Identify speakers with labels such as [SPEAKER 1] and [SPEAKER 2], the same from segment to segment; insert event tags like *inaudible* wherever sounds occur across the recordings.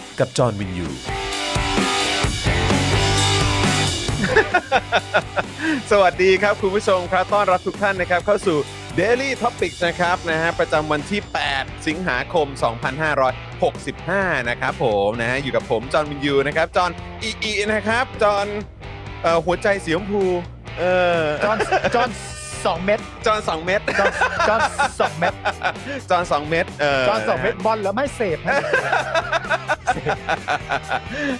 [SPEAKER 1] กับจอห์นวินยู
[SPEAKER 2] สวัสดีครับ คุณผู้ชมครับต้อนรับทุกท่านนะครับ เข้าสู่ Daily Topics นะครับนะฮะประจำวันที่ 8 สิงหาคม 2565 นะครับผมนะฮะอยู่กับผม จอห์นวินยูนะครับ จอห์นอีอีนะครับ จอห์นเอ่อหัวใจสีชมพูเออ
[SPEAKER 3] จอนจอนสองเม็ด
[SPEAKER 2] จอห์นสองเม็ด
[SPEAKER 3] จอน
[SPEAKER 2] *laughs*
[SPEAKER 3] จอนสองเม็ด
[SPEAKER 2] จอห์นสองเม็ดเออ
[SPEAKER 3] จอนสองเม็ดบอลแล้วไม่เสพนะ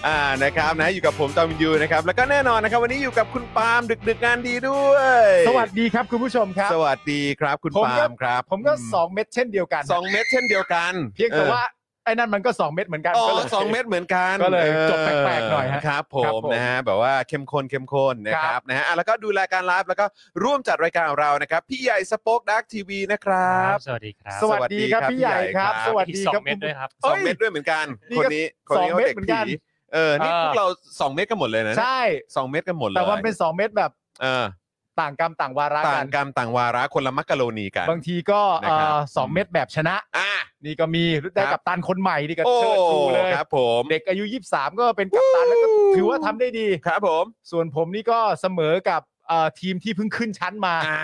[SPEAKER 2] อ่านะครับนะอยู่กับผมจอห์นวินยูนะครับแล้วก็แน่นอนนะครับ วันนี้อยู่กับคุณปาล์มดึกดึกๆงานดีด้วย
[SPEAKER 3] สวัสดีครับคุณผู้ชมครับ
[SPEAKER 2] สวัสดีครับคุณ
[SPEAKER 3] ผมก็
[SPEAKER 2] ปาล์มครับ
[SPEAKER 3] ผมก็
[SPEAKER 2] อื
[SPEAKER 3] สองเม็ดเช่นเดียวกัน
[SPEAKER 2] สองเม็ดเช่นเดียวกัน
[SPEAKER 3] เพียงแต่
[SPEAKER 2] ออ
[SPEAKER 3] ว่าไอ้นั่นมันก็สองเม็ดเหมือนกัน
[SPEAKER 2] อ๋อ
[SPEAKER 3] ก็เลย
[SPEAKER 2] สองเม็ดเหมือนกัน
[SPEAKER 3] ก็เลย
[SPEAKER 2] ออ
[SPEAKER 3] จบแปลกๆหน่อยฮะ
[SPEAKER 2] ครับผ
[SPEAKER 3] ครับ
[SPEAKER 2] ม
[SPEAKER 3] ผม
[SPEAKER 2] นะฮะแบบว่าเข้มข้นเข้มข้นนะค
[SPEAKER 3] ครั
[SPEAKER 2] รับบ นะฮะอ่ะแล้วก็ดูแลการไลฟ์แล้วก็ร่วมจัดรายการของเรานะครับ พี่ใหญ่สป็อคดักทีวีนะครับ
[SPEAKER 4] สวัสดีครับ
[SPEAKER 3] สวัสดีครับ
[SPEAKER 2] สวัสดีครับ
[SPEAKER 3] พี่ใหญ่ครับ
[SPEAKER 2] พี่ใหญ่ครับ
[SPEAKER 3] สวัส
[SPEAKER 4] อีก
[SPEAKER 3] ดี
[SPEAKER 4] สอ
[SPEAKER 3] ครับ
[SPEAKER 4] งเม็ด
[SPEAKER 3] คุณ
[SPEAKER 4] ด้วยครับ
[SPEAKER 2] สองเม็ดด้วยเหมือนกัน
[SPEAKER 3] นี่
[SPEAKER 2] คน
[SPEAKER 3] ก็
[SPEAKER 2] นี้คนนี้ด็ก
[SPEAKER 3] สองเม็ดเหมือนกัน
[SPEAKER 2] ผีเออนี่
[SPEAKER 4] อ่า
[SPEAKER 2] พวกเราสองเม็ดกันหมดเลยนะ
[SPEAKER 3] ใช่
[SPEAKER 2] สองเม็ดกันหมดเลย
[SPEAKER 3] แต่มันเป็นสองเม็ดแบบ
[SPEAKER 2] เออ
[SPEAKER 3] ต่างกรรมต่างวาระ
[SPEAKER 2] ต่า
[SPEAKER 3] กั
[SPEAKER 2] ง
[SPEAKER 3] น
[SPEAKER 2] กรรมต่างวาระคนละมักกะโรนีกัน
[SPEAKER 3] บางทีก็เอ่อ
[SPEAKER 2] นะครับ
[SPEAKER 3] สองเม็ดแบบชนะ
[SPEAKER 2] อ่ะ
[SPEAKER 3] นี่ก็มีได้กับตันคนใหม่นี่ก็
[SPEAKER 2] โอ้
[SPEAKER 3] เชิดชูเลย
[SPEAKER 2] ครับผม
[SPEAKER 3] เด็กอายุ 23 ก็เป็นกัปตันแล้วก็ถือว่าทำได้ดี
[SPEAKER 2] ครับผม
[SPEAKER 3] ส่วนผมนี่ก็เสมอกับเอ่อทีมที่เพิ่งขึ้นชั้นมา
[SPEAKER 2] อ่า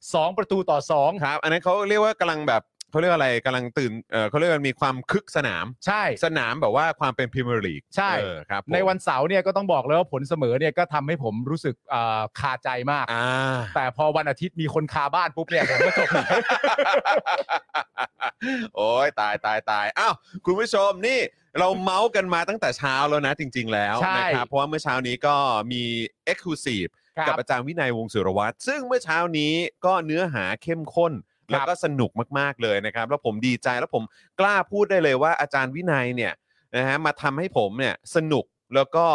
[SPEAKER 3] 2 ประตูต่อ 2
[SPEAKER 2] ครับอันนั้นเขาเรียกว่ากำลังแบบเขาเรียกว่าอะไรกำลังตื่นเออเขาเรียกว่ามีความคึกสนาม
[SPEAKER 3] ใช่
[SPEAKER 2] สนามแบบว่าความเป็นพรีเมียร์ลีก
[SPEAKER 3] ใช่
[SPEAKER 2] เออครับผม
[SPEAKER 3] ในวันเสาร์เนี่ยก็ต้องบอกเลยว่าผลเสมอเนี่ยก็ทำให้ผมรู้สึกเอ่อคาใจมาก
[SPEAKER 2] อ่า *laughs*
[SPEAKER 3] แต่พอวันอาทิตย์มีคนคาบ้านปุ๊บเนี่ยผมก็จบ
[SPEAKER 2] โอ้ยตายตายตายอ้าวคุณผู้ชมนี่เราเมาส์กันมาตั้งแต่เช้าแล้วนะจริง ๆ แล้ว
[SPEAKER 3] ใช่
[SPEAKER 2] นะครับเพราะว่าเมื่อเช้านี้ก็มี Exclusive
[SPEAKER 3] ค
[SPEAKER 2] กั
[SPEAKER 3] รั
[SPEAKER 2] บบ อาจารย์วินัยวงศ์สุรวัตรซึ่งเมื่อเช้านี้ก็เนื้อหาเข้มข้น แล้วก็สนุกมากๆเลยนะครับ แล้วผมดีใจแล้วผมกล้าพูดได้เลยว่าอาจารย์วินัยเนี่ยนะฮะมาทำให้ผมเนี่ยสนุกแล้วก็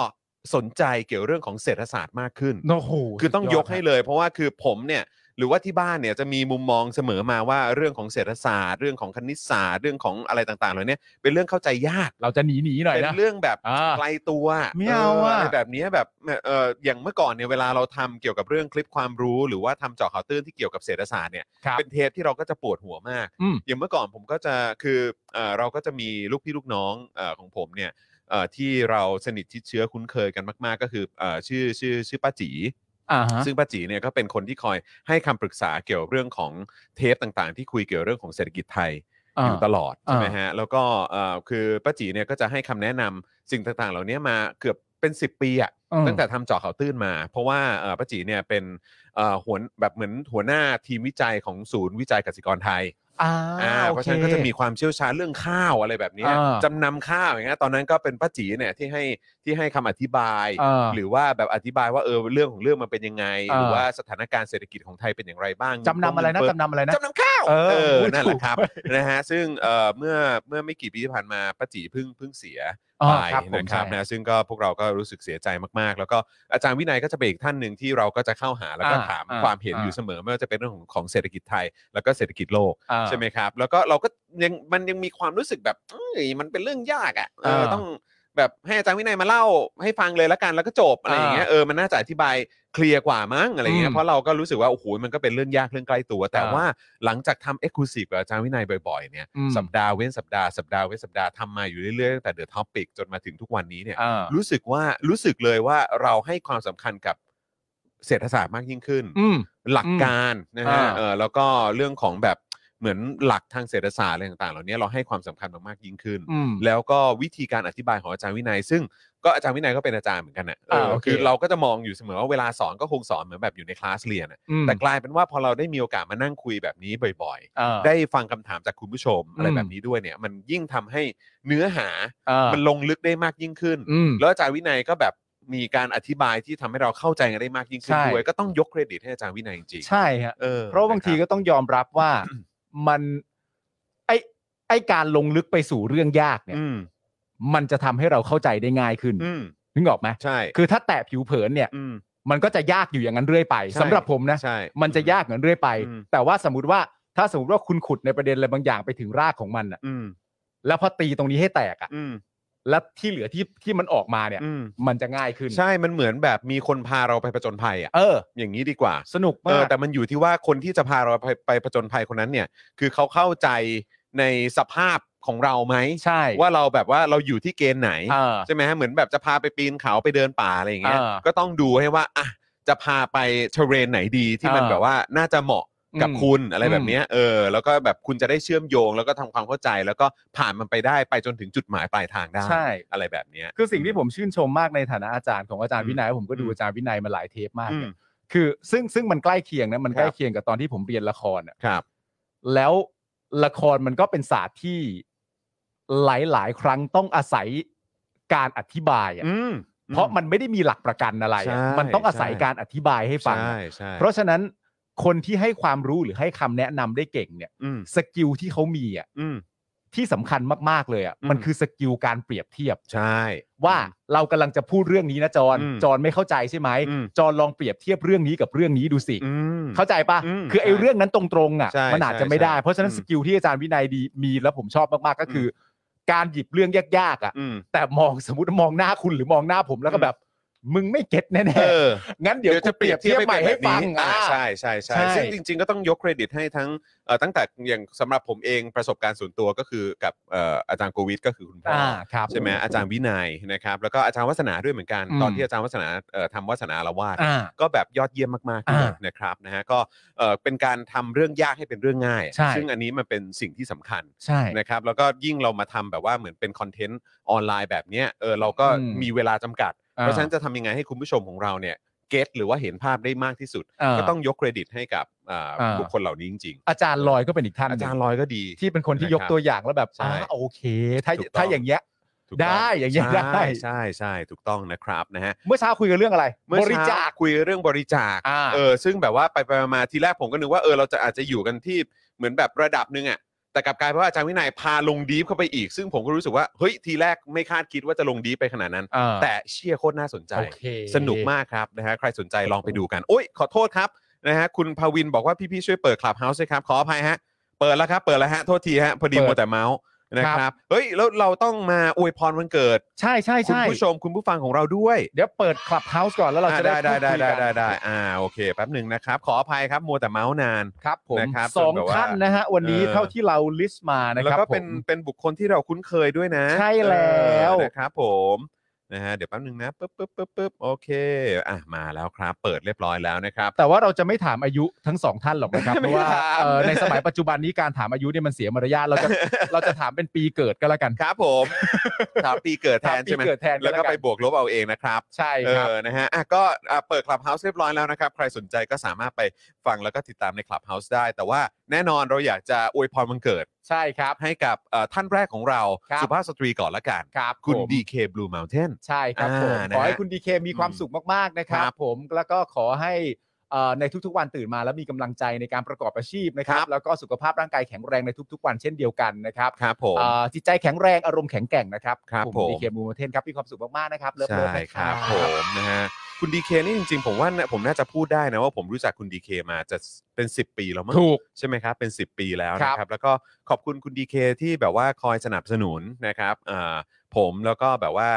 [SPEAKER 2] สนใจเกี่ยวเรื่องของเศรษฐศาสตร์มากขึ้น
[SPEAKER 3] โอ้โห
[SPEAKER 2] คือต้องยกให้
[SPEAKER 3] สุดด
[SPEAKER 2] เลย เพราะว่าคือผมเนี่ยหรือว่าที่บ้านเนี่ยจะมีมุมมองเสมอมาว่าเรื่องของเศรษฐศาสตร์ เรื่องของคณิตศาสตร์เรื่องของอะไรต่างๆเหล่านี้เป็นเรื่องเข้าใจยาก
[SPEAKER 3] เราจะหนีหนีหน่อย
[SPEAKER 2] เป็
[SPEAKER 3] นะ
[SPEAKER 2] นเรื่องแบบ
[SPEAKER 3] อ่า
[SPEAKER 2] ไกลตัว
[SPEAKER 3] ไม่เอาอะ
[SPEAKER 2] ไรแบบเนี้ยแบบเอออย่างเมื่อก่อนเนี่ยเวลาเราทำเกี่ยวกับเรื่องคลิปความรู้ หรือว่าทำเจาะข่าวตื้นที่เกี่ยวกับเศรษฐศาสตร์เนี่ย
[SPEAKER 3] ครับ
[SPEAKER 2] เป็นเทปที่เราก็จะปวดหัวมาก
[SPEAKER 3] อืม
[SPEAKER 2] อย่างเมื่อก่อนผมก็จะคือเออเราก็จะมีลูกพี่ลูกน้องเออของผมเนี่ยเออที่เราสนิทชิดเชื้อคุ้นเคยกันมากๆ ก็คือเออชื่อชื่อชื่อป้าจี
[SPEAKER 3] อ่าฮะ
[SPEAKER 2] ซึ่งป้าจีเนี่ยก็เป็นคนที่คอยให้คำปรึกษาเกี่ยวเรื่องของเทปต่างๆ ที่คุยเกี่ยวเรื่องของเศรษฐกิจไทย อยู่ตลอดใช่ไหมฮะแล้วก็เอ่อคือป้าจีเนี่ยก็จะให้คำแนะนำสิ่งต่างๆ เหล่านี้มาเกือบเป็น 10 ปีอะ
[SPEAKER 3] อืม
[SPEAKER 2] ตั้งแต่ทำเจาะข่าวตื้นมา เพราะว่าเอ่อป้าจีเนี่ยเป็นเอ่อหัวแบบเหมือนหัวหน้าทีมวิจัยของศูนย์วิจัยกสิกรไทย
[SPEAKER 3] า
[SPEAKER 2] อ่า
[SPEAKER 3] โอค
[SPEAKER 2] เพราะฉะนั้นก็จะมีความเชี่ยวชาญเรื่องข้าวอะไรแบบเนี้ย
[SPEAKER 3] อ่า
[SPEAKER 2] จำนำข้าวอย่างเงี้ยตอนนั้นก็เป็นป้าจีเนี่ยที่ให้ที่ให้คำอธิบาย
[SPEAKER 3] เออ
[SPEAKER 2] หรือว่าแบบอธิบายว่าเออเรื่องของเรื่องมันเป็นยังไง
[SPEAKER 3] อ่า
[SPEAKER 2] หรือว่าสถานการณ์เศรษฐกิจของไทยเป็นอย่างไรบ้าง
[SPEAKER 3] จำนำอะไรนะ
[SPEAKER 2] เงิเฟ้
[SPEAKER 3] จำนำอะไรนะ
[SPEAKER 2] จำนำข้าว
[SPEAKER 3] เออพูด
[SPEAKER 2] นั่นแห
[SPEAKER 3] ถู
[SPEAKER 2] ละ
[SPEAKER 3] ก
[SPEAKER 2] ครับนะฮะซึ่งเอ่อเมื่อเมื่อไม่กี่ปีที่ผ่านมาป้าจีเพิ่งเพิ่งเสีย
[SPEAKER 3] อ๋อ
[SPEAKER 2] ไป
[SPEAKER 3] ครับผม
[SPEAKER 2] นะครับ
[SPEAKER 3] ใช่
[SPEAKER 2] นะซึ่งก็พวกเราก็รู้สึกเสียใจมากๆ แล้วก็อาจารย์วินัยก็จะเป็นอีกท่านหนึ่งที่เราก็จะเข้าหาแล้วก็
[SPEAKER 3] อ่า
[SPEAKER 2] ถาม
[SPEAKER 3] อ่า
[SPEAKER 2] ความเห็น
[SPEAKER 3] อ่า
[SPEAKER 2] อยู่เสมอไม่ว่าจะเป็นเรื่องของของเศรษฐกิจไทย แล้วก็เศรษฐกิจโลก
[SPEAKER 3] อ่า
[SPEAKER 2] ใช่ไหมครับ แล้วก็เราก็ยังมันยังมีความรู้สึกแบบเอ้ยมันเป็นเรื่องยากอ่ะเออ
[SPEAKER 3] อ่า
[SPEAKER 2] ต้องแบบให้อาจารย์วินัยมาเล่าให้ฟังเลยละกันแล้วก็จบอะไรอย่างเงี้ยเออมันน่าจะอธิบายเคลียร์กว่ามั้งอะไรอย่างเงี้ย
[SPEAKER 3] อืม
[SPEAKER 2] เพราะเราก็รู้สึกว่าโอ้โหมันก็เป็นเรื่องยากเรื่องใกล้ตัว แต่
[SPEAKER 3] อ่า
[SPEAKER 2] ว่าหลังจากทำเอ็กซ์คลูซีฟกับอาจารย์วินัยบ่อยๆเนี่ย
[SPEAKER 3] อืม
[SPEAKER 2] สัปดาห์เว้นสัปดาห์สัปดาห์เว้นสัปดาห์ทำมาอยู่เรื่อยๆตั้งแต่เดอะท็อปิกจนมาถึงทุกวันนี้เนี่ย
[SPEAKER 3] อ่า
[SPEAKER 2] รู้สึกว่ารู้สึกเลยว่าเราให้ความสำคัญกับเศรษฐศาสตร์มากยิ่งขึ้น
[SPEAKER 3] อืม
[SPEAKER 2] หลักการนะฮะ
[SPEAKER 3] อ่า
[SPEAKER 2] เออแล้วก็เรื่องของแบบ เหมือนหลักทางเศรษฐศาสตร์อะไรต่างๆเหล่านี้เราให้ความสำคัญมากๆยิ่งขึ้น
[SPEAKER 3] อืม
[SPEAKER 2] แล้วก็วิธีการอธิบายของอาจารย์วินัย ซึ่งก็อาจารย์วินัยก็เป็นอาจารย์เหมือนกันนะเออ
[SPEAKER 3] อ่าโอเค
[SPEAKER 2] คือเราก็จะมองอยู่เสมอว่าเวลาสอนก็คงสอนเหมือนแบบอยู่ในคลาสเรียนอะ
[SPEAKER 3] อืม
[SPEAKER 2] แต่กลายเป็นว่าพอเราได้มีโอกาสมานั่งคุยแบบนี้บ่อย
[SPEAKER 3] เออ
[SPEAKER 2] ๆ ได้ฟังคำถามจากคุณผู้ชมอะไร
[SPEAKER 3] อืม
[SPEAKER 2] แบบนี้ด้วยเนี่ยมันยิ่งทำให้เนื้อหา
[SPEAKER 3] เออ
[SPEAKER 2] มันลงลึกได้มากยิ่งขึ้น
[SPEAKER 3] อืม
[SPEAKER 2] แล้วอาจารย์วินัยก็แบบมีการอธิบายที่ทำให้เราเข้าใจกันได้มากยิ่งขึ้น
[SPEAKER 3] ใช่
[SPEAKER 2] ด้วยก็ต้องยกเครดิตให้อาจารย์วินัยจริงๆ
[SPEAKER 3] ใช่ฮะ
[SPEAKER 2] เออ
[SPEAKER 3] เพราะบางที
[SPEAKER 2] นค
[SPEAKER 3] ก็ต้องยอมรับว่า
[SPEAKER 2] อืม
[SPEAKER 3] มันไอไอการลงลึกไปสู่เรื่องยากเนี่ย
[SPEAKER 2] อืม
[SPEAKER 3] มันจะทำให้เราเข้าใจได้ง่ายขึ้น
[SPEAKER 2] อืม
[SPEAKER 3] นึกออกไหม
[SPEAKER 2] ใช่
[SPEAKER 3] คือถ้าแตะผิวเผินเนี่ย
[SPEAKER 2] อืม
[SPEAKER 3] มันก็จะยากอยู่อย่างนั้นเรื่อยไป
[SPEAKER 2] ใช่
[SPEAKER 3] สำหรับผมนะ
[SPEAKER 2] ใช่
[SPEAKER 3] มันจะยากเหมือนเรื่อยไป
[SPEAKER 2] อืม
[SPEAKER 3] แต่ว่าสมมติว่าถ้าสมมติว่าคุณขุดในประเด็นอะไรบางอย่างไปถึงรากของมันอ่ะ
[SPEAKER 2] อืม
[SPEAKER 3] แล้วพอตีตรงนี้ให้แตกอ่ะ
[SPEAKER 2] อืม
[SPEAKER 3] แล้วที่เหลือที่ที่มันออกมาเนี่ย
[SPEAKER 2] อืม
[SPEAKER 3] มันจะง่ายขึ้น
[SPEAKER 2] ใช่ มันเหมือนแบบมีคนพาเราไปผจญภัยอ่ะ
[SPEAKER 3] เออ
[SPEAKER 2] อย่างนี้ดีกว่า
[SPEAKER 3] สนุก
[SPEAKER 2] เอ
[SPEAKER 3] มา
[SPEAKER 2] อ
[SPEAKER 3] ก
[SPEAKER 2] แต่มันอยู่ที่ว่าคนที่จะพาเราไปไปผจญภัยคนนั้นเนี่ย คือเขาเข้าใจในสภาพของเราไหม
[SPEAKER 3] ใช่
[SPEAKER 2] ว่าเราแบบว่าเราอยู่ที่เกณฑ์ไหน
[SPEAKER 3] เออ
[SPEAKER 2] ใช่ไหมฮะ เหมือนแบบจะพาไปปีนเขาไปเดินป่าอะไรอย่างเงี้ย
[SPEAKER 3] เออ
[SPEAKER 2] ก็ต้องดูให้ว่าอ่ะจะพาไปเทเรนไหนดีที่มัน
[SPEAKER 3] เออ
[SPEAKER 2] แบบว่าน่าจะเหมาะกับ
[SPEAKER 3] อืม
[SPEAKER 2] คุณอะไรแบบเนี้ย เออ แล้วก็แบบคุณจะได้เชื่อมโยง แล้วก็ทำความเข้าใจ แล้วก็ผ่านมันไปได้ไปจนถึงจุดหมายปลายทางได้
[SPEAKER 3] ใช่
[SPEAKER 2] อะไรแบบเนี้ย
[SPEAKER 3] คือสิ่งที่ผมชื่นชมมากในฐานะอาจารย์ของอาจารย์
[SPEAKER 2] อืม
[SPEAKER 3] วินัยผมก็ดู
[SPEAKER 2] อืม
[SPEAKER 3] อาจารย์วินัยมาหลายเทปมาก
[SPEAKER 2] อื
[SPEAKER 3] เนี่
[SPEAKER 2] ม
[SPEAKER 3] ยคือซึ่งซึ่งมันใกล้เคียงนะมัน
[SPEAKER 2] ครับ
[SPEAKER 3] ใกล้เคียงกับตอนที่ผมเรียนละครอ่ะ
[SPEAKER 2] ครับ
[SPEAKER 3] แล้วละครมันก็เป็นศาสตร์ที่หลายๆ ครั้งต้องอาศัยการอธิบายอ่ะ
[SPEAKER 2] อืม
[SPEAKER 3] เพราะมันไม่ได้มีหลักประกันอะไร
[SPEAKER 2] ใช่
[SPEAKER 3] อะมันต้องอาศัย
[SPEAKER 2] ใช่
[SPEAKER 3] การอธิบายให้ฟัง
[SPEAKER 2] ใช่
[SPEAKER 3] อะ
[SPEAKER 2] ใช่
[SPEAKER 3] เพราะฉะนั้นคนที่ให้ความรู้หรือให้คำแนะนำได้เก่งเนี่ย
[SPEAKER 2] อืม
[SPEAKER 3] สกิลที่เขามีอ่ะ
[SPEAKER 2] อืม
[SPEAKER 3] ที่สำคัญมากๆเลยอ่ะ
[SPEAKER 2] อืม
[SPEAKER 3] มันคือสกิลการเปรียบเทียบ
[SPEAKER 2] ใช่
[SPEAKER 3] ว่าเรากำลังจะพูดเรื่องนี้นะจอน
[SPEAKER 2] อืม
[SPEAKER 3] จอนไม่เข้าใจใช่ไหม
[SPEAKER 2] อืม
[SPEAKER 3] จอนลองเปรียบเทียบเรื่องนี้กับเรื่องนี้ดูสิ
[SPEAKER 2] อืม
[SPEAKER 3] เข้าใจปะ
[SPEAKER 2] อืม
[SPEAKER 3] คือไอ้
[SPEAKER 2] ใช่
[SPEAKER 3] เรื่องนั้นตรงๆอ่ะ
[SPEAKER 2] ใช่
[SPEAKER 3] มันอาจจะ
[SPEAKER 2] ใช่
[SPEAKER 3] ไม่ได้
[SPEAKER 2] ใช่
[SPEAKER 3] เพราะฉะนั้น
[SPEAKER 2] อืม
[SPEAKER 3] สกิลที่อาจารย์วินัยดีมีแล้วผมชอบมากๆก็คืออการหยิบเรื่องยากๆอ่ะ
[SPEAKER 2] อืม
[SPEAKER 3] แต่มองสมมติมองหน้าคุณหรือมองหน้าผมแล้วก็แบบ มึงไม่เก็ตแน่
[SPEAKER 2] เออ
[SPEAKER 3] ๆงั้นเดี๋ยวกูเปรียบเทียบใหม่ให้ฟัง
[SPEAKER 2] อ่า
[SPEAKER 3] อ่ะ
[SPEAKER 2] ใช่ใช่ใช่
[SPEAKER 3] ใช่
[SPEAKER 2] ซึ่งจริง ๆ ก็ต้องยกเครดิตให้ทั้งเอ่อตั้งแต่อย่างสำหรับผมเองประสบการณ์ส่วนตัวก็คือกับเอ่ออาจารย์โกวิทก็คือคุณพ่อ
[SPEAKER 3] อ่า
[SPEAKER 2] อ
[SPEAKER 3] ครับ
[SPEAKER 2] ใช่ไหมอาจารย์วินัยนะครับแล้วก็อาจารย์วัฒนาด้วยเหมือนกัน
[SPEAKER 3] อืม
[SPEAKER 2] ตอนที่อาจารย์วัฒนาเอ่อทำวัฒนาละวาด
[SPEAKER 3] อ่า
[SPEAKER 2] ก็แบบยอดเยี่ยมมากๆ
[SPEAKER 3] อ่า
[SPEAKER 2] เลยนะครับนะฮะก็เอ่อเป็นการทำเรื่องยากให้เป็นเรื่องง่าย
[SPEAKER 3] ใช่
[SPEAKER 2] ซึ่งอันนี้มันเป็นสิ่งที่สำคัญ
[SPEAKER 3] ใช่
[SPEAKER 2] นะครับแล้วก็ยิ่งเรามาทำแบบว่าเหมือนเป็นคอนเทนต์ออนไลน์แบบเนี้ยเออเราก็
[SPEAKER 3] อืม
[SPEAKER 2] มีเวลาจำกัด
[SPEAKER 3] อ่า
[SPEAKER 2] เพราะฉะนั้นจะทำยังไงให้คุณผู้ชมของเราเนี่ยเก็ตหรือว่าเห็นภาพได้มากที่สุด
[SPEAKER 3] เ
[SPEAKER 2] ก็ต้องยกเครดิตให้กับอ่า
[SPEAKER 3] อ่า
[SPEAKER 2] บุคคลเหล่านี้จริง
[SPEAKER 3] อาจารย์ลอยก็เป็นอีกท่า
[SPEAKER 2] ๆ
[SPEAKER 3] นหนึ่
[SPEAKER 2] อาง จารย์ลอยก็ดี
[SPEAKER 3] ที่เป็นคนที่ยก
[SPEAKER 2] นะครับ
[SPEAKER 3] ตัวอย่างแล้วแบบ
[SPEAKER 2] ใช่
[SPEAKER 3] อ่าโอเค ถ้า
[SPEAKER 2] ถูกต้อง
[SPEAKER 3] ถ้าอย่างเงี้ย
[SPEAKER 2] ถูกต้
[SPEAKER 3] ได้อย่างเงี้ย
[SPEAKER 2] ใช่
[SPEAKER 3] ได้
[SPEAKER 2] ใช่ใช่ถูกต้องนะครับนะฮะ
[SPEAKER 3] เมื่อเช้าคุยกันเรื่องอะไร
[SPEAKER 2] เมื่อบ เช้
[SPEAKER 3] ริจาค
[SPEAKER 2] คุยเรื่องบริจาค
[SPEAKER 3] อ่า
[SPEAKER 2] เออซึ่งแบบว่าไปไปมาๆทีแรกผมก็นึกว่าเออเราจะอาจจะอยู่กันที่เหมือนแบบระดับหนึ่งอะแต่กลับกลายเป็นว่าอาจารย์วินัยพาลงดีฟเข้าไปอีก ซึ่งผมก็รู้สึกว่าเฮ้ยทีแรกไม่คาดคิดว่าจะลงดีฟไปขนาดนั้น
[SPEAKER 3] า
[SPEAKER 2] แต่เชี่ยโคตรน่าสนใจ
[SPEAKER 3] โอเค
[SPEAKER 2] สนุกมากครับนะฮะใครสนใจลองไปดูกัน โอ้ยขอโทษครับนะฮะคุณภาวินบอกว่าพี่ๆช่วยเปิดคลับเฮาส์ด้วยครับ ขออภัยฮะ เปิดแล้วครับ เปิดแล้วฮะ โทษทีฮะ พอดี
[SPEAKER 3] เปิด
[SPEAKER 2] มัวแต่เมาส์นะครับ เฮ้ย แล้วเราต้องมาอวยพรวันเกิด
[SPEAKER 3] ใช่ใช่
[SPEAKER 2] คุณ
[SPEAKER 3] ใช่
[SPEAKER 2] ผู้ชมคุณผู้ฟังของเราด้วย
[SPEAKER 3] เดี๋ยวเปิดคลับเฮาส์ก่อนแล้วเราจะได้
[SPEAKER 2] อ่ได้ได้
[SPEAKER 3] พูคุย
[SPEAKER 2] ได้
[SPEAKER 3] กัน
[SPEAKER 2] ได้ได้อ่าโอเคแป๊บหนึ่งนะครับ ขออภัยครับมัวแต่เมาส์นาน
[SPEAKER 3] ครับผม
[SPEAKER 2] นะครับ
[SPEAKER 3] สอง
[SPEAKER 2] จนแบบว่า
[SPEAKER 3] ท่านนะฮะ วันนี้
[SPEAKER 2] เออ
[SPEAKER 3] เท่าที่เราลิสต์มานะ
[SPEAKER 2] แล้
[SPEAKER 3] คว รับ
[SPEAKER 2] ก็เป็น
[SPEAKER 3] ผม
[SPEAKER 2] เป็นบุคคลที่เราคุ้นเคยด้วยนะ
[SPEAKER 3] ใช่แล้ว
[SPEAKER 2] เออนะครับผมนะฮะเดี๋ยวแป๊บหนึ่งนะปึ๊บปึ๊บปึ๊บปึ๊บโอเคอ่ะมาแล้วครับ เปิดเรียบร้อยแล้วนะครับ
[SPEAKER 3] แต่ว่าเราจะไม่ถามอายุทั้งสองท่านหรอกนะครับ เพ
[SPEAKER 2] ไม่
[SPEAKER 3] ราะว่า
[SPEAKER 2] ถาม
[SPEAKER 3] เอ่อในสมัยปัจจุบันนี้การถามอายุเนี่ยมันเสียมารยาทเราจะ *laughs* เราจะถามเป็นปีเกิดก็แล้วกัน
[SPEAKER 2] ครับผมถามปีเกิดแทน
[SPEAKER 3] ถามปี
[SPEAKER 2] ใช่ไหม
[SPEAKER 3] เกิดแทนก็
[SPEAKER 2] แล้ว
[SPEAKER 3] แล้วกั
[SPEAKER 2] ก็
[SPEAKER 3] น
[SPEAKER 2] ไปบวกลบเอาเองนะครับ
[SPEAKER 3] ใช่
[SPEAKER 2] เอ
[SPEAKER 3] ครับ
[SPEAKER 2] อนะฮะอ่ะก็อ่ะเปิดคลับเฮาส์เรียบร้อยแล้วนะครับ ใครสนใจก็สามารถไปฟังแล้วก็ติดตามในคลับเฮาส์ได้ แต่ว่าแน่นอนเราอยากจะอวยพรวันเกิด
[SPEAKER 3] ใช่ครับ
[SPEAKER 2] ให้กับเอ่อท่านแรกของเรา
[SPEAKER 3] ครับ
[SPEAKER 2] สุภาพสตรีก่อนละกัน
[SPEAKER 3] ครับ
[SPEAKER 2] คุณ
[SPEAKER 3] ผม
[SPEAKER 2] DK Blue Mountain
[SPEAKER 3] ใช่ครับผม
[SPEAKER 2] อ่านะฮะ
[SPEAKER 3] ขอให้คุณดีเคมีความ
[SPEAKER 2] อืม
[SPEAKER 3] สุขมากๆนะครั
[SPEAKER 2] ครับ บ
[SPEAKER 3] ผมแล้วก็ขอให้เอ่อในทุกๆวันตื่นมาแล้วมีกำลังใจในการประกอบอาชีพนะครับ
[SPEAKER 2] ครับ
[SPEAKER 3] แล้วก็สุขภาพร่างกายแข็งแรงในทุกๆวันเช่นเดียวกันนะครับ
[SPEAKER 2] ครับผม
[SPEAKER 3] เอ่อจิตใจแข็งแรงอารมณ์แข็งแกร่งนะครับ
[SPEAKER 2] ครับผม
[SPEAKER 3] ดีเคมูเทนครับมีความสุขมากๆนะครับเลิฟ
[SPEAKER 2] ใช่
[SPEAKER 3] เลิฟนะค
[SPEAKER 2] ค
[SPEAKER 3] รั
[SPEAKER 2] รั
[SPEAKER 3] บบ
[SPEAKER 2] ผม
[SPEAKER 3] *laughs*
[SPEAKER 2] นะฮะคุณ DK นี่จริงๆ ผมว่านะผมน่าจะพูดได้นะว่าผมรู้จักคุณ DK มาจะเป็น 10 ปีแล้วมั้ง
[SPEAKER 3] ถูก
[SPEAKER 2] ใช่ไหมครับ เป็น 10 ปีแล้ว
[SPEAKER 3] ครับ
[SPEAKER 2] นะครับ แล้วก็ขอบคุณคุณดีเคที่แบบว่าคอยสนับสนุนนะครับเอ่อผมแล้วก็แบบว่า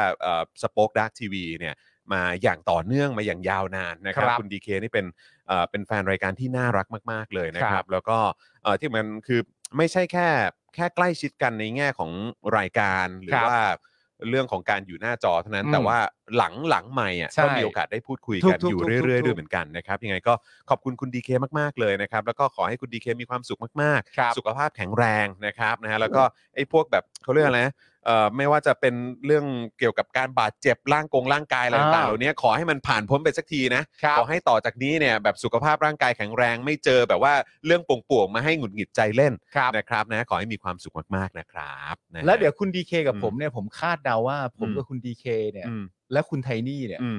[SPEAKER 2] สป็อคดักทีวีเนี่ยมาอย่างต่อเนื่องมาอย่างยาวนานนะครับ
[SPEAKER 3] ครับ
[SPEAKER 2] คุณดีเคนี่เป็นเอ่อเป็นแฟนรายการที่น่ารักมาก ๆ เลยนะค
[SPEAKER 3] ค
[SPEAKER 2] รั
[SPEAKER 3] รับ บ
[SPEAKER 2] แล้วก็เอ่อที่มันคือไม่ใช่แค่แค่ใกล้ชิดกันในแง่ของรายการ หรือ
[SPEAKER 3] ครับ
[SPEAKER 2] ว่าเรื่องของการอยู่หน้าจอเท่านั้น
[SPEAKER 3] อืม
[SPEAKER 2] แต่ว่า หลังหลังใหม่อ่ะ
[SPEAKER 3] ใช่
[SPEAKER 2] ก็มีโอกาสได้พูดคุยกัน
[SPEAKER 3] ถูกๆ
[SPEAKER 2] อยู่
[SPEAKER 3] ถูกๆ
[SPEAKER 2] เรื่อยๆ
[SPEAKER 3] ถู
[SPEAKER 2] ด้วย
[SPEAKER 3] กๆ
[SPEAKER 2] เหมือนกันนะครับยังไงก็ขอบคุณคุณดีเคมากๆเลยนะครับแล้วก็ขอให้คุณดีเคมีความสุขมาก
[SPEAKER 3] ครับ
[SPEAKER 2] สุขภาพแข็งแรงนะครับนะฮะแล้วก็ไอ้พวกแบบเขาเรียกอะไรนะเอ่อไม่ว่าจะเป็นเรื่องเกี่ยวกับการบาดเจ็บร่างกงร่างกายอะไรต่างๆเหล่านี้ขอให้มันผ่านพ้นไปสักทีนะ
[SPEAKER 3] ครับ
[SPEAKER 2] ขอให้ต่อจากนี้เนี่ยแบบสุขภาพร่างกายแข็งแรงไม่เจอแบบว่าเรื่องป่วงๆมาให้หงุดหงิดใจเล่น
[SPEAKER 3] ครับ
[SPEAKER 2] นะครับนะขอให้มีความสุขมากๆนะครับนะฮะ
[SPEAKER 3] แล้วเดี๋ยวคุณดีเคกับ
[SPEAKER 2] อืม
[SPEAKER 3] ผมเนี่ยผมคาดเดาว่า ผม
[SPEAKER 2] อืม
[SPEAKER 3] กับคุณดีเคเนี่ย
[SPEAKER 2] อืม
[SPEAKER 3] และคุณไทนี่เนี่ย
[SPEAKER 2] อืม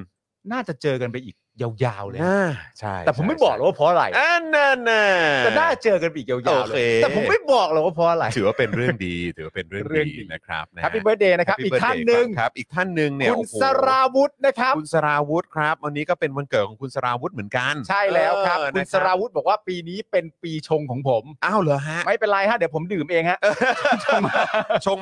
[SPEAKER 3] น่าจะเจอกันไปอีกยาวๆเลย
[SPEAKER 2] อ่าใช่
[SPEAKER 3] แต่ผมไม่บอกหรอกว่าเพราะอะไร
[SPEAKER 2] อันนั้นน่ะ
[SPEAKER 3] แต่น่าเจอกันไปอีกยาวๆเล
[SPEAKER 2] โอเค
[SPEAKER 3] ย แต่ผมไม่บอกหรอกว่าเพราะอะไร
[SPEAKER 2] *laughs* ถือว่าเป็นเรื่องดีถือว่าเป็นเรื่อง
[SPEAKER 3] เรื่อง
[SPEAKER 2] ดี
[SPEAKER 3] ดี
[SPEAKER 2] นะครับนะ
[SPEAKER 3] แฮปปี้เบิร์ดเดย์นะครับ
[SPEAKER 2] แฮปปี้
[SPEAKER 3] อีก
[SPEAKER 2] เบิร์ด
[SPEAKER 3] ท่าน
[SPEAKER 2] เดย์
[SPEAKER 3] หนึ่ง
[SPEAKER 2] ครับ อีกท่านหนึ่งเนี่ย
[SPEAKER 3] คุณ
[SPEAKER 2] โอ้โห
[SPEAKER 3] สราวุธนะครับ
[SPEAKER 2] คุณสราวุธครับวันนี้ก็เป็นวันเกิดของคุณสราวุธเหมือนกัน
[SPEAKER 3] ใช่แล้วครับ
[SPEAKER 2] เออ
[SPEAKER 3] คุณ
[SPEAKER 2] นะ
[SPEAKER 3] สราวุธบอกว่าปีนี้เป็นปีชงของผม
[SPEAKER 2] อ้าวเหรอฮะ
[SPEAKER 3] ไม่เป็นไรฮะ เดี๋ยวผมดื่มเองฮะ
[SPEAKER 2] ชงม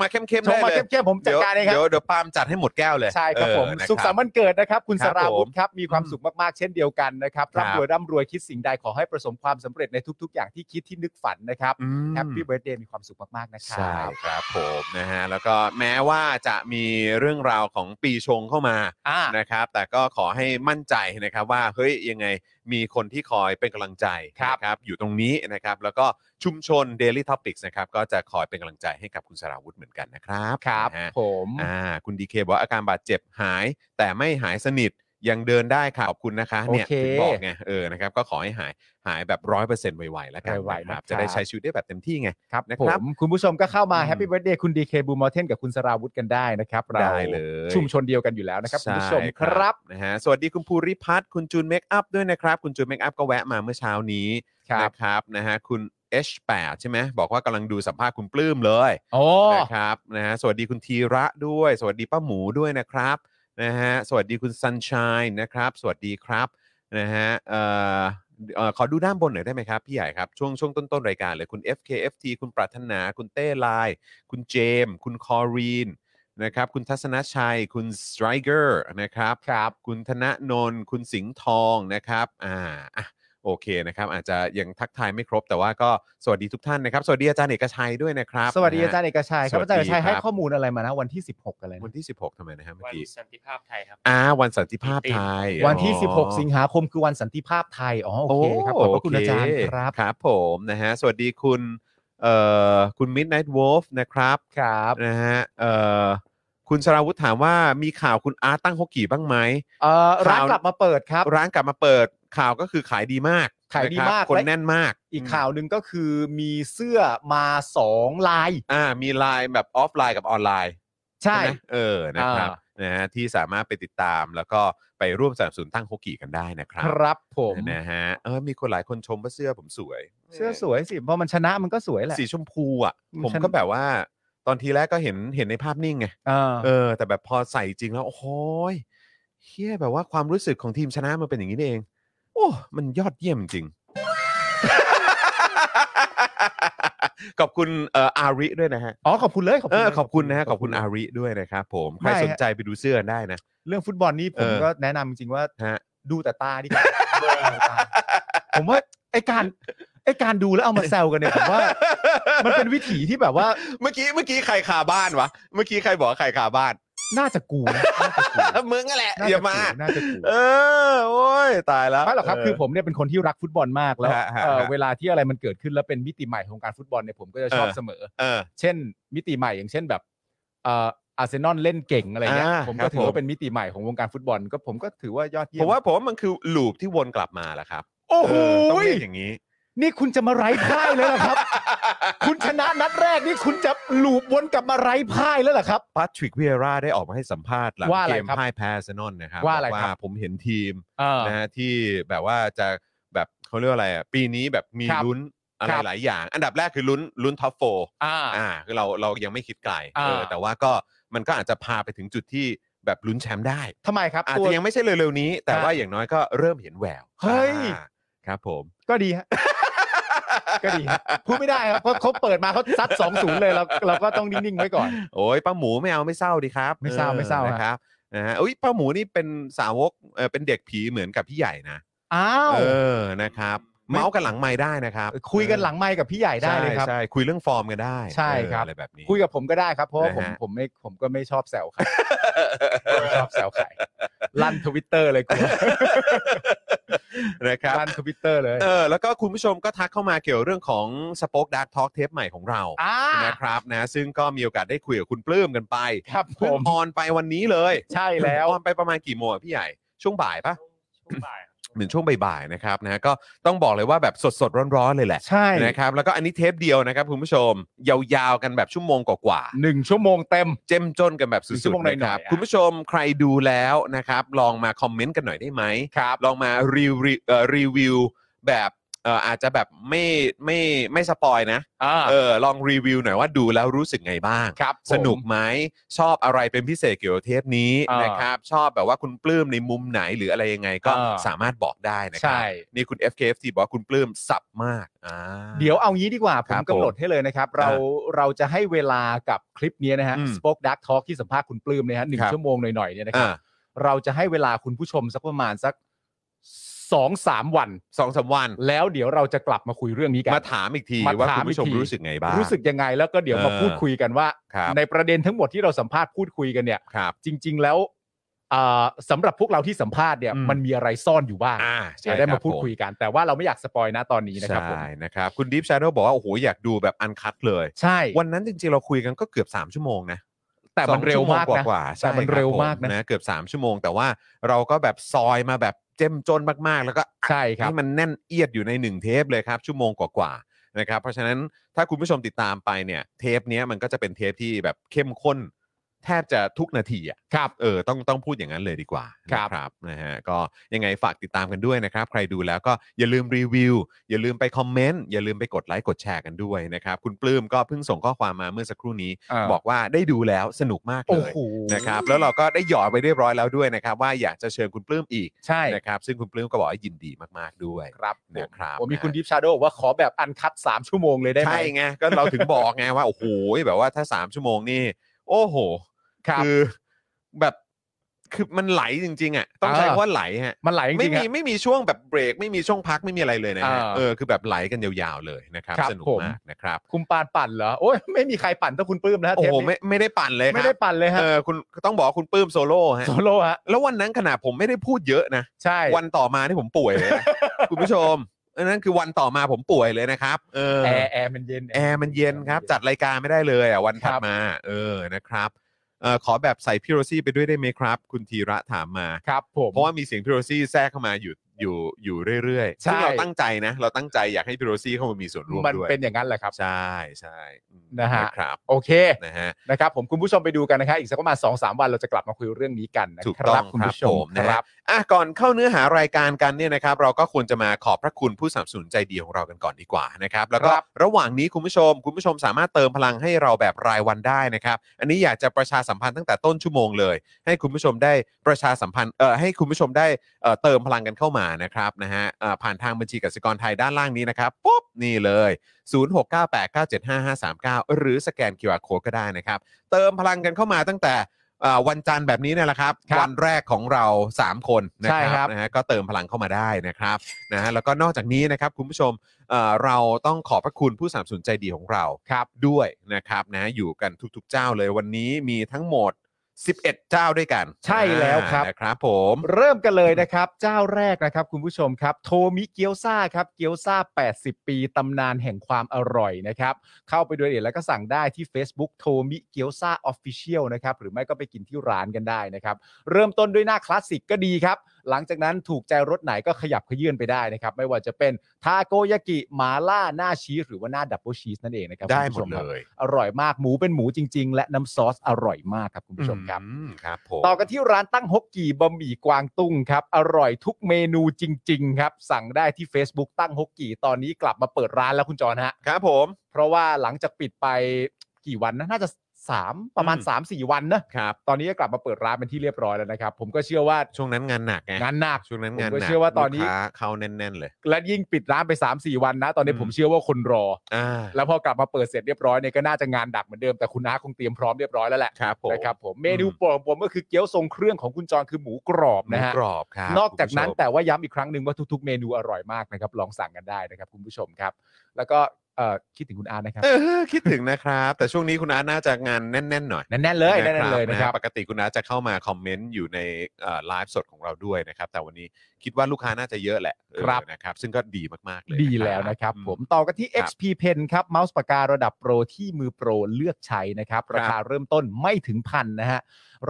[SPEAKER 2] าเข้มๆ
[SPEAKER 3] ชง
[SPEAKER 2] ได้
[SPEAKER 3] มา
[SPEAKER 2] เลย
[SPEAKER 3] เข้มๆผมจัดการเองครับ
[SPEAKER 2] เดี๋ยวเดี๋ยวปาล์มจัดให้หมดแก้วเลย
[SPEAKER 3] ใช่ครับผม
[SPEAKER 2] เออะ
[SPEAKER 3] สุข
[SPEAKER 2] ค
[SPEAKER 3] สั
[SPEAKER 2] รับ
[SPEAKER 3] นต์วันเกิดนะครับ คุณ
[SPEAKER 2] ค
[SPEAKER 3] ส
[SPEAKER 2] รับ
[SPEAKER 3] ราวุ
[SPEAKER 2] ผ
[SPEAKER 3] ธ
[SPEAKER 2] ม
[SPEAKER 3] ครับ มีความ
[SPEAKER 2] อืม
[SPEAKER 3] สุขมากๆ เช่นเดียวกันนะครับ
[SPEAKER 2] ครับ
[SPEAKER 3] ร่ำรวยร่ำรวยคิดสิ่งใดขอให้ประสบความสำเร็จในทุก ๆ อย่างที่คิดที่นึกฝันนะครับ
[SPEAKER 2] อืม
[SPEAKER 3] แฮปปี้เบิร์ดเดย์มีความสุขมากๆนะครั
[SPEAKER 2] ใช่
[SPEAKER 3] บ
[SPEAKER 2] ครับผมนะฮะแล้วก็แม้ว่าจะมีเรื่องราวของปีชงเข้ามา
[SPEAKER 3] อ่า
[SPEAKER 2] นะครับ แต่ก็ขอให้มั่นใจนะครับว่าเฮ้ยยังไงมีคนที่คอยเป็นกำลังใจ
[SPEAKER 3] ครับ
[SPEAKER 2] นะครับอยู่ตรงนี้นะครับ แล้วก็ชุมชน Daily Topics นะครับก็จะคอยเป็นกำลังใจให้กับคุณสราวุธเหมือนกันนะครับ
[SPEAKER 3] ครับ
[SPEAKER 2] นะฮะ
[SPEAKER 3] ผม
[SPEAKER 2] อ่าคุณดีเคบอกว่าอาการบาดเจ็บหาย แต่ไม่หายสนิทยังเดินได้ค่ะขอบคุณนะคะเนี่ย
[SPEAKER 3] โอเค
[SPEAKER 2] ถึงบอกไงเออนะครับก็ขอให้หายหายแบบร้อยเปอร์เซ็นต์ไวๆแล้วกัน
[SPEAKER 3] ไวๆ
[SPEAKER 2] นะครับ
[SPEAKER 3] นะครับ
[SPEAKER 2] จะได้ใช้ชีวิตได้แบบเต็มที่ไง
[SPEAKER 3] ครับ
[SPEAKER 2] นะ
[SPEAKER 3] ผ
[SPEAKER 2] ครับ
[SPEAKER 3] มคุณผู้ชมก็เข้ามา
[SPEAKER 2] อืม
[SPEAKER 3] แฮปปี้เบิร์ดเดย์คุณดีเคบูมอเทนกับคุณสราวุธกันได้นะครับเรา
[SPEAKER 2] ได้เลย
[SPEAKER 3] ชุมชนเดียวกันอยู่แล้วนะครับคุณผู้ชม
[SPEAKER 2] ใ
[SPEAKER 3] ครับ
[SPEAKER 2] นะฮะสวัสดีคุณภูริพัฒน์คุณจูนเมคอัพด้วยนะครับ คุณจูนเมคอัพก็แวะมาเมื่อเช้านี้
[SPEAKER 3] ครับ
[SPEAKER 2] นะครับนะฮะคุณ H8 ใช่ไหมบอกว่ากำลังดูสัมภาษณ์คุณปลื้มเลย
[SPEAKER 3] โอ้
[SPEAKER 2] นะครับนะฮะสวัสดีคุณธีระด้วย สวัสดีป้าหมูด้วยนะครับนะฮะสวัสดีคุณซันช n ยนะครับ สวัสดีครับนะฮะเอ่อเอ่อขอดูด้านบนหน่อยได้ไหมครับพี่ใหญ่ครับ ช่วงช่วงต้นๆ รายการเลยคุณ FKFT คุณปรารถนา คุณเต้ไลน์คุณเจมส์คุณคอรีนนะครับคุณทัศนชัย คุณสไตรเกอร์นะครับ
[SPEAKER 3] ครับ
[SPEAKER 2] คุณธนนนท์คุณสิงห์ทองนะครับอ่าอ่ะโอเคนะครับ อาจจะยังทักทายไม่ครบแต่ว่าก็สวัสดีทุกท่านนะครับ สวัสดีอาจารย์เอกชัยด้วยนะครับ
[SPEAKER 3] สวัสดี
[SPEAKER 2] นะฮะ
[SPEAKER 3] อาจารย์เอกชัยครับ
[SPEAKER 2] สวัสดี
[SPEAKER 3] อาจารย์เอกชัยให้
[SPEAKER 2] ครับ
[SPEAKER 3] ข้อมูลอะไรมานะวันที่ 16กันเลย
[SPEAKER 2] วันที่ 16ทำไมนะครับเมื่อ
[SPEAKER 4] วัน
[SPEAKER 2] กี้
[SPEAKER 4] สันติภาพไทยครับ
[SPEAKER 2] อ่าวันสันติภาพไทย
[SPEAKER 3] วันที่
[SPEAKER 2] อ๋อ
[SPEAKER 3] 16 สิงหาคมคือวันสันติภาพไทยอ๋อโอเคครับขอบพระคุณอาจารย์ครับ
[SPEAKER 2] ครับผมนะฮะสวัสดีคุณเอ่อคุณ Midnight Wolf นะครับ
[SPEAKER 3] ครับ
[SPEAKER 2] นะฮะเอ่อคุณสราวุธถามว่ามีข่าวคุณอาร์ตตั้งฮกกี่บ้างไหม
[SPEAKER 3] เอ่อร้าน
[SPEAKER 2] ข่าว
[SPEAKER 3] กลับมาเปิดครับ
[SPEAKER 2] ร้านกลับมาเปิดข่าวก็คือขายดีมาก
[SPEAKER 3] ขายดี
[SPEAKER 2] ะครับ
[SPEAKER 3] มาก
[SPEAKER 2] คน
[SPEAKER 3] และ
[SPEAKER 2] แน่นมาก
[SPEAKER 3] อีกข่าวหนึ่งก็คือมีเสื้อมาสองลาย
[SPEAKER 2] อ่ามีไลน์แบบออฟไลน์กับออนไลน์
[SPEAKER 3] ใช่
[SPEAKER 2] ไหมเออ นะครับ
[SPEAKER 3] อ่
[SPEAKER 2] นะฮะที่สามารถไปติดตามแล้วก็ไปร่วมสนับสนุนตั้งฮกกี้กันได้นะครับ
[SPEAKER 3] ครับผม
[SPEAKER 2] นะฮะเออมีคนหลายคนชมว่าเสื้อผมสวย
[SPEAKER 3] เสื้อสวยสิเพราะมันชนะมันก็สวยแหละ
[SPEAKER 2] สีชมพูอ่ะ
[SPEAKER 3] มัน
[SPEAKER 2] ผม
[SPEAKER 3] ฉัน
[SPEAKER 2] ก็แบบว่า ตอนทีแรกก็เห็นเห็นในภาพนิ่งไง
[SPEAKER 3] เออ
[SPEAKER 2] เออ แต่แบบพอใส่จริงแล้ว โอ้โหยเฮียแบบว่าความรู้สึกของทีมชนะมันเป็นอย่างนี้นี่เอง โอ้ มันยอดเยี่ยมจ *laughs* ริง ขอบคุณเอ่ออาริด้วยนะฮะ
[SPEAKER 3] อ๋อขอบคุณเลยขอบ
[SPEAKER 2] เอ
[SPEAKER 3] คุณ
[SPEAKER 2] อ
[SPEAKER 3] เลย
[SPEAKER 2] ขอบคุณนะฮะขอบคุณอาริด้วยนะครับผมใครสนใจไปดูเสื้อกันได้นะ *laughs*
[SPEAKER 3] เรื่องฟุตบอลนี่ผ
[SPEAKER 2] เอ
[SPEAKER 3] ม
[SPEAKER 2] อ
[SPEAKER 3] ก็แนะนำจริงๆว่า
[SPEAKER 2] ฮะ
[SPEAKER 3] ดูแต่ตาดีกว่าดูแต่ตาผมว่าไอการไอการดูแล้วเอามาแซวกันเนี่ยผมว่า มันเป็นวิถีที่แบบว่า
[SPEAKER 2] เมื่อกี้เมื่อกี้ใครคาบ้านวะ เมื่อกี้ใครบอกว่าใครคาบ้าน
[SPEAKER 3] น่าจะกูนะน่าจะกู
[SPEAKER 2] *laughs* มึงนั่นแหละอ
[SPEAKER 3] น่าจะ
[SPEAKER 2] ย่ามา
[SPEAKER 3] กูน่าจะกู
[SPEAKER 2] เออ โอ้ย ตายแล้ว
[SPEAKER 3] ไม่หรอกครับ
[SPEAKER 2] เ
[SPEAKER 3] คือผมเนี่ยเป็นคนที่รักฟุตบอลมากแล้ว
[SPEAKER 2] ฮะฮะ
[SPEAKER 3] เอ่อ
[SPEAKER 2] ฮะ
[SPEAKER 3] เวลาที่อะไรมันเกิดขึ้นแล้วเป็นมิติใหม่ของการฟุตบอลเนี่ยผมก็จะชอบ
[SPEAKER 2] เออ
[SPEAKER 3] เสมอ
[SPEAKER 2] เออ
[SPEAKER 3] เช่น มิติใหม่อย่างเช่นแบบเอ่ออาร์เซนอลเล่นเก่งอะไรเงี้ย
[SPEAKER 2] อ่า
[SPEAKER 3] ผม
[SPEAKER 2] ครั
[SPEAKER 3] ก็
[SPEAKER 2] บ
[SPEAKER 3] ถือ
[SPEAKER 2] ผม
[SPEAKER 3] ว่าเป็นมิติใหม่ของวงการฟุตบอลก็ผมก็ถือว่ายอดเยี่ย
[SPEAKER 2] ผม มว่าผมว่ามันคือลูปที่วนกลับมาแหละครับ
[SPEAKER 3] โอ้โห
[SPEAKER 2] เต้องเรียกอย่างนี้
[SPEAKER 3] นี่คุณจะมาไร้พ่ายเลยเหรอครับ คุณชนะนัดแรกนี่คุณจะหลูบวนกลับมาไร้พ่ายแล้วเหรอครับ
[SPEAKER 2] ปาทริกเวียร่าได้ออกมาให้สัมภาษณ์หลัง
[SPEAKER 3] ว่าอะ
[SPEAKER 2] เก
[SPEAKER 3] ไร
[SPEAKER 2] ม
[SPEAKER 3] ครับ
[SPEAKER 2] พ่ายแพ้อาร์เซนอลนะครับ
[SPEAKER 3] ว่าอะไร
[SPEAKER 2] บก
[SPEAKER 3] ครับ
[SPEAKER 2] ผมเห็นทีม
[SPEAKER 3] เออ
[SPEAKER 2] นะฮะที่แบบว่าจะแบบเขาเรียกว่าอะไรอ่ะปีนี้แบบมี
[SPEAKER 3] ครับ
[SPEAKER 2] ลุ้นอะไร
[SPEAKER 3] ครับ
[SPEAKER 2] หลายอย่าง อันดับแรกคือลุ้นลุ้นท็อปโฟ
[SPEAKER 3] อ่า
[SPEAKER 2] อ่าคือเราเรายังไม่คิดไกล
[SPEAKER 3] อ่า
[SPEAKER 2] เออแต่ว่าก็มันก็อาจจะพาไปถึงจุดที่แบบลุ้นแชมป์ได้
[SPEAKER 3] ทำไมครับ
[SPEAKER 2] อาจ
[SPEAKER 3] ตัว
[SPEAKER 2] จะยังไม่ใช่เร็วๆนี้ แต่
[SPEAKER 3] ฮะ
[SPEAKER 2] ว่าอย่างน้อยก็เริ่มเห็นแวว
[SPEAKER 3] เฮ้ย
[SPEAKER 2] อ่าครับผม
[SPEAKER 3] ก็ดีฮะ *laughs* ก็ดีฮะพูดไม่ได้ครับเพราะเขาเปิดมาเขาซัดสองศูนย์เลยเราเราก็ต้องนิ่ง ๆ ไว้ก่อน
[SPEAKER 2] โอ้ยป้าหมูไม่เอาไม่เศร้าดีครับ
[SPEAKER 3] ไม่เศร้า
[SPEAKER 2] ออ
[SPEAKER 3] ไม่เศร้า
[SPEAKER 2] นะครับนะฮะอุ้ยป้าหมูนี่เป็นสาวกเออเป็นเด็กผีเหมือนกับพี่ใหญ่นะ
[SPEAKER 3] อ้าว
[SPEAKER 2] เออนะครับ
[SPEAKER 3] ไม่
[SPEAKER 2] เมาส์กันหลังไม้ได้นะครับ
[SPEAKER 3] คุยกันหลังไมค์กับพี่ใหญ่ได้เลยครับ
[SPEAKER 2] ใช่ใช่คุยเรื่องฟอร์มกันได้
[SPEAKER 3] ใช่
[SPEAKER 2] เออ
[SPEAKER 3] ครับ
[SPEAKER 2] อะไรแบบนี้
[SPEAKER 3] คุยกับผมก็ได้ครับเพราะว่าผม
[SPEAKER 2] นะฮะ *laughs*
[SPEAKER 3] ผมไม่ผมก็ไม่ชอบแซวใครไม่ชอบแซวใคร ลั่นทวิตเตอร์เลยกู
[SPEAKER 2] *laughs* นะครับ
[SPEAKER 3] ลั่นทวิตเตอร์เลย
[SPEAKER 2] เออแล้วก็คุณผู้ชมก็ทักเข้ามาเกี่ยวเรื่องของสป็อคดักทอล์กเทปใหม่ของเรา
[SPEAKER 3] อ่า
[SPEAKER 2] นะครับนะซึ่งก็มีโอกาสได้คุยกับคุณปลื้มกันไป
[SPEAKER 3] ครับผ
[SPEAKER 2] เพิ่งอ
[SPEAKER 3] ม
[SPEAKER 2] อนไปวันนี้เลย
[SPEAKER 3] ใช่แล้ว
[SPEAKER 2] ออนไปประมาณกี่โมงอะพี่ใหญ่ช่วงบ่ายปะเหมือนช่วงบ่ายๆนะครับนะก็ต้องบอกเลยว่าแบบสดๆร้อนๆเลยแหละ
[SPEAKER 3] ใช่
[SPEAKER 2] นะครับแล้วก็อันนี้เทปเดียวนะครับคุณผู้ชมยาวๆกันแบบชั่วโมงกว่าๆ
[SPEAKER 3] หนึ่งชั่วโมงเต็ม
[SPEAKER 2] เจ้มจนกันแบบสุ
[SPEAKER 3] หรือชั่
[SPEAKER 2] ด
[SPEAKER 3] วโมง
[SPEAKER 2] ๆ
[SPEAKER 3] หน่
[SPEAKER 2] นะ
[SPEAKER 3] อยๆ
[SPEAKER 2] ครับ
[SPEAKER 3] อ่ะ
[SPEAKER 2] คุณผู้ชมใครดูแล้วนะครับ ลองมาคอมเมนต์กันหน่อยได้ไหมครับลองมารีวิวเอ่อรีวิวแบบเอ่ออาจจะแบบไม่ไม่ไม่สปอยนะ
[SPEAKER 3] อ่า
[SPEAKER 2] เออลองรีวิวหน่อยว่าดูแล้วรู้สึกไงบ้าง
[SPEAKER 3] ครับผม
[SPEAKER 2] สนุกไหมชอบอะไรเป็นพิเศษเกี่ยวกับเทปนี้
[SPEAKER 3] อ่าน
[SPEAKER 2] นะครับ ชอบแบบว่าคุณปลื้มในมุมไหนหรืออะไรยังไงก็
[SPEAKER 3] อ่า
[SPEAKER 2] สามารถบอกได้นะค
[SPEAKER 3] ใช่
[SPEAKER 2] รันี่คุณ FKFT บอกว่าคุณปลื้มสับมากอ่า
[SPEAKER 3] เดี๋ยวเอางี้ดีกว่า ผ
[SPEAKER 2] ครั
[SPEAKER 3] ม
[SPEAKER 2] บ
[SPEAKER 3] กำหนดให้เลยนะครับ เราเราจะให้เวลากับคลิปนี้นะฮะ
[SPEAKER 2] อืม
[SPEAKER 3] สป็อคดักทอล์กที่สัมภาษณ์คุณปลื้มเนยฮะหนึ่
[SPEAKER 2] ค
[SPEAKER 3] ง
[SPEAKER 2] รับ
[SPEAKER 3] ชั่วโมงหน่อยๆเนี่ยนะครับ
[SPEAKER 2] อ่า
[SPEAKER 3] เราจะให้เวลาคุณผู้ชมสักประมาณสักสองสามวัน
[SPEAKER 2] สองสามวัน
[SPEAKER 3] แล้วเดี๋ยวเราจะกลับมาคุยเรื่องนี้กัน
[SPEAKER 2] มาถามอีกที
[SPEAKER 3] มา
[SPEAKER 2] ว่า
[SPEAKER 3] ถาม
[SPEAKER 2] คุณผู้ชม
[SPEAKER 3] อีกที
[SPEAKER 2] รู้สึกไงบ้าง
[SPEAKER 3] รู้สึกยังไงแล้วก็เดี๋ยวมา
[SPEAKER 2] เออ
[SPEAKER 3] พูดคุยกันว่า
[SPEAKER 2] ครับ
[SPEAKER 3] ในประเด็นทั้งหมดที่เราสัมภาษณ์พูดคุยกันเนี่ย
[SPEAKER 2] ครับ
[SPEAKER 3] จริง ๆ แล้วอ่าสำหรับพวกเราที่สัมภาษณ์เนี่ย
[SPEAKER 2] อืม
[SPEAKER 3] มันมีอะไรซ่อนอยู่บ้าง
[SPEAKER 2] อ่า
[SPEAKER 3] เดี๋ยวได้
[SPEAKER 2] รั
[SPEAKER 3] มา
[SPEAKER 2] บ
[SPEAKER 3] พูด
[SPEAKER 2] ผ
[SPEAKER 3] คุยกัน แต่ว่าเราไม่อยากสปอยนะตอนนี้นะครับผม
[SPEAKER 2] ใช่นะครับ คุณดิฟชาโดบอกว่า โอ้โห อยากดูแบบอันคัดเลย
[SPEAKER 3] ใช่
[SPEAKER 2] วันนั้นจริงๆ เราคุยกันก็เกือบ 3 ชั่วโมงนะ
[SPEAKER 3] แต่มั
[SPEAKER 2] ส
[SPEAKER 3] น
[SPEAKER 2] อง
[SPEAKER 3] เร็ว
[SPEAKER 2] ชั่โง
[SPEAKER 3] มากนะ
[SPEAKER 2] กว่าๆใช่
[SPEAKER 3] แต่มัน
[SPEAKER 2] คบ
[SPEAKER 3] เร็ว
[SPEAKER 2] ผม
[SPEAKER 3] ากนะ
[SPEAKER 2] นะ เกือบ 3 ชั่วโมง แต่ว่าเราก็แบบซอยมาแบบเจ้มจนมากๆ แล้วก็
[SPEAKER 3] ใช่ครับ
[SPEAKER 2] ให้มันแน่นเอียดอยู่ในหนึ่งเทปเลยครับ ชั่วโมงกว่าๆนะครับ เพราะฉะนั้นถ้าคุณผู้ชมติดตามไปเนี่ย เทปเนี้ยมันก็จะเป็นเทปที่แบบเข้มข้น แทบจะทุกนาทีอ่ะ
[SPEAKER 3] ครับ
[SPEAKER 2] เออต้องต้องพูดอย่างนั้นเลยดีกว่า
[SPEAKER 3] ครับ
[SPEAKER 2] นะครับนะฮะก็ยังไงฝากติดตามกันด้วยนะครับ ใครดูแล้วก็อย่าลืมรีวิว อย่าลืมไปคอมเมนต์อย่าลืมไปกดไลค์กดแชร์กันด้วยนะครับ คุณปลื้มก็เพิ่งส่งข้อความมาเมื่อสักครู่นี้
[SPEAKER 3] อ่า
[SPEAKER 2] บอกว่าได้ดูแล้วสนุกมาก
[SPEAKER 3] โอ้
[SPEAKER 2] เลย
[SPEAKER 3] โห
[SPEAKER 2] นะครับแล้วเราก็ได้หยอดไปเรียบร้อยแล้วด้วยนะครับ ว่าอยากจะเชิญคุณปลื้มอีก
[SPEAKER 3] ใช่
[SPEAKER 2] นะครับซึ่งคุณปลื้มก็บอกว่ายินดีมากๆด้วย
[SPEAKER 3] ครับผม
[SPEAKER 2] นะครับ
[SPEAKER 3] ผมมีคุณ
[SPEAKER 2] นะ
[SPEAKER 3] ดิฟชาโดบอกว่าขอแบบอันคัดสามชั่วโมงเลยได้ไหม
[SPEAKER 2] ใช่ไงก็เราถึงบอกไงว่าโอ้โหแบบว่าถ้า 3 ชั่วโมงนี่โอ้โห
[SPEAKER 3] ครับ
[SPEAKER 2] คือแบบคือมันไหลจริง ๆ อ่ะ ต้องใช้
[SPEAKER 3] อ่า
[SPEAKER 2] คำว่าไหลฮะ
[SPEAKER 3] มันไหลจ
[SPEAKER 2] ไม่
[SPEAKER 3] ริงๆ
[SPEAKER 2] มี
[SPEAKER 3] ฮะ
[SPEAKER 2] ไม่มีช่วงแบบเบรก ไม่มีช่วงพักไม่มีอะไรเลยนะฮะ
[SPEAKER 3] อ่า
[SPEAKER 2] เออคือแบบไหลกันยาวๆเลยนะครับ
[SPEAKER 3] ครับ
[SPEAKER 2] สนุก
[SPEAKER 3] ผม
[SPEAKER 2] มากนะครับ
[SPEAKER 3] คุณปานปั่นเหรอโอ้ยไม่มีใครปั่นเท่าคุณปลื้มนะฮะ
[SPEAKER 2] โอ้
[SPEAKER 3] เทป
[SPEAKER 2] โห
[SPEAKER 3] นี้
[SPEAKER 2] ไม่ไม่ได้ปั่นเลย
[SPEAKER 3] ไม่
[SPEAKER 2] ค
[SPEAKER 3] ได้
[SPEAKER 2] รับ
[SPEAKER 3] ปั่นเลยฮะ
[SPEAKER 2] เออคุณต้องบอกว่าคุณปลื้มโซโล่ฮะ
[SPEAKER 3] โซโล่ฮะ
[SPEAKER 2] แล้ววันนั้นขนาดผมไม่ได้พูดเยอะนะ
[SPEAKER 3] ใช่
[SPEAKER 2] วันต่อมาที่ผมป่วย
[SPEAKER 3] *laughs*
[SPEAKER 2] เลยนะ คุณผู้ชมอันนั้นคือวันต่อมาผมป่วยเลยนะครับ เออ
[SPEAKER 3] แอร์แอร์มันเย็น
[SPEAKER 2] แอร์มันเย็นครับ จัดรายการไม่ได้เลยอ่ะวันถัด
[SPEAKER 3] ครับ
[SPEAKER 2] มา เออนะครับเออขอแบบใส่พิโรซี่ไปด้วยได้ไหมครับ คุณธีระถามมา
[SPEAKER 3] ครับผม
[SPEAKER 2] เพราะว่ามีเสียงพิโรซี่แทรกเข้ามาอยู่อยู่อยู่เรื่อยๆ
[SPEAKER 3] ใช่
[SPEAKER 2] ซึ่งเราตั้งใจนะ เราตั้งใจอยากให้พิโรซี่เข้ามามีส่วนร่วม
[SPEAKER 3] มัน
[SPEAKER 2] ด้วย
[SPEAKER 3] เป็นอย่างนั้นแหละครับ
[SPEAKER 2] ใช่ใช่อืม
[SPEAKER 3] นะฮะ
[SPEAKER 2] ครับ
[SPEAKER 3] โอเค
[SPEAKER 2] นะฮะ
[SPEAKER 3] นะครับผมคุณผู้ชมไปดูกันนะครับอีกสักประมาณ2อสวันเราจะกลับมาคุยเรื่องนี้กันนะ
[SPEAKER 2] ถูก
[SPEAKER 3] ค
[SPEAKER 2] ต้อ
[SPEAKER 3] รั
[SPEAKER 2] ง
[SPEAKER 3] บคุณ
[SPEAKER 2] ครับ
[SPEAKER 3] ผู้ช
[SPEAKER 2] ผม มนะ
[SPEAKER 3] ค
[SPEAKER 2] ค
[SPEAKER 3] รั
[SPEAKER 2] รั
[SPEAKER 3] บบ
[SPEAKER 2] อ่ะก่อนเข้าเนื้อหารายการกันเนี่ยนะครับ เราก็ควรจะมาขอบพระคุณผู้สนับสนุนใจดีของเรากันก่อนดีกว่านะครับ แล้วก็ระหว่างนี้คุณผู้ชม คุณผู้ชมสามารถเติมพลังให้เราแบบรายวันได้นะครับ อันนี้อยากจะประชาสัมพันธ์ตั้งแต่ต้นชั่วโมงเลย ให้คุณผู้ชมได้ประชาสัมพันธ์เอ่อให้คุณผู้ชมได้เอ่อเติมพลังกันเข้ามานะครับนะฮะเอ่อผ่านทางบัญชีกสิกรไทยด้านล่างนี้นะครับปุ๊บนี่เลย 0698975539 หรือสแกน QR Code ก็ได้นะครับ เติมพลังกันเข้ามาตั้งแต่เอ่อวันจันทร์แบบนี้เนี่ยแหละครับ
[SPEAKER 3] ครับ
[SPEAKER 2] วันแรกของเรา 3 คนนะ
[SPEAKER 3] ใช่
[SPEAKER 2] ค
[SPEAKER 3] ครั
[SPEAKER 2] รับบ นะฮะก็เติมพลังเข้ามาได้นะครับนะฮะแล้วก็นอกจากนี้นะครับคุณผู้ชมเอ่อเราต้องขอบพระคุณผู้สนับสนุนใจดีของเรา
[SPEAKER 3] ครับ
[SPEAKER 2] ด้วยนะครับนะอยู่กันทุกๆเจ้าเลยวันนี้มีทั้งหมด 11 เจ้าด้วยกัน
[SPEAKER 3] ใช่แล้วครับ
[SPEAKER 2] อ่านะครับผม
[SPEAKER 3] เริ่มกันเลยนะครับ เจ้าแรกนะครับ คุณผู้ชมครับ โทมิเกียวซาครับเกียวซา80 ปีตำนานแห่งความอร่อยนะครับ เข้าไปดูรายละเอียดแล้วก็สั่งได้ที่ Facebook โทมิเกียวซาออฟฟิเชียลนะครับ หรือไม่ก็ไปกินที่ร้านกันได้นะครับ เริ่มต้นด้วยหน้าคลาสสิกก็ดีครับ หลังจากนั้นถูกใจรสไหนก็ขยับขยื่นไปได้นะครับ ไม่ว่าจะเป็นทาโกยากิหมาล่าหน้าชีสหรือว่าหน้าดับเบิลชีสนั่นเองนะครับ
[SPEAKER 2] ได้ห
[SPEAKER 3] คุณ
[SPEAKER 2] ม
[SPEAKER 3] ผู้
[SPEAKER 2] ด
[SPEAKER 3] ชค
[SPEAKER 2] เลย
[SPEAKER 3] รับอร่อยมากหมูเป็นหมูจริง ๆ และน้ำซอสอร่อยมากครับคุณผู้ชมครับ
[SPEAKER 2] อืครับผม
[SPEAKER 3] ต่อกันที่ร้านตั้งฮกกี่บะหมี่กวางตุ้งครับ อร่อยทุกเมนูจริง ๆ ครับ สั่งได้ที่ Facebook ตั้งฮกกี่ตอนนี้กลับมาเปิดร้านแล้วคุณจรฮะ
[SPEAKER 2] ครับผม
[SPEAKER 3] เพราะว่าหลังจากปิดไปกี่วันนะ น่าจะ 3 ประมาณ
[SPEAKER 2] อืม
[SPEAKER 3] 3-4 วันนะ
[SPEAKER 2] ครับ
[SPEAKER 3] ตอนนี้ก็กลับมาเปิดร้านเป็นที่เรียบร้อยแล้วนะครับ ผมก็เชื่อว่า
[SPEAKER 2] ช่วงนั้นงานหนักไง
[SPEAKER 3] งานหนัก
[SPEAKER 2] ช่วงนั้นงานห
[SPEAKER 3] ผม
[SPEAKER 2] นั
[SPEAKER 3] ก็เชื่อว่าตอนนี้
[SPEAKER 2] ลูกค้เข้าแน่น ๆ เลย
[SPEAKER 3] และยิ่งปิดร้านไป 3-4 วันนะ ตอนนี้
[SPEAKER 2] อืม
[SPEAKER 3] ผมเชื่อว่าคนรอ
[SPEAKER 2] อ่า
[SPEAKER 3] แล้วพอกลับมาเปิดเสร็จเรียบร้อยเนี่ยก็น่าจะงานดักเหมือนเดิมแต่คุณน้าคงเตรียมพร้อมเรียบร้อยแล้วแหละ
[SPEAKER 2] ครับผม
[SPEAKER 3] นะครับผมเมนู
[SPEAKER 2] อืม
[SPEAKER 3] โปรดของผมก็คือเกี๊ยวทรงเครื่องของคุณจรคือหมูกรอบ
[SPEAKER 2] หมู
[SPEAKER 3] นะฮะ
[SPEAKER 2] กรอบครับ
[SPEAKER 3] นอกจากนั้น
[SPEAKER 2] คุณผู้ชม
[SPEAKER 3] แต่ว่าย้ำอีกครั้งหนึ่งว่าทุกๆ เมนูอร่อยมากนะครับ ลองสั่งกันได้นะครับคุณผู้ชมครับ แล้วก็ เอ่อคิดถึงคุณอาร์ตนะครับ
[SPEAKER 2] เออคิดถึงนะครับ แต่ช่วงนี้คุณอาร์ตน่าจะงานแน่นๆหน่อย
[SPEAKER 3] แน่นๆเลยแน่นๆเลยนะ
[SPEAKER 2] นะ
[SPEAKER 3] ค
[SPEAKER 2] ค
[SPEAKER 3] รั
[SPEAKER 2] รับ บปกติคุณอาร์ตจะเข้ามาคอมเมนต์อยู่ในเอ่อไลฟ์สดของเราด้วยนะครับ แต่วันนี้คิดว่าลูกค้าน่าจะเยอะแหละเออ
[SPEAKER 3] ครับ
[SPEAKER 2] นะครับ ซึ่งก็ดีมากๆเลย
[SPEAKER 3] ดีแล้วนะครับ
[SPEAKER 2] อื
[SPEAKER 3] ผม ต่อกันที่
[SPEAKER 2] ครับ
[SPEAKER 3] XP Pen ครับเมาส์ปากการะดับโปรที่มือโปรเลือกใช้นะครับ ราคาเริ่มต้นไม่ถึงพันนะฮะ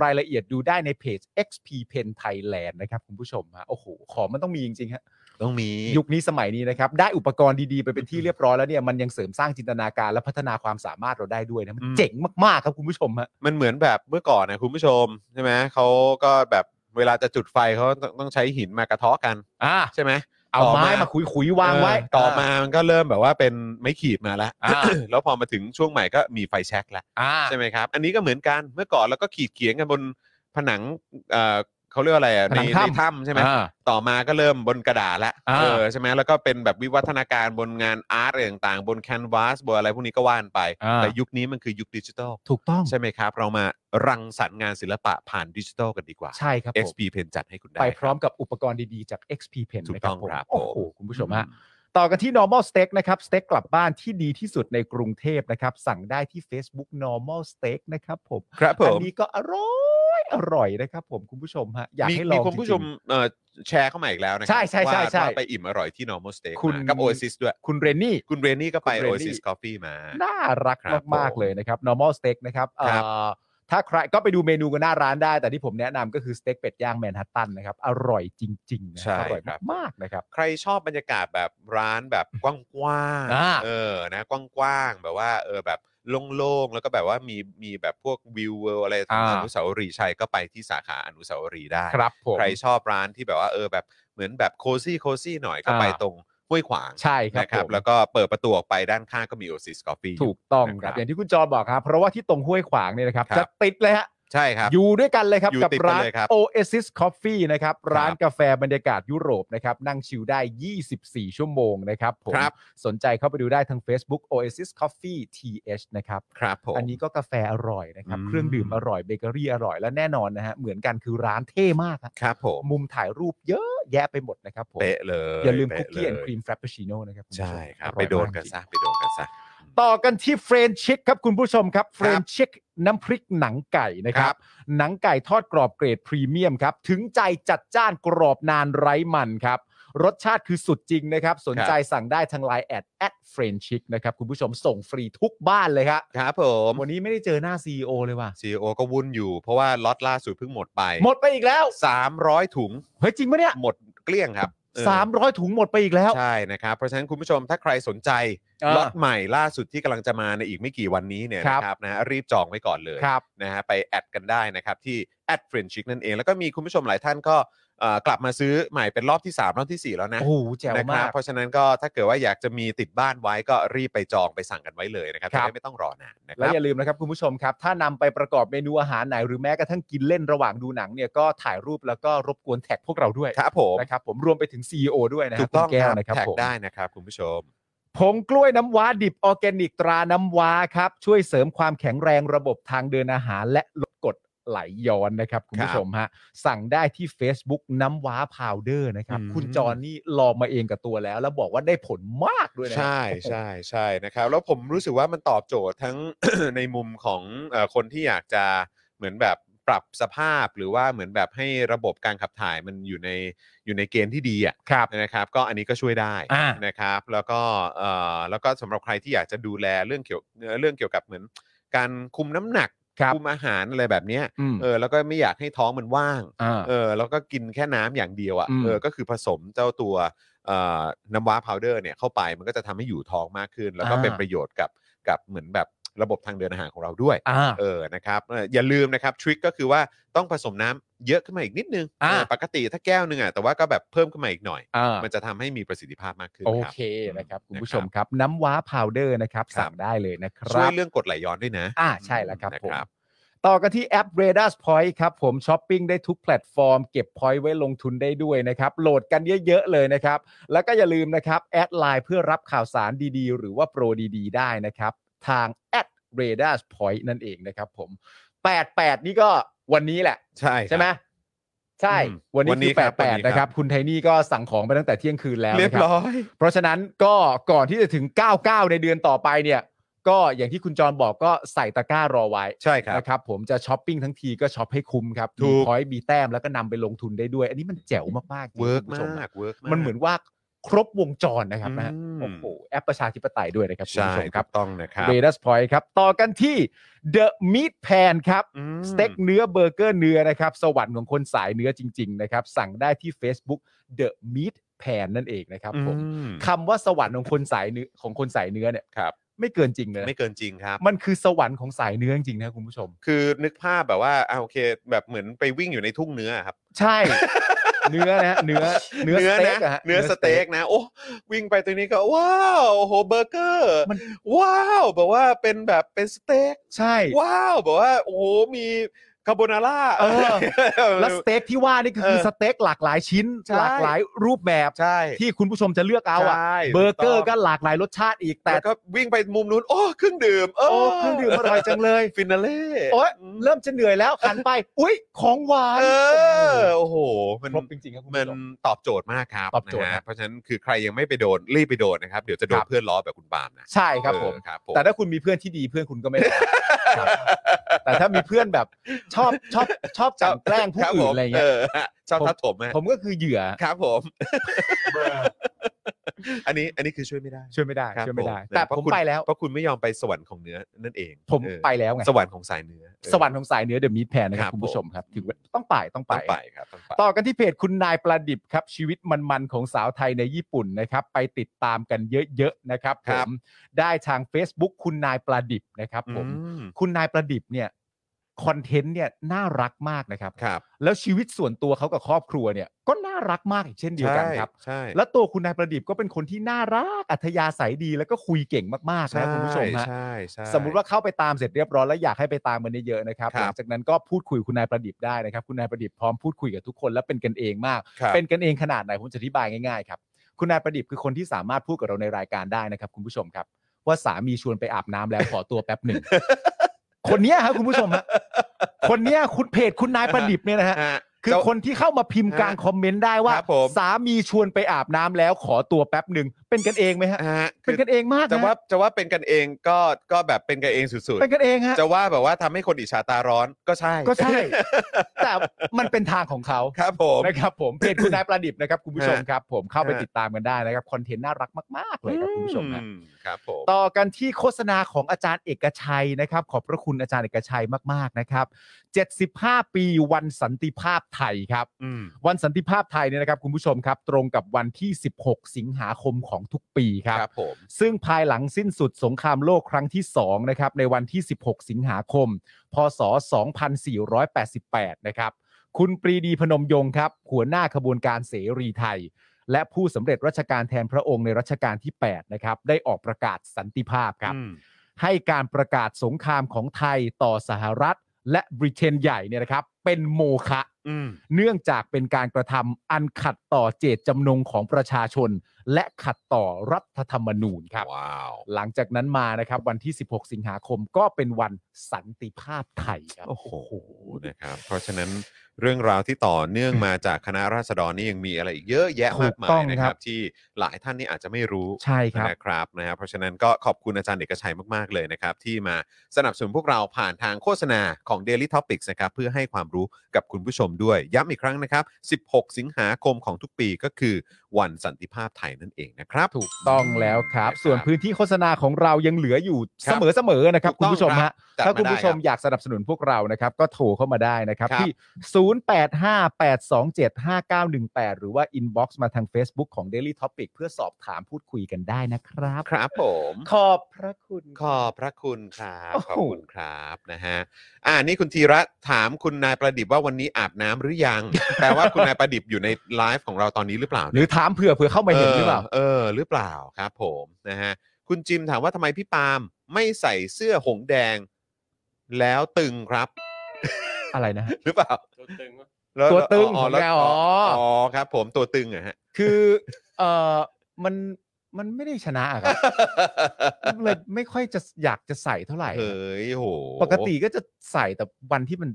[SPEAKER 3] รายละเอียดดูได้ในเพจ XP Pen Thailand นะครับคุณผู้ชมฮะโอ้โห ของมันต้องมีจริงๆฮะ
[SPEAKER 2] ต้องมี
[SPEAKER 3] ยุคนี้สมัยนี้นะครับ ได้อุปกรณ์ดี ๆ ไปเป็นที่เรียบร้อยแล้วเนี่ย มันยังเสริมสร้างจินตนาการและพัฒนาความสามารถเราได้ด้วยนะ มัน
[SPEAKER 2] อืม
[SPEAKER 3] เจ๋งมาก ๆ ครับคุณผู้ชมฮะ
[SPEAKER 2] มันเหมือนแบบเมื่อก่อนนะคุณผู้ชมใช่ไหมเขาก็แบบเวลาจะจุดไฟเขาต้องต้องใช้หินมากระเทาะกัน
[SPEAKER 3] อ่า
[SPEAKER 2] ใช่ไหม
[SPEAKER 3] เอา
[SPEAKER 2] ต่
[SPEAKER 3] ไม้มาคุยๆ วางไว้
[SPEAKER 2] เออต่อมามันก็เริ่มแบบว่าเป็นไม่ขีดมาแล้ว
[SPEAKER 3] อ่า
[SPEAKER 2] *coughs* แล้วพอมาถึงช่วงใหม่ก็มีไฟแช็กละ
[SPEAKER 3] อ่า
[SPEAKER 2] ใช่ไหมครับ อันนี้ก็เหมือนกันเมื่อก่อนเราก็ขีดเขียนกันบนผนังเอ่อเขาเรียกว่าอะไรอ่ะ
[SPEAKER 3] ผ
[SPEAKER 2] ใน
[SPEAKER 3] นังถ้ำ
[SPEAKER 2] ในถ้ำใช่ไหม
[SPEAKER 3] อ่า
[SPEAKER 2] ต่อมาก็เริ่มบนกระดาษละ
[SPEAKER 3] อ่า
[SPEAKER 2] เออใช่ไหมแล้วก็เป็นแบบวิวัฒนาการบนงานอาร์ตอะไรต่างๆ บนแคนวาสบนอะไรพวกนี้ก็ว่านไป
[SPEAKER 3] อ่า
[SPEAKER 2] แต่ยุคนี้มันคือยุคดิจิทัล
[SPEAKER 3] ถูกต้อง
[SPEAKER 2] ใช่ไหมครับ เรามารังสรรค์งานศิลปะผ่านดิจิทัลกันดีกว่า
[SPEAKER 3] ใช่ครับผม
[SPEAKER 2] XP Pen จัดให้คุณได้
[SPEAKER 3] ไปพร้อมกับอุปกรณ์ดีๆ จาก XP Pen
[SPEAKER 2] ถูก
[SPEAKER 3] นะครั
[SPEAKER 2] ต้อ
[SPEAKER 3] บ
[SPEAKER 2] ง
[SPEAKER 3] ผม
[SPEAKER 2] ครับ
[SPEAKER 3] โอ้โห
[SPEAKER 2] ผม
[SPEAKER 3] คุณผู้ชมฮะ ต่อกันที่ normal steak นะครับ สเต็กกลับบ้านที่ดีที่สุดในกรุงเทพนะครับ สั่งได้ที่ Facebook normal steak นะครับผม
[SPEAKER 2] ครับผ
[SPEAKER 3] อัน
[SPEAKER 2] ม
[SPEAKER 3] นี้ก็อร่อยอร่อยนะครับผมคุณผู้ชมฮะ อยาก
[SPEAKER 2] มี
[SPEAKER 3] ให้ลอง
[SPEAKER 2] มีคุณผู้ชม
[SPEAKER 3] จริง
[SPEAKER 2] เอ่อแชร์เข้ามาอีกแล้วนะครั
[SPEAKER 3] ใช่ใช่ใช่
[SPEAKER 2] ว่า
[SPEAKER 3] ใช่
[SPEAKER 2] ว่าไปอิ่มอร่อยที่ normal steak
[SPEAKER 3] คุณ
[SPEAKER 2] มากับ Oasis ด้วย
[SPEAKER 3] ๆคุณเรนนี่
[SPEAKER 2] คุณเรนนี่ก็ไป
[SPEAKER 3] คุณเรนนี่
[SPEAKER 2] Oasis Coffee มา
[SPEAKER 3] น่ารัก
[SPEAKER 2] ครับ
[SPEAKER 3] มาก
[SPEAKER 2] ผม
[SPEAKER 3] ๆเลยนะครับ normal steak นะครับเอ่
[SPEAKER 2] ครับ
[SPEAKER 3] อถ้าใครก็ไปดูเมนูกันหน้าร้านได้ แต่ที่ผมแนะนำก็คือสเต็กเป็ดย่างแมนฮัตตันนะครับ อร่อยจริงๆนะ
[SPEAKER 2] ใช่
[SPEAKER 3] อร่อย
[SPEAKER 2] ครับ
[SPEAKER 3] มากๆนะครับ
[SPEAKER 2] ใครชอบบรรยากาศแบบร้านแบบกว้าง
[SPEAKER 3] อ่า
[SPEAKER 2] ๆ เออ นะ กว้างๆ แบบว่าเออแบบโล่งๆ แล้วก็แบบว่ามีมีแบบพวกวิวเวลอะไร
[SPEAKER 3] อ่า
[SPEAKER 2] อนุสาวรีย์ชัยก็ไปที่สาขาอนุสาวรีย์ได้
[SPEAKER 3] ครับผม
[SPEAKER 2] ใครชอบร้านที่แบบว่าเออแบบเหมือนแบบโคซี่โคซี่หน่อยก็
[SPEAKER 3] อ่า
[SPEAKER 2] ไปตรงห้วยขวาง
[SPEAKER 3] ใช่ครับ
[SPEAKER 2] นะครับ
[SPEAKER 3] ผม
[SPEAKER 2] แล้วก็เปิดประตูออกไปด้านข้างก็มีโอซิสกาแฟ
[SPEAKER 3] ถูกต้อง
[SPEAKER 2] นะ
[SPEAKER 3] ค
[SPEAKER 2] ครั
[SPEAKER 3] รั
[SPEAKER 2] บบ
[SPEAKER 3] อย่างที่คุณจอบอกครับ เพราะว่าที่ตรงห้วยขวางเนี่ยนะครับ
[SPEAKER 2] ครับ
[SPEAKER 3] จะติดเลยฮะ
[SPEAKER 2] ใช่ครับ
[SPEAKER 3] อยู่ด้วยกันเลยครับ
[SPEAKER 2] อยู่
[SPEAKER 3] กับ
[SPEAKER 2] ติดกัน
[SPEAKER 3] ร้าน
[SPEAKER 2] เลยครับ
[SPEAKER 3] Oasis Coffee นะครับ ร้านกาแฟบรรยากาศยุโรปนะครับ นั่งชิลได้ 24 ชั่วโมงนะครับผม
[SPEAKER 2] ครับ
[SPEAKER 3] สนใจเข้าไปดูได้ทาง Facebook Oasis Coffee TH นะครับ
[SPEAKER 2] ครับผม
[SPEAKER 3] อันนี้ก็กาแฟอร่อยนะครับ
[SPEAKER 2] อืม
[SPEAKER 3] เครื่องดื่มอร่อยเบเกอรี่อร่อยและแน่นอนนะฮะเหมือนกันคือร้านเท่มากฮะ
[SPEAKER 2] ครับผม
[SPEAKER 3] มุมถ่ายรูปเยอะแยะไปหมดนะครับผม
[SPEAKER 2] เป๊ะเลย
[SPEAKER 3] อย่าลืมคุ
[SPEAKER 2] เป๊ะ
[SPEAKER 3] กกี้แอนด์ค
[SPEAKER 2] เย
[SPEAKER 3] รีมฟรปปชิโน่นะครับณผู้
[SPEAKER 2] ใช่
[SPEAKER 3] ม
[SPEAKER 2] ครับ
[SPEAKER 3] อ
[SPEAKER 2] ไป
[SPEAKER 3] อย
[SPEAKER 2] โดน
[SPEAKER 3] มา
[SPEAKER 2] กัน
[SPEAKER 3] จริง
[SPEAKER 2] ซะไปโดนกันซะ
[SPEAKER 3] ต่อกันที่เฟรนชิกครับคุณผู้ชมครับเฟรนชิกน้ำพริกหนังไก่นะค
[SPEAKER 2] ค
[SPEAKER 3] รั
[SPEAKER 2] รับ บ
[SPEAKER 3] หนังไก่ทอดกรอบเกรดพรีเมียมครับ ถึงใจจัดจ้านกรอบนานไร้มันครับ รสชาติคือสุดจริงนะครับ สนใจสั่งได้ทางไลน์แอดแอดเฟรนชิกนะครับ คุณผู้ชมส่งฟรีทุกบ้านเลยครับ
[SPEAKER 2] ครับผม
[SPEAKER 3] วันนี้ไม่ได้เจอหน้า CEO เลยว่ะ
[SPEAKER 2] ซีโอก็วุ่นอยู่เพราะว่าล็อตล่าสุดเพิ่งหมดไป
[SPEAKER 3] หมดไปอีกแล้ว
[SPEAKER 2] 300 ถุง
[SPEAKER 3] เฮ้ยจริงปะเนี่ย
[SPEAKER 2] หมดเกลี้ยงครับเออ
[SPEAKER 3] 300 ถุงหมดไปอีกแล้ว
[SPEAKER 2] ใช่นะครับ เพราะฉะนั้นคุณผู้ชมถ้าใครสนใจ
[SPEAKER 3] เออ
[SPEAKER 2] ล็อตใหม่ล่าสุดที่กำลังจะมาในอีกไม่กี่วันนี้เนี่ย
[SPEAKER 3] ครับ
[SPEAKER 2] นะครับนะรีบจองไว้ก่อนเลย
[SPEAKER 3] ครับ
[SPEAKER 2] นะฮะไปแอดกันได้นะครับ ที่แอดเฟรนชิกนั่นเอง แล้วก็มีคุณผู้ชมหลายท่านก็เอ่อกลับมาซื้อใหม่เป็นรอบที่ 3 รอบทีสี่ 4 แล้วนะ
[SPEAKER 3] โอ้โหแจ๋ว
[SPEAKER 2] นะค
[SPEAKER 3] มา
[SPEAKER 2] รับ
[SPEAKER 3] ก
[SPEAKER 2] เพราะฉะนั้นก็ถ้าเกิดว่าอยากจะมีติดบ้านไว้ก็รีบไปจองไปสั่งกันไว้เลยนะครับ
[SPEAKER 3] ครั
[SPEAKER 2] จะ
[SPEAKER 3] บ
[SPEAKER 2] ได้ไม่ต้องรอนานนะค
[SPEAKER 3] และ
[SPEAKER 2] รับ
[SPEAKER 3] อย่าลืมนะครับคุณผู้ชมครับ ถ้านำไปประกอบเมนูอาหารไหนหรือแม้กระทั่งกินเล่นระหว่างดูหนังเนี่ยก็ถ่ายรูปแล้วก็รบกวนแท็กพวกเราด้วย
[SPEAKER 2] ครับผม
[SPEAKER 3] นะครับผมรวมไปถึง CEO ด้วยนะค
[SPEAKER 2] ถู
[SPEAKER 3] รับ
[SPEAKER 2] กต้อง
[SPEAKER 3] คุณแก้
[SPEAKER 2] คว รับ
[SPEAKER 3] นะครับ
[SPEAKER 2] แท็ก
[SPEAKER 3] ผม
[SPEAKER 2] ได้นะครับคุณผู้ชม
[SPEAKER 3] ผงกล้วยน้ำว้าดิบออร์แกนิกตราน้ำว้าครับ ช่วยเสริมความแข็งแรงระบบทางเดินอาหารและลดกรดไหลย้อนนะครับคุณผู้ชมฮะสั่งได้ที่ Facebook น้ำว้าพาวเดอร์นะครับ
[SPEAKER 2] อืม
[SPEAKER 3] คุณจอนนี่ลองมาเองกับตัวแล้ว แล้วบอกว่าได้ผลมากด้วยนะ
[SPEAKER 2] ใช่ใช่ใช่นะครับ แล้วผมรู้สึกว่ามันตอบโจทย์ทั้ง *coughs* ในมุมของเอ่อคนที่อยากจะเหมือนแบบปรับสภาพ หรือว่าเหมือนแบบให้ระบบการขับถ่ายมันอยู่ในอยู่ในเกณฑ์ที่ดีอ่ะ
[SPEAKER 3] ครับ
[SPEAKER 2] นะครับ ก็อันนี้ก็ช่วยได้
[SPEAKER 3] อ่า
[SPEAKER 2] นะครับ แล้วก็เอ่อแล้วก็สำหรับใครที่อยากจะดูแลเรื่องเกี่ยวเอ่อเรื่องเกี่ยวกับเหมือน การคุมน้ำหนัก
[SPEAKER 3] ครับ
[SPEAKER 2] คุมอาหารอะไรแบบเนี้ย
[SPEAKER 3] อืม
[SPEAKER 2] เออแล้วก็ไม่อยากให้ท้องมันว่าง
[SPEAKER 3] อ่า
[SPEAKER 2] เออแล้วก็กินแค่น้ำอย่างเดียว
[SPEAKER 3] อืม
[SPEAKER 2] อะ่ะเออก็คือผสมเจ้าตัวเอ่อน้ำว้าพาวเดอร์เนี่ยเข้าไปมันก็จะทำให้อยู่ท้องมากขึ้น แล้วก็
[SPEAKER 3] อ่า
[SPEAKER 2] เป็นประโยชน์กับกับเหมือนแบบระบบทางเดินอาหารของเราด้วย
[SPEAKER 3] อ่า
[SPEAKER 2] เออนะครับเอออย่าลืมนะครับทริคก็คือว่าต้องผสมน้ำเยอะขึ้นมาอีกนิดนึง
[SPEAKER 3] อ่า
[SPEAKER 2] เออปกติถ้าแก้วหนึงอะ่ะแต่ว่าก็แบบเพิ่มขึ้นมาอีกหน่อย
[SPEAKER 3] อ่า
[SPEAKER 2] มันจะทำให้มีประสิทธิภาพมากขึ้น
[SPEAKER 3] โอ
[SPEAKER 2] ครับ
[SPEAKER 3] เคนะครับคุณผู้
[SPEAKER 2] นะค
[SPEAKER 3] ช
[SPEAKER 2] รับ
[SPEAKER 3] มครับ น้ำว้าพาวเดอร์นะครับ
[SPEAKER 2] ครับ
[SPEAKER 3] สั่งได้เลยนะค
[SPEAKER 2] ช่ว
[SPEAKER 3] รั
[SPEAKER 2] ย
[SPEAKER 3] บ
[SPEAKER 2] เรื่องกรดไหลย้อนด้วยนะ
[SPEAKER 3] อ่าใช่แล้วครับ
[SPEAKER 2] นะ
[SPEAKER 3] ผม
[SPEAKER 2] ครับ
[SPEAKER 3] ต่อกันที่แอป r a d a r Point ครับ ผมช้อปปิ้งได้ทุกแพลตฟอร์ม เก็บ point ไว้ลงทุนได้ด้วยนะครับ โหลดกันเยอะ ๆ เลยนะครับ แล้วก็อย่าลืมนะครับ แอดไลน์เพื่อรับข่าวสารดีๆ หรือว่าโปรดีๆ ได้นะครับ ทางแอด r a d a r Point นั่นเองนะครับผม 88 นี่ก็วันนี้แหละ
[SPEAKER 2] ใช่
[SPEAKER 3] ใช่ไหม ใช่
[SPEAKER 2] อืม
[SPEAKER 3] วันนี้
[SPEAKER 2] วันนี้
[SPEAKER 3] คือแป
[SPEAKER 2] ครับวัน
[SPEAKER 3] ดแปด
[SPEAKER 2] นี้ครับ
[SPEAKER 3] นะครับ คุณไทนี่ก็สั่งของไปตั้งแต่เที่ยงคืนแล้ว
[SPEAKER 2] เรียบ
[SPEAKER 3] นะครับ
[SPEAKER 2] ร้อย
[SPEAKER 3] เพราะฉะนั้นก็ก่อนที่จะถึง 99 ในเดือนต่อไปเนี่ย ก็อย่างที่คุณจรบอกก็ใส่ตะกร้ารอไว้
[SPEAKER 2] ใช่ครับ
[SPEAKER 3] นะครับผมจะช้อปปิ้งทั้งทีก็ช็อปให้คุ้มครับ
[SPEAKER 2] ถู
[SPEAKER 3] มี
[SPEAKER 2] ก
[SPEAKER 3] พอยต์มีแต้มแล้วก็นำไปลงทุนได้ด้วย อันนี้มันแจ๋วมากๆจง
[SPEAKER 2] เวิร์ก
[SPEAKER 3] คุณผู้ช
[SPEAKER 2] มากเวิร์กาก
[SPEAKER 3] มันเหมือนว่าครบวงจรนะครับนะฮะ
[SPEAKER 2] อืม
[SPEAKER 3] โอ้โหแอปประชาธิปไตยด้วยนะครับคุณ
[SPEAKER 2] ใช่
[SPEAKER 3] ผู้ชม
[SPEAKER 2] ค
[SPEAKER 3] ค
[SPEAKER 2] รั
[SPEAKER 3] รั
[SPEAKER 2] บบ ต้องนะครับ
[SPEAKER 3] เรดัสพอยต์ครับ ต่อกันที่ The Meat Pan ครับ
[SPEAKER 2] อืม
[SPEAKER 3] สเต็กเนื้อเบอร์เกอร์เนื้อนะครับ สวรรค์ของคนสายเนื้อจริง ๆ นะครับ สั่งได้ที่ Facebook The Meat Pan นั่นเองนะครับผม
[SPEAKER 2] อืม
[SPEAKER 3] คำว่าสวรรค์ของคนสายเนื้อของคนสายเนื้อเนี่ย
[SPEAKER 2] ครับ
[SPEAKER 3] ไม่เกินจริงเลยนะ
[SPEAKER 2] ไม่เกินจริงครับ
[SPEAKER 3] มันคือสวรรค์ของสายเนื้อจริงๆนะคุณผู้ชม
[SPEAKER 2] คือนึกภาพแบบว่าอ่าโอเค แบบเหมือนไปวิ่งอยู่ในทุ่งเนื้อครับ
[SPEAKER 3] ใช่ เนื้อนะฮะเนื้อเนื้อสเต็
[SPEAKER 2] นะ
[SPEAKER 3] กอะฮะ
[SPEAKER 2] เนื้อสเต็กนะ โอ้วิ่งไปตรงนี้ก็ว้าวโอ้โหเบอร์เกอร์
[SPEAKER 3] มัน
[SPEAKER 2] ว้าวแบบว่าเป็นแบบเป็นสเต็ก
[SPEAKER 3] ใช่
[SPEAKER 2] ว้าวแบบว่าโอ้โหมีคาโบนาร่า
[SPEAKER 3] เออ แล้วสเต็กที่ว่านี่คือ
[SPEAKER 2] เออ
[SPEAKER 3] คือสเต็กหลากหลายชิ้น
[SPEAKER 2] ใช่
[SPEAKER 3] หลากหลายรูปแบบ
[SPEAKER 2] ใช่
[SPEAKER 3] ที่คุณผู้ชมจะเลือกเอาอะ
[SPEAKER 2] ใช่
[SPEAKER 3] เบอร์เกอร์ก็
[SPEAKER 2] ถูต้ง
[SPEAKER 3] หลากหลายรสชาติอีกแต่
[SPEAKER 2] แล้วก็วิ่งไปมุมนู้นโอ้เครื่องดื่มเอ
[SPEAKER 3] โอ้
[SPEAKER 2] อ
[SPEAKER 3] เครื่องดื่มอร่อยจังเลย
[SPEAKER 2] ฟินาเล่
[SPEAKER 3] โอ๊ยเริ่มจะเหนื่อยแล้วหันไปอุ้ยของหวาน
[SPEAKER 2] เออโอ้โหมัน
[SPEAKER 3] ครบจริงๆครับคุณ
[SPEAKER 2] มัน
[SPEAKER 3] ผู้ชม
[SPEAKER 2] ตอบโจทย์มากครับ
[SPEAKER 3] ตอบโจทย์
[SPEAKER 2] นะ
[SPEAKER 3] ครั
[SPEAKER 2] ฮะ
[SPEAKER 3] บ
[SPEAKER 2] เพราะฉะนั้นคือใครยังไม่ไปโดนรีบไปโดนนะครับ เดี๋ยวจะโดน
[SPEAKER 3] ครับ
[SPEAKER 2] เพื่อนล้อแบบคุณปาล์มนะ
[SPEAKER 3] ใช่ครับ
[SPEAKER 2] เออ
[SPEAKER 3] ผม
[SPEAKER 2] ครับผม
[SPEAKER 3] แต่ถ้าคุณมีเพื่อนที่ดีเพื่อนคุณก็ไม่ได้ครับแต่ถ้ามีเพื่อนแบบ *laughs* ชอบชอบชอบจับแกล้งผู้
[SPEAKER 2] ครับ
[SPEAKER 3] อื่
[SPEAKER 2] ผ
[SPEAKER 3] น
[SPEAKER 2] ม
[SPEAKER 3] อะไรเงี้ย
[SPEAKER 2] ชอบ
[SPEAKER 3] ผม
[SPEAKER 2] ทับถมฮะ
[SPEAKER 3] ผมก็คือเหยื่อ
[SPEAKER 2] ครับผม อันนี้อันนี้คือช่วยไม่ได้
[SPEAKER 3] ช่วยไม่ได้
[SPEAKER 2] ครับ
[SPEAKER 3] ช่วยไม่ได้
[SPEAKER 2] ผ
[SPEAKER 3] แต่
[SPEAKER 2] นะเพราะ
[SPEAKER 3] ผม
[SPEAKER 2] คุณ
[SPEAKER 3] ไปแล้ว
[SPEAKER 2] เพราะคุณไม่ยอมไปสวรรค์ของเนื้อนั่นเอง
[SPEAKER 3] ผม
[SPEAKER 2] เออ
[SPEAKER 3] ไปแล้วไง
[SPEAKER 2] สวรรค์ของสายเนื้อเออ
[SPEAKER 3] สวรรค์ของสายเนื้อเดอะมิตแพนนะค
[SPEAKER 2] ครั
[SPEAKER 3] รับบ คุณผู้ชมครับถึงเวลาต้องไปต้องไป
[SPEAKER 2] ต้องไปครับต้องไป
[SPEAKER 3] ต่อกันที่เพจคุณนายประดิบครับ ชีวิตมันๆของสาวไทยในญี่ปุ่นนะครับ ไปติดตามกันเยอะๆนะครับผมได้ทาง Facebook คุณนายประดิบนะครับผม
[SPEAKER 2] อืม
[SPEAKER 3] คุณนายประดิบเนี่ยคอนเทนต์เนี่ยน่ารักมากนะครับ
[SPEAKER 2] ครับ
[SPEAKER 3] แล้วชีวิตส่วนตัวเขากับครอบครัวเนี่ยก็น่ารักมากอีกเช่นเดียวกันครับ
[SPEAKER 2] ใช่
[SPEAKER 3] และตัวคุณนายประดิษฐ์ก็เป็นคนที่น่ารักอัธยาศัยดีแล้วก็คุยเก่งมากๆ
[SPEAKER 2] ใช่
[SPEAKER 3] นะคุณผู้ชมฮะ
[SPEAKER 2] ใช่ใช่
[SPEAKER 3] สมมติว่าเข้าไปตามเสร็จเรียบร้อยแล้วอยากให้ไปตามมันเยอะๆนะครับ
[SPEAKER 2] ครับ
[SPEAKER 3] หลังจากนั้นก็พูดคุยคุณนายประดิษฐ์ได้นะครับ คุณนายประดิษฐ์พร้อมพูดคุยกับทุกคนและเป็นกันเองมาก
[SPEAKER 2] ครับ
[SPEAKER 3] เป็นกันเองขนาดไหนผมจะอธิบายง่ายๆครับ คุณนายประดิษฐ์คือคนที่สามารถพูดกับเราในรายการได้นะครับคุณผู้ชมครับ ว่าสามีชวนไปอาบน้ำแล้วขอตัวแป๊บหนึ่ง คนเนี้ยครับคุณผู้ชมฮะคนเนี้ยคุณเพจคุณนายประดิษฐ์เนี่ยนะฮะ
[SPEAKER 2] ฮะ
[SPEAKER 3] คือ
[SPEAKER 2] เจ้า
[SPEAKER 3] คนที่เข้ามาพิมพ์กลางคอมเมนต์ได้ว่า
[SPEAKER 2] ครับผม
[SPEAKER 3] สามีชวนไปอาบน้ำแล้วขอตัวแป๊บหนึ่งเป็นกันเองไหมฮะ
[SPEAKER 2] ฮะคื
[SPEAKER 3] เป็
[SPEAKER 2] อน
[SPEAKER 3] กันเองมาก
[SPEAKER 2] จะ
[SPEAKER 3] นะ
[SPEAKER 2] ว่าจะว่าเป็นกันเองก็ก็แบบเป็นกันเองสุดๆ
[SPEAKER 3] เป็นกันเองฮะ
[SPEAKER 2] จะว่าแบบว่าทำให้คนอิจฉาตาร้อนก็ใช่
[SPEAKER 3] ก็
[SPEAKER 2] *laughs*
[SPEAKER 3] ใช่ แต่มันเป็นทางของเขา
[SPEAKER 2] ครับผม
[SPEAKER 3] นะครับ ผมเพจคุณนายประดิษฐ์นะครับคุณผู้ชม
[SPEAKER 2] ฮะ
[SPEAKER 3] ครับ ผมเข้าไปติดตามกันได้นะครับคอนเทนต์น่ารักมาก ๆ เลยครับคุณผู้ชมฮะ
[SPEAKER 2] อืครับผม
[SPEAKER 3] ต่อกันที่โฆษณาของอาจารย์เอกชัยนะครับ ขอบพระคุณอาจารย์เอกชัยมากๆนะครับ 75 ปีวันสันติภาพไทยครับ
[SPEAKER 2] อืม
[SPEAKER 3] วันสันติภาพไทยเนี่ยนะครับคุณผู้ชมครับ ตรงกับวันที่ 16 สิงหาคมของทุกปีครับ
[SPEAKER 2] ครับผม
[SPEAKER 3] ซึ่งภายหลังสิ้นสุดสงครามโลกครั้งที่ 2 นะครับ ในวันที่ 16 สิงหาคม พศ 2488 นะครับ คุณปรีดีพนมยงค์ครับ หัวหน้าขบวนการเสรีไทย และผู้สำเร็จราชการแทนพระองค์ในรัชกาลที่ 8 นะครับ ได้ออกประกาศสันติภาพครับ
[SPEAKER 2] อืม
[SPEAKER 3] ให้การประกาศสงครามของไทยต่อสหรัฐ และบริเตนใหญ่เนี่ยนะครับ เป็นโมฆะ
[SPEAKER 2] อืม
[SPEAKER 3] เนื่องจากเป็นการกระทำอันขัดต่อเจตจำนงของประชาชน และขัดต่อรัฐธรรมนูญครับ
[SPEAKER 2] ว้าว
[SPEAKER 3] หลังจากนั้นมานะครับวันที่ 16 สิงหาคมก็เป็นวันสันติภาพไทยครับ
[SPEAKER 2] โอ้โหนะครับ เพราะฉะนั้นเรื่องราวที่ต่อเนื่องมาจากคณะราษฎรนี่ยังมีอะไรอีกเยอะแยะมากมา
[SPEAKER 3] ถูกต้
[SPEAKER 2] ย
[SPEAKER 3] อง
[SPEAKER 2] นะค
[SPEAKER 3] ครั
[SPEAKER 2] รับ
[SPEAKER 3] บ
[SPEAKER 2] ที่หลายท่านนี่อาจจะไม่รู้
[SPEAKER 3] ใช่ครับ
[SPEAKER 2] นะครับนะครับเพราะฉะนั้นก็ขอบคุณอาจารย์เอกชัยมาก ๆ เลยนะครับ ที่มาสนับสนุนพวกเราผ่านทางโฆษณาของ Daily Topics นะครับเพื่อให้ความรู้กับคุณผู้ชมด้วย ย้ำอีกครั้งนะครับ 16 สิงหาคมของทุกปีก็คือวันสันติภาพไทยนั่นเองนะครับ
[SPEAKER 3] ถูกต้องแล้วครับ
[SPEAKER 2] นะครับ
[SPEAKER 3] ส่วนพื้นที่โฆษณาของเรายังเหลืออยู่
[SPEAKER 2] ครั
[SPEAKER 3] เส
[SPEAKER 2] บ
[SPEAKER 3] มอๆนะครับ
[SPEAKER 2] ถูกต้อง
[SPEAKER 3] คุณผู้ชม
[SPEAKER 2] ครั
[SPEAKER 3] ฮะ
[SPEAKER 2] บจัด
[SPEAKER 3] ถ้าคุณ
[SPEAKER 2] มาได้
[SPEAKER 3] ผู้ชม
[SPEAKER 2] ครับ
[SPEAKER 3] อยากสนับสนุนพวกเรานะครับ ก็โทรเข้ามาได้นะครับ
[SPEAKER 2] ครับ
[SPEAKER 3] ที่ 0858275918 หรือว่า inbox มาทาง Facebook ของ Daily Topic เพื่อสอบถามพูดคุยกันได้นะครับ
[SPEAKER 2] ครับผม
[SPEAKER 3] ขอบพระคุณ
[SPEAKER 2] ขอบพระคุณครับ
[SPEAKER 3] โอ้
[SPEAKER 2] ขอบ
[SPEAKER 3] โห
[SPEAKER 2] คุณครับนะฮะอ่านี่คุณธีระถามคุณนายประดิษฐ์ว่าวันนี้อาบน้ำหรือยัง แปลว่าคุณนายประดิษฐ์อยู่ในไลฟ์ของเราตอนนี้หรือเปล่า
[SPEAKER 3] ห
[SPEAKER 2] เนี่ย
[SPEAKER 3] รือถามเผื่อเผื่อเข้ามาเห็นหรือเปล่า
[SPEAKER 2] เออหรือเปล่าครับผมนะฮะคุณจิมถามว่าทำไมพี่ปาล์มไม่ใส่เสื้อหงแดง แล้วตึงครับ
[SPEAKER 3] อะไรนะฮะ
[SPEAKER 2] หรือเปล่า แล้
[SPEAKER 3] ตัวตึง
[SPEAKER 2] อ๋อแล้ว
[SPEAKER 3] หงแดงอ๋ออ๋
[SPEAKER 2] อ๋อครับ ผมตัวตึงเหรอะ
[SPEAKER 3] *laughs*
[SPEAKER 2] ฮะ
[SPEAKER 3] คือเออมันมันไม่ได้ชนะอะครับ เลยไม่ค่อยจะอยากจะใส่เท่าไหร่
[SPEAKER 2] เฮ้ยโห
[SPEAKER 3] ปกติก็จะใส่แต่วันที่มัน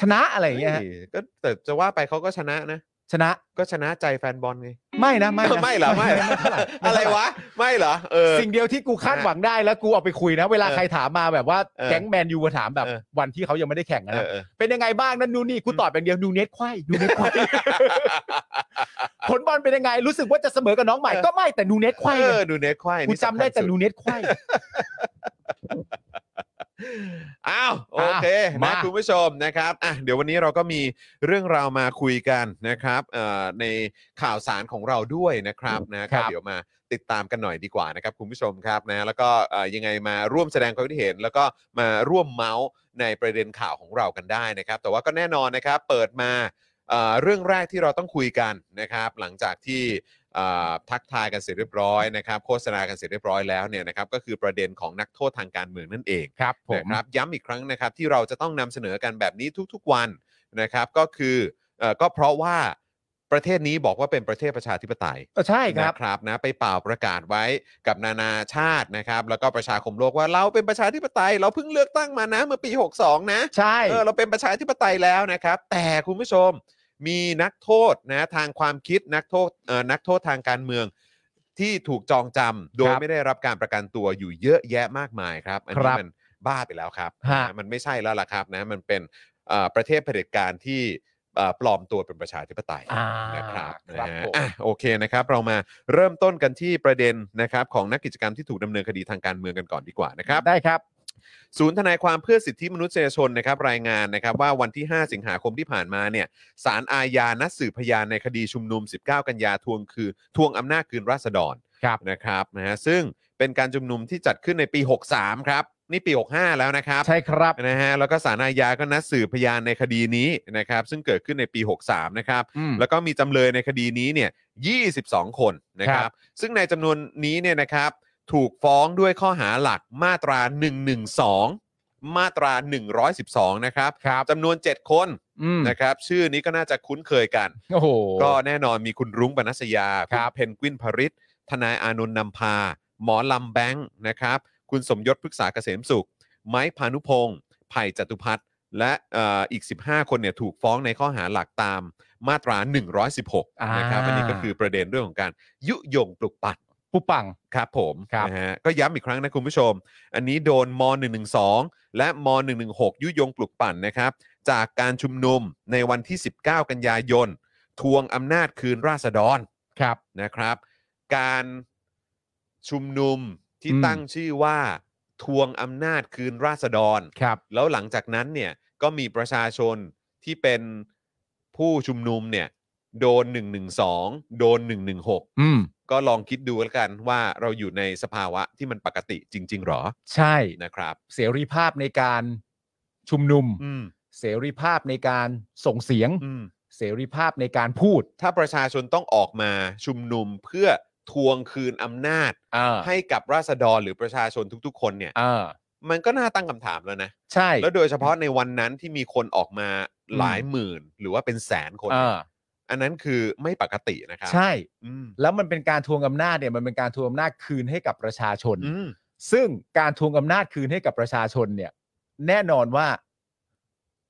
[SPEAKER 3] ชนะอะไรอย่างเงี้ยฮะ
[SPEAKER 2] เฮ้ยก็แต่จะว่าไปเขาก็ชนะนะ
[SPEAKER 3] ชนะ
[SPEAKER 2] ก็ชนะใจแฟนบอลไง
[SPEAKER 3] ไม่นะไม่
[SPEAKER 2] ไม่
[SPEAKER 3] นะ
[SPEAKER 2] ไม่เหรอไม่
[SPEAKER 3] ไม่เท่าห
[SPEAKER 2] อะไรวะ ไม่เหรอเออ
[SPEAKER 3] สิ่งเดียวที่กูคาดหวังได้แล้วกูเอาไปคุยนะ เวลา
[SPEAKER 2] เออ
[SPEAKER 3] ใครถามมาแบบว่า
[SPEAKER 2] เออ
[SPEAKER 3] แก๊งแมนยูมาถามแบบ
[SPEAKER 2] เออ
[SPEAKER 3] วันที่เขายังไม่ได้แข่งอะ
[SPEAKER 2] เอ
[SPEAKER 3] นะ
[SPEAKER 2] อเออ
[SPEAKER 3] เป็นยังไงบ้างนั่นนู่นนี่กูตอบอย่างเดียวนูเน็ตควายนูเน็ตควาย *laughs* ผลบอลเป็นยังไงรู้สึกว่าจะเสมอกับน้องใหม่
[SPEAKER 2] เออ
[SPEAKER 3] ก็ไม่แต่นูเน็ตควาย
[SPEAKER 2] เออนูเนสควาย
[SPEAKER 3] กู
[SPEAKER 2] นี่
[SPEAKER 3] จำ
[SPEAKER 2] สำคัญ
[SPEAKER 3] ได้แต่
[SPEAKER 2] สุ
[SPEAKER 3] นูเน็ตควาย
[SPEAKER 2] อ้าวโอเค
[SPEAKER 3] มา
[SPEAKER 2] นะคุณผู้ชมนะครับอ่ะเดี๋ยววันนี้เราก็มีเรื่องราวมาคุยกันนะครับเอ่อในข่าวสารของเราด้วยนะครับนะ
[SPEAKER 3] ครั
[SPEAKER 2] ก็
[SPEAKER 3] บ
[SPEAKER 2] เดี๋ยวมาติดตามกันหน่อยดีกว่านะครับคุณผู้ชมครับนะแล้วก็เอ่อยังไงมาร่วมแสดงความคิดเห็น แล้วก็มาร่วมเมาส์ในประเด็นข่าวของเรากันได้นะครับ แต่ว่าก็แน่นอนนะครับเปิดมาเอ่อเรื่องแรกที่เราต้องคุยกันนะครับ หลังจากที่ อ่าทักทายกันเสร็จเรียบร้อยนะครับโฆษณากันเสร็จเรียบร้อยแล้วเนี่ยนะครับก็คือประเด็นของนักโทษทางการเมืองนั่นเอง
[SPEAKER 3] ครับผม
[SPEAKER 2] นะครับย้ำอีกครั้งนะครับที่เราจะต้องนำเสนอกันแบบนี้ทุกๆวันนะครับก็คือเอ่อก็เพราะว่าประเทศนี้บอกว่าเป็นประเทศประชาธิปไตย
[SPEAKER 3] เออใช่ครับ
[SPEAKER 2] นะครับนะไปเป่าประกาศไว้กับนานาชาตินะครับ แล้วก็ประชาคมโลกว่าเราเป็นประชาธิปไตย เราเพิ่งเลือกตั้งมานะเมื่อปี 62 นะ
[SPEAKER 3] ใช่
[SPEAKER 2] เออเราเป็นประชาธิปไตยแล้วนะครับ แต่คุณผู้ชมมีนักโทษนะทางความคิดนักโทษเอ่อนักโทษทางการเมือง ที่ถูกจองจำโดย
[SPEAKER 3] ครับ
[SPEAKER 2] ไม่ได้รับการประกันตัวอยู่เยอะแยะมากมายครับอัน
[SPEAKER 3] ครั
[SPEAKER 2] นี้
[SPEAKER 3] บ
[SPEAKER 2] มันบ้าไปแล้วครับ
[SPEAKER 3] ฮะ
[SPEAKER 2] นะมันไม่ใช่แล้วล่ะครับนะมันเป็นเอ่อประเทศเผด็จการที่เอ่อปลอมตัวเป็นประชาธิปไตย
[SPEAKER 3] อ่า
[SPEAKER 2] นะครับ
[SPEAKER 3] ครั
[SPEAKER 2] นะ
[SPEAKER 3] บ
[SPEAKER 2] ฮะ
[SPEAKER 3] ผม
[SPEAKER 2] อ่ะโอเคนะครับ เรามาเริ่มต้นกันที่ประเด็นนะครับของนักกิจกรรมที่ถูกดำเนินคดีทางการเมืองกันก่อนดีกว่านะครับ
[SPEAKER 3] ได้ครับ
[SPEAKER 2] ศูนย์ทนายความเพื่อสิทธิมนุษยชนนะครับรายงานนะครับว่าวันที่ 5 สิงหาคมที่ผ่านมาเนี่ยศาลอาญานัดสืบพยานในคดีชุมนุม 19 กันยาทวงคือทวงอำนาจคืนราษฎร
[SPEAKER 3] ครับ
[SPEAKER 2] นะครับนะฮะซึ่งเป็นการชุมนุมที่จัดขึ้นในปี 63 ครับ นี่ปี 65 แล้วนะครับ
[SPEAKER 3] ใช่ครับ
[SPEAKER 2] นะฮะแล้วก็ศาลอาญาก็นัดสืบพยานในคดีนี้นะครับซึ่งเกิดขึ้นในปี 63 นะครับ
[SPEAKER 3] อืม
[SPEAKER 2] แล้วก็มีจำเลยในคดีนี้เนี่ย 22 คนนะค
[SPEAKER 3] ค
[SPEAKER 2] รั
[SPEAKER 3] รับ บ
[SPEAKER 2] ซึ่งในจำนวนนี้เนี่ยนะครับ ถูกฟ้องด้วยข้อหาหลักมาตรา 112 มาตรา 112 นะครับ
[SPEAKER 3] ครับ
[SPEAKER 2] จำนวน 7 คน
[SPEAKER 3] อืม
[SPEAKER 2] นะครับ ชื่อนี้ก็น่าจะคุ้นเคยกัน
[SPEAKER 3] โอ้โห
[SPEAKER 2] ก็แน่นอนมีคุณรุ้งปนัสยา
[SPEAKER 3] ค
[SPEAKER 2] คุ
[SPEAKER 3] รั
[SPEAKER 2] ณ
[SPEAKER 3] บ
[SPEAKER 2] เพนกวินพริตทนายอานนท์นำพา หมอลำแบงค์นะครับ คุณสมยศพฤกษาเกษมสุข ไม้พานุพงศ์ไผ่จตุพัฒน์และเอ่ออีก 15 คนเนี่ยถูกฟ้องในข้อหาหลักตามมาตรา 116 นะครับ
[SPEAKER 3] อ่า
[SPEAKER 2] อันนี้ก็คือประเด็นเรื่องของการยุยงปลุกปั่น
[SPEAKER 3] ผู้ปัง
[SPEAKER 2] ครับผม
[SPEAKER 3] ครับ
[SPEAKER 2] นะฮะก็ย้ำอีกครั้งนะคุณผู้ชม อันนี้โดนม .112 และม .116 ยุยงปลุกปั่นนะครับ จากการชุมนุมในวันที่ 19 กันยายน ทวงอำนาจคืนราษฎร
[SPEAKER 3] ครับ
[SPEAKER 2] นะครับ การชุมนุมที่
[SPEAKER 3] อืม
[SPEAKER 2] ตั้งชื่อว่าทวงอำนาจคืนราษฎร
[SPEAKER 3] ครับ
[SPEAKER 2] แล้วหลังจากนั้นเนี่ยก็มีประชาชนที่เป็นผู้ชุมนุมเนี่ยโดน 112 โดน 116
[SPEAKER 3] อืม
[SPEAKER 2] ก็ลองคิดดูแล้วกันว่าเราอยู่ในสภาวะที่มันปกติจริง ๆ หรอ
[SPEAKER 3] ใช่
[SPEAKER 2] นะครับ
[SPEAKER 3] เสรีภาพในการชุมนุม
[SPEAKER 2] อืม
[SPEAKER 3] เสรีภาพในการส่งเสียง
[SPEAKER 2] อืม
[SPEAKER 3] เสรีภาพในการพูด
[SPEAKER 2] ถ้าประชาชนต้องออกมาชุมนุมเพื่อทวงคืนอำนาจ
[SPEAKER 3] เออ
[SPEAKER 2] ให้กับราษฎรหรือประชาชนทุกๆ คนเนี่ย
[SPEAKER 3] เออ
[SPEAKER 2] มันก็น่าตั้งคำถามแล้วนะ
[SPEAKER 3] ใช่
[SPEAKER 2] แล้วโดยเฉพาะในวันนั้นที่มีคนออกมาหลายหมื่น หรือว่าเป็นแสนคน
[SPEAKER 3] เอ
[SPEAKER 2] เนี่ย
[SPEAKER 3] อ
[SPEAKER 2] อันนั้นคือไม่ปกตินะครับ
[SPEAKER 3] ใช่
[SPEAKER 2] อืม
[SPEAKER 3] แล้วมันเป็นการทวงอำนาจเนี่ยมันเป็นการทวงอำนาจคืนให้กับประชาชน
[SPEAKER 2] อืม
[SPEAKER 3] ซึ่งการทวงอำนาจคืนให้กับประชาชนเนี่ย แน่นอนว่า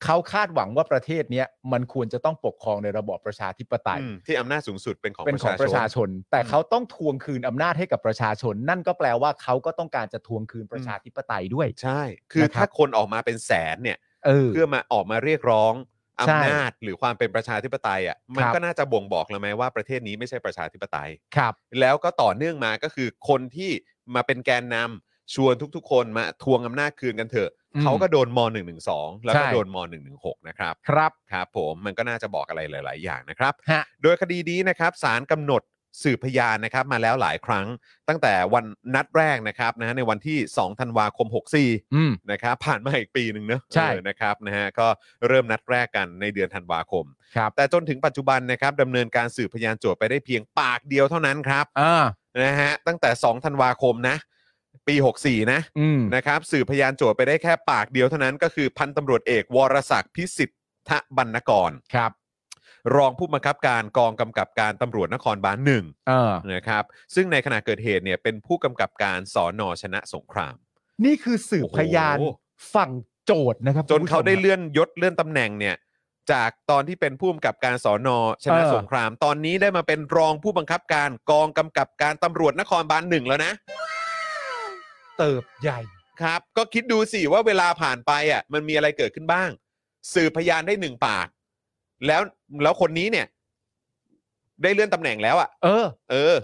[SPEAKER 3] เขาคาดหวังว่าประเทศเนี้ยมันควรจะต้องปกครองในระบอบประชาธิปไตย
[SPEAKER 2] อืมที่อำนาจสูงสุดเป็นของ
[SPEAKER 3] เป็นของประชาชน แต่เขาต้องทวงคืนอำนาจให้กับประชาชน นั่นก็แปลว่าเขาก็ต้องการจะทวงคืนประชาธิปไตยด้วย
[SPEAKER 2] ใช่ คือ
[SPEAKER 3] นะครับ
[SPEAKER 2] ถ้าคนออกมาเป็นแสนเนี่ย
[SPEAKER 3] เออ
[SPEAKER 2] เพื่อมาออกมาเรียกร้อง
[SPEAKER 3] ใช่
[SPEAKER 2] อำนาจหรือความเป็นประชาธิปไตยอ่ะ มัน
[SPEAKER 3] ครับ
[SPEAKER 2] ก็น่าจะบ่งบอกแล้วไหมว่าประเทศนี้ไม่ใช่ประชาธิปไตย
[SPEAKER 3] ครับ
[SPEAKER 2] แล้วก็ต่อเนื่องมาก็คือคนที่มาเป็นแกนนำชวนทุกๆ คนมาทวงอำนาจคืนกันเถอะ
[SPEAKER 3] อืม
[SPEAKER 2] เขาก็โดนม .112 แล้วก็
[SPEAKER 3] ใช่
[SPEAKER 2] โดนม .116 นะครับ
[SPEAKER 3] ครับ
[SPEAKER 2] ครับผมมันก็น่าจะบอกอะไรหลาย ๆ อย่างนะครับ
[SPEAKER 3] ฮะ
[SPEAKER 2] โดยคดีนี้นะครับสารกำหนดสืบพยานนะครับมาแล้วหลายครั้ง ตั้งแต่วันนัดแรกนะครับนะฮะในวันที่ 2 ธันวาคม 64
[SPEAKER 3] อืม
[SPEAKER 2] นะครับ *laughs* ผ่านมาอีกปีหนึ่งเนอะ
[SPEAKER 3] ใช่
[SPEAKER 2] เออนะครับนะฮะก็เริ่มนัดแรกกันในเดือนธันวาคม
[SPEAKER 3] ครับ
[SPEAKER 2] แต่จนถึงปัจจุบันนะครับดำเนินการสืบพยานโจทย์ไปได้เพียงปากเดียวเท่านั้นครับ
[SPEAKER 3] อ่า
[SPEAKER 2] นะฮะตั้งแต่ 2 ธันวาคมนะปี 64 นะ
[SPEAKER 3] อืม
[SPEAKER 2] นะครับสืบพยานโจทย์ไปได้แค่ปากเดียวเท่านั้นก็คือพันตำรวจเอกวรศักดิ์พิสิทธบรรณกร
[SPEAKER 3] ครับ
[SPEAKER 2] รองผู้บังคับการกองกำกับการตำรวจนครบาลหนึ่ง
[SPEAKER 3] เออ
[SPEAKER 2] นะครับซึ่งในขณะเกิดเหตุเนี่ยเป็นผู้กำกับการสอนอชนะสงคราม
[SPEAKER 3] นี่คือสืบ
[SPEAKER 2] โอ้โห
[SPEAKER 3] พยานฝั่ง โจทย์นะครับ
[SPEAKER 2] จน
[SPEAKER 3] คุณผู้ช
[SPEAKER 2] เขา
[SPEAKER 3] ม
[SPEAKER 2] ได้เลื่อนยศเลื่อนตำแหน่งเนี่ย จากตอนที่เป็นผู้กำกับการสอนอชนะ
[SPEAKER 3] เออ
[SPEAKER 2] สงคราม ตอนนี้ได้มาเป็นรองผู้บังคับการกองกำกับการตำรวจนครบาลหนึ่งแล้วนะ
[SPEAKER 3] เติบใหญ่
[SPEAKER 2] ครับ ก็คิดดูสิว่าเวลาผ่านไปอ่ะมันมีอะไรเกิดขึ้นบ้าง สื่อพยานได้หนึ่งปาก แล้วแล้วคนนี้เนี่ย ได้เลื่อนตำแหน่งแล้วอ่ะ
[SPEAKER 3] เออ
[SPEAKER 2] เออ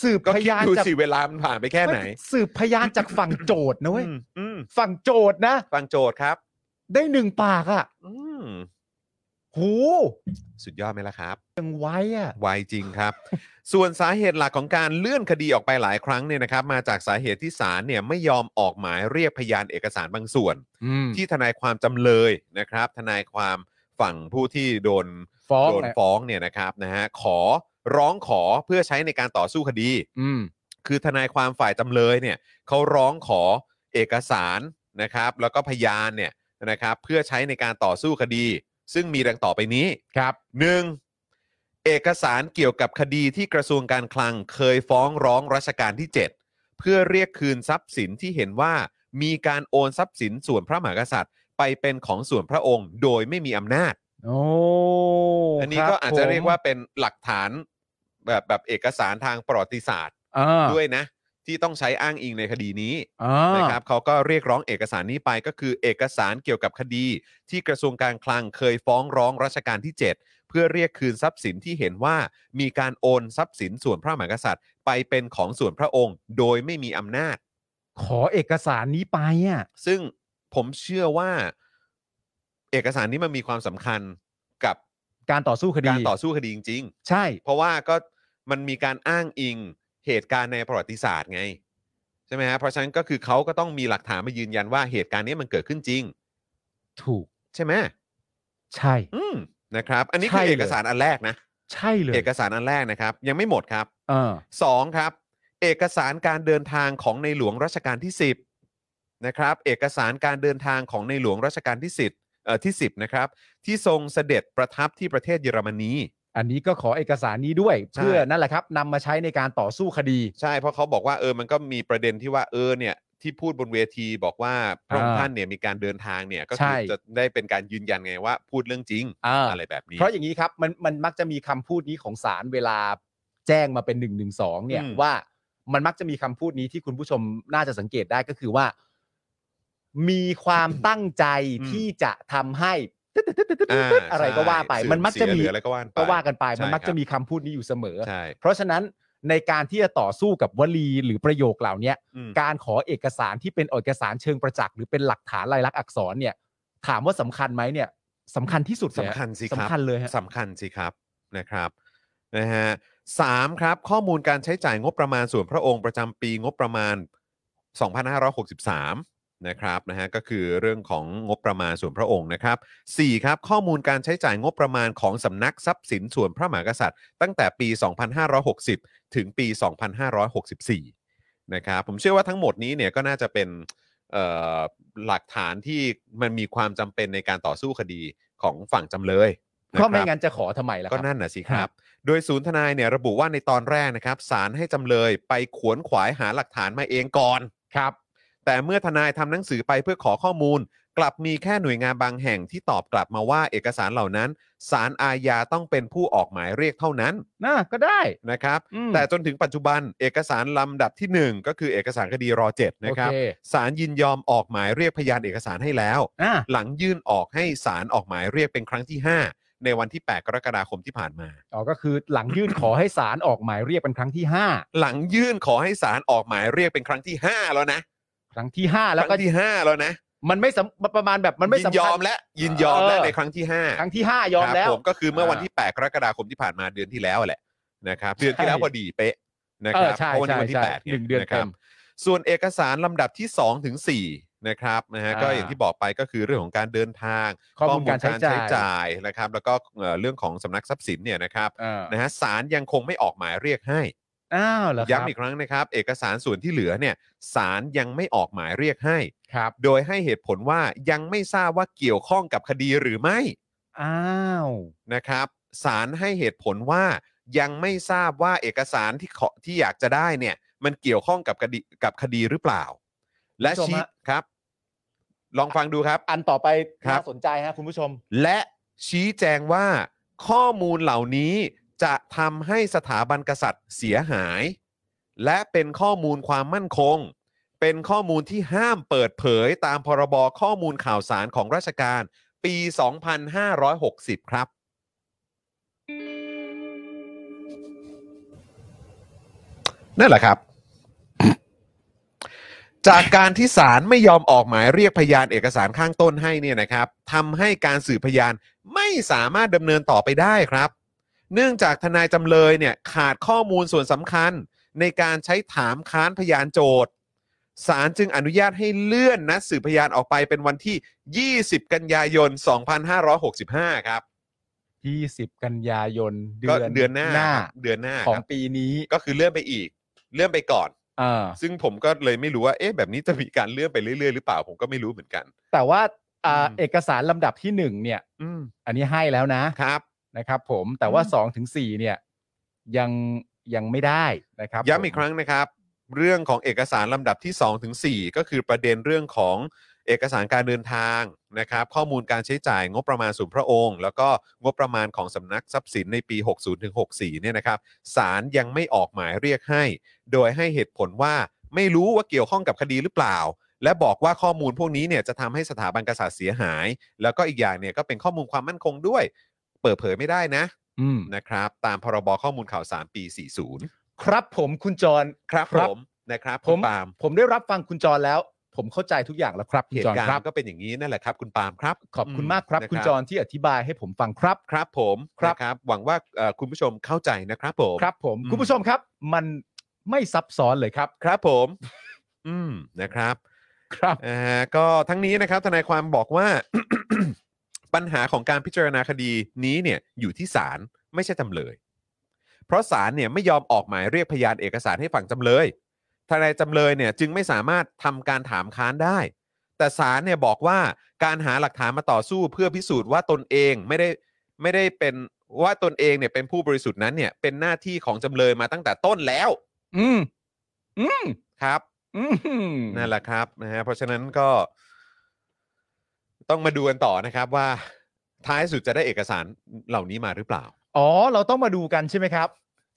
[SPEAKER 3] สืบ
[SPEAKER 2] ก็
[SPEAKER 3] พ
[SPEAKER 2] คิด
[SPEAKER 3] ยาน
[SPEAKER 2] ดู
[SPEAKER 3] จาก
[SPEAKER 2] สิเวลามันผ่านไปแค่ไหน
[SPEAKER 3] ไม่สืบพยานจากฝั่งโจทย์นะเว้ย
[SPEAKER 2] อืมอืม
[SPEAKER 3] ฝั่งโจทย์นะ
[SPEAKER 2] ฟังโจทย์ครับ
[SPEAKER 3] ได้หนึ่งปากอ่ะ
[SPEAKER 2] อืม
[SPEAKER 3] หู
[SPEAKER 2] สุดยอดไหมล่ะครับ
[SPEAKER 3] ยังไว้อ่ะ
[SPEAKER 2] ไวจริงครับ ส่วนสาเหตุหลักของการเลื่อนคดีออกไปหลายครั้งเนี่ยนะครับ มาจากสาเหตุที่ศาลเนี่ยไม่ยอมออกหมายเรียกพยานเอกสารบางส่วน ที่ทนายความจำเลยนะครับ ทนายความฝั่งผู้ที่โดน
[SPEAKER 3] ฟ้อง
[SPEAKER 2] โดน
[SPEAKER 3] แหละ
[SPEAKER 2] ฟ้องเนี่ยนะครับนะฮะขอร้องขอเพื่อใช้ในการต่อสู้คดี
[SPEAKER 3] อืม
[SPEAKER 2] คือทนายความฝ่ายจำเลยเนี่ยเขาร้องขอเอกสารนะครับ แล้วก็พยานเนี่ยนะครับ เพื่อใช้ในการต่อสู้คดี ซึ่งมีดังต่อไปนี้
[SPEAKER 3] ครับ
[SPEAKER 2] หนึ่งเอกสารเกี่ยวกับคดีที่กระทรวงการคลังเคยฟ้องร้องรัชกาลที่ 7 เพื่อเรียกคืนทรัพย์สินที่เห็นว่ามีการโอนทรัพย์สินส่วนพระมหากษัตริย์ ไปเป็นของส่วนพระองค์ โดยไม่มีอำนาจ
[SPEAKER 3] โอ้
[SPEAKER 2] อันนี้
[SPEAKER 3] คบ
[SPEAKER 2] ก็อาจจะ
[SPEAKER 3] ผม
[SPEAKER 2] เรียกว่าเป็นหลักฐานแบบแบบเอกสารทางประวัติศาสตร์
[SPEAKER 3] อ่า
[SPEAKER 2] ด้วยนะ ที่ต้องใช้อ้างอิงในคดีนี้
[SPEAKER 3] อ่า
[SPEAKER 2] นะครับเขาก็เรียกร้องเอกสารนี้ไปก็คือ เอกสารเกี่ยวกับคดี ที่กระทรวงการคลังเคยฟ้องร้องรัชกาลที่ 7 เพื่อเรียกคืนทรัพย์สินที่เห็นว่ามีการโอนทรัพย์สินส่วนพระมหากษัตริย์ ไปเป็นของส่วนพระองค์ โดยไม่มีอำนาจ
[SPEAKER 3] ขอเอกสารนี้ไปอ่ะ
[SPEAKER 2] ซึ่งผมเชื่อว่า เอกสารนี้มันมีความสำคัญกับ
[SPEAKER 3] การต่อสู้คดี
[SPEAKER 2] การต่อสู้คดีจริง
[SPEAKER 3] ใช่
[SPEAKER 2] ๆ เพราะว่าก็มันมีการอ้างอิงเหตุการณ์ในประวัติศาสตร์ไง ใช่ไหมฮะเพราะฉะนั้นก็คือเขาก็ต้องมีหลักฐานมายืนยันว่าเหตุการณ์นี้มันเกิดขึ้นจริง
[SPEAKER 3] ถูก
[SPEAKER 2] ใช่ไหม
[SPEAKER 3] ใช่
[SPEAKER 2] อืมนะครับ อันนี้
[SPEAKER 3] ใช่
[SPEAKER 2] คือ
[SPEAKER 3] เลย
[SPEAKER 2] เอกสารอันแรกนะ
[SPEAKER 3] ใช่เลย
[SPEAKER 2] เอกสารอันแรกนะครับ ยังไม่หมดครับ
[SPEAKER 3] เออ
[SPEAKER 2] สองครับ เอกสารการเดินทางของในหลวงรัชกาลที่ 10นะครับ เอกสารการเดินทางของในหลวงรัชกาลที่สิบเอ่อที่10นะครับ ที่ทรงเสด็จประทับที่ประเทศเยอรมนี
[SPEAKER 3] อันนี้ก็ขอเอกสารนี้ด้วย
[SPEAKER 2] ใช่
[SPEAKER 3] เพื่อนั่นแหละครับนำมาใช้ในการต่อสู้คดี
[SPEAKER 2] ใช่เพราะเขาบอกว่าเออมันก็มีประเด็นที่ว่าเออเนี่ยที่พูดบนเวทีบอกว่าพระองค์
[SPEAKER 3] อ่า
[SPEAKER 2] ท่านเนี่ยมีการเดินทางเนี่ยก็
[SPEAKER 3] ใช่
[SPEAKER 2] คือจะได้เป็นการยืนยันไงว่าพูดเรื่องจริง
[SPEAKER 3] อ่า
[SPEAKER 2] อะไรแบบนี้
[SPEAKER 3] เพราะอย่างนี้ครับมันมันมักจะมีคำพูดนี้ของศาลเวลาแจ้งมาเป็น1นึเนี่ย
[SPEAKER 2] อืม
[SPEAKER 3] ว่ามันมักจะมีคำพูดนี้ที่คุณผู้ชมน่าจะสังเกตได้ก็คือว่า มีความตั้งใจที่จะทำให้
[SPEAKER 2] อ่า
[SPEAKER 3] อะไรก็ว่าไป
[SPEAKER 2] ใช่
[SPEAKER 3] มันมักจะมี
[SPEAKER 2] เสียหรืออะไรก็ว่าไป
[SPEAKER 3] ก็ว่ากันไป
[SPEAKER 2] ใช่
[SPEAKER 3] มันมัก
[SPEAKER 2] ครับ
[SPEAKER 3] จะมีคำพูดนี้อยู่เสมอ
[SPEAKER 2] ใช่
[SPEAKER 3] เพราะฉะนั้นในการที่จะต่อสู้กับวลีหรือประโยคเหล่าเนี้ย
[SPEAKER 2] อืม
[SPEAKER 3] การขอเอกสารที่เป็นเอกสารเชิงประจักษ์หรือเป็นหลักฐานลายลักษณ์อักษรเนี่ย ถามว่าสำคัญไหมเนี่ยสำคัญที่สุดเลย
[SPEAKER 2] สำคัญสิค
[SPEAKER 3] สำ
[SPEAKER 2] รับ
[SPEAKER 3] คัญเลยฮะ
[SPEAKER 2] สำคัญสิครับนะครับนะฮะสามครับ ข้อมูลการใช้จ่ายงบประมาณส่วนพระองค์ประจำปีงบประมาณ 2563นะครับนะฮะก็คือเรื่องของงบประมาณส่วนพระองค์นะครับสี่ครับข้อมูลการใช้จ่ายงบประมาณของสำนักทรัพย์สินส่วนพระมหากษัตริย์ ตั้งแต่ปี 2560 ถึงปี 2564นะครับผมเชื่อว่าทั้งหมดนี้เนี่ยก็น่าจะเป็น เอ่อหลักฐานที่มันมีความจำเป็นในการต่อสู้คดีของฝั่งจำเลย
[SPEAKER 3] เพราะไม่
[SPEAKER 2] นะครับ
[SPEAKER 3] งั้นจะขอทำไมล่ะค
[SPEAKER 2] ก็
[SPEAKER 3] รับ
[SPEAKER 2] นั่นน่ะสิค
[SPEAKER 3] ค
[SPEAKER 2] รั
[SPEAKER 3] รับ บ
[SPEAKER 2] โดยศูนย์ทนายเนี่ยระบุว่าในตอนแรกนะครับศาลให้จำเลยไปขวนขวายหาหลักฐานมาเองก่อน
[SPEAKER 3] ครับ
[SPEAKER 2] แต่เมื่อทนายทำหนังสือไปเพื่อขอข้อมูล กลับมีแค่หน่วยงานบางแห่งที่ตอบกลับมาว่าเอกสารเหล่านั้นศาลอาญาต้องเป็นผู้ออกหมายเรียกเท่านั้น
[SPEAKER 3] น่าก็ได้
[SPEAKER 2] นะครับ
[SPEAKER 3] อืม
[SPEAKER 2] แต่จนถึงปัจจุบันเอกสารลำดับที่ 1 ก็คือเอกสารคดีรอ7นะครับ
[SPEAKER 3] โอเ
[SPEAKER 2] ศาลยินยอมออกหมายเรียกพยานเอกสารให้แล้ว
[SPEAKER 3] อ่ะ
[SPEAKER 2] หลังยื่นออกให้ศาลออกหมายเรียกเป็นครั้งที่ 5 ในวันที่ 8 กรกฎาคมที่ผ่านมา
[SPEAKER 3] อ๋อก็คือหลังยื่นขอให้ศาลออกหมายเรียกเป็นครั้งที่
[SPEAKER 2] หลังยื่นขอให้ศาลออกหมายเรียกเป็นครั้งที่ 5 แล้วนะ
[SPEAKER 3] 5 ครั้งที่ 5
[SPEAKER 2] ค
[SPEAKER 3] แล้วก็
[SPEAKER 2] รั้งที่ 5 แล้วนะ
[SPEAKER 3] มันไม่สำประมาณแบบมันไม่
[SPEAKER 2] ยิ
[SPEAKER 3] สำ
[SPEAKER 2] ยอ
[SPEAKER 3] คัญ
[SPEAKER 2] มและยินยอมและ
[SPEAKER 3] เออ
[SPEAKER 2] ในครั้งที่ห้า
[SPEAKER 3] ครั้งที่ 5 ยอม
[SPEAKER 2] ครับ
[SPEAKER 3] แล้ว
[SPEAKER 2] ผมก็คือเมื่อวันที่ 8 กรกฎาคมที่ผ่านมาเดือนที่แล้วแหละนะครับเดือนที่แล้วพอดีเป๊ะนะค
[SPEAKER 3] เอ
[SPEAKER 2] รั
[SPEAKER 3] อบ ใช่
[SPEAKER 2] เพราะวันนี้วันที่
[SPEAKER 3] ใช่
[SPEAKER 2] แปด
[SPEAKER 3] ใช่หนึ่งเดือน
[SPEAKER 2] ยะครับ
[SPEAKER 3] เต็ม
[SPEAKER 2] ส่วนเอกสารลำดับที่2ถึง4นะครับนะฮะก็
[SPEAKER 3] อ่า
[SPEAKER 2] อย่างที่บอกไปก็คือเรื่องของการเดินทาง
[SPEAKER 3] ข้อมูลการใช้จ่าย
[SPEAKER 2] จ่ายนะครับแล้วก็เอ่อเรื่องของสำนักทรัพย์สินเนี่ยนะครับ
[SPEAKER 3] เออ
[SPEAKER 2] นะฮะศาลยังคงไม่ออกหมายเรียกให้
[SPEAKER 3] อ้าวเหรอครับ
[SPEAKER 2] ย้ำอีกครั้งนะครับ เอกสารส่วนที่เหลือเนี่ยศาลยังไม่ออกหมายเรียกให้
[SPEAKER 3] ครับ
[SPEAKER 2] โดยให้เหตุผลว่ายังไม่ทราบว่าเกี่ยวข้องกับคดีหรือไม่
[SPEAKER 3] อ้าว
[SPEAKER 2] นะครับศาลให้เหตุผลว่ายังไม่ทราบว่าเอกสารที่ขอที่อยากจะได้เนี่ยมันเกี่ยวข้องกับคดีกับคดีหรือเปล่า และชี้ครับ ลองฟังดูครับ
[SPEAKER 3] อันต่อไป
[SPEAKER 2] ครับ
[SPEAKER 3] น่าสนใจฮะคุณผู้ชม
[SPEAKER 2] และชี้แจงว่าข้อมูลเหล่านี้จะทำให้สถาบันกษัตริย์เสียหาย และเป็นข้อมูลความมั่นคง เป็นข้อมูลที่ห้ามเปิดเผยตามพรบข้อมูลข่าวสารของราชการ ปี 2560 ครับ นั่นแหละครับ จากการที่ศาลไม่ยอมออกหมายเรียกพยานเอกสารข้างต้นให้เนี่ยนะครับทำให้การสืบพยานไม่สามารถดำเนินต่อไปได้ครับ เนื่องจากทนายจำเลยเนี่ยขาดข้อมูลส่วนสำคัญ ในการใช้ถามค้านพยานโจทย์ศาลจึงอนุญาตให้เลื่อนนัดสืบพยานออกไปเป็นวันที่ 20 กันยายน 2565 ครับ
[SPEAKER 3] 20 กันยายนเดื
[SPEAKER 2] ก็
[SPEAKER 3] อน
[SPEAKER 2] เดือนหน้าเดือนหน้า
[SPEAKER 3] ข
[SPEAKER 2] ค
[SPEAKER 3] อง
[SPEAKER 2] รับ
[SPEAKER 3] ปีนี้
[SPEAKER 2] ก็คือเลื่อนไปอีก เลื่อนไปก่อน
[SPEAKER 3] เออ
[SPEAKER 2] ซึ่งผมก็เลยไม่รู้ว่าเอ๊ะแบบนี้จะมีการเลื่อนไปเรื่อยๆหรือเปล่าผมก็ไม่รู้เหมือนกัน
[SPEAKER 3] แต่ว่าอ่า
[SPEAKER 2] อืม
[SPEAKER 3] เอกสารลำดับที่ 1 เนี่ย
[SPEAKER 2] อืม
[SPEAKER 3] อันนี้ให้แล้วนะครับ นะครับ ผมแต่ว่า
[SPEAKER 2] อืม
[SPEAKER 3] 2ถึง4เนี่ยยังยังไม่ได้นะครับ
[SPEAKER 2] ย้ำอีก
[SPEAKER 3] ผม
[SPEAKER 2] ครั้งนะครับ เรื่องของเอกสารลำดับที่ 2 ถึง 4 ก็คือประเด็นเรื่องของเอกสารการเดินทางนะครับ ข้อมูลการใช้จ่ายงบประมาณส่วนพระองค์ แล้วก็งบประมาณของสำนักทรัพย์สินในปี 60ถึง64 เนี่ยนะครับศาลยังไม่ออกหมายเรียกให้ โดยให้เหตุผลว่าไม่รู้ว่าเกี่ยวข้องกับคดีหรือเปล่า และบอกว่าข้อมูลพวกนี้เนี่ยจะทำให้สถาบันกษัตริย์เสียหาย แล้วก็อีกอย่างเนี่ยก็เป็นข้อมูลความมั่นคงด้วย เปิดเผยไม่ได้นะ
[SPEAKER 3] อืม
[SPEAKER 2] นะครับ ตามพรบข้อมูลข่าวสารปี 40
[SPEAKER 3] ครับผมคุณจร
[SPEAKER 2] ครับ
[SPEAKER 3] ค
[SPEAKER 2] ผ
[SPEAKER 3] รับ
[SPEAKER 2] มนะครับ
[SPEAKER 3] ผม
[SPEAKER 2] คุณปาล์ม
[SPEAKER 3] ผมได้รับฟังคุณจรแล้ว ผมเข้าใจทุกอย่างแล้วครับคุณ
[SPEAKER 2] เห
[SPEAKER 3] จ
[SPEAKER 2] ตุ
[SPEAKER 3] ร
[SPEAKER 2] การณ์
[SPEAKER 3] ครับ
[SPEAKER 2] ก็เป็นอย่างนี้นั่นแหละครับ คุณปาล์มครับ
[SPEAKER 3] ขอบคุณมากครับ
[SPEAKER 2] นะ
[SPEAKER 3] คุณจรที่อธิบายให้ผมฟังครับ
[SPEAKER 2] ครับผม
[SPEAKER 3] ครับ
[SPEAKER 2] นะครับ หวังว่าเอ่อคุณผู้ชมเข้าใจนะครับผม
[SPEAKER 3] ครับผม
[SPEAKER 2] อืม
[SPEAKER 3] คุณผู้ชมครับ มันไม่ซับซ้อนเลยครับ
[SPEAKER 2] ครับผม *laughs* อืมนะครับ
[SPEAKER 3] ครับ
[SPEAKER 2] อ่าก็ทั้งนี้นะครับทนายความบอกว่า *coughs* ปัญหาของการพิจารณาคดีนี้เนี่ยอยู่ที่ศาลไม่ใช่จำเลย เพราะศาลเนี่ยไม่ยอมออกหมายเรียกพยานเอกสารให้ฝั่งจำเลยทนายจำเลยเนี่ยจึงไม่สามารถทำการถามค้านได้ แต่ศาลเนี่ยบอกว่าการหาหลักฐานมาต่อสู้เพื่อพิสูจน์ว่าตนเองไม่ได้ไม่ได้เป็นว่าตนเองเนี่ยเป็นผู้บริสุทธิ์นั้นเนี่ยเป็นหน้าที่ของจำเลยมาตั้งแต่ต้นแล้ว
[SPEAKER 3] อืมอืม
[SPEAKER 2] ครับ
[SPEAKER 3] อืม
[SPEAKER 2] นั่นแหละครับนะฮะเพราะฉะนั้นก็ต้องมาดูกันต่อนะครับว่าท้ายสุดจะได้เอกสารเหล่านี้มาหรือเปล่า
[SPEAKER 3] อ๋อ เราต้องมาดูกันใช่ไหมครับ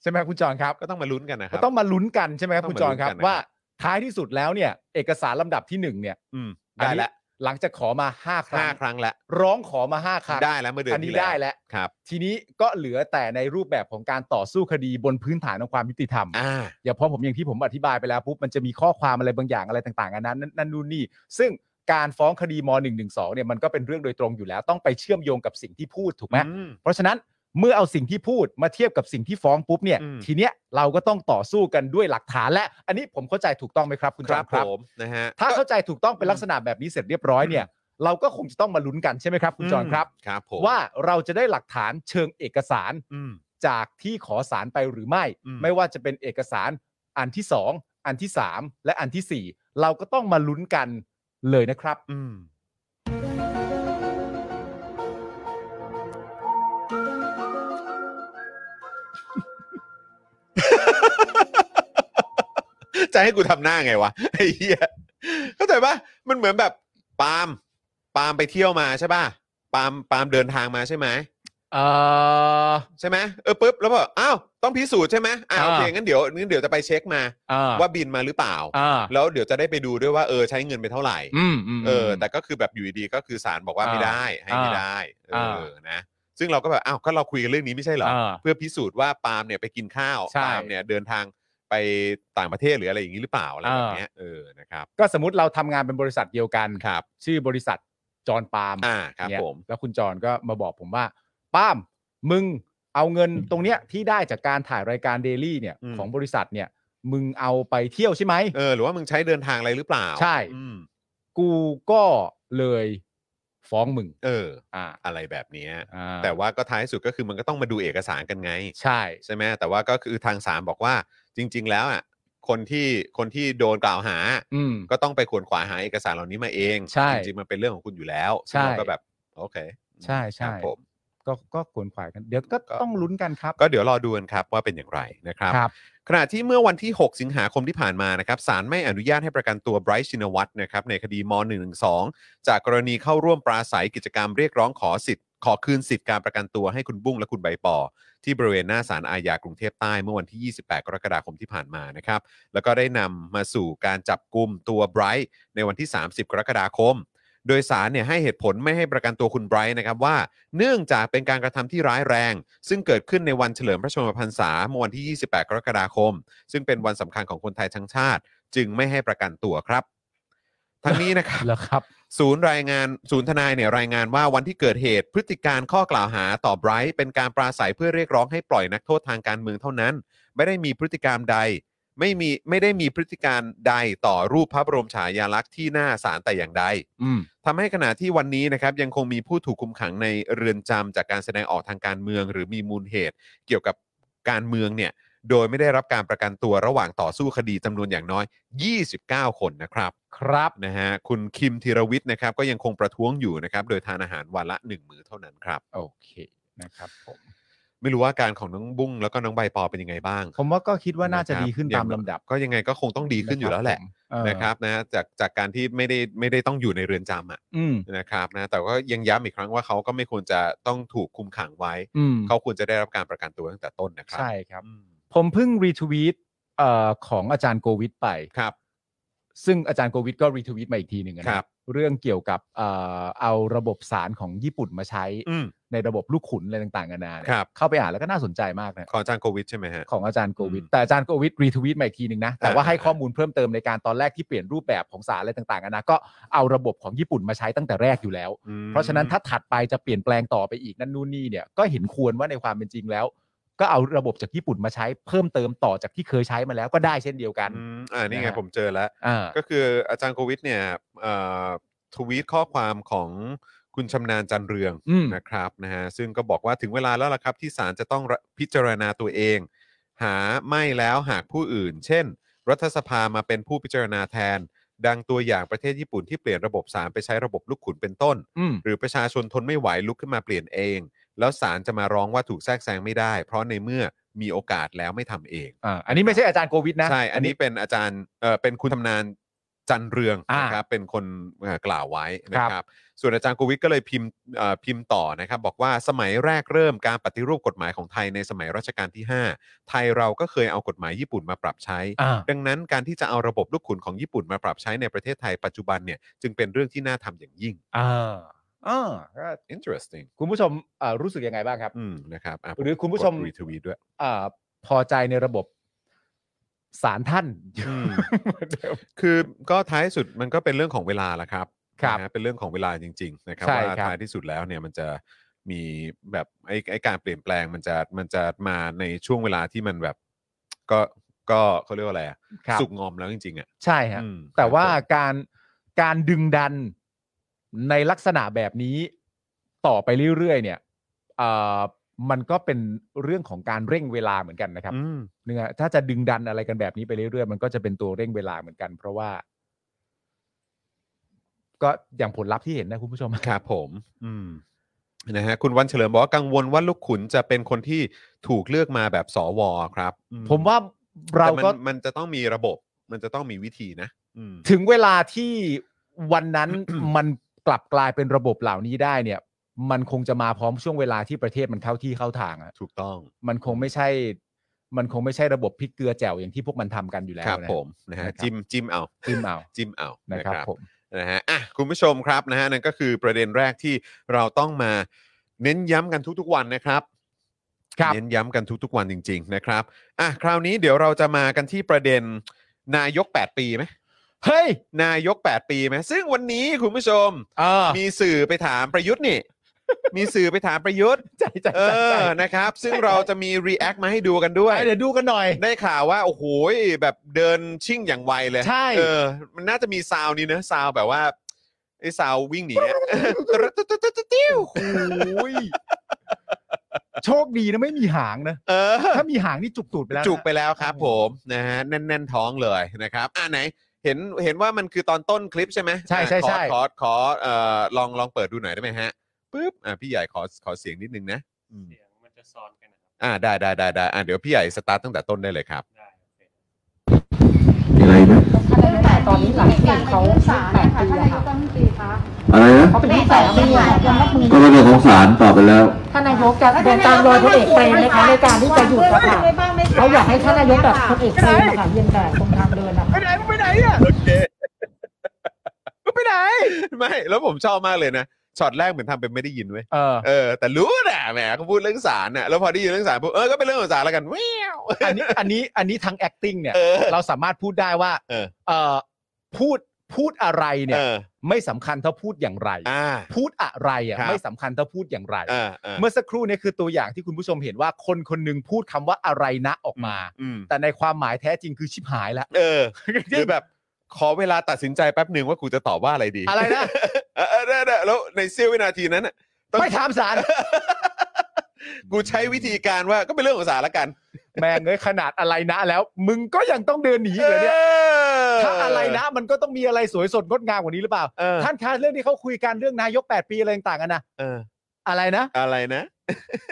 [SPEAKER 3] ใช่ไหมครับคุณจรครับ
[SPEAKER 2] ก็ต้องมาลุ้นกันนะค
[SPEAKER 3] ก็
[SPEAKER 2] รับ
[SPEAKER 3] ต้องมาลุ้นกันใช่ไหมครับ
[SPEAKER 2] ต้อง
[SPEAKER 3] คุณ
[SPEAKER 2] มา
[SPEAKER 3] จ
[SPEAKER 2] ลุ้
[SPEAKER 3] ร
[SPEAKER 2] น
[SPEAKER 3] ครับ
[SPEAKER 2] กันนะครับ
[SPEAKER 3] ว่าท้ายที่สุดแล้วเนี่ย เอกสารลำดับที่หนึ่งเนี่ย
[SPEAKER 2] อืม
[SPEAKER 3] อัน
[SPEAKER 2] ได้
[SPEAKER 3] นี้
[SPEAKER 2] แล้ว
[SPEAKER 3] หลังจากขอมาห้าครั้
[SPEAKER 2] ห้าง ครั้งแล้ว
[SPEAKER 3] ร้องขอมาห้าครั้ง
[SPEAKER 2] ได้แล้วเมื่อเดือน
[SPEAKER 3] อันนี้
[SPEAKER 2] ที่แล้ว
[SPEAKER 3] ได้แล้ว
[SPEAKER 2] ครับ
[SPEAKER 3] ทีนี้ก็เหลือแต่ในรูปแบบของการต่อสู้คดีบนพื้นฐานของความยุติธรรม
[SPEAKER 2] อ่า
[SPEAKER 3] อย่างพอผมอย่างที่ผมอธิบายไปแล้วปุ๊บมันจะมีข้อความอะไรบางอย่างอะไรต่างๆอันนั้นนั่นนู่นนี่ ซึ่งการฟ้องคดีม .112 เนี่ยมันก็เป็นเรื่องโดยตรงอยู่แล้ว ต้องไปเชื่อมโยงกับสิ่งที่พูดถูกไหม
[SPEAKER 2] อืม
[SPEAKER 3] เพราะฉะนั้นเมื่อเอาสิ่งที่พูดมาเทียบกับสิ่งที่ฟ้องปุ๊บเนี่ย
[SPEAKER 2] อืม
[SPEAKER 3] ทีเนี้ยเราก็ต้องต่อสู้กันด้วยหลักฐานและ อันนี้ผมเข้าใจถูกต้องไหมครับคุณ
[SPEAKER 2] ค
[SPEAKER 3] จอ
[SPEAKER 2] รับ
[SPEAKER 3] มครับ
[SPEAKER 2] ผมนะฮะ
[SPEAKER 3] ถ้าเข้าใจถูกต้องเป็นลักษณะแบบนี้เสร็จเรียบร้อยเนี่ย เราก็คงจะต้องมาลุ้นกันใช่ไหมครับ คุณจอมครับ
[SPEAKER 2] ครับผม
[SPEAKER 3] ว่าเราจะได้หลักฐานเชิงเอกสาร
[SPEAKER 2] อืม
[SPEAKER 3] จากที่ขอสารไปหรือไม่
[SPEAKER 2] อืม
[SPEAKER 3] ไม่ว่าจะเป็นเอกสารอันที่ 2 อันที่ 3 และอันทีสี่ 4 เราก็ต้องมาลุ้นกันเลยนะครับ
[SPEAKER 2] อืมจะให้กูทำหน้าไงวะ *laughs* ไอ้เหี้ยเข้าใจปะมันเหมือนแบบปาล์มปาล์มไปเที่ยวมาใช่ปะปาล์มปาล์มเดินทางมาใช่ไหม
[SPEAKER 3] เออ
[SPEAKER 2] ใช่ไหมเออปุ๊บแล้วแบบอ้าวต้องพิสูจน์ใช่ไหมอ้าวโอเค
[SPEAKER 3] อ่างั้
[SPEAKER 2] งั้นเดี๋ยวงั้นเดี๋ยวจะไปเช็คมา
[SPEAKER 3] อ่า
[SPEAKER 2] ว่าบินมาหรือเปล่า
[SPEAKER 3] อ่า
[SPEAKER 2] แล้วเดี๋ยวจะได้ไปดูด้วยว่าเออใช้เงินไปเท่าไหร่
[SPEAKER 3] อืมม
[SPEAKER 2] เออแต่ก็คือแบบอยู่ดีๆก็คือศาลบอกว่า
[SPEAKER 3] อ่า
[SPEAKER 2] ไม่ได้ให้ไม่ได้เอ
[SPEAKER 3] อ่า
[SPEAKER 2] อนะซึ่งเราก็แบบอ้าวก็เราคุยกันเรื่องนี้ไม่ใช่เหรอ
[SPEAKER 3] อ่า
[SPEAKER 2] เพื่อพิสูจน์ว่าปาล์มเนี่ยไปกินข้าว
[SPEAKER 3] ใช่
[SPEAKER 2] ปาล์มเนี่ยเดินทางไปต่างประเทศหรืออะไรอย่างนี้หรือเปล่าอะไรแบบเนี้ยเออนะครับ
[SPEAKER 3] ก็สมมติเราทำงานเป็นบริษัทเดียวกัน
[SPEAKER 2] ครับ
[SPEAKER 3] ชื่อบริษัทจอห์นปาล์ม
[SPEAKER 2] อ่าครับ
[SPEAKER 3] เนี่ย
[SPEAKER 2] ผม
[SPEAKER 3] แล้วคุณจอห์นก็มาบอกผมว่าปาล์มมึงเอาเงินตรงเนี้ยที่ได้จากการถ่ายรายการเดลี่เนี่ยของบริษัทเนี่ยมึงเอาไปเที่ยวใช่ไหม
[SPEAKER 2] เออหรือว่ามึงใช้เดินทางอะไรหรือเปล่า
[SPEAKER 3] ใช่
[SPEAKER 2] อืม
[SPEAKER 3] กูก็เลยฟ้องมึง
[SPEAKER 2] เออ
[SPEAKER 3] อ่า
[SPEAKER 2] อะไรแบบเนี้ย
[SPEAKER 3] อ่า
[SPEAKER 2] แต่ว่าก็ท้ายสุดก็คือมันก็ต้องมาดูเอกสารกันไง
[SPEAKER 3] ใช่
[SPEAKER 2] ใช่ไหมแต่ว่าก็คือทางศาลบอกว่าจริง ๆ แล้วอ่ะคนที่คนที่โดนกล่าวหา
[SPEAKER 3] อืม
[SPEAKER 2] ก็ต้องไปขวนขวายหาเอกสารเหล่านี้มาเอง
[SPEAKER 3] ใช่
[SPEAKER 2] จริงๆมันเป็นเรื่องของคุณอยู่แล้ว
[SPEAKER 3] ใช่
[SPEAKER 2] เราก็แบบ โอเค
[SPEAKER 3] ใช่
[SPEAKER 2] ค
[SPEAKER 3] ใช่
[SPEAKER 2] รับผม
[SPEAKER 3] ก็ ก็ก็ขวนขวายกัน เดี๋ยวก็ต้องลุ้นกันครับ
[SPEAKER 2] ก็เดี๋ยวรอดูกันครับว่าเป็นอย่างไรนะครับ
[SPEAKER 3] ครับ
[SPEAKER 2] ขณะที่เมื่อวันที่ 6 สิงหาคมที่ผ่านมานะครับศาลไม่อนุญาตให้ประกันตัวไบรท์ชินวัตรนะครับในคดีม .112 จากกรณีเข้าร่วมปราศัยกิจกรรมเรียกร้องขอสิทธิ์ ขอคืนสิทธิ์การประกันตัวให้คุณบุ้งและคุณใบปอ ที่บริเวณหน้าศาลอาญากรุงเทพใต้เมื่อวันที่ 28 กรกฎาคมที่ผ่านมานะครับ แล้วก็ได้นำมาสู่การจับกลุ่มตัวไบรท์ในวันที่ 30 กรกฎาคม โดยสารเนี่ยให้เหตุผลไม่ให้ประกันตัวคุณไบรท์นะครับว่า เนื่องจากเป็นการกระทำที่ร้ายแรง ซึ่งเกิดขึ้นในวันเฉลิมพระชนมพรรษาเมื่อวันที่ 28 กรกฎาคม ซึ่งเป็นวันสำคัญของคนไทยทั้งชาติ จึงไม่ให้ประกันตัวครับทั้งนี้นะครับ
[SPEAKER 3] แล้วครับ
[SPEAKER 2] ศูนย์รายงานศูนย์ทนายเนี่ยรายงานว่าวันที่เกิดเหตุ พฤติการข้อกล่าวหาต่อไบรท์เป็นการปราศัยเพื่อเรียกร้องให้ปล่อยนักโทษทางการเมืองเท่านั้น ไม่ได้มีพฤติกรรมใด ไม่มีไม่ได้มีพฤติการใดต่อรูปพระบรมฉายาลักษณ์ที่หน้าศาลแต่อย่างใด
[SPEAKER 3] อืม
[SPEAKER 2] ทำให้ขณะที่วันนี้นะครับยังคงมีผู้ถูกคุมขังในเรือนจำจากการแสดงออกทางการเมือง หรือมีมูลเหตุ เกี่ยวกับการเมืองเนี่ยโดยไม่ได้รับการประกันตัวระหว่างต่อสู้คดีจำนวนอย่างน้อย 29 คนนะครับ
[SPEAKER 3] ครับ
[SPEAKER 2] นะฮะคุณคิมธีรวิทย์นะครับก็ยังคงประท้วงอยู่นะครับโดยทานอาหารวันละ 1 มื้อเท่านั้นครับ
[SPEAKER 3] โอเคนะครับผม
[SPEAKER 2] ไม่รู้ว่าอาการของน้องบุ้งแล้วก็น้องใบปอเป็นยังไงบ้าง
[SPEAKER 3] ผมว่าก็คิดว่าน่าจะ
[SPEAKER 2] ครับ
[SPEAKER 3] ดีขึ้นตามลำดับ
[SPEAKER 2] ก็ยังไงก็คงต้องดีขึ้นอยู่แล้วแหละ
[SPEAKER 3] เออ
[SPEAKER 2] นะครับนะฮะจากจากการที่ไม่ได้ไม่ได้ต้องอยู่ในเรือนจำอ่ะ
[SPEAKER 3] อืม
[SPEAKER 2] นะครับนะแต่ก็ยังย้ำอีกครั้งว่าเขาก็ไม่ควรจะต้องถูกคุมขังไว้
[SPEAKER 3] อืม
[SPEAKER 2] เขาควรจะได้รับการประกันตัวตั้งแต่ต้นนะครั
[SPEAKER 3] ใช่ครับ
[SPEAKER 2] อืม
[SPEAKER 3] ผมเพิ่งรีทวีตเอ่อของอาจารย์โกวิทไป
[SPEAKER 2] ครับ
[SPEAKER 3] ซึ่งอาจารย์โกวิทก็รีทวีตมาอีกทีหนึ่งนะครับ เรื่องเกี่ยวกับเอ่อเอาระบบสารของญี่ปุ่นมาใช้
[SPEAKER 2] อืม
[SPEAKER 3] ในระบบลูกขุนอะไรต่างๆกันานาเนี่ย
[SPEAKER 2] ครับ
[SPEAKER 3] เข้าไปอ่านแล้วก็น่าสนใจมากนะ
[SPEAKER 2] ของอาจารย์โควิดใช่ไหมฮะ
[SPEAKER 3] ของอาจารย์โกวิท
[SPEAKER 2] อืม
[SPEAKER 3] แต่อาจารย์โกวิทรีทวีตมาอีกทีหนึ่งนะแต่ว่า
[SPEAKER 2] อ่า
[SPEAKER 3] ให้ข้อมูลเพิ่มเติมในการตอนแรกที่เปลี่ยนรูปแบบของสารอะไรต่างๆกันานะก็เอาระบบของญี่ปุ่นมาใช้ตั้งแต่แรกอยู่แล้ว
[SPEAKER 2] อืม
[SPEAKER 3] เพราะฉะนั้นถ้าถัดไปจะเปลี่ยนแปลงต่อไปอีกนั่นนู่นนี่เนี่ยก็เห็นควรว่าในความเป็นจริงแล้ว ก็เอาระบบจากญี่ปุ่นมาใช้เพิ่มเติมต่อจากที่เคยใช้มาแล้วก็ได้เช่นเดียวกัน
[SPEAKER 2] อืมอ่านี่ไง
[SPEAKER 3] นะฮะ
[SPEAKER 2] ผมเจอแล้ว
[SPEAKER 3] อ่า
[SPEAKER 2] ก็คืออาจารย์โควิดเนี่ยเอ่อทวีตข้อความของคุณชำนาญจันเรือง
[SPEAKER 3] อืม
[SPEAKER 2] นะครับนะฮะซึ่งก็บอกว่าถึงเวลาแล้วล่ะครับที่ศาลจะต้องพิจารณาตัวเอง หาไม่แล้วหากผู้อื่น เช่น รัฐสภามาเป็นผู้พิจารณาแทน ดังตัวอย่างประเทศญี่ปุ่นที่เปลี่ยนระบบศาลไปใช้ระบบลูกขุนเป็นต้น
[SPEAKER 3] อืม
[SPEAKER 2] หรือประชาชนทนไม่ไหวลุกขึ้นมาเปลี่ยนเอง แล้วศาลจะมาร้องว่าถูกแทรกแซงไม่ได้ เพราะในเมื่อมีโอกาสแล้วไม่ทำเอง
[SPEAKER 3] อ่าอันนี้ไม่ใช่อาจารย์โควิดนะ
[SPEAKER 2] ใช่ อันนี้เป็นอาจารย์เออเป็นคุณทำนานจันเรือง
[SPEAKER 3] อ่าน
[SPEAKER 2] นะครับ เป็นคนเอ่อกล่าวไว้นะ
[SPEAKER 3] ครั
[SPEAKER 2] ค
[SPEAKER 3] บ
[SPEAKER 2] รับ ส่วนอาจารย์โควิดก็เลยพิมพ์เอ่อพิมพ์ต่อนะครับ บอกว่าสมัยแรกเริ่มการปฏิรูปกฎหมายของไทยในสมัยรัชกาลที่ 5 ไทยเราก็เคยเอากฎหมายญี่ปุ่นมาปรับใช้
[SPEAKER 3] อ่า
[SPEAKER 2] ดังนั้นการที่จะเอาระบบลูกขุนของญี่ปุ่นมาปรับใช้ในประเทศไทยปัจจุบันเนี่ยจึงเป็นเรื่องที่น่าทำอย่างยิ่ง
[SPEAKER 3] อ่าอ่าก็
[SPEAKER 2] interesting
[SPEAKER 3] คุณผู้ชมเอ่อรู้สึกยังไงบ้างครับ
[SPEAKER 2] อืมนะครับะ
[SPEAKER 3] หรือคุณผู้ชม
[SPEAKER 2] กด retweet ด้วย
[SPEAKER 3] เอ่อพอใจในระบบสารท่าน
[SPEAKER 2] อืม *laughs* คือก็ท้ายสุดมันก็เป็นเรื่องของเวลาละครับ
[SPEAKER 3] ครับ
[SPEAKER 2] นะฮะเป็นเรื่องของเวลาจริง ๆ นะครับ
[SPEAKER 3] ใช่
[SPEAKER 2] ว่า
[SPEAKER 3] ครับ
[SPEAKER 2] ท้ายที่สุดแล้วเนี่ยมันจะมีแบบไอ้ไอ้การเปลี่ยนแปลงมันจะมันจะมาในช่วงเวลาที่มันแบบ ก็ก็เขาเรียกว่าอะไรอะ
[SPEAKER 3] ครับ
[SPEAKER 2] สุกงอมแล้วจริงๆอ่ะ
[SPEAKER 3] ใช่ฮะ
[SPEAKER 2] อืม
[SPEAKER 3] แต่ว่า
[SPEAKER 2] ครับ
[SPEAKER 3] การการดึงดันในลักษณะแบบนี้ต่อไปเรื่อยๆเนี่ยเอ่อมันก็เป็นเรื่องของการเร่งเวลาเหมือนกันนะ
[SPEAKER 2] ผ
[SPEAKER 3] ครับ
[SPEAKER 2] มอืม
[SPEAKER 3] นึกฮะถ้าจะดึงดันอะไรกันแบบนี้ไปเรื่อยๆมันก็จะเป็นตัวเร่งเวลาเหมือนกัน เพราะว่า ก็อย่างผลลัพธ์ที่เห็นนะคุณผู้ชม
[SPEAKER 2] ครับผม อืมนะฮะคุณวันเฉลิมบอกว่ากังวลว่าลูกขุนจะเป็นคนที่ถูกเลือกมาแบบสวครับอื
[SPEAKER 3] ผมว่าเรา
[SPEAKER 2] แต่มัน
[SPEAKER 3] ก็
[SPEAKER 2] มันจะต้องมีระบบ มันจะต้องมีวิธีนะอืม
[SPEAKER 3] ถึงเวลาที่วันนั้น
[SPEAKER 2] *coughs*
[SPEAKER 3] มันกลับกลายเป็นระบบเหล่านี้ได้เนี่ย มันคงจะมาพร้อมช่วงเวลาที่ประเทศมันเข้าที่เข้าทางอะ
[SPEAKER 2] ถูกต้อง
[SPEAKER 3] มันคงไม่ใช่ มันคงไม่ใช่ระบบพริกเกลือแจ่วอย่างที่พวกมันทำกันอยู่แล้ว
[SPEAKER 2] ครับ
[SPEAKER 3] นะ
[SPEAKER 2] ผมนะฮะ
[SPEAKER 3] นะครับ
[SPEAKER 2] จิ้มจิ้มเอา
[SPEAKER 3] จิ้มเอา
[SPEAKER 2] จิ้มเอา
[SPEAKER 3] นะ
[SPEAKER 2] นะครับ ครับ
[SPEAKER 3] ผม
[SPEAKER 2] นะฮะอ่ะคุณผู้ชมครับนะฮะนั่นก็คือประเด็นแรกที่เราต้องมาเน้นย้ำกันทุกๆวันนะครับ
[SPEAKER 3] ครับ
[SPEAKER 2] เน้นย้ำกันทุกๆวันจริง ๆ นะครับอ่ะคราวนี้เดี๋ยวเราจะมากันที่ประเด็นนายก 8 ปีไหม
[SPEAKER 3] เฮ้ย
[SPEAKER 2] นายก 8 ปีไหมซึ่งวันนี้คุณผู้ชม
[SPEAKER 3] เออ
[SPEAKER 2] มีสื่อไปถามประยุทธ์นี่
[SPEAKER 3] *laughs*
[SPEAKER 2] มีสื่อไปถามประยุทธ์
[SPEAKER 3] ใจใจ
[SPEAKER 2] เอ
[SPEAKER 3] ใจใจ
[SPEAKER 2] อนะครับ ซึ่งเราจะมี React มาให้ดูกันด้วย
[SPEAKER 3] เดี๋ยวดูกันหน่อย
[SPEAKER 2] ได้ข่าวว่าโอ้โหแบบเดินชิ่งอย่างไวเลย
[SPEAKER 3] ใช่
[SPEAKER 2] เออ มันน่าจะมีซาวน์นี้นะซาวน์แบบว่าไอ้ซาวน์วิ่งหนีอะ
[SPEAKER 3] โอ้โหยโชคดีนะไม่มีหางนะ
[SPEAKER 2] เออ
[SPEAKER 3] ถ้ามีหางนี่จุกตูดไปแล้วนะ
[SPEAKER 2] จุกไปแล้วครับผมนะฮะแน่น ๆ ท้องเลยนะครับ อ่าไหน เห็นเห็นว่ามันคือตอนต้นคลิปใช่ไหม
[SPEAKER 3] ใช่ใช่
[SPEAKER 2] อ่ะ
[SPEAKER 3] ใช่
[SPEAKER 2] ขอขอขอเอ่อลองลองเปิดดูหน่อยได้ไหมฮะ ปุ๊บอ่ะพี่ใหญ่ขอขอเสียงนิดนึงนะอืม
[SPEAKER 4] เสียงมันจะซ้อนกันนะครับ
[SPEAKER 2] อ่าได้ได้ได้ได้อ่ะเดี๋ยวพี่ใหญ่สตาร์ทตั้งแต่ต้นได้เลยครับ
[SPEAKER 4] ได้โอเค
[SPEAKER 5] อะไรนะ
[SPEAKER 6] ตั้งแต่ตอนนี้หลังเกณฑ์เขา
[SPEAKER 7] ศาล
[SPEAKER 6] แปด
[SPEAKER 7] นะคะ
[SPEAKER 6] ปี
[SPEAKER 7] ท่านนายกรัฐมนตรีคะ
[SPEAKER 6] อะค่ะ
[SPEAKER 5] อะไรนะ
[SPEAKER 6] เขาเป็นลูกสาวที่ยอมรับมือ
[SPEAKER 5] ก็เป็นเรื่องของศาลตอบไปแล้ว
[SPEAKER 6] ท่านนายกจะเดินตามรอยพลเอกเปรมนะคะในการที่จะหยุดอะค่ะเขาอยากให้ท่านนายกแบบพลเอกเปรมอะค่ะเยืนแต่ตรงทางเดินนะคะ
[SPEAKER 2] ไปไหนไปไหนอ่ะโอเคไปไหนไม่แล้วผมชอบมากเลยนะช็อตแรกเหมือนทำเป็นไม่ได้ยินเว้ย
[SPEAKER 3] เออ
[SPEAKER 2] เออแต่รู้นะแหมเขาพูดเรื่องสารน่ะแล้วพอได้ยินเรื่องสารปุ๊บเออก็เป็นเรื่องของสารแล้วกันแว้าว
[SPEAKER 3] อันนี้อันนี้อันนี้ทั้ง acting เนี่ย
[SPEAKER 2] เออ
[SPEAKER 3] เราสามารถพูดได้ว่า
[SPEAKER 2] เออ
[SPEAKER 3] เออพูดพูดอะไรเนี่ย
[SPEAKER 2] เออ
[SPEAKER 3] ไม่สำคัญเท่าพูดอย่างไร
[SPEAKER 2] อ่า
[SPEAKER 3] พูดอะไรอ่ะ
[SPEAKER 2] ครับ
[SPEAKER 3] ไม่สำคัญเท่าพูดอย่างไร
[SPEAKER 2] เออเออ
[SPEAKER 3] เมื่อสักครู่เนี่ยคือตัวอย่างที่คุณผู้ชมเห็นว่าคนคนหนึงพูดคำว่าอะไรนะออกมา
[SPEAKER 2] อืม
[SPEAKER 3] แต่ในความหมายแท้จริงคือชิบหายแล้ว
[SPEAKER 2] *laughs* เออหรือแบบ ขอเวลาตัดสินใจแป๊บหนึ่งว่ากูจะตอบว่าอะไรดี
[SPEAKER 3] อะไรนะ
[SPEAKER 2] เออเออได้ได้แล้วในเสี้ยววินาทีนั้นน่ะต้อง
[SPEAKER 3] *laughs* ไม่ถามสาร
[SPEAKER 2] กูใช้วิธีการว่าก็เป็นเรื่องของสารแล้วกัน
[SPEAKER 3] แม่งเอ้ยขนาดอะไรนะแล้ว มึงก็ยังต้องเดินหนีอีกเลยเนี่ยถ้าอะไรนะ มันก็ต้องมีอะไรสวยสดงดงามกว่านี้หรือเปล่า
[SPEAKER 2] เออ
[SPEAKER 3] ท่านคะเรื่องที่เขาคุยกันเรื่องนายก 8 ปีอะไรต่างๆกันนะ
[SPEAKER 2] เออ
[SPEAKER 3] อะไรนะ
[SPEAKER 2] อะไรนะ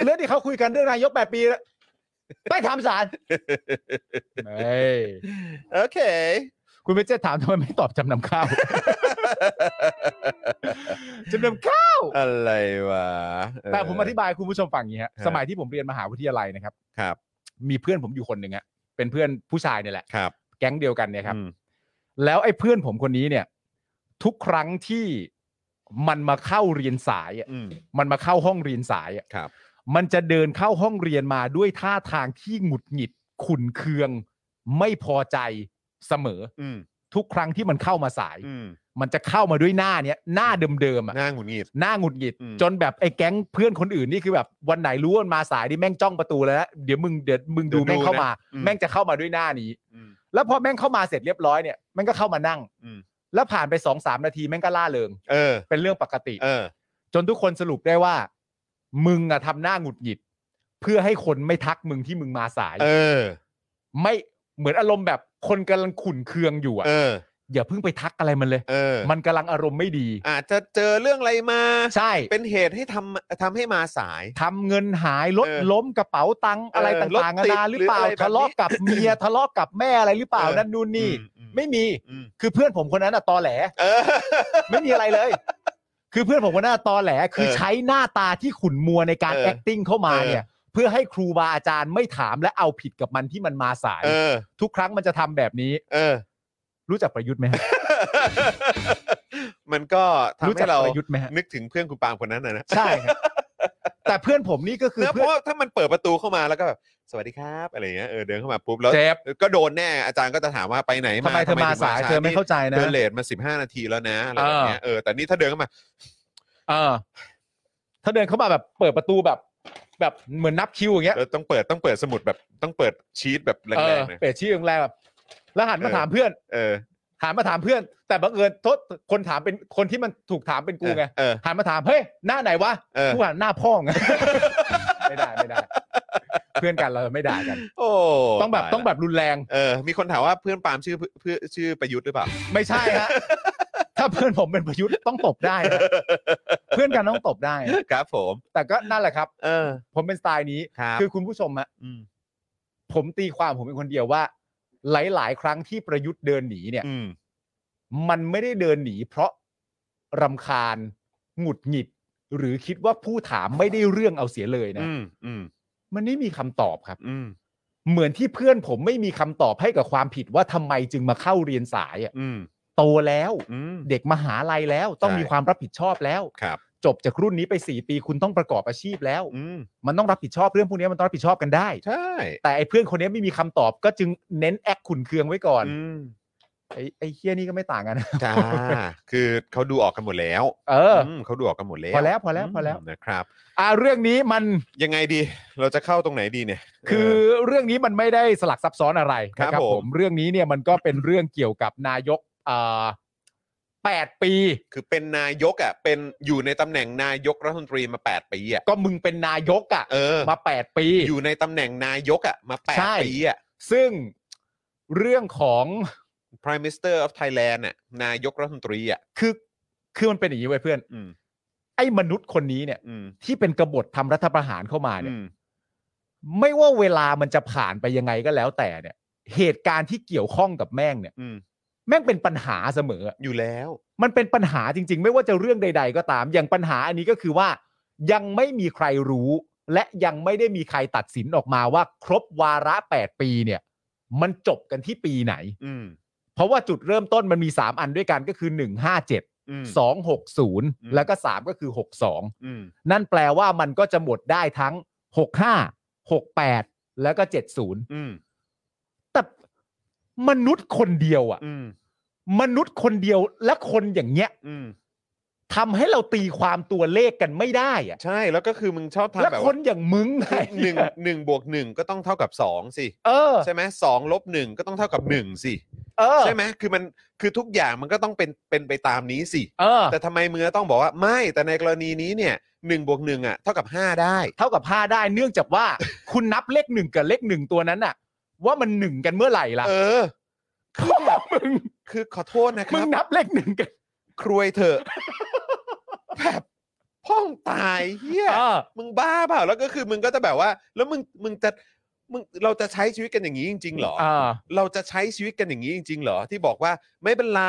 [SPEAKER 3] เรื่องที่เขาคุยกันเรื่องนายก 8 ปีไม่ถามสาร *laughs* ไม่
[SPEAKER 2] โอเค *laughs*
[SPEAKER 3] คุณเวชเจตถามทำไมไม่ตอบจำนำข้าว *laughs* จำนำข้าว
[SPEAKER 2] อะไรวะเ
[SPEAKER 3] แต่ผมอธิบายคุณผู้ชมฟังอย่างนี้ฮะ
[SPEAKER 2] ฮะ
[SPEAKER 3] สมัยที่ผมเรียนมหาวิทยาลัยนะครับ
[SPEAKER 2] ครับ
[SPEAKER 3] มีเพื่อนผมอยู่คนหนึ่งฮะเป็นเพื่อนผู้ชายเนี่ยแหละ
[SPEAKER 2] ครับ
[SPEAKER 3] แก๊งเดียวกันเนี่ยครับ
[SPEAKER 2] อืม
[SPEAKER 3] แล้วไอ้เพื่อนผมคนนี้เนี่ย ทุกครั้งที่มันมาเข้าเรียนสายอ่ะ
[SPEAKER 2] อืม
[SPEAKER 3] มันมาเข้าห้องเรียนสายอ่ะ
[SPEAKER 2] ครับ
[SPEAKER 3] มันจะเดินเข้าห้องเรียนมาด้วยท่าทางที่หงุดหงิด ขุนเคือง ไม่พอใจเสมอ
[SPEAKER 2] อืม
[SPEAKER 3] ทุกครั้งที่มันเข้ามาสาย
[SPEAKER 2] อืม
[SPEAKER 3] มันจะเข้ามาด้วยหน้าเนี้ยหน้าเดิมๆอ่ะ
[SPEAKER 2] หน้าหงุดหงิด
[SPEAKER 3] หน้าหงุดหงิด
[SPEAKER 2] อืม
[SPEAKER 3] จนแบบไอ้แก๊งเพื่อนคนอื่นนี่คือแบบวันไหนรู้ว่ามันมาสายนี่แม่งจ้องประตูแล้วนะเดี๋ยวมึงเดี๋ยวมึงดูแม่งเข้ามา แม่งจะเข้ามาด้วยหน้านี้
[SPEAKER 2] อืม
[SPEAKER 3] แล้วพอแม่งเข้ามาเสร็จเรียบร้อยเนี่ยแม่งก็เข้ามานั่ง
[SPEAKER 2] อืม
[SPEAKER 3] แล้วผ่านไปสองสามนาทีแม่งก็ล่าเริง
[SPEAKER 2] เออ
[SPEAKER 3] เป็นเรื่องปกติ
[SPEAKER 2] เออ
[SPEAKER 3] จนทุกคนสรุปได้ว่า มึงอะทำหน้าหงุดหงิด เพื่อให้คนไม่ทักมึงที่มึงมาสาย
[SPEAKER 2] เออ
[SPEAKER 3] ไม่เหมือนอารมณ์แบบคนกำลังขุ่นเคืองอยู่อะ
[SPEAKER 2] เออ
[SPEAKER 3] อย่าเพิ่งไปทักอะไรมันเลย
[SPEAKER 2] เออ
[SPEAKER 3] มันกำลังอารมณ์ไม่ดี
[SPEAKER 2] อาจจะเจอเรื่องอะไรมา
[SPEAKER 3] ใช่
[SPEAKER 2] เป็นเหตุให้ทำทำให้มาสาย
[SPEAKER 3] ทำเงินหายรถ
[SPEAKER 2] เออ
[SPEAKER 3] ล้มกระเป๋าตังค์อะไร
[SPEAKER 2] เออ
[SPEAKER 3] ต่างๆ
[SPEAKER 2] รถ
[SPEAKER 3] นา
[SPEAKER 2] ติด
[SPEAKER 3] นาหรือเปล่า
[SPEAKER 2] หรืออะไรแบบนี้
[SPEAKER 3] ทะเลาะกับเมียทะเลาะกับแม่อะไรหรือเปล่า
[SPEAKER 2] เออ
[SPEAKER 3] นั่นนู่นนี่
[SPEAKER 2] อื
[SPEAKER 3] ไม่มี
[SPEAKER 2] อืม
[SPEAKER 3] คือเพื่อนผมคนนั้นอะตอแหล
[SPEAKER 2] เออ
[SPEAKER 3] ไม่มีอะไรเลย คือเพื่อนผมคนหน้าตอแหล คือ
[SPEAKER 2] เออ
[SPEAKER 3] ใช้หน้าตาที่ขุนมัวในการ
[SPEAKER 2] เออ
[SPEAKER 3] acting เข้ามาเนี่ย เพื่อให้ครูบาอาจารย์ไม่ถามและเอาผิดกับมันที่มันมาสาย
[SPEAKER 2] เออ
[SPEAKER 3] ทุกครั้งมันจะทำแบบนี้
[SPEAKER 2] เออ *laughs*
[SPEAKER 3] รู้จักประยุทธ์ไหมฮะ
[SPEAKER 2] มันก็ทำ
[SPEAKER 3] รู้
[SPEAKER 2] ให้
[SPEAKER 3] จั
[SPEAKER 2] เรา
[SPEAKER 3] ประยุทธ์ไหมฮะ
[SPEAKER 2] นึกถึงเพื่อนคุณปาล์มคนนั้นนะนะ
[SPEAKER 3] ใช่ครับแต่เพื่อนผมนี่ก็คือ
[SPEAKER 2] นะเพ
[SPEAKER 3] เพื่อ
[SPEAKER 2] ราะ
[SPEAKER 3] น
[SPEAKER 2] ว่าถ้ามันเปิดประตูเข้ามาแล้วก็แบบสวัสดีครับอะไรอย่างเงี้ยเออเดินเข้ามาปุ๊บแล้ว
[SPEAKER 3] เจ็บ
[SPEAKER 2] ก็โดนแน่อาจารย์ก็จะถามว่าไปไหน
[SPEAKER 3] ทำ
[SPEAKER 2] มา
[SPEAKER 3] ไมเธอมาสายเธอไม่เข้าใจนะ
[SPEAKER 2] เดินเลทมา 15 นาทีแล้วนะอะไรแบบเนี้ยเออแต่นี่ถ้าเดินเข้ามา
[SPEAKER 3] เออ ถ้าเดินเข้ามาแบบเปิดประตูแบบ แบบเหมือนนับคิวอย่างเงี้ย
[SPEAKER 2] เออต้องเปิดต้องเปิดสมุดแบบต้องเปิดชีตแบบแร
[SPEAKER 3] เออง
[SPEAKER 2] ๆนะ
[SPEAKER 3] เปิดชื่อโรงแรมแบบแล้วหันมาถามเพื่อน
[SPEAKER 2] เออ
[SPEAKER 3] หันมาถามเพื่อน แต่บังเอิญโทษคนถามเป็นคนที่มันถูกถามเป็นกูไง
[SPEAKER 2] เออ
[SPEAKER 3] หันมาถามเฮ้ยหน้าไหนวะ
[SPEAKER 2] เออ
[SPEAKER 3] กูหันหน้าพ่อไง *laughs* ไม่ได้ไม่ได้ เพื่อนกันเราไม่ด่ากัน
[SPEAKER 2] โอ้
[SPEAKER 3] ต้องแบบ
[SPEAKER 2] ายละ
[SPEAKER 3] ต้องแบบรุนแรง
[SPEAKER 2] เออ มีคนถามว่าเพื่อนปาล์มชื่อเพื่อเพื่อชื่อประยุทธ์หรือเปล่า
[SPEAKER 3] ไม่ใช่ฮะ ถ้าเพื่อนผมเป็นประยุทธ์ต้องตบได้นะเพื่อนกันต้องตบได้ *laughs* นะครับ
[SPEAKER 2] ผม
[SPEAKER 3] แต่ก็นั่นแหละครับ
[SPEAKER 2] เออ
[SPEAKER 3] ผมเป็นสไตล์นี้
[SPEAKER 2] ครับ
[SPEAKER 3] คือคุณผู้ชมฮะ
[SPEAKER 2] อืม
[SPEAKER 3] ผมตีความผมเป็นคนเดียวว่า หลาย ๆ ครั้งที่ประยุทธ์เดินหนีเนี่ย
[SPEAKER 2] อืม
[SPEAKER 3] มันไม่ได้เดินหนี เพราะรำคาญหงุดหงิด หรือคิดว่าผู้ถามไม่ได้เรื่องเอาเสียเลยนะ
[SPEAKER 2] อืมอืม
[SPEAKER 3] มันไม่มีคำตอบครับ
[SPEAKER 2] อืม
[SPEAKER 3] เหมือนที่เพื่อนผมไม่มีคำตอบให้กับความผิดว่าทำไมจึงมาเข้าเรียนสายอะ
[SPEAKER 2] อืม
[SPEAKER 3] โตแล้ว
[SPEAKER 2] อืม
[SPEAKER 3] เด็กมหาลัยแล้ว ต้อง
[SPEAKER 2] ใช่
[SPEAKER 3] มีความรับผิดชอบแล้ว
[SPEAKER 2] ครับ
[SPEAKER 3] จบจากรุ่นนี้ไป 4 ปีคุณต้องประกอบอาชีพแล้ว
[SPEAKER 2] อืม
[SPEAKER 3] มันต้องรับผิดชอบเรื่องพวกนี้มันต้องรับผิดชอบกันได้
[SPEAKER 2] ใช่
[SPEAKER 3] แต่ไอ้เพื่อนคนนี้ไม่มีคำตอบก็จึงเน้นแอคขุนเคืองไว้ก่อน
[SPEAKER 2] อืม
[SPEAKER 3] ไอ้ไอ้เฮี้ยนี่ก็ไม่
[SPEAKER 2] *laughs*
[SPEAKER 3] ต่างกันนะ
[SPEAKER 2] จ้าคือเขาดูออกกันหมดแล้ว
[SPEAKER 3] เอออ
[SPEAKER 2] มเขาดูออกกันหมดแล้ว
[SPEAKER 3] พอแล้วพอแล้วพอแล้ว
[SPEAKER 2] มนะครับ
[SPEAKER 3] อ่าเรื่องนี้มัน
[SPEAKER 2] ยังไงดีเราจะเข้าตรงไหนดีเนี่ย
[SPEAKER 3] คือเรื่องนี้มันไม่ได้สลักซับซ้อนอะไร
[SPEAKER 2] ครับ
[SPEAKER 3] นะครับ
[SPEAKER 2] ผ
[SPEAKER 3] ผม มเรื่องนี้เนี่ยมันก็เป็นเรื่องเกี่ยวกับนายกอ่าแปดปี
[SPEAKER 2] คือเป็นนายกอ่ะเป็นอยู่ในตำแหน่งนายกรัฐมนตรีมา 8 ปีอ่ะ
[SPEAKER 3] ก็มึงเป็นนายกอ่ะ
[SPEAKER 2] เออ
[SPEAKER 3] มาแปดปี
[SPEAKER 2] อยู่ในตำแหน่งนายกอ่ะมา
[SPEAKER 3] ใช่
[SPEAKER 2] 8 ปีอ่ะ
[SPEAKER 3] ซึ่งเรื่องของ
[SPEAKER 2] Prime Minister of Thailand น่ะนายกรัฐมนตรีอ่ะ
[SPEAKER 3] คือคือมันเป็นอย่างนี้เว้ยเพื่อน
[SPEAKER 2] อืม
[SPEAKER 3] ไอ้มนุษย์คนนี้เนี่ย
[SPEAKER 2] อืม
[SPEAKER 3] ที่เป็นกบฏทำรัฐประหารเข้ามา
[SPEAKER 2] อื
[SPEAKER 3] เนี่ย
[SPEAKER 2] ม
[SPEAKER 3] ไม่ว่าเวลามันจะผ่านไปยังไงก็แล้วแต่เนี่ย เหตุการณ์ที่เกี่ยวข้องกับแม่งเนี่ย
[SPEAKER 2] อืม
[SPEAKER 3] แม่งเป็นปัญหาเสมอ
[SPEAKER 2] อยู่แล้ว
[SPEAKER 3] มันเป็นปัญหาจริง ๆ ไม่ว่าจะเรื่องใด ๆ ก็ตาม อย่างปัญหาอันนี้ก็คือว่า ยังไม่มีใครรู้ และยังไม่ได้มีใครตัดสินออกมาว่า ครบวาระ 8 ปีเนี่ย มันจบกันที่ปีไหน
[SPEAKER 2] อืม
[SPEAKER 3] เพราะว่าจุดเริ่มต้นมันมี 3 อันด้วยกันก็คือ 157
[SPEAKER 2] อืม ม
[SPEAKER 3] 260 แล้วก็ 3 ก็คือ 62
[SPEAKER 2] อืม
[SPEAKER 3] นั่นแปลว่ามันก็จะหมดได้ทั้ง 65 68 แล้วก็ 70
[SPEAKER 2] อืม
[SPEAKER 3] แต่มนุษย์คนเดียวอะ
[SPEAKER 2] อืม
[SPEAKER 3] มนุษย์คนเดียวและคนอย่างเงี้ย
[SPEAKER 2] อืม
[SPEAKER 3] ทำให้เราตีความตัวเลขกันไม่ได้อะ
[SPEAKER 2] ใช่แล้วก็คือมึงชอบ
[SPEAKER 3] แล้
[SPEAKER 2] ทำ
[SPEAKER 3] ว
[SPEAKER 2] แบบ
[SPEAKER 3] ค
[SPEAKER 2] ว่าน
[SPEAKER 3] อย่างมึงไง
[SPEAKER 2] หนึ่งหนึ่งบวกหนึ่งก็ต้องเท่ากับสองสิ
[SPEAKER 3] เออ
[SPEAKER 2] ใช่ไหมสองลบหนึ่งก็ต้องเท่ากับหนึ่งสิ
[SPEAKER 3] เออ
[SPEAKER 2] ใช่ไหมคือมันคือทุกอย่างมันก็ต้องเป็นเป็นไปตามนี้สิ
[SPEAKER 3] เออ
[SPEAKER 2] แต่ทำไมมือต้องบอกว่าไม่แต่ในกรณีนี้เนี่ยหนึ่งบวกหนึ่งอ่ะเท่ากับห้าได้
[SPEAKER 3] เท่ากับห้าได้เนื่องจาก *laughs* ว่า คุณนับเลขหนึ่งกับเลขหนึ่งตัวนั้นน่ะ ว่ามันหนึ่งกันเมื่อไหร่ล่ะ
[SPEAKER 2] เออ
[SPEAKER 3] มึง
[SPEAKER 2] คือขอโทษนะครั
[SPEAKER 3] มึง
[SPEAKER 2] บ
[SPEAKER 3] นับเลขหนึ่งกัน
[SPEAKER 2] ครวยเถอะ *laughs* แบบพ่องตายเฮีย
[SPEAKER 3] เออ
[SPEAKER 2] มึงบ้าเปล่าแล้วก็คือมึงก็จะแบบว่า แล้วมึงมึงจะมึงเราจะใช้ชีวิตกันอย่างนี้จริงๆเหรอ
[SPEAKER 3] เออ
[SPEAKER 2] เราจะใช้ชีวิตกันอย่างนี้จริงๆเหรอ ที่บอกว่าไม่เป็นไร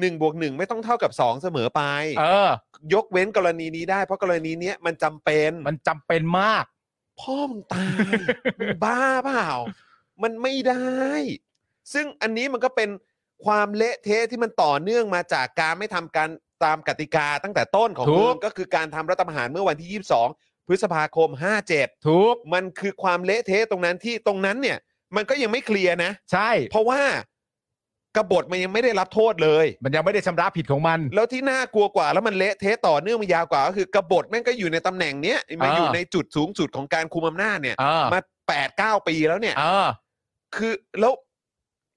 [SPEAKER 2] หนึ่งบวกหนึ่งไม่ต้องเท่ากับสองเสมอไป
[SPEAKER 3] เออ
[SPEAKER 2] ยกเว้นกรณีนี้ได้เพราะกรณีเนี้ยมันจำเป็น
[SPEAKER 3] มันจำเป็นมาก
[SPEAKER 2] พ่อมึงตาย มึงบ้าเปล่า มันไม่ได้ ซึ่งอันนี้มันก็เป็นความเละเทะที่มันต่อเนื่องมาจากการไม่ทำการตามกติกาตั้งแต่ต้นของ
[SPEAKER 3] ถูก
[SPEAKER 2] มึงก็คือการทำรัฐประหารเมื่อวันที่ 22 พฤษภาคม
[SPEAKER 3] ถูก
[SPEAKER 2] 57 มันคือความเละเทะตรงนั้นที่ตรงนั้นเนี่ย มันก็ยังไม่เคลียร์นะ
[SPEAKER 3] ใช่
[SPEAKER 2] เพราะว่ากบฏมันยังไม่ได้รับโทษเลย
[SPEAKER 3] มันยังไม่ได้ชำระผิดของมัน
[SPEAKER 2] แล้วที่น่ากลัวกว่าแล้วมันเละเทะต่อเนื่องมายาวกว่า ก็คือกบฏแม่งก็อยู่ในตำแหน่งเนี้ยมา
[SPEAKER 3] อ่า
[SPEAKER 2] อยู่ในจุดสูงสุดของการคุมอำนาจเนี่ย
[SPEAKER 3] เออ
[SPEAKER 2] มาแปดเก้าปีแล้วเนี่ย
[SPEAKER 3] เออ
[SPEAKER 2] คือแล้ว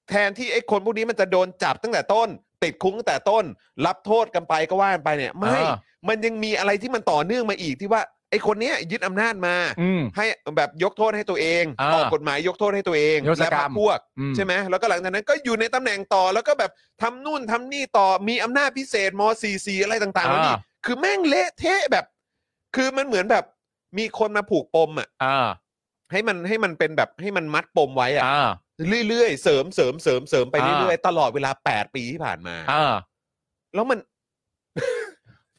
[SPEAKER 2] แทนที่ไอ้คนพวกนี้มันจะโดนจับตั้งแต่ต้น ติดคุกตั้งแต่ต้น รับโทษกันไปก็ว่ากันไปเนี่ย ไม่
[SPEAKER 3] อ่า
[SPEAKER 2] มันยังมีอะไรที่มันต่อเนื่องมาอีกที่ว่าไอ้คนเนี้ยยึดอำนาจมา
[SPEAKER 3] อืม
[SPEAKER 2] ให้แบบยกโทษให้ตัวเอง
[SPEAKER 3] อ่า
[SPEAKER 2] ออกกฎหมายยกโทษให้ตัวเอง
[SPEAKER 3] ยกส
[SPEAKER 2] และ
[SPEAKER 3] กร
[SPEAKER 2] พร
[SPEAKER 3] ร
[SPEAKER 2] ร
[SPEAKER 3] ม
[SPEAKER 2] คพวก
[SPEAKER 3] อืม
[SPEAKER 2] ใช่ไหมแล้วก็หลังจากนั้นก็อยู่ในตำแหน่งต่อแล้วก็แบบทำนู่นทำนี่ต่อมีอำนาจพิเศษม .44 อะไรต่างๆแล้วนี่คือแม่งเละเทะแบบ คือมันเหมือนแบบมีคนมาผูกปมอ่ะ
[SPEAKER 3] อ่า
[SPEAKER 2] ให้มันให้มันเป็นแบบให้มันมัดปมไว้อ่ะ
[SPEAKER 3] อ่า
[SPEAKER 2] เรื่อยๆเสริมเสริมเสริมเสริมไป
[SPEAKER 3] อ่า
[SPEAKER 2] เรื่อยๆตลอดเวลา 8 ปีที่ผ่านมา
[SPEAKER 3] อ่า
[SPEAKER 2] แล้วมัน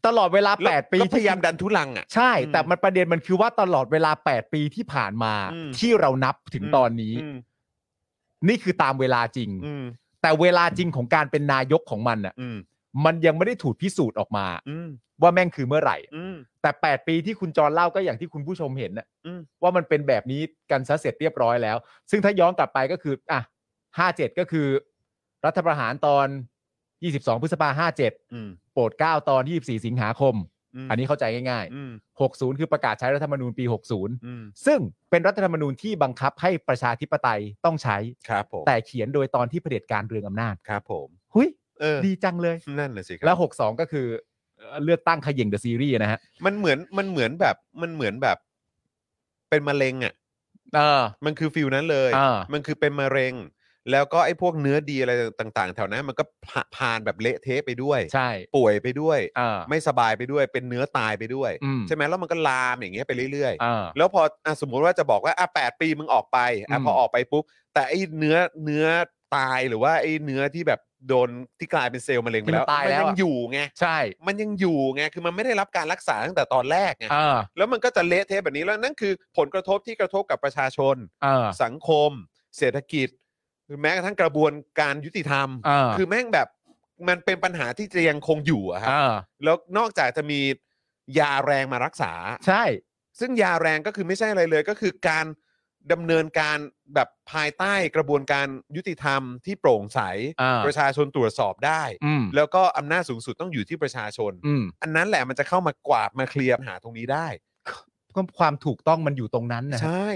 [SPEAKER 3] ตลอดเวลา
[SPEAKER 2] ล้ว
[SPEAKER 3] 8 ปี
[SPEAKER 2] ล้วพ
[SPEAKER 3] ที่
[SPEAKER 2] ยายามดันทุลังอ่ะ
[SPEAKER 3] ใช่
[SPEAKER 2] อืม
[SPEAKER 3] แต่มันประเด็นมันคือว่าตลอดเวลา 8 ปีที่ผ่านมา
[SPEAKER 2] อืม
[SPEAKER 3] ที่เรานับถึงตอนนี้
[SPEAKER 2] อืม
[SPEAKER 3] นี่คือตามเวลาจริง
[SPEAKER 2] อืม
[SPEAKER 3] แต่เวลาจริงของการเป็นนายกของมันน่ะ
[SPEAKER 2] อืม
[SPEAKER 3] มันยังไม่ได้ถูกพิสูจน์ออกมา
[SPEAKER 2] อืม
[SPEAKER 3] ว่าแม่งคือเมื่อไหร่
[SPEAKER 2] อืม
[SPEAKER 3] แต่ 8 ปีที่คุณจรเล่าก็อย่างที่คุณผู้ชมเห็นน่ะ
[SPEAKER 2] อืม
[SPEAKER 3] ว่ามันเป็นแบบนี้กันซะเสร็จเรียบร้อยแล้ว ซึ่งถ้าย้อนกลับไปก็คือ อ่ะ 57 ก็คือ รัฐประหารตอน 22 พฤษภา57
[SPEAKER 2] อืม
[SPEAKER 3] โปรดเกล้าตอน 24 สิงหาคม
[SPEAKER 2] ม
[SPEAKER 3] อันนี้เข้าใจง่าย
[SPEAKER 2] อืม
[SPEAKER 3] ๆ 60 คือประกาศใช้รัฐธรรมนูญปี 60
[SPEAKER 2] อืม
[SPEAKER 3] ซึ่งเป็นรัฐธรรมนูญที่บังคับให้ประชาธิปไตยต้องใช้
[SPEAKER 2] ครับผม
[SPEAKER 3] แต่เขียนโดยตอนที่เผด็จการเรืองอำนาจ
[SPEAKER 2] ครับผม
[SPEAKER 3] หุย
[SPEAKER 2] เออ
[SPEAKER 3] ดีจังเลย
[SPEAKER 2] นั่นแหละสิครั
[SPEAKER 3] แล้ว 62 ก็คือเอ่อเลือกตั้งเขย่งเดอะซีรีส์นะฮะ
[SPEAKER 2] มันเหมือนมันเหมือนแบบมันเหมือนแบบ เป็นมะเร็งอ่ะ
[SPEAKER 3] เออ
[SPEAKER 2] มันคือฟิลนั้นเลย
[SPEAKER 3] เออ
[SPEAKER 2] มันคือเป็นมะเร็ง แล้วก็ไอ้พวกเนื้อดีอะไรต่าง ๆ แถวนั้น มันก็ผ่าผ่านแบบเละเทะไปด้วย
[SPEAKER 3] ใช่
[SPEAKER 2] ป่วยไปด้วย
[SPEAKER 3] เออ
[SPEAKER 2] ไม่สบายไปด้วย เป็นเนื้อตายไปด้วย
[SPEAKER 3] อืม
[SPEAKER 2] ใช่ไหมแล้วมันก็ลามอย่างเงี้ยไปเรื่อย
[SPEAKER 3] เออ
[SPEAKER 2] ๆ แล้วพออะสมมุติว่าจะบอกว่าอ่ะแปดปีมึงออกไปอ่ะ
[SPEAKER 3] อืม
[SPEAKER 2] พอออกไปปุ๊บ แต่ไอ้เนื้อเนื้อตายหรือว่าไอ้เนื้อที่แบบโดนที่กลายเป็นเซลล์มะเร็งไป
[SPEAKER 3] ที่มั
[SPEAKER 2] แล้
[SPEAKER 3] น
[SPEAKER 2] ว
[SPEAKER 3] ตายแล้ว
[SPEAKER 2] มัยั
[SPEAKER 3] อะ
[SPEAKER 2] งอยู่ไง
[SPEAKER 3] ใช่
[SPEAKER 2] มันยังอยู่ไง คือมันไม่ได้รับการรักษาตั้งแต่ตอนแรกไง
[SPEAKER 3] เออ
[SPEAKER 2] แล้วมันก็จะเละเทะแบบนี้แล้วนั่นคือผลกระทบที่กระทบกับประชาชน
[SPEAKER 3] เออ
[SPEAKER 2] สังคม เศรษฐกิจหรือแม้กระทั่งกระบวนการยุติธรรม
[SPEAKER 3] เออ
[SPEAKER 2] คือแม่งแบบมันเป็นปัญหาที่จะยังคงอยู่อะค
[SPEAKER 3] เอ
[SPEAKER 2] รับ
[SPEAKER 3] อ
[SPEAKER 2] แล้วนอกจากจะมียาแรงมารักษา
[SPEAKER 3] ใช่
[SPEAKER 2] ซึ่งยาแรงก็คือไม่ใช่อะไรเลย ก็คือการดำเนินการแบบภายใต้กระบวนการยุติธรรมที่โปร่งใส
[SPEAKER 3] เออ
[SPEAKER 2] ประชาชนตรวจสอบได้
[SPEAKER 3] อืม
[SPEAKER 2] แล้วก็อำนาจสูงสุดต้องอยู่ที่ประชาชน
[SPEAKER 3] อืม
[SPEAKER 2] อันนั้นแหละมันจะเข้ามากวาดมาเคลียร์ปัญหาตรงนี้ได้
[SPEAKER 3] ก็ความถูกต้องมันอยู่ตรงนั้นนะฮะ
[SPEAKER 2] ใช่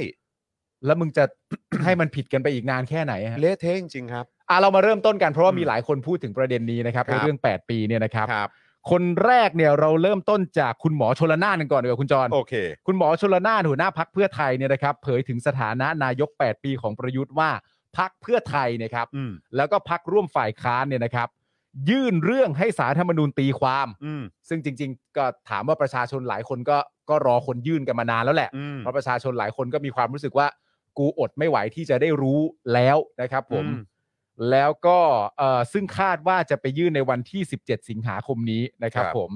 [SPEAKER 3] แล้วมึงจะ *coughs* ให้มันผิดกันไปอีกนานแค่ไหนฮะ
[SPEAKER 2] เละเทะจริงๆครับ
[SPEAKER 3] อ่ะเรามาเริ่มต้นกันเพราะว่า
[SPEAKER 2] อืม
[SPEAKER 3] มีหลายคนพูดถึงประเด็นนี้นะครับ
[SPEAKER 2] ครับ
[SPEAKER 3] ในเรื่อง 8 ปีเนี่ยนะครับ
[SPEAKER 2] ครับ
[SPEAKER 3] คนแรกเนี่ยเราเริ่มต้นจากคุณหมอชลนานกันก่อนดีกว่าคุณจร
[SPEAKER 2] โอเค
[SPEAKER 3] คุณหมอชลนานหัวหน้าพักเพื่อไทยเนี่ยนะครับ เผยถึงสถานะนายก 8 ปีของประยุทธ์ว่าพักเพื่อไทยเนะครับ
[SPEAKER 2] อืม
[SPEAKER 3] แล้วก็พักร่วมฝ่ายค้านเนี่ยนะครับ ยื่นเรื่องให้สารรัฐธรรมนูญตีความ
[SPEAKER 2] อืม
[SPEAKER 3] ซึ่งจริง ๆ ก็ถามว่าประชาชนหลายคนก็ก็รอคนยื่นกันมานานแล้วแหละ
[SPEAKER 2] อืม
[SPEAKER 3] เพราะประชาชนหลายคนก็มีความรู้สึกว่ากูอดไม่ไหวที่จะได้รู้แล้วนะครับผม
[SPEAKER 2] อืม
[SPEAKER 3] แล้วก็เอ่อซึ่งคาดว่าจะไปยื่นในวันที่ 17 สิงหาคมนี้นะครับผม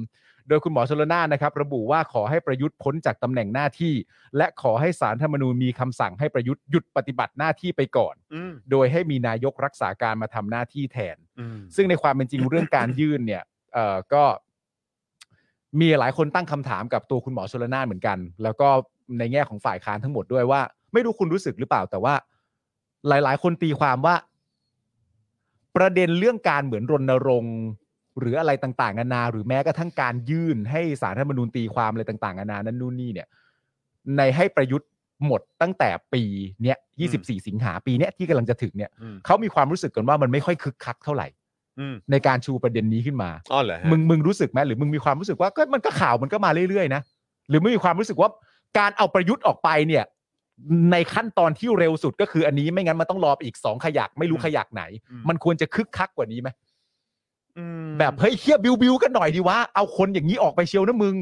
[SPEAKER 3] โดยคุณหมอชลนานนะครับ ระบุว่าขอให้ประยุทธ์พ้นจากตำแหน่งหน้าที่ และขอให้สารธรรมนูญมีคำสั่งให้ประยุทธ์หยุดปฏิบัติหน้าที่ไปก่อน
[SPEAKER 2] อืม
[SPEAKER 3] โดยให้มีนายกรักษาการมาทำหน้าที่แทน
[SPEAKER 2] อืม
[SPEAKER 3] ซึ่งในความเป็นจริง เรื่องการยื่นเนี่ยเอ่อก็มีหลายคนตั้งคำถามกับตัวคุณหมอชลนานเหมือนกัน แล้วก็ในแง่ของฝ่ายค้านทั้งหมดด้วยว่า ไม่รู้คุณรู้สึกหรือเปล่า แต่ว่า หลาย ๆ คนตีความว่า ประเด็นเรื่องการเหมือนรณรงค์ หรืออะไรต่างๆนานา หรือแม้กระทั่งการยื่นให้สารรัฐธรรมนูญตีความอะไรต่างๆนานานั้นนู่นนี่เนี่ย ในให้ประยุทธ์หมดตั้งแต่ปีเนี้ย24 สิงหาปีเนี้ยที่กำลังจะถึงเนี่ย
[SPEAKER 2] อืม
[SPEAKER 3] เขามีความรู้สึกกันว่ามันไม่ค่อยคึกคักเท่าไหร่
[SPEAKER 2] อืม
[SPEAKER 3] ในการชูประเด็นนี้ขึ้นมา
[SPEAKER 2] อ๋อเหรอฮะ
[SPEAKER 3] มึงมึงรู้สึกไหมหรือมึงมีความรู้สึกว่าก็มันก็ข่าวมันก็มาเรื่อยๆนะ หรือไม่มีความรู้สึกว่าการเอาประยุทธ์ออกไปเนี่ย ในขั้นตอนที่เร็วสุดก็คืออันนี้ไม่งั้นมันต้องรอไปอีกสองขยักไม่รู้ขยักไหน มันควรจะคึกคักกว่านี้ไหม
[SPEAKER 2] อืม
[SPEAKER 3] แบบเฮ้ยเคียบิวบิวกันหน่อยดีวะเอาคนอย่างนี้ออกไปเชียวนะมึง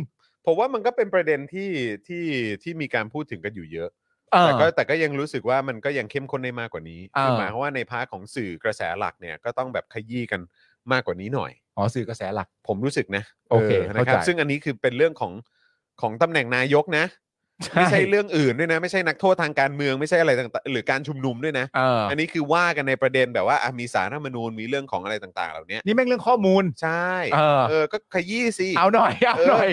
[SPEAKER 2] ผมว่ามันก็เป็นประเด็นที่ที่ที่มีการพูดถึงกันอยู่เยอะ
[SPEAKER 3] เออ
[SPEAKER 2] แต่ก็แต่ก็ยังรู้สึกว่ามันก็ยังเข้มข้นได้มากกว่านี้
[SPEAKER 3] อ่า
[SPEAKER 2] คือหมายความว่าในพาร์ทของสื่อกระแสหลักเนี่ยก็ต้องแบบขยี้กันมากกว่านี้หน่อย
[SPEAKER 3] อ๋อสื่อกระแสหลัก
[SPEAKER 2] ผมรู้สึกนะ
[SPEAKER 3] โอเค
[SPEAKER 2] นะ
[SPEAKER 3] เข้า
[SPEAKER 2] ครับ
[SPEAKER 3] ใจ
[SPEAKER 2] ซึ่งอันนี้คือเป็นเรื่องของของตำแหน่งนายกนะ ไม่ใช่เรื่องอื่นด้วยนะ ไม่ใช่นักโทษทางการเมืองไม่ใช่อะไรต่างๆหรือการชุมนุมด้วยนะ
[SPEAKER 3] เออ
[SPEAKER 2] อันนี้คือว่ากันในประเด็นแบบว่าอ่ะมีสารรัฐธรรมนูญมีเรื่องของอะไรต่าง ๆ เหล่านี้
[SPEAKER 3] นี่แม่งเรื่องข้อมูล
[SPEAKER 2] ใช่
[SPEAKER 3] เออ
[SPEAKER 2] เออก็ขยี้สิ
[SPEAKER 3] เอาหน่อยเอาหน่อย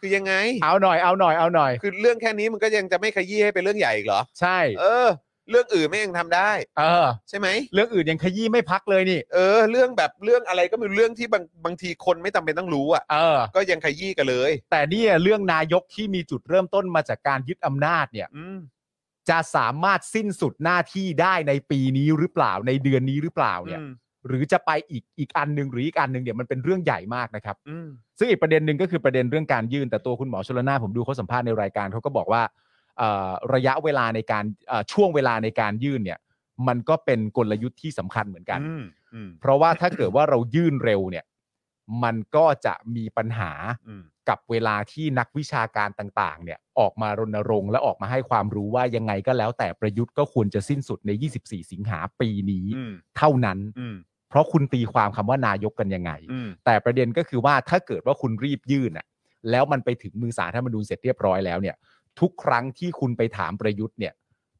[SPEAKER 2] คือยังไง
[SPEAKER 3] เอาหน่อยเอาหน่อยเอาหน่อย
[SPEAKER 2] คือเรื่องแค่นี้มันก็ยังจะไม่ขยี้ให้เป็นเรื่องใหญ่อีกเหรอ
[SPEAKER 3] ใช่
[SPEAKER 2] เออ เรื่องอื่นไม่ยังทำได้
[SPEAKER 3] เออ
[SPEAKER 2] ใช่ไหม
[SPEAKER 3] เรื่องอื่นยังขยี้ไม่พักเลยนี่
[SPEAKER 2] เออ เรื่องแบบเรื่องอะไรก็เป็นเรื่องที่บางบางทีคนไม่จำเป็นต้องรู้อ่ะ
[SPEAKER 3] เออ
[SPEAKER 2] ก็ยังขยี้กันเลย
[SPEAKER 3] แต่เนี่ยเรื่องนายกที่มีจุดเริ่มต้นมาจากการยึดอำนาจเนี่ย
[SPEAKER 2] อืม
[SPEAKER 3] จะสามารถสิ้นสุดหน้าที่ได้ในปีนี้หรือเปล่าในเดือนนี้หรือเปล่าเนี่ย
[SPEAKER 2] อืม
[SPEAKER 3] หรือจะไปอีกอีกอันหนึ่งหรืออีกอันหนึ่งเนี่ยมันเป็นเรื่องใหญ่มากนะครับ
[SPEAKER 2] อืม
[SPEAKER 3] ซึ่งอีกประเด็นหนึ่งก็คือประเด็นเรื่องการยื่นแต่ตัวคุณหมอชลนาผมดูเขาสัมภาษณ์ในรายการเขาก็บอกว่าเอ่อระยะเวลาในการเอ่อช่วงเวลาในการยื่นเนี่ย มันก็เป็นกลยุทธ์ที่สำคัญเหมือนกัน
[SPEAKER 2] อืม อืม
[SPEAKER 3] เพราะว่าถ้าเกิดว่าเรายื่นเร็วเนี่ย มันก็จะมีปัญหา
[SPEAKER 2] อืม
[SPEAKER 3] กับเวลาที่นักวิชาการต่างๆ เนี่ยออกมารณรงค์และออกมาให้ความรู้ว่ายังไงก็แล้วแต่ประยุทธ์ก็ควรจะสิ้นสุดใน 24 สิงหาปีนี้
[SPEAKER 2] อืม
[SPEAKER 3] เท่านั้น
[SPEAKER 2] อืม
[SPEAKER 3] เพราะคุณตีความคำว่านายกกันยังไง
[SPEAKER 2] อืม
[SPEAKER 3] แต่ประเด็นก็คือว่าถ้าเกิดว่าคุณรีบยื่นอ่ะแล้วมันไปถึงมือสารรัฐธรรมนูญเสร็จเรียบร้อยแล้วเนี่ย ทุกครั้งที่คุณไปถามประยุทธ์เนี่ย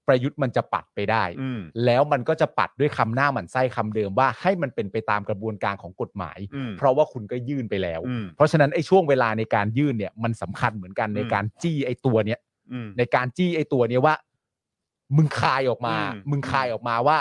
[SPEAKER 3] ประยุทธ์มันจะปัดไปได้
[SPEAKER 2] อืม
[SPEAKER 3] แล้วมันก็จะปัดด้วยคำหน้าหมันไส้คำเดิมว่าให้มันเป็นไปตามกระบวนการของกฎหมาย
[SPEAKER 2] อืม
[SPEAKER 3] เพราะว่าคุณก็ยื่นไปแล้ว
[SPEAKER 2] อืม
[SPEAKER 3] เพราะฉะนั้นไอ้ช่วงเวลาในการยื่นเนี่ยมันสำคัญเหมือนกันในการจี้ไอ้ตัวเนี้ย
[SPEAKER 2] อืม
[SPEAKER 3] ในการจี้ไอ้ตัวเนี้ยว่า มึงคายออกมา
[SPEAKER 2] อืม
[SPEAKER 3] มึงคายออกมาว่า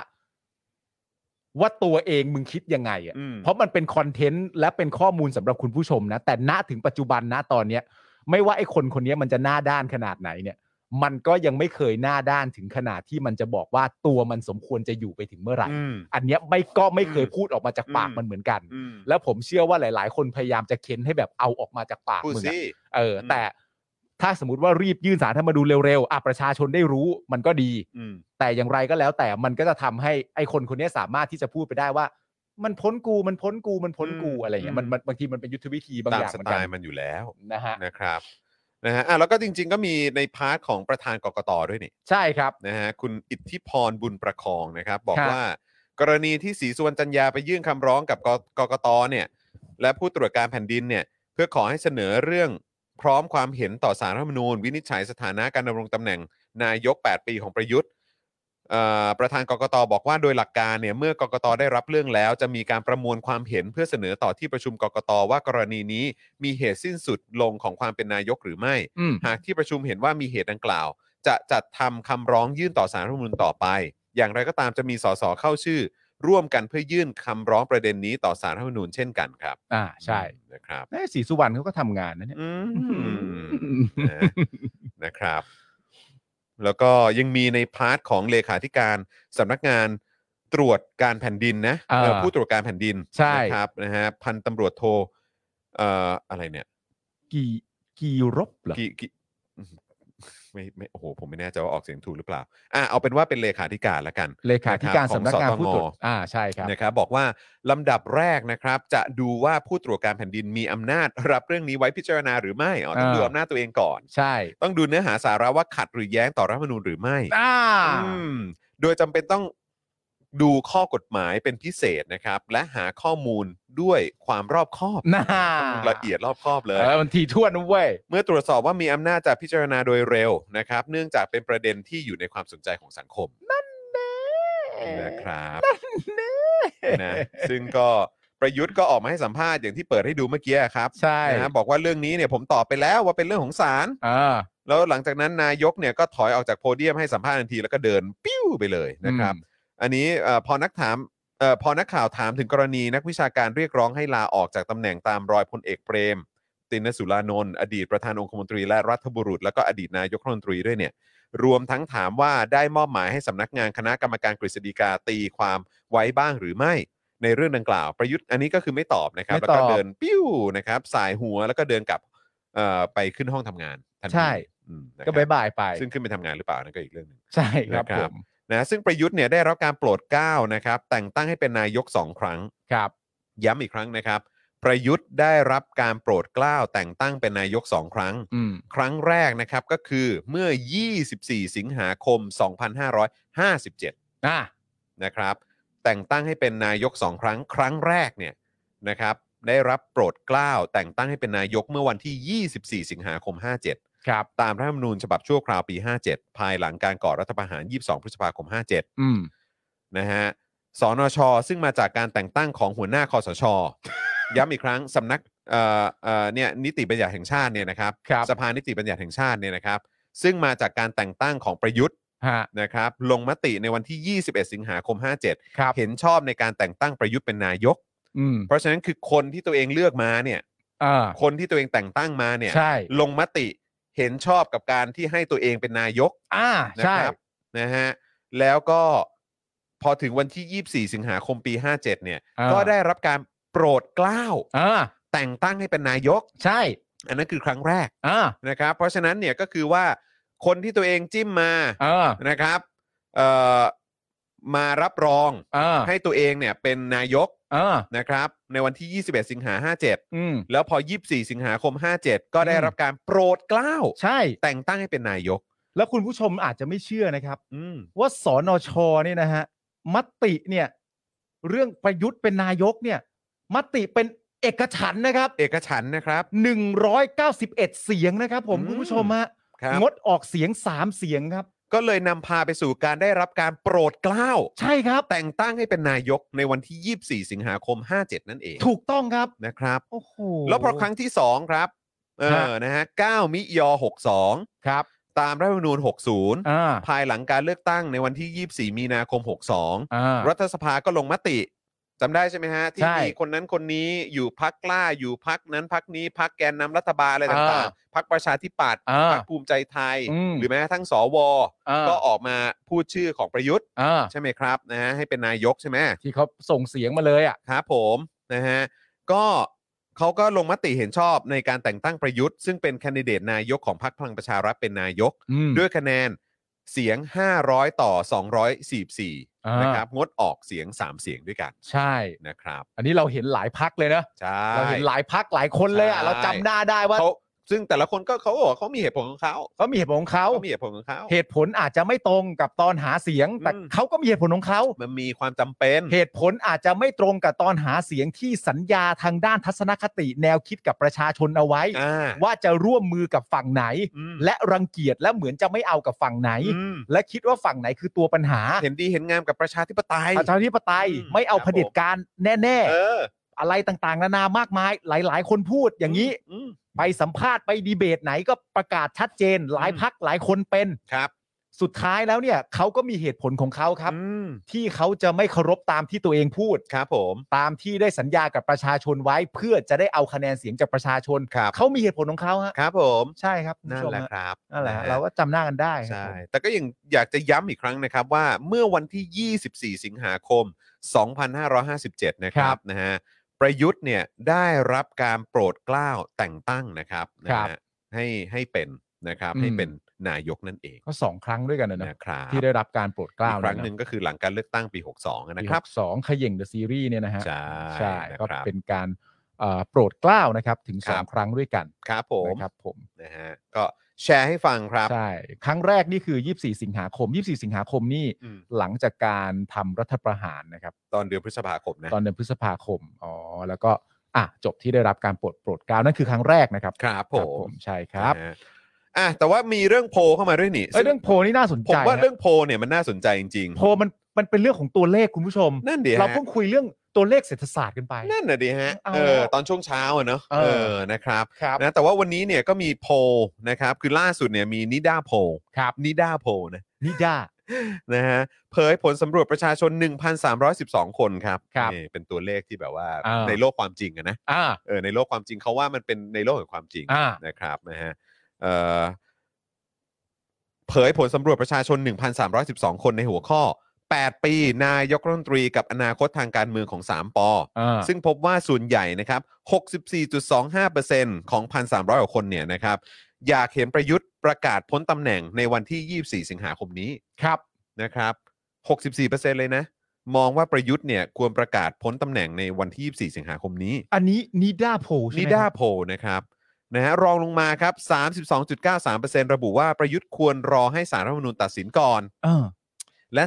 [SPEAKER 3] ว่าตัวเองมึงคิดยังไงอ่ะ
[SPEAKER 2] อืม
[SPEAKER 3] เพราะมันเป็นคอนเทนต์และเป็นข้อมูลสำหรับคุณผู้ชมนะ แต่ณถึงปัจจุบันณตอนเนี้ย ไม่ว่าไอ้คนคนเนี้ยมันจะหน้าด้านขนาดไหนเนี่ย มันก็ยังไม่เคยหน้าด้านถึงขนาดที่มันจะบอกว่าตัวมันสมควรจะอยู่ไปถึงเมื่อไหร่
[SPEAKER 2] อืม
[SPEAKER 3] อันเนี้ยไม่ก็ไม่เคยพูดออกมาจากปาก
[SPEAKER 2] อืม
[SPEAKER 3] มันเหมือนกัน
[SPEAKER 2] อืม
[SPEAKER 3] แล้วผมเชื่อว่าหลาย ๆ คนพยายามจะเค้นให้แบบเอาออกมาจากปาก
[SPEAKER 2] พูด
[SPEAKER 3] มึง
[SPEAKER 2] สิ
[SPEAKER 3] อะเอออ
[SPEAKER 2] ม
[SPEAKER 3] แต่ถ้าสมมติว่ารีบยื่นสารธรรมนูญเร็ว ๆ อ่ะประชาชนได้รู้มันก็ดี
[SPEAKER 2] อืม
[SPEAKER 3] แต่อย่างไรก็แล้วแต่มันก็จะทำให้ไอ้คนคนเนี้ยสามารถที่จะพูดไปได้ว่า มันพ้นกูมันพ้นกูมันพ้นกู
[SPEAKER 2] อืม
[SPEAKER 3] อะไรอย่างเงี้ยมัน
[SPEAKER 2] อืม
[SPEAKER 3] มันบางทีมันเป็นยุทธวิธีบาง
[SPEAKER 2] ตาม
[SPEAKER 3] อย่าง
[SPEAKER 2] ส
[SPEAKER 3] เหมือ
[SPEAKER 2] ไต
[SPEAKER 3] นกัน
[SPEAKER 2] ล์มันอยู่แล้ว
[SPEAKER 3] นะฮะ
[SPEAKER 2] นะครับนะฮะอ่ะแล้วก็จริง ๆ ก็มีในพาร์ทของประธานกกตด้วยนี่
[SPEAKER 3] ใช่ครับ
[SPEAKER 2] นะฮะคุณอิทธิพรบุญประคองนะครับ บอก
[SPEAKER 3] ครับ
[SPEAKER 2] ว่า กรณีที่สีสวนจันยาไปยื่นคำร้องกับกกกตเนี่ย และผู้ตรวจการแผ่นดินเนี่ย เพื่อขอให้เสนอเรื่องพร้อมความเห็นต่อสารรัฐธรรมนูญ วินิจฉัยสถานะการดำรงตำแหน่งนายก 8 ปีของประยุทธ์เอ่อประธานกกตบอกว่าโดยหลักการเนี่ยเมื่อกกตได้รับเรื่องแล้ว จะมีการประมวลความเห็นเพื่อเสนอต่อที่ประชุมกกตว่ากรณีนี้มีเหตุสิ้นสุดลงของความเป็นนายกหรือไม่
[SPEAKER 3] อืม
[SPEAKER 2] หากที่ประชุมเห็นว่ามีเหตุดังกล่าว จะจัดทำคำร้องยื่นต่อสารรัฐธรรมนูญต่อไป อย่างไรก็ตามจะมีสสเข้าชื่อ ร่วมกันเพื่อยื่นคำร้องประเด็นนี้ต่อสารรัฐธรรมนูญเช่นกันครับ
[SPEAKER 3] อ่าใช่
[SPEAKER 2] นะครับ
[SPEAKER 3] แม่สีสุวรรณเขาก็ทำงานนะเนี่ย
[SPEAKER 2] อืม
[SPEAKER 3] อืม
[SPEAKER 2] นะนะครับ แล้วก็ยังมีในพาร์ทของเลขาธิการสำนักงานตรวจการแผ่นดินนะเอ่อผู้ตรวจการแผ่นดินนะครับนะฮะพันตำรวจโทเอ่ออะไรเนี่ย
[SPEAKER 3] กี่กี่รบเหรอ
[SPEAKER 2] กี่กี่ ไม่ไม่โอ้โหผมไม่แน่ใจว่าออกเสียงถูกหรือเปล่าอ่ะเอาเป็นว่าเป็นเลขาธิการละกัน
[SPEAKER 3] เลขาธิการ
[SPEAKER 2] นะครับ
[SPEAKER 3] สำนักงาน
[SPEAKER 2] ของสตง
[SPEAKER 3] ผู้ตรวจอ่าใช่ครับ
[SPEAKER 2] นะครับบอกว่าลำดับแรกนะครับ จะดูว่าผู้ตรวจการแผ่นดินมีอำนาจ รับเรื่องนี้ไว้พิจารณาหรือไม่อ๋อต้อง
[SPEAKER 3] อ่า
[SPEAKER 2] ดูอำนาจตัวเองก่อน
[SPEAKER 3] ใช่
[SPEAKER 2] ต้องดูเนื้อหาสาระว่าขัดหรือแย้งต่อรัฐธรรมนูญหรือไม่
[SPEAKER 3] อ่า
[SPEAKER 2] อืมโดยจำเป็นต้องดูข้อกฎหมายเป็นพิเศษนะครับ และหาข้อมูลด้วยความรอบคอบ
[SPEAKER 3] น่า
[SPEAKER 2] ละเอียดรอบคอบเลย
[SPEAKER 3] เออมันทีท่วนนะเว้ย
[SPEAKER 2] เมื่อตรวจสอบว่ามีอำนาจจะพิจารณาโดยเร็วนะครับ เนื่องจากเป็นประเด็นที่อยู่ในความสนใจของสังคม นะครับนะซึ่งก็ประยุทธ์ก็ออกมาให้สัมภาษณ์อย่างที่เปิดให้ดูเมื่อกี้ครับ
[SPEAKER 3] ใช่
[SPEAKER 2] นะฮะบอกว่าเรื่องนี้เนี่ยผมตอบไปแล้วว่าเป็นเรื่องของศาล
[SPEAKER 3] อ่า
[SPEAKER 2] แล้วหลังจากนั้นนายกเนี่ยก็ถอยออกจากโพเดียมให้สัมภาษณ์ทันทีแล้วก็เดินปิ้วไปเลยนะครับ อันนี้เอ่อพอนักถามเอ่อพอนักข่าวถามถึงกรณีนักวิชาการเรียกร้องให้ลาออกจากตำแหน่งตามรอยพลเอกเปรม ตินสุรานนท์อดีตประธานองคมนตรีและรัฐบุรุษ แล้วก็อดีตนายกรัฐมนตรีด้วยเนี่ย รวมทั้งถามว่าได้มอบหมายให้สำนักงานคณะกรรมการกฤษฎีกาตีความไว้บ้างหรือไม่ ในเรื่องดังกล่าวประยุทธ์อันนี้ก็คือไม่ตอบนะครับ
[SPEAKER 3] ไม่
[SPEAKER 2] แล้ว
[SPEAKER 3] ตอบ
[SPEAKER 2] ก็เดินปิ้วนะครับสายหัวแล้วก็เดินกลับเอ่อไปขึ้นห้องทำงานทันที
[SPEAKER 3] ใช่
[SPEAKER 2] อืมนะค
[SPEAKER 3] ก็
[SPEAKER 2] รับบ
[SPEAKER 3] ายบายไป
[SPEAKER 2] ซึ่งขึ้นไปทำงานหรือเปล่านั่นก็อีกเรื่องหนึง
[SPEAKER 3] ใช่ครับ
[SPEAKER 2] นะค
[SPEAKER 3] ผ
[SPEAKER 2] รับ
[SPEAKER 3] ม
[SPEAKER 2] นะซึ่งประยุทธ์เนี่ยได้รับการโปรดเกล้านะครับ แต่งตั้งให้เป็นนายก 2 ครั้ง
[SPEAKER 3] ครับ
[SPEAKER 2] ย้ำอีกครั้งนะครับ ประยุทธ์ได้รับการโปรดเกล้าแต่งตั้งเป็นนายก 2 ครั้ง
[SPEAKER 3] อืม
[SPEAKER 2] ครั้งแรกนะครับก็คือเมื่อ 24 สิงหาคม 2557
[SPEAKER 3] อ่า
[SPEAKER 2] นะครับ แต่งตั้งให้เป็นนายก 2 ครั้ง ครั้งแรกเนี่ยนะครับ ได้รับโปรดเกล้าแต่งตั้งให้เป็นนายกเมื่อวันที่ 24 สิงหาคม 57
[SPEAKER 3] ครับ
[SPEAKER 2] ตามรัฐธรรมนูญฉบับชั่วคราวปี 57 ภายหลังการก่อรัฐประหาร 22 พฤษภาคม 57
[SPEAKER 3] อืม
[SPEAKER 2] นะฮะ สนช ซึ่งมาจากการแต่งตั้งของหัวหน้าคอสช ย้ำอีกครั้งสำนักเอ่อเอ่อเนี่ยนิติบัญญัติแห่งชาติเนี่ยนะครับ
[SPEAKER 3] ครับ
[SPEAKER 2] สภานิติบัญญัติแห่งชาติเนี่ยนะครับ ซึ่งมาจากการแต่งตั้งของประยุทธ์
[SPEAKER 3] ฮะ
[SPEAKER 2] นะครับ ลงมติในวันที่ 21 สิงหาคม 57
[SPEAKER 3] ครับ
[SPEAKER 2] เห็นชอบในการแต่งตั้งประยุทธ์เป็นนายก
[SPEAKER 3] อืม
[SPEAKER 2] เพราะฉะนั้นคือคนที่ตัวเองเลือกมาเนี่ย
[SPEAKER 3] อ่า
[SPEAKER 2] คนที่ตัวเองแต่งตั้งมาเนี่ย
[SPEAKER 3] ใช่
[SPEAKER 2] ลงมติเห็นชอบกับการที่ให้ตัวเองเป็นนายก
[SPEAKER 3] อ่า
[SPEAKER 2] นะ
[SPEAKER 3] ใช่
[SPEAKER 2] ครับนะฮะแล้วก็พอถึงวันที่ 24 สิงหาคมปี 57 เนี่ย
[SPEAKER 3] อ่า
[SPEAKER 2] ก็ได้รับการโปรดเกล้า
[SPEAKER 3] อ่า
[SPEAKER 2] แต่งตั้งให้เป็นนายก
[SPEAKER 3] ใช่
[SPEAKER 2] อันนั้นคือครั้งแรก
[SPEAKER 3] อ่า
[SPEAKER 2] นะครับ เพราะฉะนั้นเนี่ยก็คือว่าคนที่ตัวเองจิ้มมา
[SPEAKER 3] เออ
[SPEAKER 2] นะครับเอ่อมารับรอง
[SPEAKER 3] เออ
[SPEAKER 2] ให้ตัวเองเนี่ยเป็นนายก
[SPEAKER 3] เออ
[SPEAKER 2] นะครับ ในวันที่ 21 สิงหา
[SPEAKER 3] อืม
[SPEAKER 2] 57 แล้วพอ 24 สิงหาคม 57 ก็ได้
[SPEAKER 3] อืม
[SPEAKER 2] รับการโปรดเกล้า
[SPEAKER 3] ใช่
[SPEAKER 2] แต่งตั้งให้เป็นนายก
[SPEAKER 3] แล้วคุณผู้ชมอาจจะไม่เชื่อนะครับ
[SPEAKER 2] อืม
[SPEAKER 3] ว่าสนชเนี่ยนะฮะมติเนี่ย เรื่องประยุทธ์เป็นนายกเนี่ย มติเป็นเอกฉันท์นะครับ
[SPEAKER 2] เอกฉันท์นะครับ
[SPEAKER 3] 191 เสียงนะครับ ผม
[SPEAKER 2] อืม
[SPEAKER 3] คุณผู้ชมฮะ
[SPEAKER 2] ครับ
[SPEAKER 3] งดออกเสียง 3 เสียงครับ
[SPEAKER 2] ก็เลยนำพาไปสู่การได้รับการโปรดเกล้า
[SPEAKER 3] ใช่ครับ
[SPEAKER 2] แต่งตั้งให้เป็นนายกในวันที่ 24 สิงหาคม 57 นั่นเอง
[SPEAKER 3] ถูกต้องครับ
[SPEAKER 2] นะครับ
[SPEAKER 3] โอ้โห
[SPEAKER 2] แล้วพอครั้งที่ 2 ครับเอ
[SPEAKER 3] ฮะ
[SPEAKER 2] อนะฮะ 9 มิยอ
[SPEAKER 3] ครับ
[SPEAKER 2] 62 ตามรัฐธรรมนูญ 60
[SPEAKER 3] อ่า
[SPEAKER 2] ภายหลังการเลือกตั้งในวันที่ 24 มีนาคม 62
[SPEAKER 3] อ่า
[SPEAKER 2] รัฐสภาก็ลงมติจำได้ใช่ไหมฮะ ที่
[SPEAKER 3] ใช่
[SPEAKER 2] มีคนนั้นคนนี้อยู่พักกล้าอยู่พักนั้นพักนี้พักแกนนำรัฐบาลอะไรต่าง
[SPEAKER 3] อ่า
[SPEAKER 2] ๆพักประชาธิปัตย์
[SPEAKER 3] อ่า
[SPEAKER 2] พักภูมิใจไทย
[SPEAKER 3] อืม
[SPEAKER 2] หรือแม้กระทั้งสว
[SPEAKER 3] อ่า
[SPEAKER 2] ก็ออกมาพูดชื่อของประยุทธ์
[SPEAKER 3] อ่า
[SPEAKER 2] ใช่ไหมครับนะฮะให้เป็นนายกใช่ไหม
[SPEAKER 3] ที่เขาส่งเสียงมาเลยอ่ะ
[SPEAKER 2] ครับผมนะฮะก็เขาก็ลงมติเห็นชอบในการแต่งตั้งประยุทธ์ซึ่งเป็นแคนดิเดตนายกของพรรคพลังประชารัฐเป็นนายก
[SPEAKER 3] อืม
[SPEAKER 2] ด้วยคะแนนเสียง 500 ต่อ
[SPEAKER 3] อ่าน
[SPEAKER 2] 244นะครับงดออกเสียง 3 เสียงด้วยกัน
[SPEAKER 3] ใช่
[SPEAKER 2] นะครับ
[SPEAKER 3] อันนี้เราเห็นหลายพักเลยนะ
[SPEAKER 2] ใช่
[SPEAKER 3] เราเห็นหลายพักหลายคนเลยอ่ะ เราจำหน้าได้ว่า
[SPEAKER 2] เขาซึ่งแต่ละคนก็เขาบอกว่าเขามีเหตุผลของเขา
[SPEAKER 3] เขามีเหตุผลของเขา
[SPEAKER 2] เขามีเหตุผลของเขา
[SPEAKER 3] เหตุผลอาจจะไม่ตรงกับตอนหาเสียง แต่
[SPEAKER 2] อืม
[SPEAKER 3] เขาก็มีเหตุผลของเขา
[SPEAKER 2] มันมีความจำเป็น
[SPEAKER 3] เหตุผลอาจจะไม่ตรงกับตอนหาเสียงที่สัญญาทางด้านทัศนคติแนวคิดกับประชาชนเอาไว้
[SPEAKER 2] อ่า
[SPEAKER 3] ว่าจะร่วมมือกับฝั่งไหน
[SPEAKER 2] อืม
[SPEAKER 3] และรังเกียจและเหมือนจะไม่เอากับฝั่งไหน
[SPEAKER 2] อืม
[SPEAKER 3] และคิดว่าฝั่งไหนคือตัวปัญหา
[SPEAKER 2] เห็นดีเห็นงามกับประชาธิปไตย
[SPEAKER 3] ประชาธิปไตย
[SPEAKER 2] อืม
[SPEAKER 3] ไม่เอาเผด็จการแน่
[SPEAKER 2] เออ
[SPEAKER 3] ๆ อะไรต่างๆ นานามากมาย หลาย ๆ คนพูดอย่างนี้
[SPEAKER 2] อืม
[SPEAKER 3] ไปสัมภาษณ์ไปดีเบตไหนก็ประกาศชัดเจน หลายพักหลายคนเป็น
[SPEAKER 2] ครับ
[SPEAKER 3] สุดท้ายแล้วเนี่ยเขาก็มีเหตุผลของเขาครับ
[SPEAKER 2] อืม
[SPEAKER 3] ที่เขาจะไม่เคารพตามที่ตัวเองพูด
[SPEAKER 2] ครับผม
[SPEAKER 3] ตามที่ได้สัญญากับประชาชนไว้ เพื่อจะได้เอาคะแนนเสียงจากประชาชน
[SPEAKER 2] ครับ
[SPEAKER 3] เขามีเหตุผลของเขาฮะ
[SPEAKER 2] ครับผม
[SPEAKER 3] ใช่ครับคุณ
[SPEAKER 2] นั่น
[SPEAKER 3] ผู้ชม
[SPEAKER 2] แหละ
[SPEAKER 3] ฮะ
[SPEAKER 2] ครับ
[SPEAKER 3] นั่นแหละฮะ
[SPEAKER 2] ฮ
[SPEAKER 3] เราก็จำหน้ากันได้
[SPEAKER 2] ใช่ แต่ก็ยังอยากจะย้ำอีกครั้งนะครับว่าเมื่อวันที่ 24 สิงหาคม 2557 นะครับนะฮะประยุทธ์เนี่ยได้รับการโปรดเกล้าแต่งตั้งนะครับนะฮะให้ให้เป็นนะครับให้เป็น นายกนั่นเอง
[SPEAKER 3] ก็สองครั้งด้วยกันนะเนอะ
[SPEAKER 2] นะครับ
[SPEAKER 3] ที่ได้รับการโปรดเกล้า
[SPEAKER 2] อีกครั้งหนึ่งก็คือหลังการเลือกตั้งปี 62นะ
[SPEAKER 3] นะ
[SPEAKER 2] ค
[SPEAKER 3] ค
[SPEAKER 2] รั
[SPEAKER 3] รับ บสองขย่งเดอะซีรีส์เนี่ยนะฮะ
[SPEAKER 2] ใช่
[SPEAKER 3] ใช่
[SPEAKER 2] นะ
[SPEAKER 3] ก็
[SPEAKER 2] ครับ
[SPEAKER 3] เป็นการเอ่อโปรดเกล้านะครับถึงสอ
[SPEAKER 2] ค
[SPEAKER 3] ง
[SPEAKER 2] รับ
[SPEAKER 3] ครั้งด้วยกัน
[SPEAKER 2] ครับผม
[SPEAKER 3] นะครับผม
[SPEAKER 2] นะฮะก็แชร์ให้ฟังครับ
[SPEAKER 3] ใช่ ครั้งแรกนี่คือ 24 สิงหาคม 24 สิงหาคมนี่
[SPEAKER 2] อืม
[SPEAKER 3] หลังจากการทำรัฐประหารนะครับ
[SPEAKER 2] ตอนเดือนพฤษภาคมนะ
[SPEAKER 3] ตอนเดือนพฤษภาคม อ๋อ แล้วก็อ่ะจบที่ได้รับการโปรดโปรดเกล้านั่นคือครั้งแรกนะครับ
[SPEAKER 2] ครับ
[SPEAKER 3] ค
[SPEAKER 2] ผ
[SPEAKER 3] รับ
[SPEAKER 2] ม
[SPEAKER 3] ใช่ครับ
[SPEAKER 2] นะฮะอ่ะแต่ว่ามีเรื่องโพลเข้ามาด้วยนี่
[SPEAKER 3] เอ้ยเรื่องโพลนี่น่าสน
[SPEAKER 2] ผ
[SPEAKER 3] ใจ
[SPEAKER 2] มว่า
[SPEAKER 3] นะ
[SPEAKER 2] เรื่องโพลเนี่ยมันน่าสนใจจริง
[SPEAKER 3] โพลมันมันเป็นเรื่องของตัวเลขคุณผู้ชม
[SPEAKER 2] ๆ นั่นเดีย
[SPEAKER 3] เราเพิ่งคุยเรื่องตัวเลขเศรษฐศาสตร์กันไป
[SPEAKER 2] นั่นน่ะดีฮะ
[SPEAKER 3] เอา
[SPEAKER 2] เออตอนช่วงเช้าอะเนอะ
[SPEAKER 3] เอ
[SPEAKER 2] เอ
[SPEAKER 3] อ
[SPEAKER 2] อนะครับ
[SPEAKER 3] ครับ
[SPEAKER 2] นะแต่ว่าวันนี้เนี่ยก็มีโพลนะครับ คือล่าสุดเนี่ยมีนิด้าโพล
[SPEAKER 3] ครับ
[SPEAKER 2] นิด้าโพลนะ
[SPEAKER 3] นิดา
[SPEAKER 2] นะฮะเผยผลสำรวจประชาชน 1,312 คนครับ
[SPEAKER 3] ครับ
[SPEAKER 2] นี่เป็นตัวเลขที่แบบว่า
[SPEAKER 3] อ่า
[SPEAKER 2] ในโลกความจริงอะนะ
[SPEAKER 3] อ่า
[SPEAKER 2] เออในโลกความจริงเขาว่ามันเป็นในโลกแห่งความจริง
[SPEAKER 3] อ่า
[SPEAKER 2] นะครับนะฮะเอ่อเผยผลสำรวจประชาชน 1,312 คนในหัวข้อ 8 ปีนายกรัฐมนตรีกับอนาคตทางการเมืองของ 3ปอ
[SPEAKER 3] อ่า
[SPEAKER 2] ซึ่งพบว่าส่วนใหญ่นะครับ 64.25%ของ 1,300 กว่าคนเนี่ยนะครับ อยากเห็นประยุทธ์ประกาศพ้นตำแหน่งในวันที่ 24 สิงหาคมนี้
[SPEAKER 3] ครับ
[SPEAKER 2] นะครับ 64%เลยนะ มองว่าประยุทธ์เนี่ยควรประกาศพ้นตำแหน่งในวันที่ 24 สิงหาคมนี้
[SPEAKER 3] อันนี้นิดาโพลใช่ไหม
[SPEAKER 2] นิ
[SPEAKER 3] ครับ
[SPEAKER 2] ดาโพลนะครับนะฮะรองลงมาครับ 32.93%ระบุว่าประยุทธ์ควรรอให้สารรัฐธรรมนูญตัดสินก่อน
[SPEAKER 3] เออ
[SPEAKER 2] และ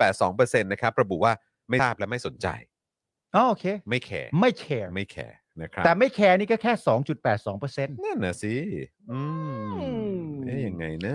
[SPEAKER 2] 2.82%นะครับระบุว่าไม่ทราบและไม่สนใจ
[SPEAKER 3] อ๋อโอเค
[SPEAKER 2] ไม่แคร์
[SPEAKER 3] ไม่แคร์
[SPEAKER 2] ไม่แคร์นะครับ
[SPEAKER 3] แต่ไม่แคร์นี่ก็แค่ 2.82เปอร์เซ็นต์
[SPEAKER 2] นั่นน่ะสิอืมเอ๊ยยังไงนะ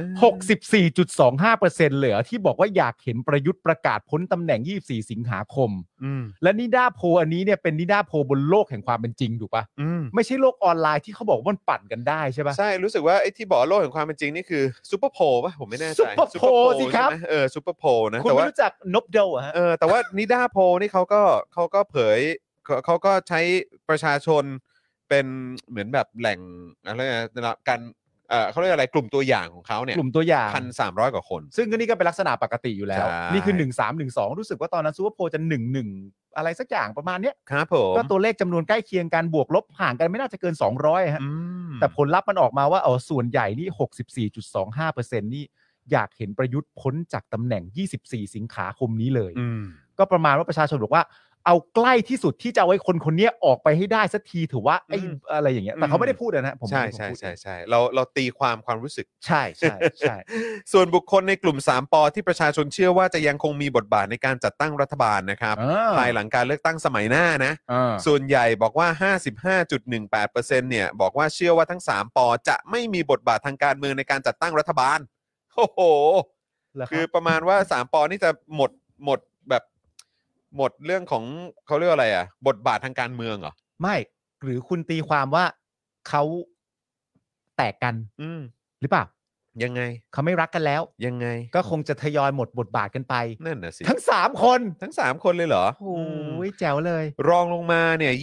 [SPEAKER 3] 64.25%เปอร์เซ็นต์เหลือที่บอกว่าอยากเห็นประยุทธ์ประกาศพ้นตำแหน่ง 24 สิงหาคม
[SPEAKER 2] อืม
[SPEAKER 3] และนิด้าโพลอันนี้เนี่ยเป็นนิด้าโพลบนโลกแห่งความเป็นจริงถูกปะ
[SPEAKER 2] อืม
[SPEAKER 3] ไม่ใช่โลกออนไลน์ที่เขาบอกว่ามันปั่นกันได้ใช่ปะ
[SPEAKER 2] ใช่ รู้สึกว่าไอ้ที่บอกโลกแห่งความเป็นจริงนี่คือซูเปอร์โพลป่ะ ผมไม่แน่ใจ
[SPEAKER 3] Super Poll
[SPEAKER 2] Super Poll
[SPEAKER 3] สิครับ
[SPEAKER 2] ใช่ไหมเออซูเปอร์โพลนะ
[SPEAKER 3] คุณ
[SPEAKER 2] แต่
[SPEAKER 3] ไม่
[SPEAKER 2] ว่า
[SPEAKER 3] รู้จักนบเดลเหรอฮะ
[SPEAKER 2] เออแต่ว่านิดาโพลนี่เขาก็เขาก็เผยเขาเขาก็ใช้ประชาชนเป็นเหมือนแบบแหล่งอะไรนะการเออเขาเรียกอะไรกลุ่มตัวอย่างของเขาเนี่ย
[SPEAKER 3] กลุ่มตัวอย่าง
[SPEAKER 2] พันสามร้อยกว่าคน
[SPEAKER 3] ซึ่งก็นี่ก็เป็นลักษณะปกติอยู่แล้ว
[SPEAKER 2] ใช่
[SPEAKER 3] นี่คือ 1312 รู้สึกว่าตอนนั้นซูเปอร์โพลจะ 11 อะไรสักอย่างประมาณเนี้ย
[SPEAKER 2] ครับผม
[SPEAKER 3] ก็ตัวเลขจำนวนใกล้เคียงกันบวกลบห่างกันไม่น่าจะเกิน 200ฮะ
[SPEAKER 2] อืม
[SPEAKER 3] แต่ผลลัพธ์มันออกมาว่าเออส่วนใหญ่นี่ 64.25%นี่อยากเห็นประยุทธ์พ้นจากตำแหน่ง 24 สิงหาคมนี้เลย
[SPEAKER 2] อืม
[SPEAKER 3] ก็ประมาณว่าประชาชนบอกว่า เอาใกล้ที่สุดที่จะเอาไว้คนคนเนี้ยออกไปให้ได้สักทีถือว่าไอ้อะไรอย่างเงี้ยแต่เขาไม่ได้พูดอะนะผม
[SPEAKER 2] ใช่ใช่ใช่ใช่เราเราตีความความรู้สึก
[SPEAKER 3] ใช่ใช่ใช่
[SPEAKER 2] ส่วนบุคคลในกลุ่ม 3ปอที่ประชาชนเชื่อว่าจะยังคงมีบทบาทในการจัดตั้งรัฐบาลนะครับ
[SPEAKER 3] อ่
[SPEAKER 2] ภายหลังการเลือกตั้งสมัยหน้านะ
[SPEAKER 3] อ่า
[SPEAKER 2] ส่วนใหญ่บอกว่า 55.18%เนี่ย บอกว่าเชื่อว่าทั้ง 3ปอจะไม่มีบทบาททางการเมืองในการจัดตั้งรัฐบาล โอ้โห
[SPEAKER 3] เหรรับ
[SPEAKER 2] คือประมาณว่า 3ปอนี่จะหมดหมดแบบหมดเรื่องของเขาเรียกว่าอะไรอ่ะ บทบาททางการเมืองเหรอ
[SPEAKER 3] ไม่หรือคุณตีความว่าเขาแตกกัน
[SPEAKER 2] อืม
[SPEAKER 3] หรือเปล่า
[SPEAKER 2] ยังไง
[SPEAKER 3] เขาไม่รักกันแล้ว
[SPEAKER 2] ยังไง
[SPEAKER 3] ก็คงจะทยอยหมดบทบาทกันไป
[SPEAKER 2] นั่นน่ะสิ
[SPEAKER 3] ทั้งสามคน
[SPEAKER 2] ทั้งสามคนเลยเหรอ
[SPEAKER 3] โอ้
[SPEAKER 2] อืม
[SPEAKER 3] ยแจ๋วเลย
[SPEAKER 2] รองลงมาเนี่ย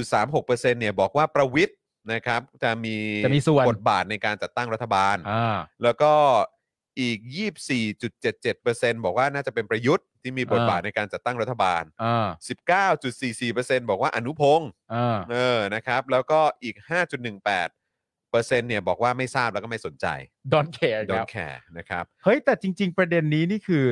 [SPEAKER 2] 27.36%เนี่ยบอกว่าประวิทย์นะครับ จะมี
[SPEAKER 3] จะมีส่วน
[SPEAKER 2] บทบาทในการจัดตั้งรัฐบาล
[SPEAKER 3] อ่า
[SPEAKER 2] แล้วก็อีก 24.77%บอกว่าน่าจะเป็นประยุทธ์ที่มีบทบาทในการจัดตั้งรัฐบาล
[SPEAKER 3] อ่า
[SPEAKER 2] 19.44%บอกว่าอนุพงศ์
[SPEAKER 3] อ่า
[SPEAKER 2] เออนะครับ แล้วก็อีก 5.18%เนี่ยบอกว่าไม่ทราบแล้วก็ไม่สนใจ
[SPEAKER 3] ดอนแคร์
[SPEAKER 2] don't care นะครับ
[SPEAKER 3] เฮ้ย แต่จริง ๆ ประเด็นนี้นี่คือ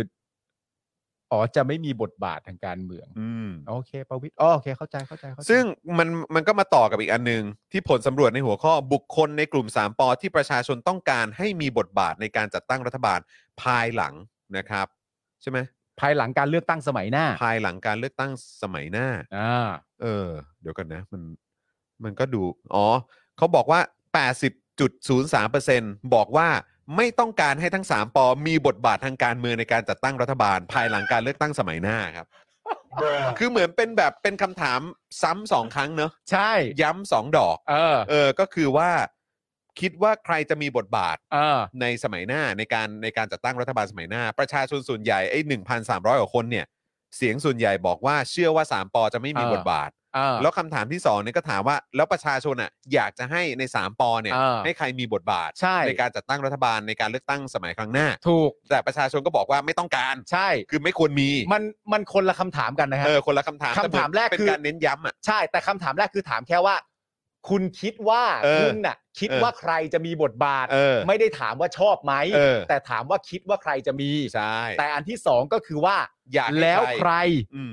[SPEAKER 3] อ๋อ จะไม่มีบทบาททางการเมือง
[SPEAKER 2] อืม
[SPEAKER 3] โอเค ประวิตรอ๋อโอเค เข้าใจ เข้าใจ เข้าใจ
[SPEAKER 2] ซึ่งมันมันก็มาต่อกับอีกอันหนึ่งที่ผลสำรวจในหัวข้อบุคคลในกลุ่ม 3ปอที่ประชาชนต้องการให้มีบทบาทในการจัดตั้งรัฐบาลภายหลังนะครับ ใช่ไหม
[SPEAKER 3] ภายหลังการเลือกตั้งสมัยหน้า
[SPEAKER 2] ภายหลังการเลือกตั้งสมัยหน้า
[SPEAKER 3] อ่า
[SPEAKER 2] เออ เดี๋ยวกันนะ มันมันก็ดู อ๋อเขาบอกว่า 80.03%บอกว่าไม่ต้องการให้ทั้ง 3ปอมีบทบาททางการเมืองในการจัดตั้งรัฐบาล ภายหลังการเลือกตั้งสมัยหน้าครับ คือเหมือนเป็นแบบเป็นคำถามซ้ำสองครั้งเนอะ
[SPEAKER 3] ใช่
[SPEAKER 2] ย้ำสองด *laughs* อก
[SPEAKER 3] เออ
[SPEAKER 2] เออ ก็คือว่า คิดว่าใครจะมีบทบาท
[SPEAKER 3] เออ
[SPEAKER 2] ในสมัยหน้าในการในการจัดตั้งรัฐบาลสมัยหน้า ประชาชนส่วนใหญ่ไอ้หนึ่งพันสามร้อยกว่าคนเนี่ย เสียงส่วนใหญ่บอกว่าเชื่อว่าสามปอจะไม่มี
[SPEAKER 3] เออ
[SPEAKER 2] บทบาท
[SPEAKER 3] เออ
[SPEAKER 2] แล้วคำถามที่สองเนี่ยก็ถามว่า แล้วประชาชนอ่ะอยากจะให้ในสามปอเนี่ย
[SPEAKER 3] เออ
[SPEAKER 2] ให้ใครมีบทบาท
[SPEAKER 3] ใช่
[SPEAKER 2] ในการจัดตั้งรัฐบาลในการเลือกตั้งสมัยครั้งหน้า
[SPEAKER 3] ถูก
[SPEAKER 2] แต่ประชาชนก็บอกว่าไม่ต้องการ
[SPEAKER 3] ใช่
[SPEAKER 2] คือไม่ควรมี
[SPEAKER 3] มัน มันคนละคำถามกันนะฮะ
[SPEAKER 2] เออคนละคำถาม
[SPEAKER 3] คำถามแรก
[SPEAKER 2] เป็น
[SPEAKER 3] คือ
[SPEAKER 2] การเน้นย้ำอ่ะ
[SPEAKER 3] ใช่ แต่คำถามแรกคือถามแค่ว่า คุณคิดว่า
[SPEAKER 2] เออ
[SPEAKER 3] คุณน่ะ คิด
[SPEAKER 2] เออ
[SPEAKER 3] ว่าใครจะมีบทบาท
[SPEAKER 2] เออ
[SPEAKER 3] ไม่ได้ถามว่าชอบไหม
[SPEAKER 2] เออ
[SPEAKER 3] แต่ถามว่าคิดว่าใครจะมี
[SPEAKER 2] ใช่
[SPEAKER 3] แต่อันที่สองก็คือว่า
[SPEAKER 2] อยากให้
[SPEAKER 3] แล้วใคร
[SPEAKER 2] อืม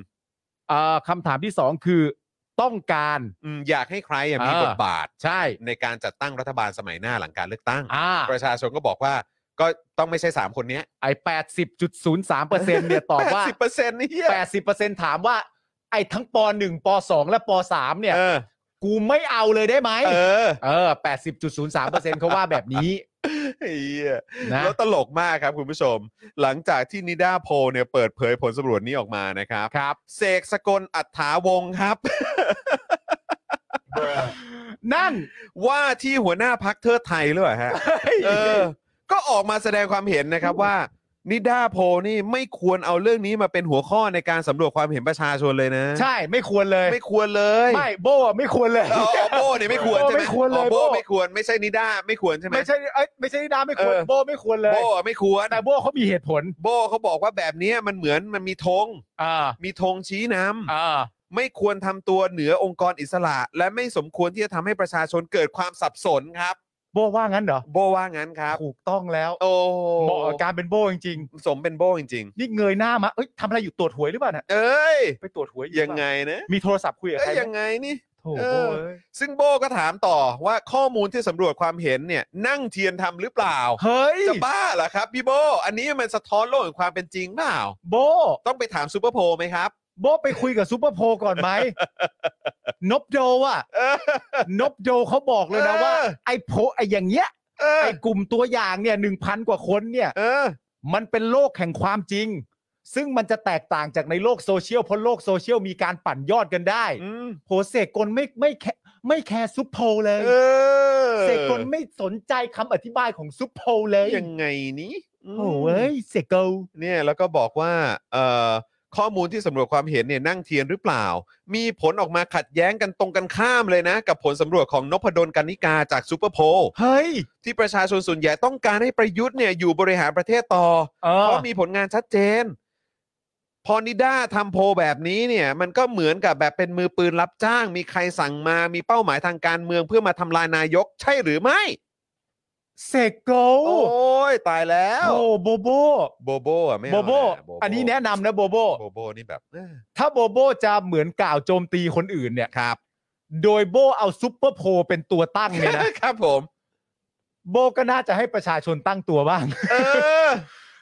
[SPEAKER 3] เอ่อคำถามที่สองคือต้องการ
[SPEAKER 2] อืมอยากให้ใครอะมี
[SPEAKER 3] เออ
[SPEAKER 2] บทบาท
[SPEAKER 3] ใช่
[SPEAKER 2] ในการจัดตั้งรัฐบาลสมัยหน้าหลังการเลือกตั้ง
[SPEAKER 3] อ่า
[SPEAKER 2] ประชาชนก็บอกว่าก็ต้องไม่ใช่ 3 คนเนี้ย
[SPEAKER 3] ไอ้แปดสิบจุดศูนย์สามเปอร์เซ็นต์เนี่ยตอบว่า
[SPEAKER 2] สิบเปอร์เซ็นต์นี่เฮีย
[SPEAKER 3] แปดสิบเปอร์เซ็นต์ถามว่า ไอ้ทั้งปหนึ่งปสองและปสามเนี่ย
[SPEAKER 2] เออ
[SPEAKER 3] กูไม่เอาเลยได้ไหม
[SPEAKER 2] เออ
[SPEAKER 3] เออแปดสิบจุดศูนย์สามเปอร์เซ็นต์เขาว่าแบบนี้
[SPEAKER 2] เฮีย
[SPEAKER 3] นะ
[SPEAKER 2] แล้วตลกมากครับคุณผู้ชม หลังจากที่นิด้าโพลเนี่ยเปิดเผยผลสำรวจนี้ออกมานะครับ
[SPEAKER 3] ครับ
[SPEAKER 2] เสกสกลอัฏฐาวงศ์ครับ *laughs*
[SPEAKER 3] นั่น
[SPEAKER 2] ว่าที่หัวหน้าพักเทิดไทยหรือเปล่าฮะ เออ ก็ออกมาแสดงความเห็นนะครับว่า นิด้าโพลนี่ไม่ควรเอาเรื่องนี้มาเป็นหัวข้อในการสำรวจความเห็นประชาชนเลยนะ
[SPEAKER 3] ใช่ไม่ควรเลย
[SPEAKER 2] ไม่ควรเลย
[SPEAKER 3] ไม่โบ้อะไม่ควรเลย
[SPEAKER 2] อ๋ออ๋อโบเนี่ยไม่ควรใช่ไหม
[SPEAKER 3] โบ้ไม่ควรเลย
[SPEAKER 2] อ๋อโบ
[SPEAKER 3] โบ้
[SPEAKER 2] ไม่ควรไม่ใช่นิด้าไม่ควรใช่ไหม
[SPEAKER 3] ไม่ใช่เอ้ยไม่ใช่นิดาไม่ควร
[SPEAKER 2] เออ
[SPEAKER 3] โบ้ไม่ควรเลย
[SPEAKER 2] โบอะไม่ควร
[SPEAKER 3] แต่โบ้เขามีเหตุผล
[SPEAKER 2] โบเขาบอกว่าแบบเนี้ยมันเหมือนมันมีธง
[SPEAKER 3] อ่า
[SPEAKER 2] มีธงชี้นำ
[SPEAKER 3] อ่า
[SPEAKER 2] ไม่ควรทำตัวเหนือองค์กรอิสระ และไม่สมควรที่จะทำให้ประชาชนเกิดความสับสนครับ
[SPEAKER 3] โบ้ว่างั้นเหรอ
[SPEAKER 2] โบว่างั้นครับ
[SPEAKER 3] ถูกต้องแล้ว
[SPEAKER 2] โอ้
[SPEAKER 3] เหมาะกับการเป็นโบ้จริง
[SPEAKER 2] สมเป็นโบจริง
[SPEAKER 3] ๆนี่เงยหน้ามาเอ้ยทำอะไรอยู่ตรวจหวยหรือเปล่าเนี่ย
[SPEAKER 2] ๆ เอ้ย
[SPEAKER 3] ไปตรวจหวยอ
[SPEAKER 2] ยังไงนะ
[SPEAKER 3] มีโทรศัพท์คุยกับ
[SPEAKER 2] เอ้
[SPEAKER 3] ใคร
[SPEAKER 2] ย
[SPEAKER 3] ไหม
[SPEAKER 2] ยังไงนี่
[SPEAKER 3] โถ่
[SPEAKER 2] เอ
[SPEAKER 3] โบ้
[SPEAKER 2] อ
[SPEAKER 3] เอ้ย
[SPEAKER 2] ซึ่งโบก็ถามต่อว่าข้อมูลที่สำรวจความเห็นเนี่ย นั่งเทียนทำหรือเปล่า
[SPEAKER 3] เฮ้ย
[SPEAKER 2] จะบ้าเหรอครับพี่โบ อันนี้มันสะท้อนโลกแห่งความเป็นจริงเปล่า
[SPEAKER 3] โบ้
[SPEAKER 2] ต้องไปถามซูเปอร์โพลไหมครับ
[SPEAKER 3] โบ้ไปคุยกับซูเปอร์โพลก่อนไหม นบโดอ่ะ
[SPEAKER 2] เออ
[SPEAKER 3] นบโดเขาบอกเลยนะว่า
[SPEAKER 2] เออ
[SPEAKER 3] ไอ้โพไอ้อย่างเงี้ย
[SPEAKER 2] เออ
[SPEAKER 3] ไอ้กลุ่มตัวอย่างเนี่ยหนึ่งพันกว่าคนเนี่ย
[SPEAKER 2] เออ
[SPEAKER 3] มันเป็นโลกแห่งความจริง ซึ่งมันจะแตกต่างจากในโลกโซเชียลเพราะโลกโซเชียลมีการปั่นยอดกันได้
[SPEAKER 2] อืม
[SPEAKER 3] โหเสกกลไม่ไม่แคร์ไม่แคร์ซุปโพลเลย
[SPEAKER 2] เออ
[SPEAKER 3] เสกกลไม่สนใจคำอธิบายของซุปโพลเลย
[SPEAKER 2] ยังไงนี้อืม
[SPEAKER 3] โอ้เอ้ยเสกกล
[SPEAKER 2] เนี่ยแล้วก็บอกว่าเอ่อข้อมูลที่สำรวจความเห็นเนี่ยนั่งเทียนหรือเปล่า มีผลออกมาขัดแย้งกันตรงกันข้ามเลยนะ กับผลสำรวจของนพดลกานิกาจากซูเปอร์โพล
[SPEAKER 3] เฮ้ย
[SPEAKER 2] ที่ประชาชนส่วนใหญ่ต้องการให้ประยุทธ์เนี่ยอยู่บริหารประเทศต่อ
[SPEAKER 3] เอ
[SPEAKER 2] เพ
[SPEAKER 3] อ
[SPEAKER 2] ราะมีผลงานชัดเจน พอนิด้าทำโพลแบบนี้เนี่ย มันก็เหมือนกับแบบเป็นมือปืนรับจ้าง มีใครสั่งมามีเป้าหมายทางการเมืองเพื่อมาทำลายนายกใช่หรือไม่
[SPEAKER 3] เสกกล
[SPEAKER 2] โอ้ยตายแล้ว
[SPEAKER 3] โอ้โบโบ
[SPEAKER 2] โบโบอ่ะไม่
[SPEAKER 3] โบโบ
[SPEAKER 2] เอาะ
[SPEAKER 3] อันนี้แนะนำนะโบโบ
[SPEAKER 2] โบโบนี่แบบเออ
[SPEAKER 3] ถ้าโบโบจะเหมือนกล่าวโจมตีคนอื่นเนี่ย
[SPEAKER 2] ครับ
[SPEAKER 3] โดยโบเอาซุปเปอร์โพลเป็นตัวตั้งเนี่ย
[SPEAKER 2] *laughs*
[SPEAKER 3] นะ
[SPEAKER 2] ครับผม
[SPEAKER 3] โบก็น่าจะให้ประชาชนตั้งตัวบ้าง
[SPEAKER 2] เออ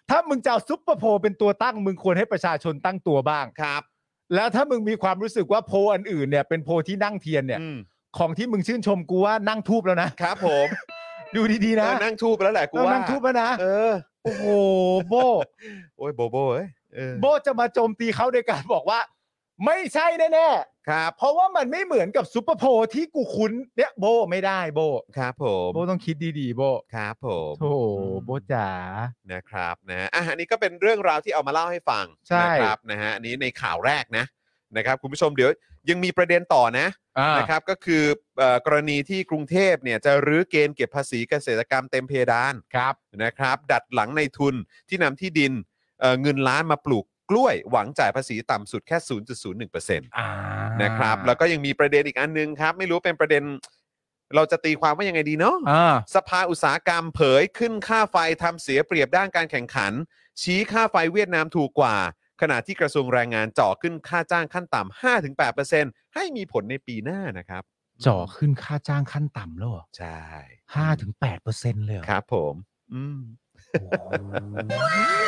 [SPEAKER 3] ถ้ามึงจะเอาซุปเปอร์โพลเป็นตัวตั้ง มึงควรให้ประชาชนตั้งตัวบ้าง
[SPEAKER 2] ครับ
[SPEAKER 3] แล้วถ้ามึงมีความรู้สึกว่าโพลอันอื่นเนี่ยเป็นโพลที่นั่งเทียนเนี่ย
[SPEAKER 2] อืม
[SPEAKER 3] ของที่มึงชื่นชมกูว่านั่งทูบแล้วนะ
[SPEAKER 2] ครับผม
[SPEAKER 3] ดูดีๆ
[SPEAKER 2] เอ
[SPEAKER 3] นะ
[SPEAKER 2] อนั่งทูบแล้วแหละกูว่า
[SPEAKER 3] นั่งทูบแล้วนะ
[SPEAKER 2] เออ
[SPEAKER 3] โอ้โหโบ
[SPEAKER 2] โอ้ยโบโบเอ้ยเออ
[SPEAKER 3] โบจะมาโจมตีเขาโดยการบอกว่า ไม่ใช่แน่
[SPEAKER 2] ครับ
[SPEAKER 3] ๆเพราะว่ามันไม่เหมือนกับซุปเปอร์โพลที่กูคุ้นเนี่ยโบไม่ได้โบ
[SPEAKER 2] ครับผม
[SPEAKER 3] โบต้องคิดดีๆโบ
[SPEAKER 2] ครับผม
[SPEAKER 3] โธ่โบจ๋า
[SPEAKER 2] นะครับนะอ่ะอันนี้ก็เป็นเรื่องราวที่เอามาเล่าให้ฟัง
[SPEAKER 3] ใช่
[SPEAKER 2] นะครับนะฮะอันนี้ในข่าวแรกนะนะครับคุณผู้ชมเดี๋ยวยังมีประเด็นต่อนะ
[SPEAKER 3] อ่า
[SPEAKER 2] นะครับก็คือเอ่อกรณีที่กรุงเทพเนี่ยจะรื้อเกณฑ์เก็บภาษีเกษตรกรรมเต็มเพดาน
[SPEAKER 3] ครับ
[SPEAKER 2] นะครับดัดหลังในทุนที่นำที่ดินเอ่อเงินล้านมาปลูกกล้วยหวังจ่ายภาษีต่ำสุดแค่ 0.01%
[SPEAKER 3] อ่า
[SPEAKER 2] นะครับแล้วก็ยังมีประเด็นอีกอันนึงครับ ไม่รู้เป็นประเด็น เราจะตีความว่ายังไงดีเนาะ
[SPEAKER 3] อ่า
[SPEAKER 2] สภาอุตสาหกรรมเผยขึ้นค่าไฟทำเสียเปรียบด้านการแข่งขัน ชี้ค่าไฟเวียดนามถูกกว่า ขณะที่กระทรวงแรงงานเจ่อขึ้นค่าจ้างขั้นต่ำ5-8%ให้มีผลในปีหน้านะครับ
[SPEAKER 3] จ่อขึ้นค่าจ้างขั้นต่ำแล้วเหรอ
[SPEAKER 2] ใช่
[SPEAKER 3] ห้าถึงแปดเปอร์เซ็นต์เลยเหรอ
[SPEAKER 2] ครับผม อืม
[SPEAKER 3] โอ้โห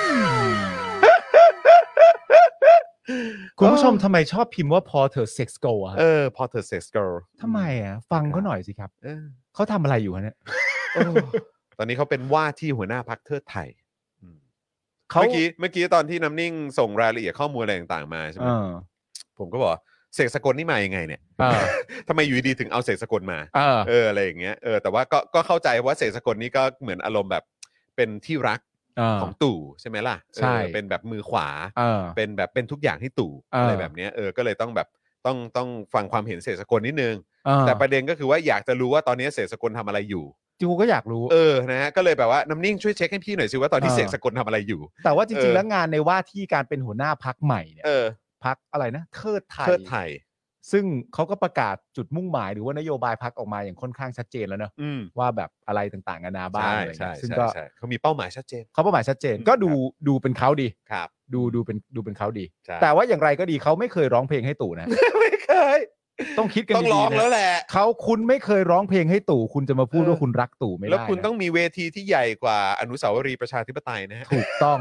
[SPEAKER 3] คุณผู้ชมทำไมชอบพิมพ์ว่าพอเธอเซ็กส์โกอะ
[SPEAKER 2] เออ พอเธอเซ็กซ์กิล
[SPEAKER 3] ทำไมอ่ะ ฟังเขาหน่อยสิครับ
[SPEAKER 2] เออ
[SPEAKER 3] เขาทำอะไรอยู่ฮะเนี่ย
[SPEAKER 2] โอ้ตอนนี้เขาเป็นว่าที่หัวหน้าพักเทิดไทยอืม
[SPEAKER 3] เขา
[SPEAKER 2] เมื่อกี้เมื่อกี้ตอนที่น้ำนิ่งส่งรายละเอียดข้อมูลอะไรต่างๆมาใช่ไหม
[SPEAKER 3] เออ
[SPEAKER 2] ผมก็บอกว่าเสกสกลนี่มายังไงเนี่ย
[SPEAKER 3] เออ
[SPEAKER 2] ทำไมอยู่ดีๆถึงเอาเสกสกลมา
[SPEAKER 3] เออ
[SPEAKER 2] เอออะไรอย่างเงี้ยเออแต่ว่าก็ก็เข้าใจว่าเสกสกลนี่ก็เหมือนอารมณ์แบบเป็นที่รัก
[SPEAKER 3] เออ
[SPEAKER 2] ของตู่ใช่ไหมล่ะ
[SPEAKER 3] ใช่
[SPEAKER 2] เออเป็นแบบมือขวา
[SPEAKER 3] เออ
[SPEAKER 2] เป็นแบบเป็นทุกอย่างให้ตู่
[SPEAKER 3] เอออ
[SPEAKER 2] อะไรแบบเนี้ยเออก็เลยต้องแบบต้องต้องฟังความเห็นเสกสกลนิดนึง
[SPEAKER 3] เออ
[SPEAKER 2] แต่ประเด็นก็คือว่าอยากจะรู้ว่าตอนนี้เสกสกลทำอะไรอยู่
[SPEAKER 3] จูก็อยากรู้
[SPEAKER 2] เออนะฮะก็เลยแบบว่าน้ำนิ่งช่วยเช็คให้พี่หน่อยสิว่าตอนนี้
[SPEAKER 3] เออ
[SPEAKER 2] เสกสกลทำอะไรอยู่
[SPEAKER 3] แต่ว่าจ
[SPEAKER 2] เอ
[SPEAKER 3] ริง
[SPEAKER 2] อ
[SPEAKER 3] ๆแล้วงานในว่าที่การเป็นหัวหน้าพักใหม่เนี่ย
[SPEAKER 2] เออ
[SPEAKER 3] พักอะไรนะเทิดไทย
[SPEAKER 2] เทิดไทย
[SPEAKER 3] ซึ่งเขาก็ประกาศจุดมุ่งหมายหรือว่านโยบายพักออกมาอย่างค่อนข้างชัดเจนแล้วเนอะ
[SPEAKER 2] อืม
[SPEAKER 3] ว่าแบบอะไรต่างๆนานาบ้าง
[SPEAKER 2] ใช่
[SPEAKER 3] อะไร
[SPEAKER 2] ใช่
[SPEAKER 3] เงี้ยซึ่ง
[SPEAKER 2] ใช่
[SPEAKER 3] ก็
[SPEAKER 2] ใช่เขามีเป้าหมายชัดเจน
[SPEAKER 3] เขาเป้าหมายชัดเจนก็ดูดูเป็นเขาดี
[SPEAKER 2] ครับ
[SPEAKER 3] ดูดูเป็นดูเป็นเขาดี
[SPEAKER 2] ใช่ *laughs*
[SPEAKER 3] แต่ว่าอย่างไรก็ดีเขาไม่เคยร้องเพลงให้ตู่นะ
[SPEAKER 2] ไม่เคย
[SPEAKER 3] ต้องคิดกัน
[SPEAKER 2] ต้อง
[SPEAKER 3] ดี
[SPEAKER 2] ร้
[SPEAKER 3] ๆ
[SPEAKER 2] อง
[SPEAKER 3] นะ
[SPEAKER 2] แล้วแหละ
[SPEAKER 3] เขาคุณไม่เคยร้องเพลงให้ตู่คุณจะมาพูด
[SPEAKER 2] เออ
[SPEAKER 3] ว่าคุณรักตู่ไม่ได้
[SPEAKER 2] แล้วคุณ
[SPEAKER 3] นะ
[SPEAKER 2] ต้องมีเวทีที่ใหญ่กว่าอนุสาวรีย์ประชาธิปไตยนะฮะ
[SPEAKER 3] ถูก
[SPEAKER 2] *laughs*
[SPEAKER 3] ต้อง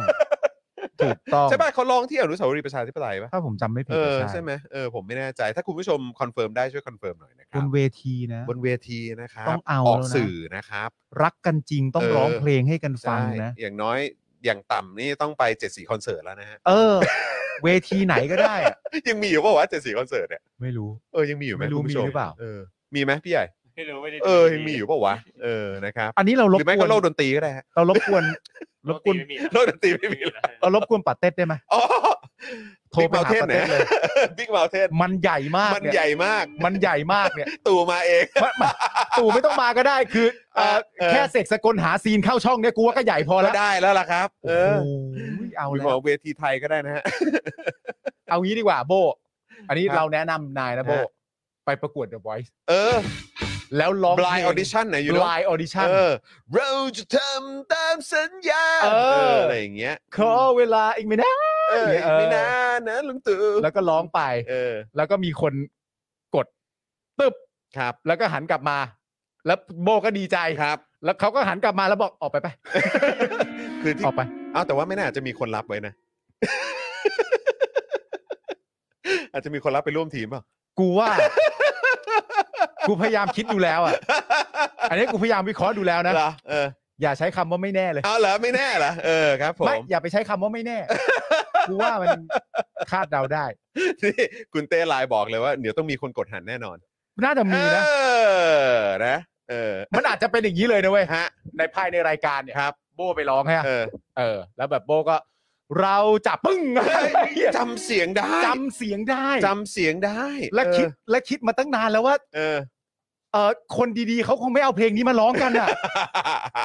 [SPEAKER 3] ถูกต้อง
[SPEAKER 2] ใช่ป่ะเขาร้องที่อนุสาวรีย์ประชาธิปไตยป่ะ
[SPEAKER 3] ถ้าผมจำไม่ผิ
[SPEAKER 2] เอ
[SPEAKER 3] ด
[SPEAKER 2] อ
[SPEAKER 3] ก็
[SPEAKER 2] ใช่ไหมเออผมไม่แน่ใจ ถ้าคุณผู้ชมคอนเฟิร์มได้ช่วยคอนเฟิร์มหน่อยนะค
[SPEAKER 3] บ
[SPEAKER 2] รับ
[SPEAKER 3] นเวทีนะ
[SPEAKER 2] บนเวทีนะครับ
[SPEAKER 3] ต้องเอา
[SPEAKER 2] ออก
[SPEAKER 3] แล้วนะ
[SPEAKER 2] สื่อนะครับ
[SPEAKER 3] รักกันจริงต้อง
[SPEAKER 2] เออ
[SPEAKER 3] ร้องเพลงให้กันฟัง
[SPEAKER 2] ใช่
[SPEAKER 3] นะ
[SPEAKER 2] อย่างน้อยอย่างต่ำนี่ต้องไป7จ็ดสีคอนเสิร์ตแล้วนะฮะ
[SPEAKER 3] เออ เวทีไหนก็ได้อะ
[SPEAKER 2] ยังมีอยู่ป่าวะเจ็ดสีคอนเสิร์ตเนี่ย
[SPEAKER 3] ไม่รู้
[SPEAKER 2] เออยังมีอยู่ไหม
[SPEAKER 3] ไม่รู้
[SPEAKER 2] คุณผู้ช
[SPEAKER 3] มีหรือเปล่า
[SPEAKER 2] เออมีไหมพี่ใหญ่
[SPEAKER 8] ไม่รู้ไม่ได้
[SPEAKER 2] เออยังมีอยู่ป่าวะเออนะครับ
[SPEAKER 3] อันนี้เรา
[SPEAKER 2] ห
[SPEAKER 3] รบ
[SPEAKER 2] รือก ไม่
[SPEAKER 3] ว
[SPEAKER 2] ก็
[SPEAKER 3] น
[SPEAKER 2] โลกดนตรีก็ได้ฮะ
[SPEAKER 3] เรารบก
[SPEAKER 2] *laughs*
[SPEAKER 3] วนร
[SPEAKER 8] ร
[SPEAKER 3] บบ ก
[SPEAKER 8] ก
[SPEAKER 3] ว
[SPEAKER 8] วน น
[SPEAKER 2] โลกดนตรีไม่มีแล้ว
[SPEAKER 3] เรารบกวนป่าเต็ดได้ไหม
[SPEAKER 2] อ๋อ
[SPEAKER 3] โทรไปหาประเทศเลย
[SPEAKER 2] *laughs* บิ๊กเมลเทน
[SPEAKER 3] มันใหญ่มาก
[SPEAKER 2] มัน
[SPEAKER 3] เนี่ย
[SPEAKER 2] ใหญ่มาก
[SPEAKER 3] มันใหญ่มากเนี่ย *laughs*
[SPEAKER 2] ตู่มาเอง
[SPEAKER 3] มันมันตู่ไม่ต้องมาก็ได้คือเอ่อ
[SPEAKER 2] เออ
[SPEAKER 3] แค่เสกสกลหาซีนเข้าช่องเนี่ยกูว่าก็ใหญ่พอ
[SPEAKER 2] ก็
[SPEAKER 3] แล้ว
[SPEAKER 2] ได้แล้วล่ะครับเอ
[SPEAKER 3] โอ้
[SPEAKER 2] อ
[SPEAKER 3] โหเอา
[SPEAKER 2] คุณ
[SPEAKER 3] แล้
[SPEAKER 2] หมอ
[SPEAKER 3] ว
[SPEAKER 2] เวทีไทยก็ได้นะฮะ
[SPEAKER 3] เอางี้ดีกว่าโบ อันนี้
[SPEAKER 2] ครับ
[SPEAKER 3] เราแนะนำนายนะโบ
[SPEAKER 2] ฮะ
[SPEAKER 3] ไปประกวด The Voice
[SPEAKER 2] เออ
[SPEAKER 3] แล้วร้อง
[SPEAKER 2] blind audition นะอยู่เนอะ
[SPEAKER 3] Blind Audition
[SPEAKER 2] เออเราจะทำตามสัญญา
[SPEAKER 3] เออ
[SPEAKER 2] ไรอย่างเงี้ย
[SPEAKER 3] ขอเวลาอีกไม่นะ
[SPEAKER 2] เอออีก
[SPEAKER 3] เออ
[SPEAKER 2] ไม่นานนะลุงตู่
[SPEAKER 3] แล้วก็ร้องไป
[SPEAKER 2] เออ *laughs*
[SPEAKER 3] แล้วก็มีคนกดตึบ
[SPEAKER 2] ครับ
[SPEAKER 3] แล้วก็หันกลับมา แล้วโบก็ดีใจ
[SPEAKER 2] ครับ
[SPEAKER 3] แล้วเขาก็หันกลับมาแล้วบอกออกไปไป
[SPEAKER 2] คือ *laughs* ที่
[SPEAKER 3] ออกไป
[SPEAKER 2] เอาแต่ว่าไม่น่าจะมีคนรับไว้นะ *laughs* อาจจะมีคนรับไปร่วมทีมเปล่า
[SPEAKER 3] กูว่า กูพยายามคิดดูแล้วอ่ะ อันนี้กูพยายามวิเคราะห์ดูแล้วนะ
[SPEAKER 2] เหรอเออ
[SPEAKER 3] อย่าใช้คำว่าไม่แน่เลย
[SPEAKER 2] เอาเหรอไม่แน่เหรอเออครับผ
[SPEAKER 3] ไม่
[SPEAKER 2] ม
[SPEAKER 3] อย่าไปใช้คำว่าไม่แน่ กูว่ามันคาดเดาได้
[SPEAKER 2] *laughs* นี่คุณเต้ไลน์บอกเลยว่าเดี๋ยวต้องมีคนกดหันแน่นอน
[SPEAKER 3] น่าจะมีนะ
[SPEAKER 2] เออนะเออ
[SPEAKER 3] มันอาจจะเป็นอย่างนี้เลยนะเว้ย
[SPEAKER 2] ฮะ
[SPEAKER 3] ในภายในรายการเนี่ย
[SPEAKER 2] ครับ
[SPEAKER 3] โบไปร้องฮะ
[SPEAKER 2] เออ
[SPEAKER 3] เออ แล้วแบบโบก็ เราจะปึ้ง
[SPEAKER 2] จำเสียงได้
[SPEAKER 3] จำเสียงได้
[SPEAKER 2] จำเสียงได้
[SPEAKER 3] และคิด
[SPEAKER 2] เออ
[SPEAKER 3] และคิดมาตั้งนานแล้วว่า
[SPEAKER 2] เออ
[SPEAKER 3] เออคนดีๆเขาคงไม่เอาเพลงนี้มาร้องกัน
[SPEAKER 2] *laughs*
[SPEAKER 3] อ่ะ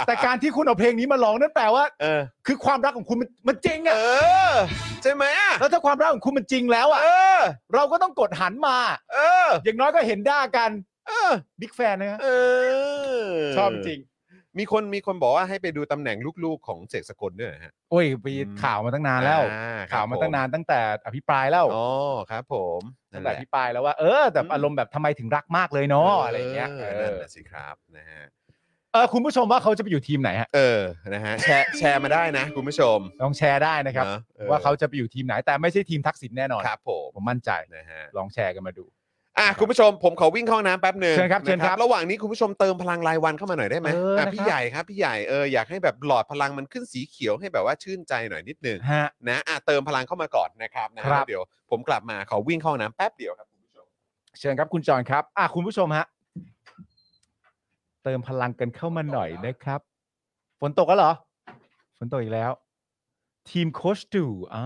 [SPEAKER 3] แต่การที่คุณเอาเพลงนี้มาร้องนั่นแปลว่า
[SPEAKER 2] เออ
[SPEAKER 3] คือความรักของคุณมันมันจริง
[SPEAKER 2] เอ
[SPEAKER 3] อ่ะ
[SPEAKER 2] อใช่ไหมอะ
[SPEAKER 3] แล้วถ้าความรักของคุณมันจริงแล้วอ่ะ
[SPEAKER 2] เออ
[SPEAKER 3] เราก็ต้องกดหันมา
[SPEAKER 2] เออ
[SPEAKER 3] อย่างน้อยก็เห็นด้ากัน
[SPEAKER 2] เออ
[SPEAKER 3] บิ๊กแฟนนะฮะ
[SPEAKER 2] เออ
[SPEAKER 3] ชอบจริง
[SPEAKER 2] มีคนมีคนบอกว่าให้ไปดูตำแหน่งลูกๆของเสกสกลด้วยเหรอฮะ
[SPEAKER 3] โอ้ยไป
[SPEAKER 2] อืม
[SPEAKER 3] ข่าวมาตั้งนานแล้ว
[SPEAKER 2] อ่ครับ
[SPEAKER 3] ข่าวมาตั้งนานตั้งแต่อภิปรายแล้ว
[SPEAKER 2] ผมอ๋อครับผมนั่
[SPEAKER 3] ตั้
[SPEAKER 2] นห
[SPEAKER 3] งแต่
[SPEAKER 2] ละ
[SPEAKER 3] อภิปรายแล้วว่าเออแบบอารมณ์แบบทำไมถึงรักมากเลยเนาะอะไรอย่างเงี้ยเอ
[SPEAKER 2] นั่น
[SPEAKER 3] อ
[SPEAKER 2] น่ะสิครับนะฮะ
[SPEAKER 3] เออคุณผู้ชมว่าเขาจะไปอยู่ทีมไหนฮะ
[SPEAKER 2] เออ นะฮะ แชร์ แชร์มาได้นะ คุณผู้ชม
[SPEAKER 3] ลองแชร์ได้นะครับ
[SPEAKER 2] เออ
[SPEAKER 3] ว่าเขาจะไปอยู่ทีมไหนแต่ไม่ใช่ทีมทักษิณแน่นอน
[SPEAKER 2] ครับผม
[SPEAKER 3] ผมมั่นใจ
[SPEAKER 2] นะฮะ
[SPEAKER 3] ลองแชร์กันมาดู
[SPEAKER 2] อ่ะ คุณผู้ชม ผมขอวิ่งเข้าห้องน้ำแป๊บหนึ่ง
[SPEAKER 3] เชิญครับเชิญครับ
[SPEAKER 2] นะระหว่างนี้คุณผู้ชมเติมพลังรายวันเข้ามาหน่อยได้ไหม
[SPEAKER 3] เออนะครับ
[SPEAKER 2] พี่ใหญ่ครับ พี่ใหญ่ เออ อยากให้แบบหลอดพลังมันขึ้นสีเขียวให้แบบว่าชื่นใจหน่อยนิดหนึง
[SPEAKER 3] ฮะ
[SPEAKER 2] นะ อ่ะ เติมพลังเข้ามาก่อนนะครับนะฮะ
[SPEAKER 3] ครั
[SPEAKER 2] แล้
[SPEAKER 3] บ
[SPEAKER 2] วเดี๋ยวผมกลับมาขอวิ่งเข้าห้องน้ำแป๊บเดียวครับคุณผู้ชม
[SPEAKER 3] เชิญครับคุณจอนครับ อ่ะคุณผู้ชมฮะเติมพลังกันเข้ามาหน่อยนะครับ ฝนตกแล้วเหรอ ฝนตกอีกแล้ว ทีมโคชดูอ่า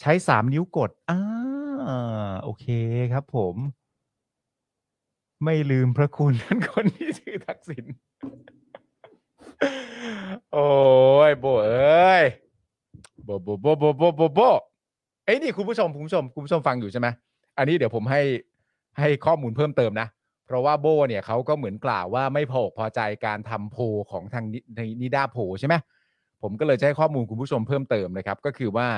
[SPEAKER 3] ใช้สามนิ้วกดอ่าโอเคครับผม ไม่ลืมพระคุณท่านคนที่ชื่อทักษิณ *laughs* โอ้ยโบเอ้ยโบโบโบโบโบโบโบเอ้ยนี่คุณผู้ชมคุณผู้ชมคุณผู้ชมฟังอยู่ใช่ไหม อันนี้เดี๋ยวผมให้ให้ข้อมูลเพิ่มเติมนะ เพราะว่าโบเนี่ยเขาก็เหมือนกล่าวว่าไม่พออกพอใจการทำโพลของทางนิในนิดาโพลใช่ไหมผมก็เลยจะให้ข้อมูลคุณผู้ชมเพิ่มเติมนะครับ ก็คือว่า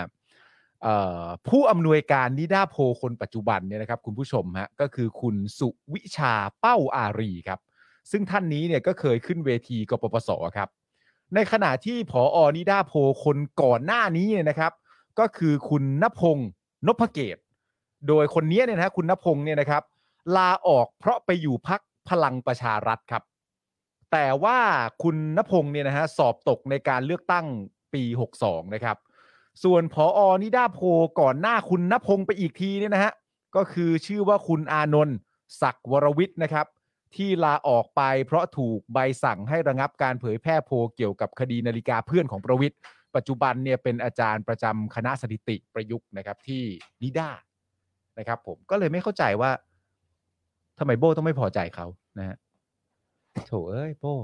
[SPEAKER 3] เอ่อผู้อำนวยการนิดาโพลคนปัจจุบันเนี่ยนะครับคุณผู้ชมฮะก็คือคุณสุวิชาเป้าอารีครับ ซึ่งท่านนี้เนี่ยก็เคยขึ้นเวทีกปปสครับ ในขณะที่ผออนิดาโพลคนก่อนหน้านี้เนี่ยนะครับ ก็คือคุณณพงศ์นพเกต โดยคนเนี้ยเนี่ยนะฮะคุณณพงศ์เนี่ยนะครับ ลาออกเพราะไปอยู่พักพลังประชารัฐครับ แต่ว่าคุณณพงศ์เนี่ยนะฮะสอบตกในการเลือกตั้งปี 62 นะครับ ส่วนผออนิดาโพลก่อนหน้าคุณณพงศ์ไปอีกทีเนี่ยนะฮะ ก็คือชื่อว่าคุณอานนท์ศักดิ์วรวิทย์นะครับ ที่ลาออกไปเพราะถูกใบสั่งให้ระงับการเผยแพร่โพลเกี่ยวกับคดีนาฬิกาเพื่อนของประวิทย์ ปัจจุบันเนี่ยเป็นอาจารย์ประจำคณะสถิติประยุกต์นะครับ ที่นิด้านะครับผมก็เลยไม่เข้าใจว่าทำไมโบ้ต้องไม่พอใจเขานะฮะโถเอ้ยโบ้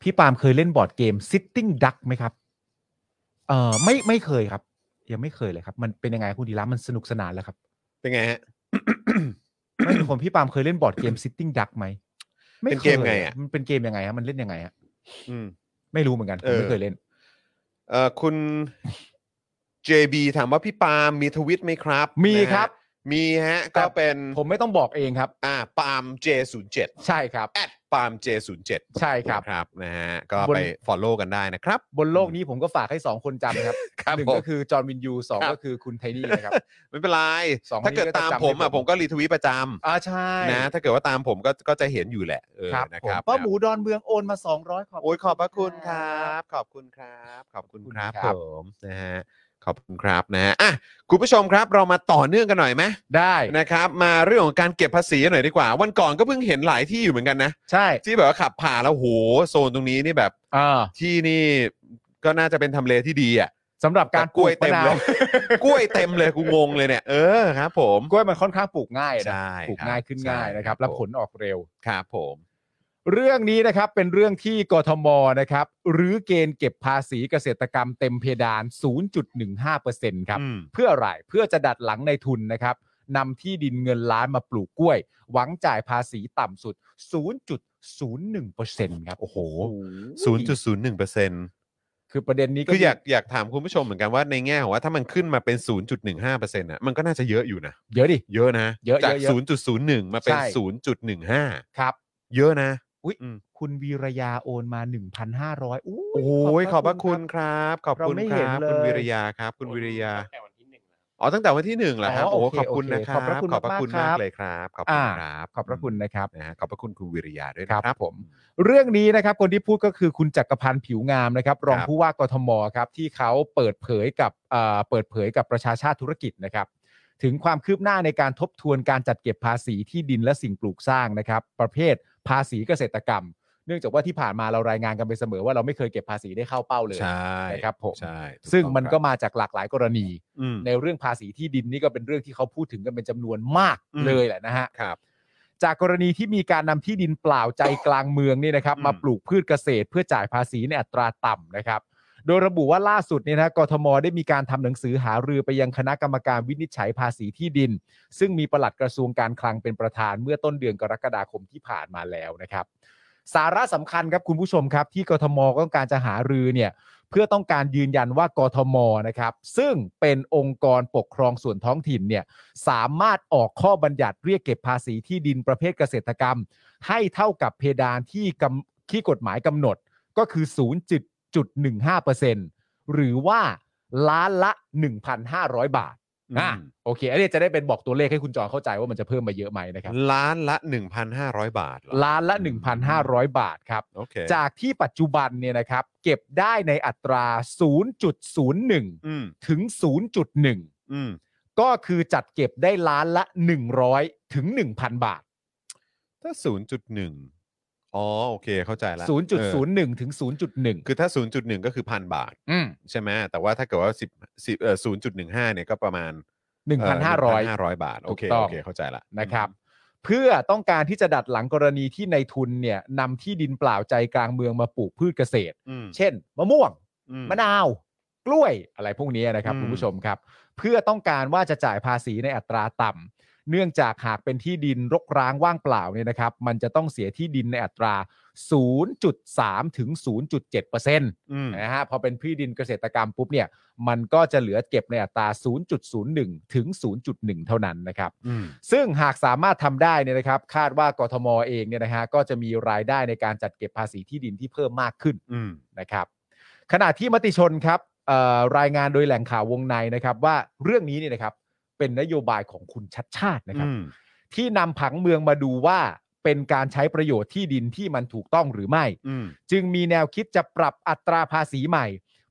[SPEAKER 3] พี่ปาล์มเคยเล่นบอร์ดเกม Sitting Duck ไหมครับ เออไม่ไม่เคยครับ ยังไม่เคยเลยครับ มันเป็นยังไงคุณดีรัมมันสนุกสนานแล้วครับ *coughs*
[SPEAKER 2] เป็นไงฮะ
[SPEAKER 3] ไม่มีคนพี่ปาล์มเคยเล่นบอร์ดเกม sitting duck ไหม
[SPEAKER 2] เป็นเกมไงอะ
[SPEAKER 3] คยมันเป็นเกมยังไงฮะมันเล่นยังไงฮะ
[SPEAKER 2] อืม
[SPEAKER 3] ไม่รู้เหมือนกันผม
[SPEAKER 2] เอ
[SPEAKER 3] ไม่
[SPEAKER 2] อ
[SPEAKER 3] เคยเล่น
[SPEAKER 2] เอ่อคุณ JB ถามว่าพี่ปาล์มมีทวิตไหมครับ
[SPEAKER 3] มีครับ
[SPEAKER 2] นะฮะมีฮะ ก็เป็น
[SPEAKER 3] ผมไม่ต้องบอกเองครับ
[SPEAKER 2] อ่าปาล์ม J07
[SPEAKER 3] ใช่ครับ
[SPEAKER 2] แอดปาล์ม J07
[SPEAKER 3] ใช่ครับ
[SPEAKER 2] ครับนะฮะก็
[SPEAKER 3] บน
[SPEAKER 2] ไป follow กันได้นะครับ
[SPEAKER 3] บนโลกนี้ผมก็ฝากให้สองคนจำครับ
[SPEAKER 2] ครับ
[SPEAKER 3] หนึ่ง
[SPEAKER 2] ผม
[SPEAKER 3] ก็คือจอห์นวินยูสอง
[SPEAKER 2] ครับ
[SPEAKER 3] ก็คือคุณไทนี่นะครับ
[SPEAKER 2] ไม่เป็นไร
[SPEAKER 3] สองคน
[SPEAKER 2] ถ้า
[SPEAKER 3] นี้
[SPEAKER 2] เกิดตามผม
[SPEAKER 3] ก็จะจำให้
[SPEAKER 2] อ่ะ
[SPEAKER 3] ผม
[SPEAKER 2] ผมก็รีทวีตประจำ
[SPEAKER 3] อ่าใช่
[SPEAKER 2] นะ ถ้าเกิดว่าตามผมก็ก็จะเห็นอยู่แหละเออ
[SPEAKER 3] ครับ
[SPEAKER 2] นะค
[SPEAKER 3] ผม
[SPEAKER 2] รับ
[SPEAKER 3] ป้าหมูดอนเมืองโอนมา 200 ขอบ
[SPEAKER 2] โอ้ยขอบพระคุณคร
[SPEAKER 3] บ
[SPEAKER 2] ับ ขอบคุณครับ ขอบคุณครับ
[SPEAKER 3] ขอบคุณ
[SPEAKER 2] ผม
[SPEAKER 3] ครับ
[SPEAKER 2] นะฮะขอบคุณครับนะฮะอ่ะคุณผู้ชมครับเรามาต่อเนื่องกันหน่อยไหม
[SPEAKER 3] ได้
[SPEAKER 2] นะครับ มาเรื่องของการเก็บภาษีหน่อยดีกว่า วันก่อนก็เพิ่งเห็นหลายที่อยู่เหมือนกันนะ
[SPEAKER 3] ใช่
[SPEAKER 2] ที่แบบว่าขับผ่านแล้วโหโซนตรงนี้นี่แบบ
[SPEAKER 3] อ่า
[SPEAKER 2] ที่นี่ก็น่าจะเป็นทำเลที่ดีอ่ะ
[SPEAKER 3] สำหรับการ
[SPEAKER 2] แต่กล้วย
[SPEAKER 3] ป
[SPEAKER 2] เต็ม
[SPEAKER 3] นะนา
[SPEAKER 2] เลย *laughs* กล้วยเต็มเลยกูงงเลยเนี่ย เออครับ ผม
[SPEAKER 3] กล้วยมันค่อนข้างปลูกง่ายนะ
[SPEAKER 2] ใช่
[SPEAKER 3] ปลูก
[SPEAKER 2] ครับ
[SPEAKER 3] ง่ายขึ้นง่าย
[SPEAKER 2] ใช่
[SPEAKER 3] นะครับ
[SPEAKER 2] ครับ
[SPEAKER 3] และ
[SPEAKER 2] ผม
[SPEAKER 3] ผลออกเร็ว
[SPEAKER 2] ครับผม
[SPEAKER 3] เรื่องนี้นะครับเป็นเรื่องที่กทมนะครับหรือเกณฑ์เก็บภาษีเกษตรกรรมเต็มเพดาน 0.15%ครับ
[SPEAKER 2] อืม
[SPEAKER 3] เพื่ออะไรเพื่อจะดัดหลังในทุนนะครับนำที่ดินเงินล้านมาปลูกกล้วย หวังจ่ายภาษีต่ำสุด 0.01%ครับ โอ้โห
[SPEAKER 2] 0.01%เปอร์เซ็นต์
[SPEAKER 3] คือประเด็นนี้
[SPEAKER 2] คืออยากอยากถามคุณผู้ชมเหมือนกันว่าในแง่ของว่าถ้ามันขึ้นมาเป็น 0.15%น่ะมันก็น่าจะเยอะอยู่นะ
[SPEAKER 3] เยอะดิ
[SPEAKER 2] เยอะนะ
[SPEAKER 3] เยอะ
[SPEAKER 2] จาก
[SPEAKER 3] เยอะเยอะ
[SPEAKER 2] 0.01 มาเป็น
[SPEAKER 3] ใช่
[SPEAKER 2] 0.15
[SPEAKER 3] ครับ
[SPEAKER 2] เยอะนะ
[SPEAKER 3] อุ้ย
[SPEAKER 2] อืม
[SPEAKER 3] คุณวีระยาโอนมา 1,500 โอ้
[SPEAKER 2] โอ้ยขอบพระคุณ
[SPEAKER 3] รับ
[SPEAKER 2] ครับ ขอบคุณ
[SPEAKER 3] เราไม่
[SPEAKER 2] ค
[SPEAKER 3] เห็
[SPEAKER 2] รั
[SPEAKER 3] น
[SPEAKER 2] บ
[SPEAKER 3] เลย
[SPEAKER 2] คุณวิริยาครับ คุณวิริยาอ๋อตั้งแต่วันที่หนึ่งเหรอครับโอ้ขอบคุณนะครั
[SPEAKER 3] ข
[SPEAKER 2] บ
[SPEAKER 3] อบพระคุณ
[SPEAKER 2] พระคุณมากเลยครับขอบคุณครับ
[SPEAKER 3] ขอบพระคุณนะครับ
[SPEAKER 2] นะฮะขอบพระคุณคุณวิริยาด้วย
[SPEAKER 3] ครับ
[SPEAKER 2] นะครับ
[SPEAKER 3] ผม เรื่องนี้นะครับคนที่พูดก็คือคุณจักรพันธ์ผิวงามนะครับ รอง
[SPEAKER 2] ครับ
[SPEAKER 3] ผู้ว่ากทมครับที่เขาเปิดเผยกับเอ่อเปิดเผยกับประชาชาติธุรกิจนะครับ ถึงความคืบหน้าในการทบทวนการจัดเก็บภาษีที่ดินและสิ่งปลูกสร้างนะครับ ประเภทภาษีเกษตรกรรม เนื่องจากว่าที่ผ่านมาเรารายงานกันไปเสมอว่าเราไม่เคยเก็บภาษีได้เข้าเป้าเลย
[SPEAKER 2] ใช่
[SPEAKER 3] นะครับผม
[SPEAKER 2] ใช่ถู
[SPEAKER 3] ซึ่งมันก็
[SPEAKER 2] ต้องครับ
[SPEAKER 3] มาจากหลากหลายกรณี
[SPEAKER 2] อืม
[SPEAKER 3] ในเรื่องภาษีที่ดินนี่ก็เป็นเรื่องที่เขาพูดถึงกันเป็นจำนวนมาก
[SPEAKER 2] อืม
[SPEAKER 3] เลยแหละนะฮะ
[SPEAKER 2] ครับ
[SPEAKER 3] จากกรณีที่มีการนำที่ดินเปล่าใจกลางเมืองนี่นะครับ
[SPEAKER 2] อืม
[SPEAKER 3] มาปลูกพืชเกษตรเพื่อจ่ายภาษีในอัตราต่ำนะครับ โดยระบุว่าล่าสุดเนี่ยนะกทมได้มีการทำหนังสือหารือไปยังคณะกรรมการวินิจฉัยภาษีที่ดิน ซึ่งมีปลัดกระทรวงการคลังเป็นประธานเมื่อต้นเดือนกรกฎาคมที่ผ่านมาแล้วนะครับ สาระสำคัญครับคุณผู้ชมครับ ที่กทมก็ต้องการจะหารือเนี่ย เพื่อต้องการยืนยันว่ากทมนะครับ ซึ่งเป็นองค์กรปกครองส่วนท้องถิ่นเนี่ยสามารถออกข้อบัญญัติเรียกเก็บภาษีที่ดินประเภทเกษตรกรรม ให้เท่ากับเพดานที่กำที่กฎหมายกำหนดก็คือ 0.15%หรือว่าล้านละ 1,500 บาทอ่ะ
[SPEAKER 2] อืม
[SPEAKER 3] โอเค อันนี้จะได้เป็นบอกตัวเลขให้คุณจอนเข้าใจว่ามันจะเพิ่มมาเยอะไหมนะครับ
[SPEAKER 2] ล้านละ 1,500 บาทเหรอ
[SPEAKER 3] ล้านละ 1,500 บาทครับ
[SPEAKER 2] โอเค
[SPEAKER 3] จากที่ปัจจุบันเนี่ยนะครับเก็บได้ในอัตรา 0.01
[SPEAKER 2] อืม
[SPEAKER 3] ถึง 0.1
[SPEAKER 2] อืม
[SPEAKER 3] ก็คือจัดเก็บได้ล้านละ 100 ถึง 1,000 บาท
[SPEAKER 2] ถ้า 0.1 อ๋อ โอเค เข้าใจละเออ
[SPEAKER 3] 0.01 ถึง 0.1
[SPEAKER 2] คือถ้า 0.1 ก็คือพันบาท
[SPEAKER 3] อืม
[SPEAKER 2] ใช่ไหมแต่ว่าถ้าเกิดว่า10 10เอ่อ0.15 เนี่ยก็ประมาณเอ่อ
[SPEAKER 3] 1,500
[SPEAKER 2] 1,500 บาท โอเค
[SPEAKER 3] ถูกต้อง
[SPEAKER 2] โอเค เข้าใจละ
[SPEAKER 3] นะครับ เพื่อต้องการที่จะดัดหลังกรณีที่ในทุนเนี่ยนำที่ดินเปล่าใจกลางเมืองมาปลูกพืชเกษตร
[SPEAKER 2] อืม
[SPEAKER 3] เช่น มะม่วง
[SPEAKER 2] อื
[SPEAKER 3] มะนาว กล้วยอะไรพวกนี้นะครับ
[SPEAKER 2] อืม
[SPEAKER 3] คุณผู้ชมครับ เพื่อต้องการว่าจะจ่ายภาษีในอัตราต่ำเนื่องจากหากเป็นที่ดินรกร้างว่างเปล่าเนี่ยนะครับ มันจะต้องเสียที่ดินในอัตรา 0.3 ถึง 0.7%
[SPEAKER 2] อืม
[SPEAKER 3] นะฮะพอเป็นที่ดินเกษตรกรรมปุ๊บเนี่ยมันก็จะเหลือเก็บในอัตรา 0.01 ถึง 0.1 เท่านั้นนะครับ
[SPEAKER 2] อืม
[SPEAKER 3] ซึ่งหากสามารถทำได้เนี่ยนะครับ คาดว่ากทมเองเนี่ยนะฮะก็จะมีรายได้ในการจัดเก็บภาษีที่ดินที่เพิ่มมากขึ้น
[SPEAKER 2] อืม
[SPEAKER 3] นะครับขณะที่มติชนครับเอ่อรายงานโดยแหล่งข่าววงในนะครับ ว่าเรื่องนี้เนี่ยนะครับเป็นนโยบายของคุณชัดชาตินะครับ
[SPEAKER 2] อืม
[SPEAKER 3] ที่นำผังเมืองมาดูว่าเป็นการใช้ประโยชน์ที่ดินที่มันถูกต้องหรือไม่
[SPEAKER 2] อืม
[SPEAKER 3] จึงมีแนวคิดจะปรับอัตราภาษีใหม่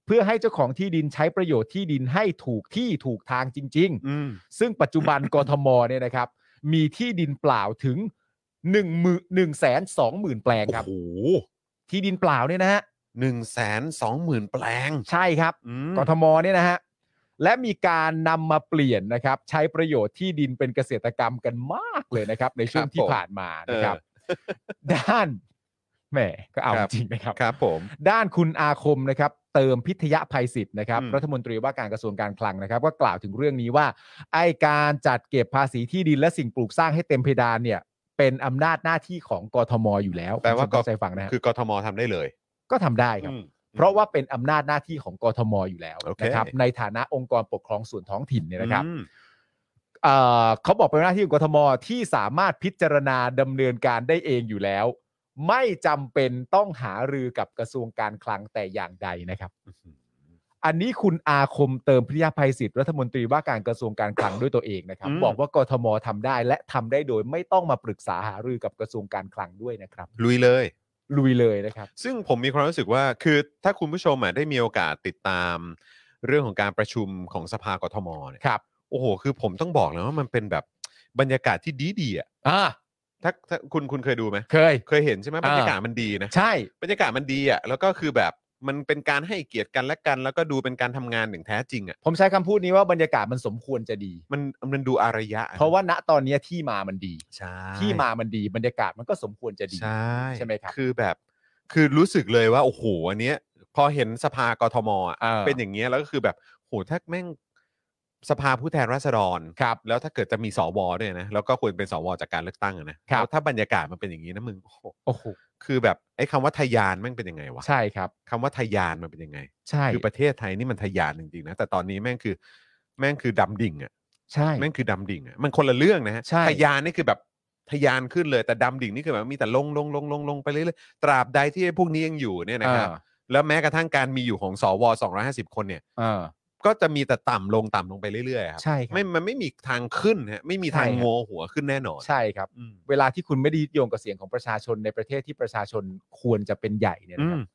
[SPEAKER 3] เพื่อให้เจ้าของที่ดินใช้ประโยชน์ที่ดินให้ถูกที่ถูกทางจริง ๆ
[SPEAKER 2] อืม
[SPEAKER 3] ซึ่งปัจจุบัน กทมเนี่ยนะครับ มีที่ดินเปล่าถึง1นึ่งหมื่นหนึ่งแสนสองหมื่นแปลงครับ
[SPEAKER 2] โอ้โห
[SPEAKER 3] ที่ดินเปล่าเนี่ยนะฮะ
[SPEAKER 2] หนึ่งแสนสองหมื่นแปลง
[SPEAKER 3] ใช่ครับ
[SPEAKER 2] อืม
[SPEAKER 3] กทมเนี่ยนะฮะและมีการนำมาเปลี่ยนนะครับ ใช้ประโยชน์ที่ดินเป็นเกษตรกรรมกันมากเลยนะครับ ในช่วงที่ผ่านมานะครับ ด้าน แหมก็เอา
[SPEAKER 2] ครับ
[SPEAKER 3] จริงนะครับ
[SPEAKER 2] ครับผม
[SPEAKER 3] ด้านคุณอาคมนะครับ เติมพิทยภัยศิษย์นะครับ
[SPEAKER 2] อืม
[SPEAKER 3] รัฐมนตรีว่าการกระทรวงการคลังนะครับ ก็กล่าวถึงเรื่องนี้ว่า ไอการจัดเก็บภาษีที่ดินและสิ่งปลูกสร้างให้เต็มเพดานเนี่ย เป็นอำนาจหน้าที่ของกทมอยู่แล้ว
[SPEAKER 2] แปลว่า
[SPEAKER 3] คุณผู้ชมตั้งใจฟังนะฮะ
[SPEAKER 2] คือกทมทำได้เลย
[SPEAKER 3] ก็ทำได้ครับ
[SPEAKER 2] อืม
[SPEAKER 3] เพราะว่าเป็นอำนาจหน้าที่ของกทมอยู่แล้ว
[SPEAKER 2] โอเค
[SPEAKER 3] นะครับในฐานะองค์กรปกครองส่วนท้องถิ่นเนี่ยนะครับ
[SPEAKER 2] อืม
[SPEAKER 3] เอ่อเขาบอกเป็นหน้าที่ของกทมที่สามารถพิจารณาดำเนินการได้เองอยู่แล้ว ไม่จำเป็นต้องหารือกับกระทรวงการคลังแต่อย่างใดนะครับ อันนี้คุณอาคมเติมพิทยาภัยศิษย์รัฐมนตรีว่าการกระทรวงการคลังด้วยตัวเองนะครับ
[SPEAKER 2] อืม
[SPEAKER 3] บอกว่ากทมทำได้และทำได้โดยไม่ต้องมาปรึกษาหารือกับกระทรวงการคลังด้วยนะครับ
[SPEAKER 2] ลุยเลย
[SPEAKER 3] ลุยเลยนะครับ
[SPEAKER 2] ซึ่งผมมีความรู้สึกว่าคือถ้าคุณผู้ชมอ่ะได้มีโอกาสติดตาม เรื่องของการประชุมของสภากทมเนี่ย
[SPEAKER 3] ครับ
[SPEAKER 2] โอ้โห คือผมต้องบอกเลยว่ามันเป็นแบบบรรยากาศที่ดีดีๆอ่ะ
[SPEAKER 3] อ่า
[SPEAKER 2] ถ้าถ้าคุณคุณเคยดูไหม
[SPEAKER 3] เคย
[SPEAKER 2] เคยเห็นใช่ไหม
[SPEAKER 3] อ่า
[SPEAKER 2] บรรยากาศมันดีนะ
[SPEAKER 3] ใช่
[SPEAKER 2] บรรยากาศมันดีอ่ะแล้วก็คือแบบมันเป็นการให้เกียรติกันและกัน แล้วก็ดูเป็นการทำงานอย่างแท้จริงอ่ะ
[SPEAKER 3] ผมใช้คำพูดนี้ว่าบรรยากาศมันสมควรจะดี
[SPEAKER 2] มันมันดูอารยะอ
[SPEAKER 3] เพราะว่าณตอนเนี้ยที่มามันดี
[SPEAKER 2] ใช่
[SPEAKER 3] ที่มามันดีบรรยากาศมันก็สมควรจะดี
[SPEAKER 2] ใช่
[SPEAKER 3] ใช่ไหมครับ
[SPEAKER 2] คือแบบคือรู้สึกเลยว่าโอ้โหอันเนี้ยพอเห็นสภากทมอ่ะ
[SPEAKER 3] อ่า
[SPEAKER 2] เป็นอย่างเงี้ยแล้วก็คือแบบโหถ้าแม่งสภาผู้แทนราษฎรครับ แล้วถ้าเกิดจะมีสวด้วยนะแล้วก็ควรเป็นสวจากการเลือกตั้งอะนะครับ แล้วถ้าบรรยากาศมันเป็นอย่างนี้นะมึงโอ้โห
[SPEAKER 3] โอ้โห
[SPEAKER 2] คือแบบไอ้คำว่าทะยานแม่งเป็นยังไงวะ
[SPEAKER 3] ใช่ครับ
[SPEAKER 2] คำว่าทะยานมันเป็นยังไง
[SPEAKER 3] ใช่
[SPEAKER 2] คือประเทศไทยนี่มันทะยานจริงๆนะแต่ตอนนี้แม่งคือ แม่งคือดำดิ่งอ่ะ
[SPEAKER 3] ใช่
[SPEAKER 2] แม่งคือดำดิ่งอ่ะมันคนละเรื่องนะฮะ
[SPEAKER 3] ใช่
[SPEAKER 2] ทะยานนี่คือแบบทะยานขึ้นเลยแต่ดำดิ่งนี่คือแบบมีแต่ลงลงลงลงลงไปเรื่อยๆตราบใดที่ไอ้พวกนี้ยังอยู่เนี่ยนะครับ
[SPEAKER 3] อ่า
[SPEAKER 2] แล้วแม้กระทั่งการมีอยู่ของสว250 คนเนี่ย
[SPEAKER 3] อ่า
[SPEAKER 2] ก็จะมีแต่ต่ำลงต่ำลงไปเรื่อยๆครับ
[SPEAKER 3] ใช่ครับ
[SPEAKER 2] ไม่มันไม่มีทางขึ้นฮะไม่มีทาง
[SPEAKER 3] ใช่ครับ
[SPEAKER 2] โงอหัวขึ้นแน่นอน
[SPEAKER 3] ใช่ครับ
[SPEAKER 2] อืม
[SPEAKER 3] เวลาที่คุณไม่ได้ยึดโยงกับเสียงของประชาชนในประเทศที่ประชาชนควรจะเป็นใหญ่เนี่ยนะครั
[SPEAKER 2] อื
[SPEAKER 3] บ
[SPEAKER 2] ม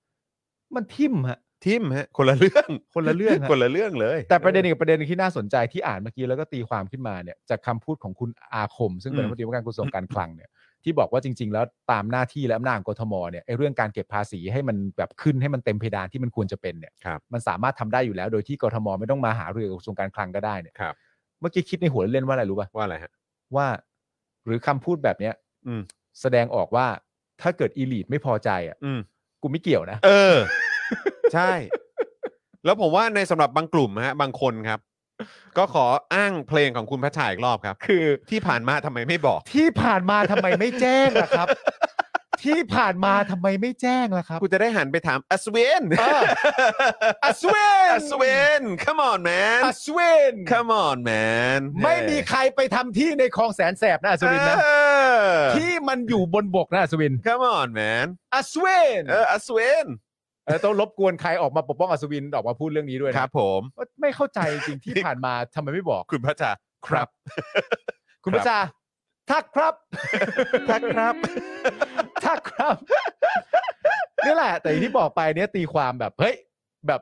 [SPEAKER 3] มันทิ่มฮะ
[SPEAKER 2] ทิมฮะ คนละเรื่อง
[SPEAKER 3] คนละเรื่องฮะ
[SPEAKER 2] *laughs* คนละเรื่องเลย
[SPEAKER 3] แต่ประเด็นอีกประเด็นหนึ่งที่น่าสนใจที่อ่านเมื่อกี้แล้วก็ตีความขึ้นมาเนี่ยจากคำพูดของคุณอาคม ซึ่งเป็น
[SPEAKER 2] อื
[SPEAKER 3] รั
[SPEAKER 2] ม
[SPEAKER 3] ฐมนตรีว่าการกระทรวงการคลังเนี่ยที่บอกว่าจริง ๆ แล้วตามหน้าที่และอำนาจของกทมเนี่ยไอ้เรื่องการเก็บภาษีให้มันแบบขึ้นให้มันเต็มเพดานที่มันควรจะเป็นเนี่ย
[SPEAKER 2] ครับ
[SPEAKER 3] มันสามารถทำได้อยู่แล้วโดยที่กทมไม่ต้องมาหาเรือกับกระทรวงการคลังก็ได้เนี่ย
[SPEAKER 2] ครับ
[SPEAKER 3] เมื่อกี้คิดในหัวเล่นๆว่าอะไรรู้ป่ะ
[SPEAKER 2] ว่าอะไรฮะ
[SPEAKER 3] ว่าหรือคำพูดแบบเนี้ย
[SPEAKER 2] อืม
[SPEAKER 3] แสดงออกว่าถ้าเกิดอีลีทไม่พอใจอ่ะ
[SPEAKER 2] อืม
[SPEAKER 3] กูไม่เกี่ยวนะ
[SPEAKER 2] เออ ใช่ แล้วผมว่าในสำหรับบางกลุ่มฮะ บางคนครับ ก็ขออ้างเพลงของคุณพระชายอีกรอบครับ
[SPEAKER 3] คือ
[SPEAKER 2] ที่ผ่านมาทำไมไม่บอก
[SPEAKER 3] ที่ผ่านมาทำไมไม่แจ้งล่ะครับ ที่ผ่านมาทำไมไม่แจ้งล่ะครับ
[SPEAKER 2] กูจะได้หันไปถามอสเวน *laughs*
[SPEAKER 3] เออ
[SPEAKER 2] อสเวน อสเวน come on man
[SPEAKER 3] อัศวิน
[SPEAKER 2] come on man
[SPEAKER 3] ไม่มีใครไปทำที่ในคลองแสนแสบนะอัศวินนะ
[SPEAKER 2] เออ
[SPEAKER 3] ที่มันอยู่บนบกนะอัศวิน
[SPEAKER 2] Come on man
[SPEAKER 3] อัศวิน
[SPEAKER 2] เอออัศเวน
[SPEAKER 3] เออต้องรบกวนใครออกมาปกป้องอัศวินออกมาพูดเรื่องนี้ด้วย
[SPEAKER 2] ค
[SPEAKER 3] นะ
[SPEAKER 2] รับผม
[SPEAKER 3] ว่าไม่เข้าใจจริงๆที่ผ่านมาทำไมไม่บอก
[SPEAKER 2] คุณพระจา
[SPEAKER 3] ครับ คุณประชาทักครับ
[SPEAKER 2] *laughs* ทักครับ
[SPEAKER 3] *laughs* ทักครับ นี่แหละ แต่อย่างที่บอกไปเนี่ยตีความแบบ เฮ้ย แบบ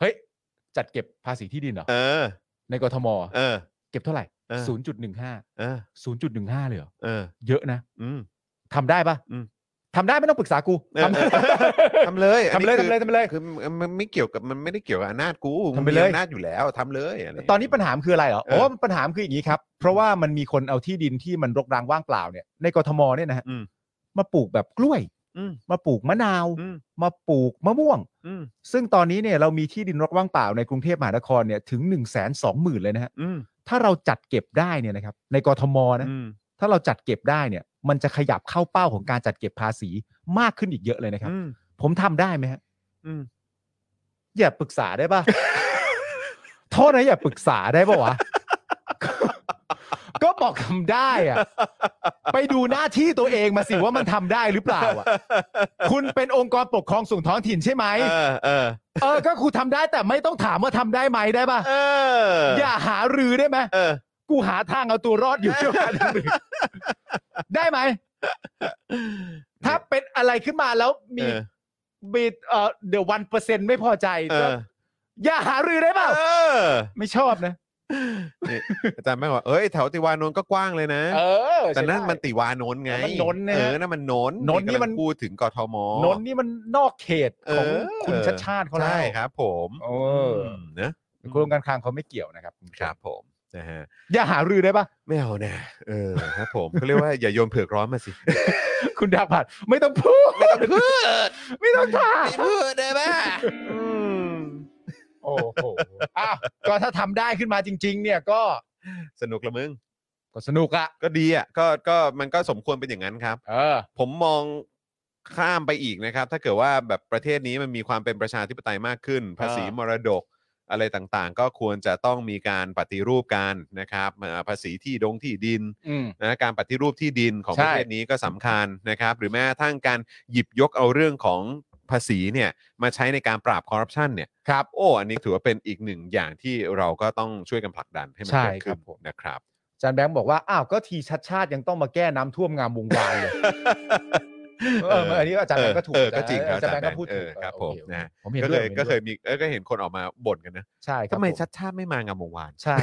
[SPEAKER 3] เฮ้ย จัดเก็บภาษีที่ดินเหรอ
[SPEAKER 2] เออ
[SPEAKER 3] ในกทม
[SPEAKER 2] เออ
[SPEAKER 3] เก็บเท่าไหร่
[SPEAKER 2] เออ
[SPEAKER 3] ศูนย์จุดหนึ่งห้า
[SPEAKER 2] เออ
[SPEAKER 3] ศูนย์จุดหนึ่งห้าเลยเหรอ
[SPEAKER 2] เออ
[SPEAKER 3] เยอะนะ
[SPEAKER 2] อืม
[SPEAKER 3] ทำได้ปะ
[SPEAKER 2] อืม
[SPEAKER 3] ทำได้ไม่ต้องปรึกษากู
[SPEAKER 2] เออ
[SPEAKER 3] ทำ
[SPEAKER 2] เออ *laughs* ทำเลยอัน
[SPEAKER 3] ทำ
[SPEAKER 2] นี้
[SPEAKER 3] เลย
[SPEAKER 2] คือ
[SPEAKER 3] ทำเลยทำเลย
[SPEAKER 2] คือมันไม่เกี่ยวกับมันไม่ได้เกี่ยวกับอำนาจกู
[SPEAKER 3] ทำไปเลย
[SPEAKER 2] มึงมีอำนาจอยู่แล้วทำเลยะไร
[SPEAKER 3] ตอนนี้ปัญหามันคืออะไรเหรอ
[SPEAKER 2] เออ
[SPEAKER 3] โอ้ปัญหามันคืออย่างนี้ครับ เพราะว่ามันมีคนเอาที่ดินที่มันรกร้างว่างเปล่าเนี่ย ในกทมเนี่ยนะฮะ
[SPEAKER 2] อืม
[SPEAKER 3] มาปลูกแบบกล้วย
[SPEAKER 2] อืม
[SPEAKER 3] มาปลูกมะนาว
[SPEAKER 2] อืม
[SPEAKER 3] มาปลูกมะม่วง
[SPEAKER 2] อืม
[SPEAKER 3] ซึ่งตอนนี้เนี่ยเรามีที่ดินรกว่างเปล่าในกรุงเทพมหานครเนี่ยถึง1นึ0 0 0สเลยนะฮะ
[SPEAKER 2] อืม
[SPEAKER 3] ถ้าเราจัดเก็บได้เนี่ยนะครับในกรทมนะ
[SPEAKER 2] อืม
[SPEAKER 3] ถ้าเราจัดเก็บได้เนี่ย มันจะขยับเข้าเป้าของการจัดเก็บภาษีมากขึ้นอีกเยอะเลยนะครับ
[SPEAKER 2] อืม
[SPEAKER 3] ผมทำได้ไหมฮะ
[SPEAKER 2] อืม
[SPEAKER 3] อย่าปรึกษาได้ป่ะ โทษนะอย่าปรึกษาได้ป่ะวะ ก็บอกทำได้อะไปดูหน้าที่ตัวเองมาสิว่ามันทำได้หรือเปล่าอะคุณเป็นองค์กรปกครองส่วนท้องถิ่นใช่ไหม
[SPEAKER 2] เออเออ
[SPEAKER 3] เออ ก็ครูทำได้แต่ไม่ต้องถามว่าทำได้ไหมได้ป่ะ
[SPEAKER 2] เออ
[SPEAKER 3] อย่าหารือได้ไหม
[SPEAKER 2] เออ
[SPEAKER 3] กูหาทางเอาตัวรอดอยู่ ที่การหารือได้ไหม ถ้าเป็นอะไรขึ้นมาแล้วมี
[SPEAKER 2] เออ
[SPEAKER 3] มีเอ่อเดี๋ยววันเปอร์เซ็นต์ไม่พอใจ
[SPEAKER 2] เออ
[SPEAKER 3] อย่าหารือได้เปล่า
[SPEAKER 2] เออ
[SPEAKER 3] ไม่ชอบนะ
[SPEAKER 2] นี่อาจารย์แม่งบอกเอ้ยแถวติวานนท์ก็กว้างเลยนะ
[SPEAKER 3] เออ
[SPEAKER 2] แต่นั่น
[SPEAKER 3] ใช่ได้
[SPEAKER 2] มันติวานนท์ไง
[SPEAKER 3] แต่มันนนท์นะ
[SPEAKER 2] เอ
[SPEAKER 3] ฮะ
[SPEAKER 2] อนั่นมันนนท์
[SPEAKER 3] นนท์นี่มัน
[SPEAKER 2] กำลังพูดถึงกทม
[SPEAKER 3] นนท์นี่มันนอกเขตของ
[SPEAKER 2] เออ
[SPEAKER 3] คุณชัดชาติเขาแล้ว
[SPEAKER 2] ใช่ครับผม
[SPEAKER 3] โอ้
[SPEAKER 2] มนะ
[SPEAKER 3] กระทรวงการคลังเขาไม่เกี่ยวนะครับณผู้ชม
[SPEAKER 2] ครับผม นะฮะ
[SPEAKER 3] อย่าหารือได้ปะ *laughs*
[SPEAKER 2] ไม่เอานะเออครับผมเขาเรียกว่าอย่าโยนเผือกร้อนมาสิ
[SPEAKER 3] *laughs* คุณดาผัดไม่ต้องพูด *laughs* ไม่ต้องพูดไม่ต้องถาม
[SPEAKER 2] *laughs* ไม่พูดได้ไหม
[SPEAKER 3] โอ้โหอ้าวก็ถ้าทำได้ขึ้นมาจริง ๆ เนี่ยก็
[SPEAKER 2] สนุกละมึง
[SPEAKER 3] ก็สนุกอะ
[SPEAKER 2] ก็ดีอ่ะก็ก็มันก็สมควรเป็นอย่างนั้นครับ
[SPEAKER 3] เออ
[SPEAKER 2] ผมมองข้ามไปอีกนะครับ ถ้าเกิดว่าแบบประเทศนี้มันมีความเป็นประชาธิปไตยมากขึ้น ภาษีมรดกอะไรต่างๆ ก็ควรจะต้องมีการปฏิรูปกันนะครับเอ่อภาษีที่ดงที่ดิน
[SPEAKER 3] อืม
[SPEAKER 2] นะการปฏิรูปที่ดินของ
[SPEAKER 3] ใช่
[SPEAKER 2] ประเทศนี้ก็สำคัญนะครับ หรือแม้กระทั่งการหยิบยกเอาเรื่องของภาษีเนี่ยมาใช้ในการปราบคอร์รัปชันเนี่ย
[SPEAKER 3] ครับ
[SPEAKER 2] โอ้อันนี้ถือว่าเป็นอีกหนึ่งอย่างที่เราก็ต้องช่วยกันผลักดันให้มัน
[SPEAKER 3] ใช่
[SPEAKER 2] เกิด
[SPEAKER 3] ครั
[SPEAKER 2] ขึ้น
[SPEAKER 3] บผม
[SPEAKER 2] นะครับ
[SPEAKER 3] อาจารย์แบงค์บอกว่าอ้าวก็ทีชัดชาติยังต้องมาแก้น้ำท่วมงามวงวานเลย เออเอออันนี้อาจารย์แบงค์ก็ถูก
[SPEAKER 2] เออเออก็จริงครับ
[SPEAKER 3] อาจารย์แบงค์ก็พูด
[SPEAKER 2] เอ
[SPEAKER 3] ถูก
[SPEAKER 2] อครับผม
[SPEAKER 3] โอเค
[SPEAKER 2] นะฮะ
[SPEAKER 3] ผมเห็น
[SPEAKER 2] ก็
[SPEAKER 3] ด้
[SPEAKER 2] เล
[SPEAKER 3] วย ผมห็น
[SPEAKER 2] ก็เค
[SPEAKER 3] ด้วย
[SPEAKER 2] ยมีเออก็เห็นคนออกมาบ่นกันนะ
[SPEAKER 3] ใช่ครับ
[SPEAKER 2] ทำไม
[SPEAKER 3] ผ
[SPEAKER 2] ชัดชาติไม่มางามวงวาน
[SPEAKER 3] ใช่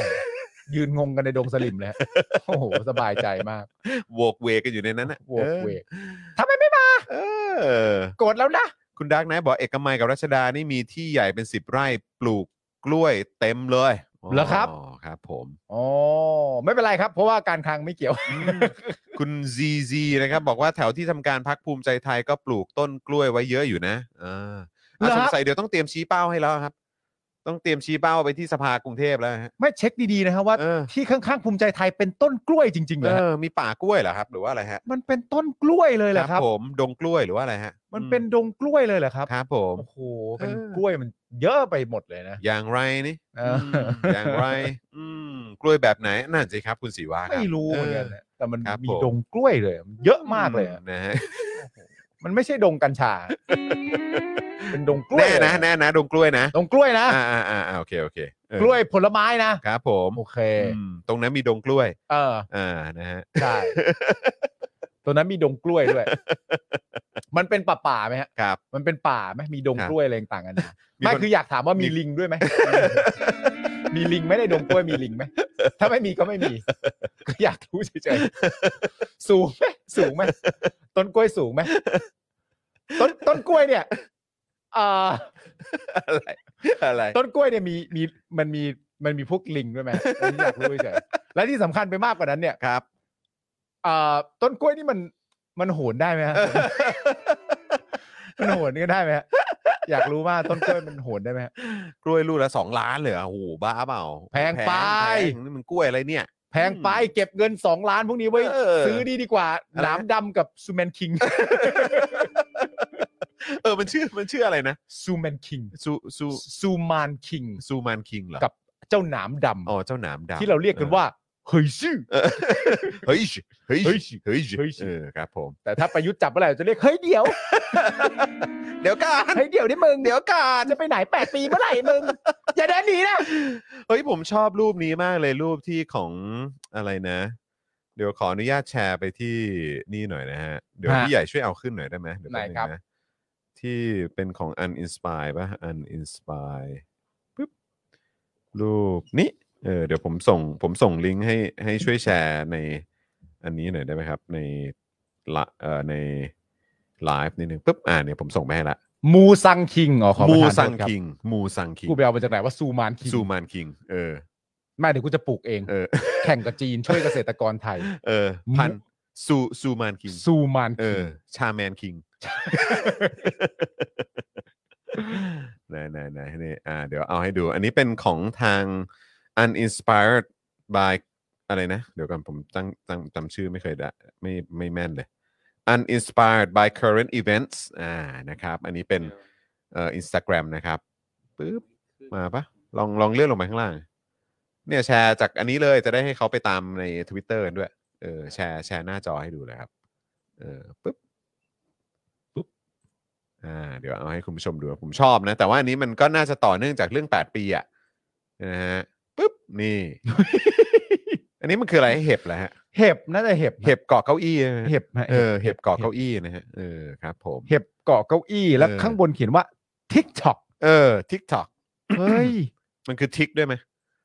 [SPEAKER 3] ยืนงงกันในดงสลิม
[SPEAKER 2] *laughs*
[SPEAKER 3] เลยฮะโอ้โหสบายใจมาก
[SPEAKER 2] โวกเวกกันอยู่ในนั้นนะ
[SPEAKER 3] โวกเวก
[SPEAKER 2] ออ
[SPEAKER 3] ทำไมไม่มา
[SPEAKER 2] เออ
[SPEAKER 3] โกรธแล้วนะ
[SPEAKER 2] คุณดักนะบอกเอกมัยกับรัชดานี่มีที่ใหญ่เป็นสิบไร่ปลูกกล้วยเต็มเลย
[SPEAKER 3] เหรอครับ
[SPEAKER 2] อ๋อครับผม
[SPEAKER 3] อ๋อไม่เป็นไรครับ เพราะว่าการคลังไม่เกี่ยว
[SPEAKER 2] คุณซีซีนะครับบอกว่าแถวที่ทำการพักภูมิใจไทยก็ปลูกต้นกล้วยไว้เยอะอยู่นะเออ
[SPEAKER 3] เหรอ
[SPEAKER 2] อ่ะ
[SPEAKER 3] ฮะ
[SPEAKER 2] สงสัยเดี๋ยวต้องเตรียมชี้เป้าให้แล้วครับ ต้องเตรียมชี้เป้าไปที่สภากรุงเทพแล้วฮะ
[SPEAKER 3] ไม่เช็คดีๆนะครับว่า
[SPEAKER 2] เออ
[SPEAKER 3] ที่ข้างๆภูมิใจไทยเป็นต้นกล้วยจริงๆเหร
[SPEAKER 2] เอ
[SPEAKER 3] อฮะ
[SPEAKER 2] อมีป่ากล้วยเหรอครับ หรือว่าอะไรฮะ
[SPEAKER 3] มันเป็นต้นกล้วยเลยเหรอครับ
[SPEAKER 2] ผมดงกล้วยหรือว่าอะไรฮะ
[SPEAKER 3] มันเป็นดงกล้วยเลยเหรอครับ
[SPEAKER 2] ครับผม
[SPEAKER 3] โอ้โห เป็น
[SPEAKER 2] เออ
[SPEAKER 3] กล้วยมันเยอะไปหมดเลยนะ
[SPEAKER 2] อย่างไรนี่
[SPEAKER 3] เอออื
[SPEAKER 2] มอย่างไร อืมกล้วยแบบไหนนั่นสิครับ คุณสีวาคบ
[SPEAKER 3] ไม่รู้เหมือนกันนะแต่มัน
[SPEAKER 2] ครับ
[SPEAKER 3] มี
[SPEAKER 2] ผม
[SPEAKER 3] ดงกล้วยเลยมันเยอะมากเลยอะ
[SPEAKER 2] นะฮะ
[SPEAKER 3] มันไม่ใช่ดงกัญ
[SPEAKER 2] *laughs*
[SPEAKER 3] ชา เป็นดงกล้วย
[SPEAKER 2] แน่นะ
[SPEAKER 3] เลย
[SPEAKER 2] แน่นะดงกล้วยนะ
[SPEAKER 3] ดงกล้วยนะ
[SPEAKER 2] อ่าอ่าอ่าอ่าโอเคโอเคเออก
[SPEAKER 3] ล้วยผลไม้นะ
[SPEAKER 2] ครับผม
[SPEAKER 3] โอเค
[SPEAKER 2] อืมตรงนั้นมีดงกล้วย
[SPEAKER 3] เออ
[SPEAKER 2] อ่านะฮะ
[SPEAKER 3] ใช่ ตัวนั้นมีดงกล้วยด้วย มันเป็นป่าป่าๆไหมฮะ
[SPEAKER 2] ครับ *laughs*
[SPEAKER 3] มันเป็นป่าไหมมีดง
[SPEAKER 2] ครับ
[SPEAKER 3] กล้วยอะไรต่างกันนะ
[SPEAKER 2] มี
[SPEAKER 3] ไม่
[SPEAKER 2] คน
[SPEAKER 3] คืออยากถามว่ามี
[SPEAKER 2] มี
[SPEAKER 3] ลิงด้วย
[SPEAKER 2] *laughs*
[SPEAKER 3] ไหม มีลิงไหมในดงกล้วยมีลิงไหมถ้าไม่มีก็ไม่มี ก็อยากรู้เฉยๆสูงไหมสูงไหมต้นกล้วยสูงไหมต้นต้นกล้วยเนี่ยเอ่อ
[SPEAKER 2] อะไรอะไร
[SPEAKER 3] ต้นกล้วยเนี่ยมีมีมันมีมันมีพวกลิงด้วยไหมอันนี้อยากรู้เฉย
[SPEAKER 2] *laughs*
[SPEAKER 3] ๆและที่สำคัญไปมากกว่านั้นเนี่ย
[SPEAKER 2] ครับ
[SPEAKER 3] เอ่อต้นกล้วยนี่มันมันโหนได้ไหมฮะ *laughs* มันโหนกันได้ไหมฮะอยากรู้ว่าต้นกล้วยมันโหนได้ไหมฮะ
[SPEAKER 2] กล้วยลูกละสองล้านเลยเหรอโอ้โหบ้าเปล่า
[SPEAKER 3] แพงไป
[SPEAKER 2] แพงนี่มันกล้วยอะไรเนี่ย
[SPEAKER 3] แพงไปเก็บเงินสองล้านพวกนี้ไว้
[SPEAKER 2] เออ
[SPEAKER 3] ซื้อดีดีกว่า
[SPEAKER 2] อะไรนะ
[SPEAKER 3] หนามดำกับซูแมนคิง *laughs*
[SPEAKER 2] *laughs* เออมันชื่อมันชื่ออะไรนะ
[SPEAKER 3] ซูแมนคิ
[SPEAKER 2] *laughs*
[SPEAKER 3] ง
[SPEAKER 2] ซูซู
[SPEAKER 3] ซูมานคิง
[SPEAKER 2] ซูมานคิงเหรอ
[SPEAKER 3] กับเจ้าหนามดำ
[SPEAKER 2] อ๋อเจ้าหนามดำ
[SPEAKER 3] ที่เราเรียกกันว่าเฮ้ยชื่อ
[SPEAKER 2] เอ *laughs* อเฮ้ยชิเฮ้ย
[SPEAKER 3] เฮ้ยชิ
[SPEAKER 2] ชิเฮ้ยชิ
[SPEAKER 3] เฮ้ยชิ
[SPEAKER 2] เออครับผม
[SPEAKER 3] แต่ถ้าประยุทธ์จับเมื่อไหร่เราจะเรียกเฮ้ยเดี๋ยว
[SPEAKER 2] เดี๋ยวกัน
[SPEAKER 3] เฮ้ยเดี๋ยวนี่มึงเดี๋ยวกานจะไปไหนแปดปีเมื่อไหร่มึง อย่าเดินหนีนะ
[SPEAKER 2] *laughs* เฮ้ยผมชอบรูปนี้มากเลยรูปที่ของอะไรนะ เดี๋ยวขออนุญาตแชร์ไปที่นี่หน่อยนะฮะ เดี๋ยว
[SPEAKER 3] ฮะ
[SPEAKER 2] พี่ใหญ่ช่วยเอาขึ้นหน่อยได้ไหมเดี๋ยวแป๊
[SPEAKER 3] ไหนครับ
[SPEAKER 2] งนะที่เป็นของ Uninspire ป่ะ Uninspire ปึ๊บรูปนี้เออเดี๋ยวผมส่งผมส่งลิงก์ให้ให้ช่วยแชร์ในอันนี้หน่อยได้ไหมครับ ในละเอ่อในไลฟ์นิดนึงปึ๊บอ่าเนี่ยผมส่งไปให้ละ
[SPEAKER 3] มูซังคิงอ๋อขอประ
[SPEAKER 2] มู
[SPEAKER 3] ทานโทษ
[SPEAKER 2] ซัง
[SPEAKER 3] รับ
[SPEAKER 2] คิงมูซังคิง
[SPEAKER 3] กูไปเอามาจากไหนว่าซูมานคิง
[SPEAKER 2] ซูมานคิงเออ
[SPEAKER 3] ไม่เดี๋ยวกูจะปลูกเอง
[SPEAKER 2] เออ
[SPEAKER 3] แข่งกับจีนช่วยเกษตรกรไทย
[SPEAKER 2] เออ
[SPEAKER 3] มุ
[SPEAKER 2] พันซูซูมานคิง
[SPEAKER 3] ซูมาน
[SPEAKER 2] เอ
[SPEAKER 3] คิง
[SPEAKER 2] อ ชาแมนคิงไหนไหนไหนนี่อ่าเดี๋ยวเอาให้ดู อันนี้เป็นของทาง uninspired by อะไรนะ เดี๋ยวก่อนผมตั้งตั้งจำชื่อไม่เคยได้ไม่ไม่แม่นเลย uninspired by current events อ่านะครับ อันนี้เป็นเอ่ออินสตาแกรมนะครับปึ๊บมาปะลองลองเลื่อนลงไปข้างล่าง เนี่ยแชร์จากอันนี้เลยจะได้ให้เขาไปตามใน Twitter กันด้วย เออแชร์แชร์หน้าจอให้ดูเลยครับเออปึ๊บปึ๊บอ่าเดี๋ยวเอาให้คุณผู้ชมดูผมชอบนะ แต่ว่าอันนี้มันก็น่าจะต่อเนื่องจากเรื่อง 8 ปีอะนะฮะปึ๊บนี่
[SPEAKER 3] *laughs*
[SPEAKER 2] อันนี้มันคืออะไรเห็บแหละฮะ
[SPEAKER 3] เห็บน่าจะเห็บ
[SPEAKER 2] เห็บเกาะเก้าอี้นะฮะ
[SPEAKER 3] เห็บฮะ
[SPEAKER 2] เออเห็บเกาะเก้าอี้นะฮะเออครับ ผม
[SPEAKER 3] เห็บเกาะเก้าอี้แล้ว
[SPEAKER 2] เออ
[SPEAKER 3] ข้างบนเขียนว่าทิกช็อก
[SPEAKER 2] เออ TikTok
[SPEAKER 3] เฮ้ย
[SPEAKER 2] มันคือทิกด้วยไหม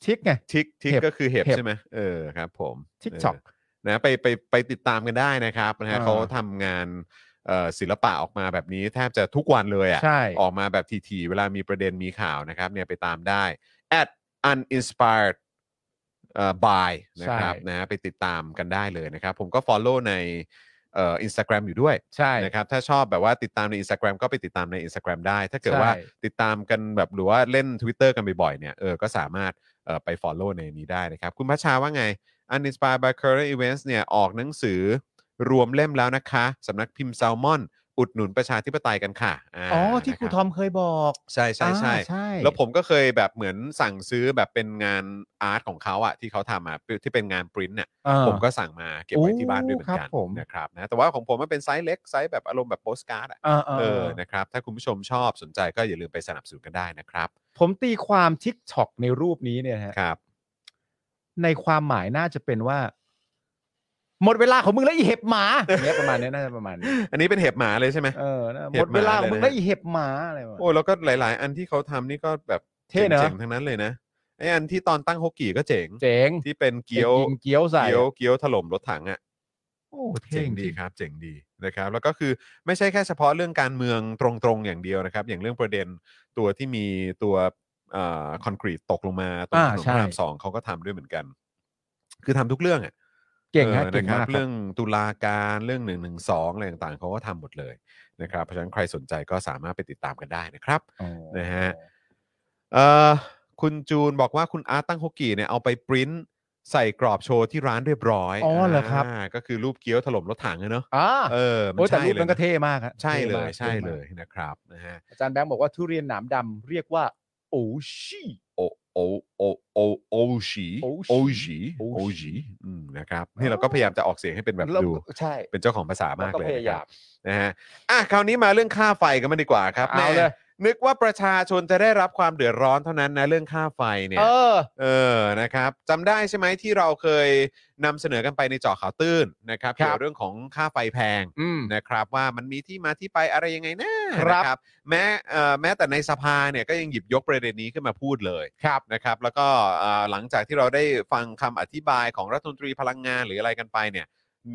[SPEAKER 3] ทิกไง
[SPEAKER 2] ทิกทิก
[SPEAKER 3] เห็บ
[SPEAKER 2] ก็คือเห็บ
[SPEAKER 3] เห็บ
[SPEAKER 2] ใช่ไหมเออครับ ผม
[SPEAKER 3] ทิก
[SPEAKER 2] เ
[SPEAKER 3] ช็อก
[SPEAKER 2] นะไปไปไปติดตามกันได้นะครับนะฮะ
[SPEAKER 3] อ่า
[SPEAKER 2] เขาทำงานเอ่อศิลปะออกมาแบบนี้แทบจะทุกวันเลยอะ
[SPEAKER 3] ใช่
[SPEAKER 2] ออกมาแบบทีๆเวลามีประเด็นมีข่าวนะครับเนี่ยไปตามได้ at uninspired เอ่อบ่ายนะครับ
[SPEAKER 3] ใช่
[SPEAKER 2] นะไปติดตามกันได้เลยนะครับ ผมก็ Follow ในเอ่ออินสตาแกรมอยู่ด้วย
[SPEAKER 3] ใช่
[SPEAKER 2] นะครับถ้าชอบแบบว่าติดตามใน Instagram ก็ไปติดตามใน Instagram ได้ ถ้าเกิด
[SPEAKER 3] ใช่
[SPEAKER 2] ว่าติดตามกันแบบหรือว่าเล่น Twitter กันบ่อยๆเนี่ยเออก็สามารถเอ่อไป Follow ในนี้ได้นะครับ คุณพัชชาว่าไง Uninspired by Current Events เนี่ยออกหนังสือรวมเล่มแล้วนะคะสำนักพิมพ์แซลมอน อุดหนุนประชาธิปไตยกันค่ะา
[SPEAKER 3] อ๋อที่ครู
[SPEAKER 2] นะ
[SPEAKER 3] ท
[SPEAKER 2] บ
[SPEAKER 3] อมเคยบอก
[SPEAKER 2] ใช่ใช่ใช่
[SPEAKER 3] อ่าใช่
[SPEAKER 2] แล้วผมก็เคยแบบเหมือนสั่งซื้อแบบเป็นงานอาร์ตของเขาอะที่เขาทำอะที่เป็นงานปริ้นท์เนี่ย
[SPEAKER 3] อ่า
[SPEAKER 2] ผมก็สั่งมาเก็บไว้ที่บ้านด้วยเหมือน
[SPEAKER 3] ค
[SPEAKER 2] กั
[SPEAKER 3] รั
[SPEAKER 2] น
[SPEAKER 3] บผม
[SPEAKER 2] นะครับนะแต่ว่าของผมมันเป็นไซส์เล็ก ไซส์แบบอารมณ์แบบโปสการ์ดอ่ะ
[SPEAKER 3] อ่า
[SPEAKER 2] เออ
[SPEAKER 3] ๆ
[SPEAKER 2] นะครับถ้าคุณผู้ชมชอบสนใจก็อย่าลืมไปสนับสนุนกันได้นะครับ
[SPEAKER 3] ผมตีความ TikTok ในรูปนี้เนี่ยนะฮะ
[SPEAKER 2] ครับ
[SPEAKER 3] ในความหมายน่าจะเป็นว่า หมดเวลาของมึงแล้วอีเห็บหมาอย่างเงี้ยประมาณเนี้ยน่าจะประมาณนี้
[SPEAKER 2] อันนี้เป็นเห็บหมาเลยใช่ไหม
[SPEAKER 3] เออนะ
[SPEAKER 2] เห็
[SPEAKER 3] หม
[SPEAKER 2] บ
[SPEAKER 3] ด
[SPEAKER 2] หมา
[SPEAKER 3] เวลาของมึงแล้วอีเห็บหมาอะไรประมาณ
[SPEAKER 2] โอ้แล้วก็หลาย ๆ อันที่เขาทำนี่ก็แบบ
[SPEAKER 3] เท่เนอะ
[SPEAKER 2] จ๋งๆทั้งนั้นเลยนะไออันที่ตอนตั้งฮกกี่ก็เจ๋ง
[SPEAKER 3] เจ๋ง
[SPEAKER 2] ที่เป็นเกี๊ยว
[SPEAKER 3] นเกี๊ยวใส่
[SPEAKER 2] เกี๊ยวเกี๊ยวถล่มรถถังอ่ะ
[SPEAKER 3] โอ้เท่
[SPEAKER 2] เจ๋ง
[SPEAKER 3] จ
[SPEAKER 2] ดี
[SPEAKER 3] ริง
[SPEAKER 2] ครับเจ๋งดีนะครับ แล้วก็คือไม่ใช่แค่เฉพาะเรื่องการเมืองตรง ๆ อย่างเดียวนะครับ อย่างเรื่องประเด็นตัวที่มีตัวคอนกรีตตกลงมาตรงถนนพระรามสองเขาก็ทำด้วยเหมือนกัน คือทำทุกเรื่องอ่ะ
[SPEAKER 3] เก่งฮะ
[SPEAKER 2] ออ
[SPEAKER 3] เก่ง
[SPEAKER 2] นะค
[SPEAKER 3] มา
[SPEAKER 2] รับ
[SPEAKER 3] ก
[SPEAKER 2] เรื่องตุลาการเรื่องหนึ่งหนึ่งสองอะไรต่างๆเขาก็ทำหมดเลยนะครับเพราะฉะนั้นใครสนใจก็สามารถไปติดตามกันได้นะครับ
[SPEAKER 3] อ๋อ
[SPEAKER 2] นะฮะเอ่อคุณจูนบอกว่าคุณอาร์ตตั้งฮกกี้เนี่ยเอาไปปริ้นใส่กรอบโชว์ที่ร้านเรียบร้อย
[SPEAKER 3] อ๋อเหรอครับ
[SPEAKER 2] าก็คือรูปเกี๊ยวถล่มรถถังอะเนอะ
[SPEAKER 3] อ่า
[SPEAKER 2] เออ
[SPEAKER 3] โอ้ยแต่
[SPEAKER 2] ใช่
[SPEAKER 3] รูปมันก็
[SPEAKER 2] ยะ
[SPEAKER 3] เท่มากฮะ
[SPEAKER 2] ใช่เล
[SPEAKER 3] ท่
[SPEAKER 2] ย
[SPEAKER 3] มาก
[SPEAKER 2] ใช่
[SPEAKER 3] ท่มาก
[SPEAKER 2] เลยนะครับนะฮะ
[SPEAKER 3] อาจารย์แบงค์บอกว่าทุเรียนหนามดำเรียกว่า โอชี่
[SPEAKER 2] โอโอโอโอโอชี
[SPEAKER 3] โอชิ
[SPEAKER 2] โอชี
[SPEAKER 3] โอชิ
[SPEAKER 2] โอชีอืมนะครับนี่เราก็พยายามจะออกเสียงให้เป็นแบบ
[SPEAKER 3] ล้ว
[SPEAKER 2] ดู
[SPEAKER 3] ใช่
[SPEAKER 2] เป็นเจ้าของภาษามาก
[SPEAKER 3] แว
[SPEAKER 2] เลย
[SPEAKER 3] พ
[SPEAKER 2] นะครั
[SPEAKER 3] ยายา
[SPEAKER 2] บ
[SPEAKER 3] ม
[SPEAKER 2] นะฮะ อ่ะ คราวนี้มาเรื่องค่าไฟกันมางดีกว่าครับ
[SPEAKER 3] เอา
[SPEAKER 2] แห
[SPEAKER 3] เล
[SPEAKER 2] ม่
[SPEAKER 3] ย
[SPEAKER 2] นึกว่าประชาชนจะได้รับความเดือดร้อนเท่านั้นนะ เรื่องค่าไฟเนี่ย
[SPEAKER 3] เออ
[SPEAKER 2] เออ นะครับจำได้ใช่ไหมที่เราเคยนำเสนอกันไปในเจาะข่าวตื้นนะครับ
[SPEAKER 3] ครับ
[SPEAKER 2] เกี่ยวกับเรื่องของค่าไฟแพง
[SPEAKER 3] อืม
[SPEAKER 2] นะครับว่ามันมีที่มาที่ไปอะไรยังไงนะครับ นะแม้เอ่อแม้แต่ในสภาเนี่ยก็ยังหยิบยกประเด็นนี้ขึ้นมาพูดเลย
[SPEAKER 3] ครับ
[SPEAKER 2] นะครับ แล้วก็เอ่อหลังจากที่เราได้ฟังคำอธิบายของรัฐมนตรีพลังงานหรืออะไรกันไปเนี่ย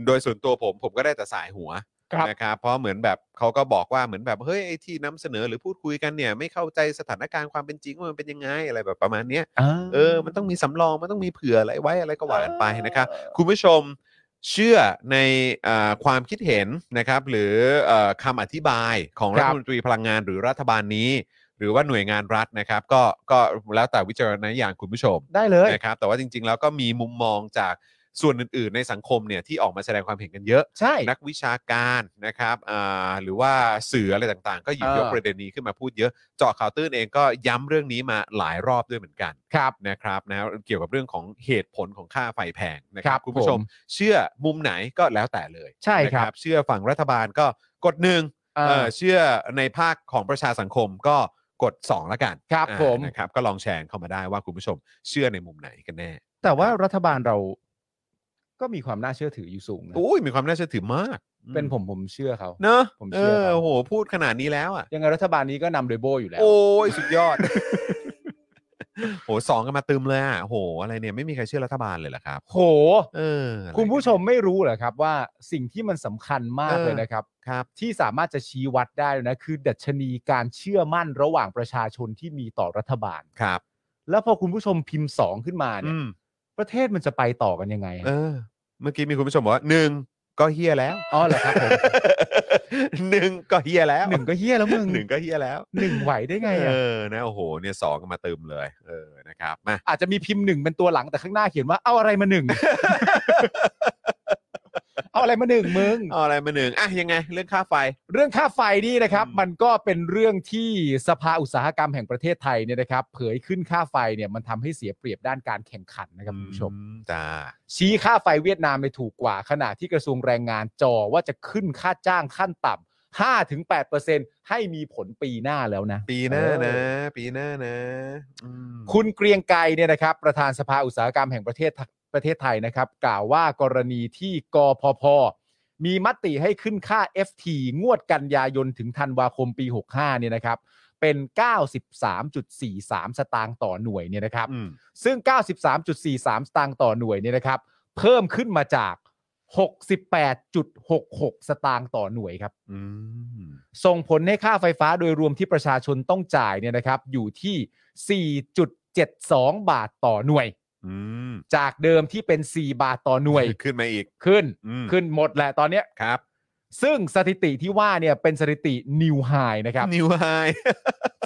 [SPEAKER 2] โดยส่วนตัวผมผมก็ได้แต่สายหัว
[SPEAKER 3] ครับ
[SPEAKER 2] นะครับเพราะเหมือนแบบเขาก็บอกว่าเหมือนแบบเฮ้ยไอ้ที่นำเสนอหรือพูดคุยกันเนี่ยไม่เข้าใจสถานการณ์ความเป็นจริงว่ามันเป็นยังไงอะไรแบบประมาณเนี้ยเออมันต้องมีสำรองมันต้องมีเผื่ออะไรไว้อะไรก็ว่ากันไปนะครับคุณผู้ชมเชื่อในเอ่อความคิดเห็นนะครับหรือเอ่อคำอธิบายของ
[SPEAKER 3] ครับ
[SPEAKER 2] รัฐมนตรีพลังงานหรือรัฐบาลนี้ หรือว่าหน่วยงานรัฐนะครับก็ก็แล้วแต่วิจารณญาณคุณผู้ชม
[SPEAKER 3] ได้เลย
[SPEAKER 2] นะครับแต่ว่าจริง ๆ แล้วก็มีมุมมองจากส่วนอื่น ๆ ในสังคมเนี่ยที่ออกมาแสดงความเห็นกันเยอะ
[SPEAKER 3] ใช่
[SPEAKER 2] นักวิชาการนะครับอ่าหรือว่าสื่ออะไรต่างๆ ก็หยิบ
[SPEAKER 3] เออ
[SPEAKER 2] ยกประเด็นนี้ขึ้นมาพูดเยอะ เจาะข่าวตื้นเองก็ย้ำเรื่องนี้มาหลายรอบด้วยเหมือนกัน
[SPEAKER 3] ครับ
[SPEAKER 2] นะครับนะเกี่ยวกับเรื่องของเหตุผลของค่าไฟแพงนะค
[SPEAKER 3] ค
[SPEAKER 2] รั
[SPEAKER 3] รั
[SPEAKER 2] บบ คุณผู้ชม
[SPEAKER 3] ผม
[SPEAKER 2] เชื่อมุมไหนก็แล้วแต่เลย
[SPEAKER 3] ใช่
[SPEAKER 2] นะครับ เชื่อฝั่งรัฐบาลก็กดหนึ่ง
[SPEAKER 3] เอ
[SPEAKER 2] เอ
[SPEAKER 3] อ
[SPEAKER 2] อเชื่อในภาคของประชาสังคมก็กด 2 แล้วกัน
[SPEAKER 3] ครับ
[SPEAKER 2] อ่า
[SPEAKER 3] ผม
[SPEAKER 2] นะครับก็ลองแชร์เข้ามาได้ว่าคุณผู้ชมเชื่อในมุมไหนกันแน่
[SPEAKER 3] แต่ว่ารัฐบาลเราก็มีความน่าเชื่อถืออยู่สูงนะ
[SPEAKER 2] อุ้ยมีความน่าเชื่อถือมาก
[SPEAKER 3] เป็นผมผมเชื่อเขา
[SPEAKER 2] เนอะ
[SPEAKER 3] ผมเชื่อครับ
[SPEAKER 2] โอ้โหพูดขนาดนี้แล้วอ่ะ
[SPEAKER 3] ยังไงรัฐบาลนี้ก็นำโดยโบอยู่แล้ว
[SPEAKER 2] โอ้ยสุดยอด โหสองกันมาตึมเลยอ่ะโอ้โห อะไรเนี่ยไม่มีใครเชื่อรัฐบาลเลยเหรอครับ
[SPEAKER 3] โห
[SPEAKER 2] เอออะไร
[SPEAKER 3] คุณผู้ชมไม่รู้เหรอครับว่าสิ่งที่มันสำคัญมาก
[SPEAKER 2] เออ
[SPEAKER 3] เลยนะครับ
[SPEAKER 2] ครับ
[SPEAKER 3] ที่สามารถจะชี้วัดได้นะ คือดัชนีการเชื่อมั่นระหว่างประชาชนที่มีต่อรัฐบาล
[SPEAKER 2] ครับ
[SPEAKER 3] แล้วพอคุณผู้ชมพิมพ์สองขึ้นมาเนี่ย
[SPEAKER 2] อืม
[SPEAKER 3] ประเทศมันจะไปต่อกันยังไงอะ
[SPEAKER 2] เออ เมื่อกี้มีคุณผู้ชมบอกว่าหนึ่งก็เฮียแล้ว *laughs*
[SPEAKER 3] อ๋อเหรอครับผม
[SPEAKER 2] หนึ่งก็เฮียแล้ว
[SPEAKER 3] หนึ่งก็เฮี้ยแล้วมึง
[SPEAKER 2] หนึ่งก็เฮียแล้ว
[SPEAKER 3] หนึ่งไหวได้ไง
[SPEAKER 2] เอ
[SPEAKER 3] อะ
[SPEAKER 2] อนะโอ้โหเนี่ยสองกันมาตึมเลย เออนะครับมา
[SPEAKER 3] อาจจะมีพิมพ์หนึ่งเป็นตัวหลังแต่ข้างหน้าเขียนว่าเอาอะไรมาหนึ่ง เอาอะไรมาหนึ่งมึง
[SPEAKER 2] เอาอะไรมาหนึ่งอ่ะยังไง เรื่องค่าไฟ
[SPEAKER 3] เรื่องค่าไฟนี่นะครับ
[SPEAKER 2] อืม
[SPEAKER 3] มันก็เป็นเรื่องที่สภาอุตสาหกรรมแห่งประเทศไทยเนี่ยนะครับ เผยขึ้นค่าไฟเนี่ยมันทำให้เสียเปรียบด้านการแข่งขันนะครับคุณผู้ชม
[SPEAKER 2] อืจ้า
[SPEAKER 3] ชี้ค่าไฟเวียดนามไปถูกกว่า ขณะที่กระทรวงแรงงานจอว่าจะขึ้นค่าจ้างขั้นต่ำ5-8%ให้มีผลปีหน้าแล้วนะ
[SPEAKER 2] ปีหน้านะ
[SPEAKER 3] เออ
[SPEAKER 2] ปีหน้านะอืม
[SPEAKER 3] คุณเกรียงไกรเนี่ยนะครับ ประธานสภาอุตสาหกรรมแห่งประเทศไทยประเทศไทยนะครับ กล่าวว่ากรณีที่กพพ มีมติให้ขึ้นค่า FT งวดกันยายนถึงธันวาคมปี 65เนี่ยนะครับ เป็น 93.43 สตางค์ต่อหน่วยเนี่ยนะครับ
[SPEAKER 2] อืม
[SPEAKER 3] ซึ่ง 93.43 สตางค์ต่อหน่วยเนี่ยนะครับ เพิ่มขึ้นมาจาก 68.66 สตางค์ต่อหน่วยครับ
[SPEAKER 2] อืม
[SPEAKER 3] ส่งผลให้ค่าไฟฟ้าโดยรวมที่ประชาชนต้องจ่ายเนี่ยนะครับ อยู่ที่ 4.72 บาทต่อหน่วย
[SPEAKER 2] อืม
[SPEAKER 3] จากเดิมที่เป็น 4 บาทต่อหน่วย
[SPEAKER 2] ขึ้นมาอีก
[SPEAKER 3] ขึ้น
[SPEAKER 2] อืม
[SPEAKER 3] ขึ้นหมดแหละตอนเนี้ย
[SPEAKER 2] ครับ
[SPEAKER 3] ซึ่งสถิติที่ว่าเนี่ยเป็นสถิตินิวไฮนะครับ
[SPEAKER 2] นิวไฮ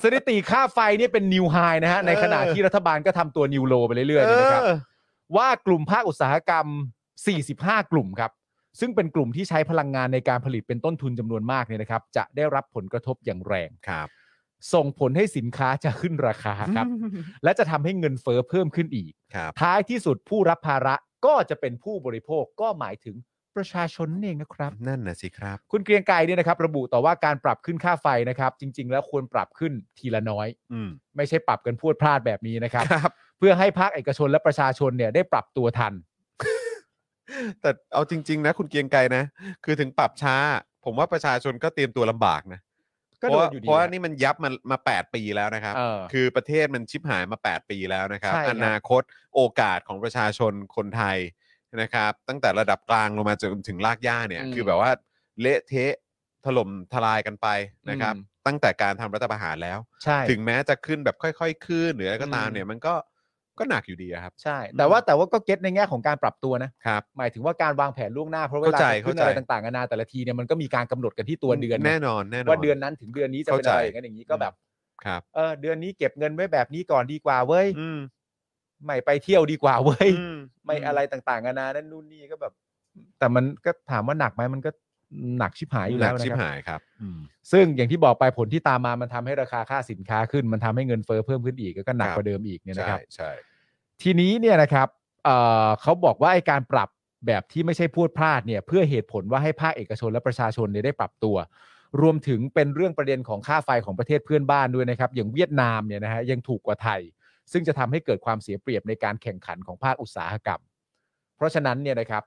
[SPEAKER 3] สถิติค่าไฟเนี่ยเป็นนิวไฮนะฮะในขณะ
[SPEAKER 2] เออ
[SPEAKER 3] ที่รัฐบาลก็ทำตัวนิวโลไปเรื่อยๆเนี่ยนะครับ ว่ากลุ่มภาคอุตสาหกรรม 45 กลุ่มครับ ซึ่งเป็นกลุ่มที่ใช้พลังงานในการผลิตเป็นต้นทุนจำนวนมากเนี่ยนะครับ จะได้รับผลกระทบอย่างแรง
[SPEAKER 2] ครับ
[SPEAKER 3] ส่งผลให้สินค้าจะขึ้นราคา
[SPEAKER 2] *laughs*
[SPEAKER 3] ครับ และจะทำให้เงินเฟ้อเพิ่มขึ้นอีก
[SPEAKER 2] ครับ
[SPEAKER 3] ท้ายที่สุดผู้รับภาระก็จะเป็นผู้บริโภคก็หมายถึงประชาชนนั่นเองนะครับ
[SPEAKER 2] นั่นน่ะสิครับ
[SPEAKER 3] คุณเกรียงไกรเนี่ยนะครับ ระบุต่อว่าการปรับขึ้นค่าไฟนะครับ จริง ๆ แล้วควรปรับขึ้นทีละน้อย
[SPEAKER 2] อืม
[SPEAKER 3] ไม่ใช่ปรับกันพรวดพลาดแบบนี้
[SPEAKER 2] *laughs*
[SPEAKER 3] นะครับ
[SPEAKER 2] ครับ
[SPEAKER 3] เพื่อให้ภาคเอกชนและประชาชนเนี่ยได้ปรับตัวทัน
[SPEAKER 2] แต่เอาจริง ๆ นะ คุณเกรียงไกรนะ คือถึงปรับช้า ผมว่าประชาชนก็เตรียมตัวลำบากนะ
[SPEAKER 3] ก็
[SPEAKER 2] เพ
[SPEAKER 3] โด
[SPEAKER 2] ราะ
[SPEAKER 3] น
[SPEAKER 2] ว่า
[SPEAKER 3] อยู่ดี
[SPEAKER 2] เพราะว่านี่มันยับมามา 8 ปีแล้วนะครับ
[SPEAKER 3] เออ
[SPEAKER 2] คือประเทศมันชิบหายมา 8 ปีแล้วนะครับ
[SPEAKER 3] ใช่ครั
[SPEAKER 2] อ
[SPEAKER 3] บ
[SPEAKER 2] นาคตโอกาสของประชาชนคนไทยนะครับ ตั้งแต่ระดับกลางลงมาจนถึงลากย่าเนี่ย
[SPEAKER 3] อืม
[SPEAKER 2] คือแบบว่าเละเทะถล่มทลายกันไปนะครับ
[SPEAKER 3] อืม
[SPEAKER 2] ตั้งแต่การทำรัฐประหารแล้ว
[SPEAKER 3] ใช่
[SPEAKER 2] ถึงแม้จะขึ้นแบบค่อย ๆ ขึ้นหรืออะไรก็ตาม
[SPEAKER 3] อืม
[SPEAKER 2] เนี่ยมันก็ก็หนักอยู่ดีอะครับ
[SPEAKER 3] ใช่ แต่ว่าแต่ว่าก็เก็ตในแง่ของการปรับตัวนะ
[SPEAKER 2] ครับ
[SPEAKER 3] หมายถึงว่าการวางแผนล่วงหน้า เพราะเวลา
[SPEAKER 2] เข้าใจ
[SPEAKER 3] จะขึ้นอะไร
[SPEAKER 2] เข้าใจ
[SPEAKER 3] ต่างๆนานาแต่ละทีเนี่ยมันก็มีการกำหนดกันที่ตัวเดือน
[SPEAKER 2] แน่นอนแน่นอน
[SPEAKER 3] ว่าเดือนนั้นถึงเดือนนี้จะเป็น
[SPEAKER 2] เข้าใจ
[SPEAKER 3] อะไรอย่างนั้นอย่างนี้ก็แบบ
[SPEAKER 2] ครับ
[SPEAKER 3] เออเดือนนี้เก็บเงินไว้แบบนี้ก่อนดีกว่าเว้ย
[SPEAKER 2] อืม
[SPEAKER 3] ไม่ไปเที่ยวดีกว่าเว้ย
[SPEAKER 2] อืม
[SPEAKER 3] ไม่อะไรต่างๆนานานั่นนู่นนี่ก็แบบ แต่มันก็ถามว่าหนักไหมมันก็หนักชิบหายอยู่
[SPEAKER 2] หนั
[SPEAKER 3] แล้
[SPEAKER 2] ก
[SPEAKER 3] วนะ
[SPEAKER 2] ชิบ
[SPEAKER 3] ครับ
[SPEAKER 2] หายครับ อืม
[SPEAKER 3] ซึ่งอย่างที่บอกไปผลที่ตามมามันทำให้ราคาค่าสินค้าขึ้น มันทำให้เงินเฟ้อเพิ่มขึ้นอีกก็หนัก
[SPEAKER 2] ครับ
[SPEAKER 3] กว่าเดิมอีกเนี่ยนะค
[SPEAKER 2] ใช่
[SPEAKER 3] รับ
[SPEAKER 2] ใช่
[SPEAKER 3] ทีนี้เนี่ยนะครับเอ่อเขาบอกว่าไอการปรับแบบที่ไม่ใช่พูดพลาดเนี่ยเพื่อเหตุผลว่าให้ภาคเอกชนและประชาชนเนี่ยได้ปรับตัว รวมถึงเป็นเรื่องประเด็นของค่าไฟของประเทศเพื่อนบ้านด้วยนะครับ อย่างเวียดนามเนี่ยนะฮะยังถูกกว่าไทย ซึ่งจะทำให้เกิดความเสียเปรียบในการแข่งขันของภาคอุตสาหกรรม เพราะฉะนั้นเนี่ยนะครับ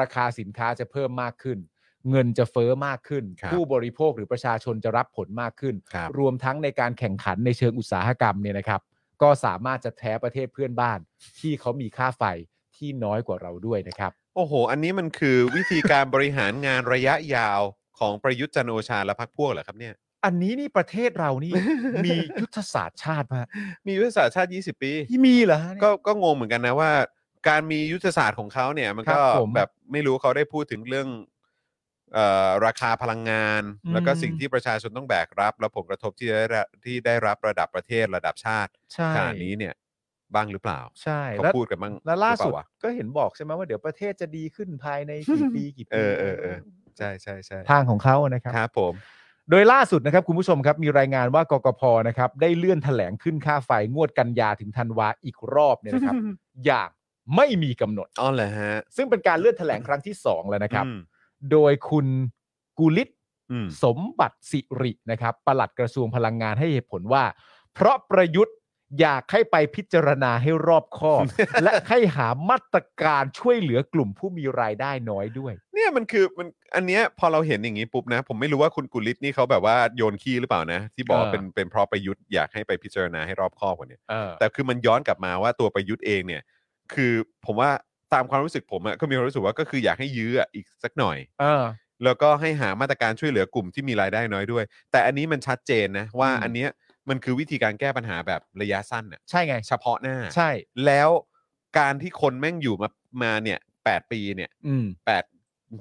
[SPEAKER 3] ราคาสินค้าจะเพิ่มมากขึ้น เงินจะเฟ้อมากขึ้น ผู้บริโภคหรือประชาชนจะรับผลมากขึ้น
[SPEAKER 2] ครับ
[SPEAKER 3] รวมทั้งในการแข่งขันในเชิงอุตสาหกรรมเนี่ยนะครับ ก็สามารถจะแท้ประเทศเพื่อนบ้าน ที่เขามีค่าไฟที่น้อยกว่าเราด้วยนะครับ
[SPEAKER 2] โอ้โห อันนี้มันคือวิธีการบริหารงานระยะยาวของประยุทธ์จันทร์โอชาและพรรคพวกเหรอครับเนี่ย
[SPEAKER 3] อันนี้นี่ประเทศเรานี่ *laughs* มียุทธศาสตร์ชาติมา
[SPEAKER 2] มียุทธศาสตร์ชาติ 20 ปี
[SPEAKER 3] ที่มีเหรอฮะเนี่ย
[SPEAKER 2] ก็ก็งงเหมือนกันนะว่า การมียุทธศาสตร์ของเขาเนี่ย มันก็
[SPEAKER 3] ครับผม
[SPEAKER 2] แบบไม่รู้เขาได้พูดถึงเรื่องเอ่อราคาพลังงาน
[SPEAKER 3] อืม
[SPEAKER 2] แล้วก็สิ่งที่ประชาชนต้องแบกรับ และผลกระทบที่ได้รับที่ได้รับระดับประเทศระดับชาติ
[SPEAKER 3] ใช่
[SPEAKER 2] ขนาดนี้เนี่ย บ้างหรือเปล่า
[SPEAKER 3] ใช่
[SPEAKER 2] เขา
[SPEAKER 3] แล้ว
[SPEAKER 2] พูดกันบ้าง
[SPEAKER 3] แล้วล่าสุ
[SPEAKER 2] หรื
[SPEAKER 3] ด
[SPEAKER 2] อเปวะ
[SPEAKER 3] ก็เห็นบอกใช่ไหมว่าเดี๋ยวประเทศจะดีขึ้นภายใน *laughs* กี่ปีกี่ปี
[SPEAKER 2] เออเออเออ ใช่ใช่ใช่
[SPEAKER 3] ทางของเขานะครั
[SPEAKER 2] ครับผม
[SPEAKER 3] โดยล่าสุดนะครับคุณผู้ชมครับมีรายงานว่ากกพนะครับได้เลื่อนแถลงขึ้นค่าไฟงวดกันยาถึงธันวาอีกรอบเนี่ย *laughs* นะครับ อย่างไม่มีกำหนด
[SPEAKER 2] อ๋อเหรอฮะ
[SPEAKER 3] ซึ่งเป็นการเลื่อนแถลงครั้งที่ 2 แล้วนะครับ
[SPEAKER 2] อืม
[SPEAKER 3] โดยคุณกุลิต
[SPEAKER 2] อืม
[SPEAKER 3] สมบัติสิรินะครับปลัดกระทรวงพลังงานให้เหตุผลว่า เพราะประยุทธ์อยากให้ไปพิจารณาให้รอบค
[SPEAKER 2] *laughs*
[SPEAKER 3] อบ และให้หามาตรการช่วยเหลือกลุ่มผู้มีรายได้น้อยด้วย
[SPEAKER 2] เนี่ยมันคือมันอันเนี้ยพอเราเห็นอย่างนี้ปุ๊บนะ ผมไม่รู้ว่าคุณกุลิตนี่เขาแบบว่าโยนขี้หรือเปล่านะ ที่บอกว่า
[SPEAKER 3] เออ
[SPEAKER 2] เป็นเป็นเพราะประยุทธ์อยากให้ไปพิจารณาให้รอบคอบกว่าเนี้
[SPEAKER 3] เออ
[SPEAKER 2] แต่คือมันย้อนกลับมาว่าตัวประยุทธ์เองเนี่ย คือผมว่าตามความรู้สึกผมอะก็มีความรู้สึกว่าก็คืออยากให้ยื้ออะอีกสักหน่อย
[SPEAKER 3] เออ
[SPEAKER 2] แล้วก็ให้หามาตรการช่วยเหลือกลุ่มที่มีรายได้น้อยด้วย แต่อันนี้มันชัดเจนนะว่า
[SPEAKER 3] อืม
[SPEAKER 2] อันเนี้ยมันคือวิธีการแก้ปัญหาแบบระยะสั้นอะ
[SPEAKER 3] ใช่ไง
[SPEAKER 2] เฉพาะหน้า
[SPEAKER 3] ใช่
[SPEAKER 2] แล้วการที่คนแม่งอยู่มามาเนี่ยแปดปีเนี่ย
[SPEAKER 3] อืม
[SPEAKER 2] แปด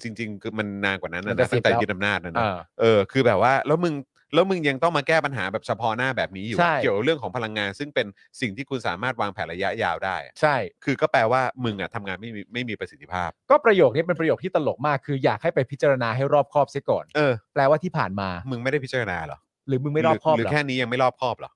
[SPEAKER 2] จริง ๆ คือมันนานกว่านั้นนะ
[SPEAKER 3] มันจะ
[SPEAKER 2] ตั้งแต่
[SPEAKER 3] สิบแล้ว
[SPEAKER 2] ยึดอำนาจนะ
[SPEAKER 3] เอ
[SPEAKER 2] นะ
[SPEAKER 3] อ
[SPEAKER 2] เออคือแบบว่าแล้วมึงแล้วมึงยังต้องมาแก้ปัญหาแบบเฉพาะหน้าแบบนี้อยู่
[SPEAKER 3] ใช่
[SPEAKER 2] เกี่ยวเรื่องของพลังงาน ซึ่งเป็นสิ่งที่คุณสามารถวางแผนระยะยาวได้อะ
[SPEAKER 3] ใช่
[SPEAKER 2] คือก็แปลว่ามึงอ่ะทำงานไม่มีไม่มีประสิทธิภาพ
[SPEAKER 3] ก็ประโยคนี้เป็นประโยคที่ตลกมากคืออยากให้ไปพิจารณาให้รอบคอบเสียก่อน
[SPEAKER 2] เออ
[SPEAKER 3] แปลว่าที่ผ่านมา
[SPEAKER 2] มึงไม่ได้พิจารณาเหรอ
[SPEAKER 3] หรือมึงไม่รอบคอบ
[SPEAKER 2] หรื
[SPEAKER 3] เหรอ
[SPEAKER 2] แค่นี้ยังไม่รอบคอบเหรอ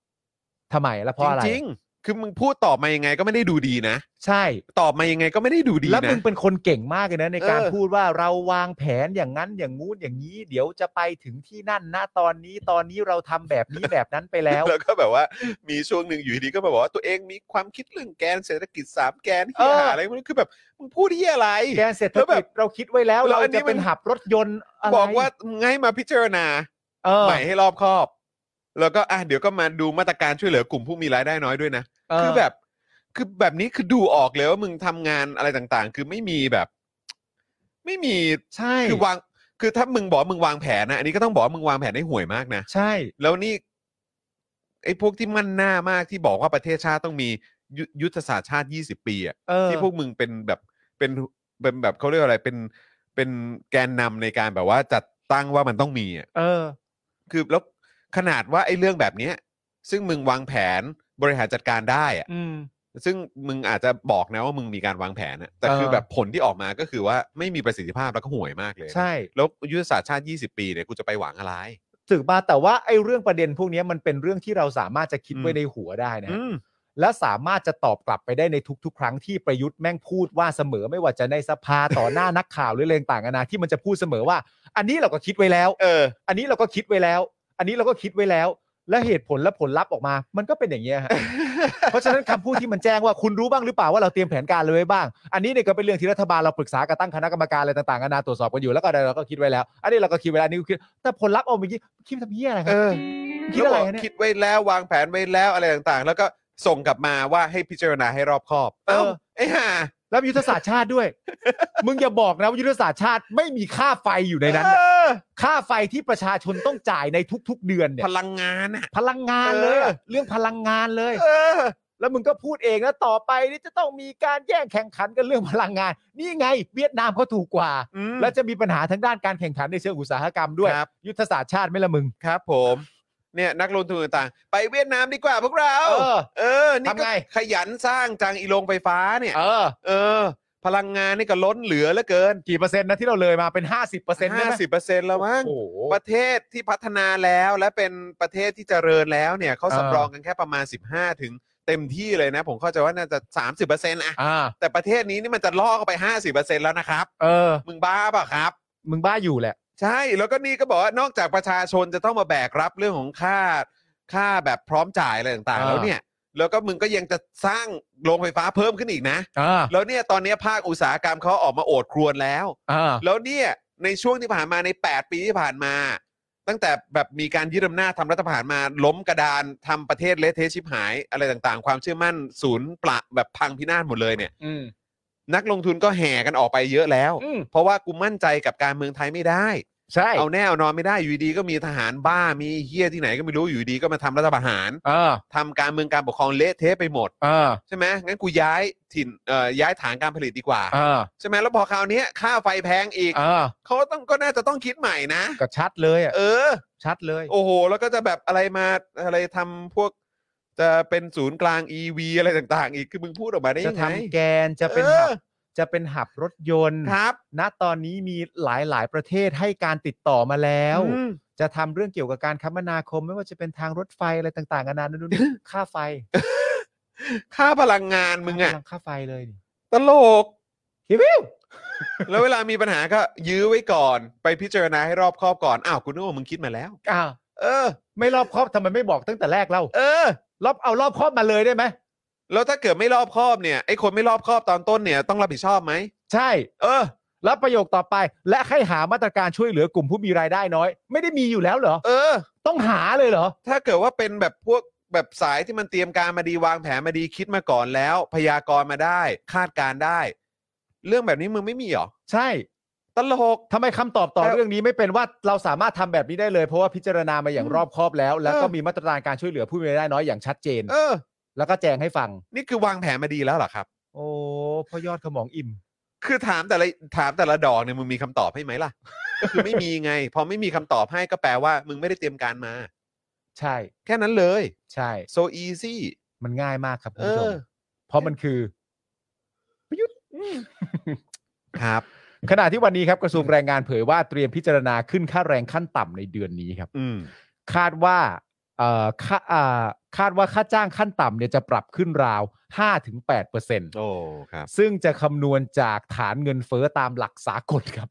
[SPEAKER 3] ทำไมแล้วเพราะอะไร
[SPEAKER 2] จริงๆ คือมึงพูดตอบมายังไงก็ไม่ได้ดูดีนะ
[SPEAKER 3] ใช่
[SPEAKER 2] ตอบมายังไงก็ไม่ได้ดูดีนะ
[SPEAKER 3] แล้วมึงเป็นคนเก่งมากเลยนะในการ
[SPEAKER 2] เออ
[SPEAKER 3] พูดว่าเราวางแผนอย่างนั้นอย่างงู้นอย่างนี้ เดี๋ยวจะไปถึงที่นั่นนะตอนนี้ตอนนี้เราทำแบบนี้แบบนั้นไปแล้ว
[SPEAKER 2] *laughs* แล้วก็แบบว่ามีช่วงหนึ่งอยู่ดีๆก็แบบว่าตัวเองมีความคิดเรื่องแกนเศรษฐกิจสามแกน
[SPEAKER 3] เอ
[SPEAKER 2] ที่
[SPEAKER 3] อ
[SPEAKER 2] หาอะไรไม่รู้คือแบบมึงพูดที่อะไร
[SPEAKER 3] แกนเศรษฐ
[SPEAKER 2] แล้วแบ
[SPEAKER 3] กิ
[SPEAKER 2] บ
[SPEAKER 3] จเราคิดไว้แล้ว
[SPEAKER 2] แล้ว
[SPEAKER 3] เรา
[SPEAKER 2] อันนี้
[SPEAKER 3] จะ
[SPEAKER 2] มั
[SPEAKER 3] เป็น นหับรถยนต์อะไร
[SPEAKER 2] บอกว่ามึงให้มาพิจารณา
[SPEAKER 3] เออ
[SPEAKER 2] ใหม่ให้รอบคอบ แล้วก็อ่ะเดี๋ยวก็มาดูมาตรการช่วยเหลือกลุ่มผู้มีรายได้น้อยด้วยนะ
[SPEAKER 3] เ
[SPEAKER 2] คือแบบคือแบบนี้คือดูออกเลยว่ามึงทำงานอะไรต่างๆ คือไม่มีแบบ ไม่มี
[SPEAKER 3] ใช่
[SPEAKER 2] คือวาง คือถ้ามึงบอกว่ามึงวางแผนนะอันนี้ก็ต้องบอกว่ามึงวางแผนได้ห่วยมากนะ
[SPEAKER 3] ใช่
[SPEAKER 2] แล้วนี่ไอ้พวกที่มั่นหน้ามากที่บอกว่าประเทศชาติต้องมี ยุยุทธศาสตร์ชาติ 20 ปีอะ
[SPEAKER 3] เออ
[SPEAKER 2] ที่พวกมึงเป็นแบบเป็นเป็นแบบเขาเรียกว่าอะไรเป็นเป็นแกนนำในการแบบว่าจัดตั้งว่ามันต้องมีอะ
[SPEAKER 3] เออ
[SPEAKER 2] คือแล้วขนาดว่าไอ้เรื่องแบบเนี้ยซึ่งมึงวางแผนบริหารจัดการได้อะ
[SPEAKER 3] อืม
[SPEAKER 2] ซึ่งมึงอาจจะบอกนะว่ามึงมีการวางแผนนะแต่คือ
[SPEAKER 3] เออ
[SPEAKER 2] แบบผลที่ออกมาก็คือว่าไม่มีประสิทธิภาพแล้วก็ห่วยมากเลยนะ
[SPEAKER 3] ใช่
[SPEAKER 2] แล้วยุทธศาสตร์ชาติ 20 ปีเนี่ยกูจะไปหวังอะไร
[SPEAKER 3] ถึงมาแต่ว่าไอ้เรื่องประเด็นพวกเนี้ยมันเป็นเรื่องที่เราสามารถจะคิด
[SPEAKER 2] อืม
[SPEAKER 3] ไว้ในหัวได้นะ
[SPEAKER 2] อื
[SPEAKER 3] ฮะ
[SPEAKER 2] ม
[SPEAKER 3] และสามารถจะตอบกลับไปได้ในทุก ๆ ครั้งที่ประยุทธ์แม่งพูดว่าเสมอไม่ว่าจะในสภาต่อหน้า นักข่าวหรืออะไรต่างๆนานาที่มันจะพูดเสมอว่า อันนี้เราก็คิดไว้แล้ว
[SPEAKER 2] เออ
[SPEAKER 3] อันนี้เราก็คิดไว้แล้ว อันนี้เราก็คิดไว้แล้ว และเหตุผลและผลลัพธ์ออกมา มันก็เป็นอย่างเงี้ยฮะ *laughs* เพราะฉะนั้นคำพูดที่มันแจ้งว่าคุณรู้บ้างหรือเปล่าว่าเราเตรียมแผนการเลยไว้บ้าง อันนี้เนี่ยก็เป็นเรื่องที่รัฐบาลเราปรึกษากับตั้งคณะกรรมการอะไรต่างๆนานาตรวจสอบกันอยู่แล้วก็เราก็คิดไว้แล้ว อันนี้เราก็คิดไว้แล้วอันนี่คิดแต่ผลลัพธ์ออกมาอย่างงี้คิดทำเพี้ยอะไรค
[SPEAKER 2] เอ
[SPEAKER 3] รับ
[SPEAKER 2] อ
[SPEAKER 3] *laughs* คิดอะไร
[SPEAKER 2] แล้วบก
[SPEAKER 3] ฮะเนี่ย
[SPEAKER 2] คิดไว้แล้ววางแผนไว้แล้วอะไรต่างๆ แล้วก็ส่งกลับมาว่าให้พิจารณาให้รอบคอบ เอ้าไอ้ห่า
[SPEAKER 3] แล้วยุทธศาสตร์ชาติ *laughs* ด้วย มึงอย่าบอกนะว่ายุทธศาสตร์ชาติไม่มีค่าไฟอยู่ในนั้น
[SPEAKER 2] เอ
[SPEAKER 3] น่ะ
[SPEAKER 2] อ
[SPEAKER 3] ค่าไฟที่ประชาชนต้องจ่ายในทุก ๆ เดือนเนี่ย
[SPEAKER 2] พลังงานอ่ะ
[SPEAKER 3] พลังงานเลยอะเรื่องพลังงานเลย
[SPEAKER 2] เออ
[SPEAKER 3] แล้วมึงก็พูดเองนะต่อไปนี่จะต้องมีการแย่งแข่งขันกันเรื่องพลังงาน นี่ไงเวียดนามเขาถูกกว่า
[SPEAKER 2] อืม
[SPEAKER 3] และจะมีปัญหาทางด้านการแข่งขันในเชิงอุตสาหกรรมด้วย
[SPEAKER 2] ครับ
[SPEAKER 3] ยุทธศาสตร์ชาติไหม่ละมึง
[SPEAKER 2] ครับผมเนี่ยนักลงทุนต่างๆ ไปเวียดนามดีกว่าพวกเรา
[SPEAKER 3] เออ
[SPEAKER 2] เออ นี่
[SPEAKER 3] ทำ
[SPEAKER 2] ก็
[SPEAKER 3] ไง
[SPEAKER 2] ขยันสร้างจังอีโรงไฟฟ้าเนี่ย
[SPEAKER 3] เออ
[SPEAKER 2] เออ พลังงานนี่ก็ล้นเหลือเหลือเกิน
[SPEAKER 3] กี่เปอร์เซ็นต์นะที่เราเลยมาเป็น 50เปอร์เซ็นต์
[SPEAKER 2] ห้าสิบเปอร์เซ็นต์แล้วมั้ง
[SPEAKER 3] โอ้โห
[SPEAKER 2] ประเทศที่พัฒนาแล้วและเป็นประเทศที่เจริญแล้วเนี่ยเขา
[SPEAKER 3] เออ
[SPEAKER 2] สำรองกันแค่ประมาณ 15 ถึงเต็มที่เลยนะ ผมเข้าใจว่าน่าจะ 30%อะ
[SPEAKER 3] อ่า
[SPEAKER 2] แต่ประเทศนี้นี่มันจะล่อเข้าไป 50%แล้วนะครับ
[SPEAKER 3] เออ
[SPEAKER 2] มึงบ้าเปล่ะครับ
[SPEAKER 3] มึงบ้าอยู่แหละ
[SPEAKER 2] ใช่แล้วก็นี่ก็บอกว่านอกจากประชาชนจะต้องมาแบกรับเรื่องของค่าค่าแบบพร้อมจ่ายอะไรต่างๆ
[SPEAKER 3] อ่า
[SPEAKER 2] แล้วเนี่ย แล้วก็มึงก็ยังจะสร้างโรงไฟฟ้าเพิ่มขึ้นอีกนะ
[SPEAKER 3] อ่า
[SPEAKER 2] แล้วเนี่ยตอนเนี้ยภาคอุตสาหกรรมเขาออกมาโอดครวญแล้ว
[SPEAKER 3] อ่า
[SPEAKER 2] แล้วเนี่ยในช่วงที่ผ่านมาใน 8 ปีที่ผ่านมา ตั้งแต่แบบมีการยึดอำนาจทำรัฐประหารมาล้มกระดานทำประเทศเละเทะชิบหาย อะไรต่างๆ ความเชื่อมั่นศูนย์ปละแบบพังพินาศหมดเลยเนี่ย
[SPEAKER 3] อืม
[SPEAKER 2] นักลงทุนก็แห่กันออกไปเยอะแล้ว
[SPEAKER 3] อืม
[SPEAKER 2] เพราะว่ากูมั่นใจกับการเมืองไทยไม่ได้
[SPEAKER 3] ใช่
[SPEAKER 2] เอาแน่เอานอนไม่ได้อยู่ดีก็มีทหารบ้ามีเฮี้ยที่ไหนก็ไม่รู้อยู่ดีก็มาทำรัฐประหาร
[SPEAKER 3] เออ
[SPEAKER 2] ทำการเมืองการปกครองเละเทะไปหมด
[SPEAKER 3] เออ
[SPEAKER 2] ใช่ไหมงั้นกูย้ายถิ่นเอ่อย้ายฐานการผลิตดีกว่า
[SPEAKER 3] เออ
[SPEAKER 2] ใช่ไหมแล้วพอคราวเนี้ยค่าไฟแพงอีก
[SPEAKER 3] เออ
[SPEAKER 2] เขาต้องก็น่าจะต้องคิดใหม่นะ
[SPEAKER 3] ก็ชัดเลยอ่ะ
[SPEAKER 2] เออ
[SPEAKER 3] ชัดเลย
[SPEAKER 2] โอ้โห แล้วก็จะแบบอะไรมาอะไรทำพวก จะเป็นศูนย์กลาง E ีวีอะไรต่าง ๆ อีกคือมึงพูดออกมาได้
[SPEAKER 3] จะ
[SPEAKER 2] ยังไง
[SPEAKER 3] ทำแกนจะเป็น
[SPEAKER 2] เออ
[SPEAKER 3] หับจะเป็นหับรถยนต์
[SPEAKER 2] ครับ
[SPEAKER 3] ณตอนนี้มีหลายหลายๆประเทศให้การติดต่อมาแล้ว
[SPEAKER 2] อืม
[SPEAKER 3] จะทำเรื่องเกี่ยวกับการคมนาคม ไม่ว่าจะเป็นทางรถไฟอะไรต่างๆนานานู่นนู่น ค่าไฟ
[SPEAKER 2] ค่าพลังงานมึงอะ
[SPEAKER 3] กำลัค่าไฟเลยนี่
[SPEAKER 2] ตลก
[SPEAKER 3] ฮิวิว
[SPEAKER 2] แล้วเวลามีปัญหาก็ยื้อไว้ก่อนไปพิจารณาให้รอบคอบก่อน อ้าวคุณนึกว่ามึงคิดมาแล้ว
[SPEAKER 3] อ้าว
[SPEAKER 2] เออ
[SPEAKER 3] ไม่รอบครอบทำไมไม่บอกตั้งแต่แรกเรา
[SPEAKER 2] เออ
[SPEAKER 3] รอบเอารอบครอบมาเลยได้ไหม
[SPEAKER 2] แล้วถ้าเกิดไม่รอบคอบเนี่ยไอ้คนไม่รอบคอบตอนต้นเนี่ยต้องรับผิดชอบไหม
[SPEAKER 3] ใช่
[SPEAKER 2] เออ
[SPEAKER 3] แล้วประโยคต่อไป และให้หามาตรการช่วยเหลือกลุ่มผู้มีรายได้น้อย ไม่ได้มีอยู่แล้วเหรอ
[SPEAKER 2] เออ
[SPEAKER 3] ต้องหาเลยเหรอ
[SPEAKER 2] ถ้าเกิดว่าเป็นแบบพวกแบบสายที่มันเตรียมการมาดีวางแผนมาดีคิดมาก่อนแล้ว พยากรณ์มาได้ คาดการณ์ได้ เรื่องแบบนี้มึงไม่มีเหรอ
[SPEAKER 3] ใช่
[SPEAKER 2] ตลก
[SPEAKER 3] ทำไมคำตอบต่อ
[SPEAKER 2] แล้ว
[SPEAKER 3] เรื่องนี้ไม่เป็นว่าเราสามารถทำแบบนี้ได้เลย เพราะว่าพิจารณามาอย่างรอบคอบแล้ว แล้วก็
[SPEAKER 2] เออ
[SPEAKER 3] มีมาตรการการช่วยเหลือผู้มีรายได้น้อยอย่างชัดเจน
[SPEAKER 2] เออ
[SPEAKER 3] แล้วก็แจงให้ฟัง
[SPEAKER 2] นี่คือวางแผนมาดีแล้วเหรอครับ
[SPEAKER 3] โอ้พ่อยอดขมองอิ่ม
[SPEAKER 2] คือถามแต่ละถามแต่ละดอกเนี่ยมึงมีคำตอบให้ไหมล่ะ ก็คือไม่มีไง พอไม่มีคำตอบให้ก็แปลว่า มึงไม่ได้เตรียมการมา
[SPEAKER 3] ใช่
[SPEAKER 2] แค่นั้นเลย
[SPEAKER 3] ใช่
[SPEAKER 2] so easy
[SPEAKER 3] มันง่ายมากครับคุณ
[SPEAKER 2] เอ
[SPEAKER 3] ผู้ช
[SPEAKER 2] อ
[SPEAKER 3] มเพราะมันคือประยุทธ์
[SPEAKER 2] ครับ
[SPEAKER 3] ขณะที่วันนี้ครับกระทรวงแรงงานเผยว่าเตรียมพิจารณาขึ้นค่าแรงขั้นต่ำในเดือนนี้ครับ
[SPEAKER 2] อืม
[SPEAKER 3] คาดว่าเอ่อค่าอ่าคาดว่าค่าจ้างขั้นต่ำเนี่ยจะปรับขึ้นราว 5-8%
[SPEAKER 2] โอ้ *laughs* ครับ
[SPEAKER 3] ซึ่งจะคำนวณจากฐานเงินเฟ้อตามหลักสากลครับ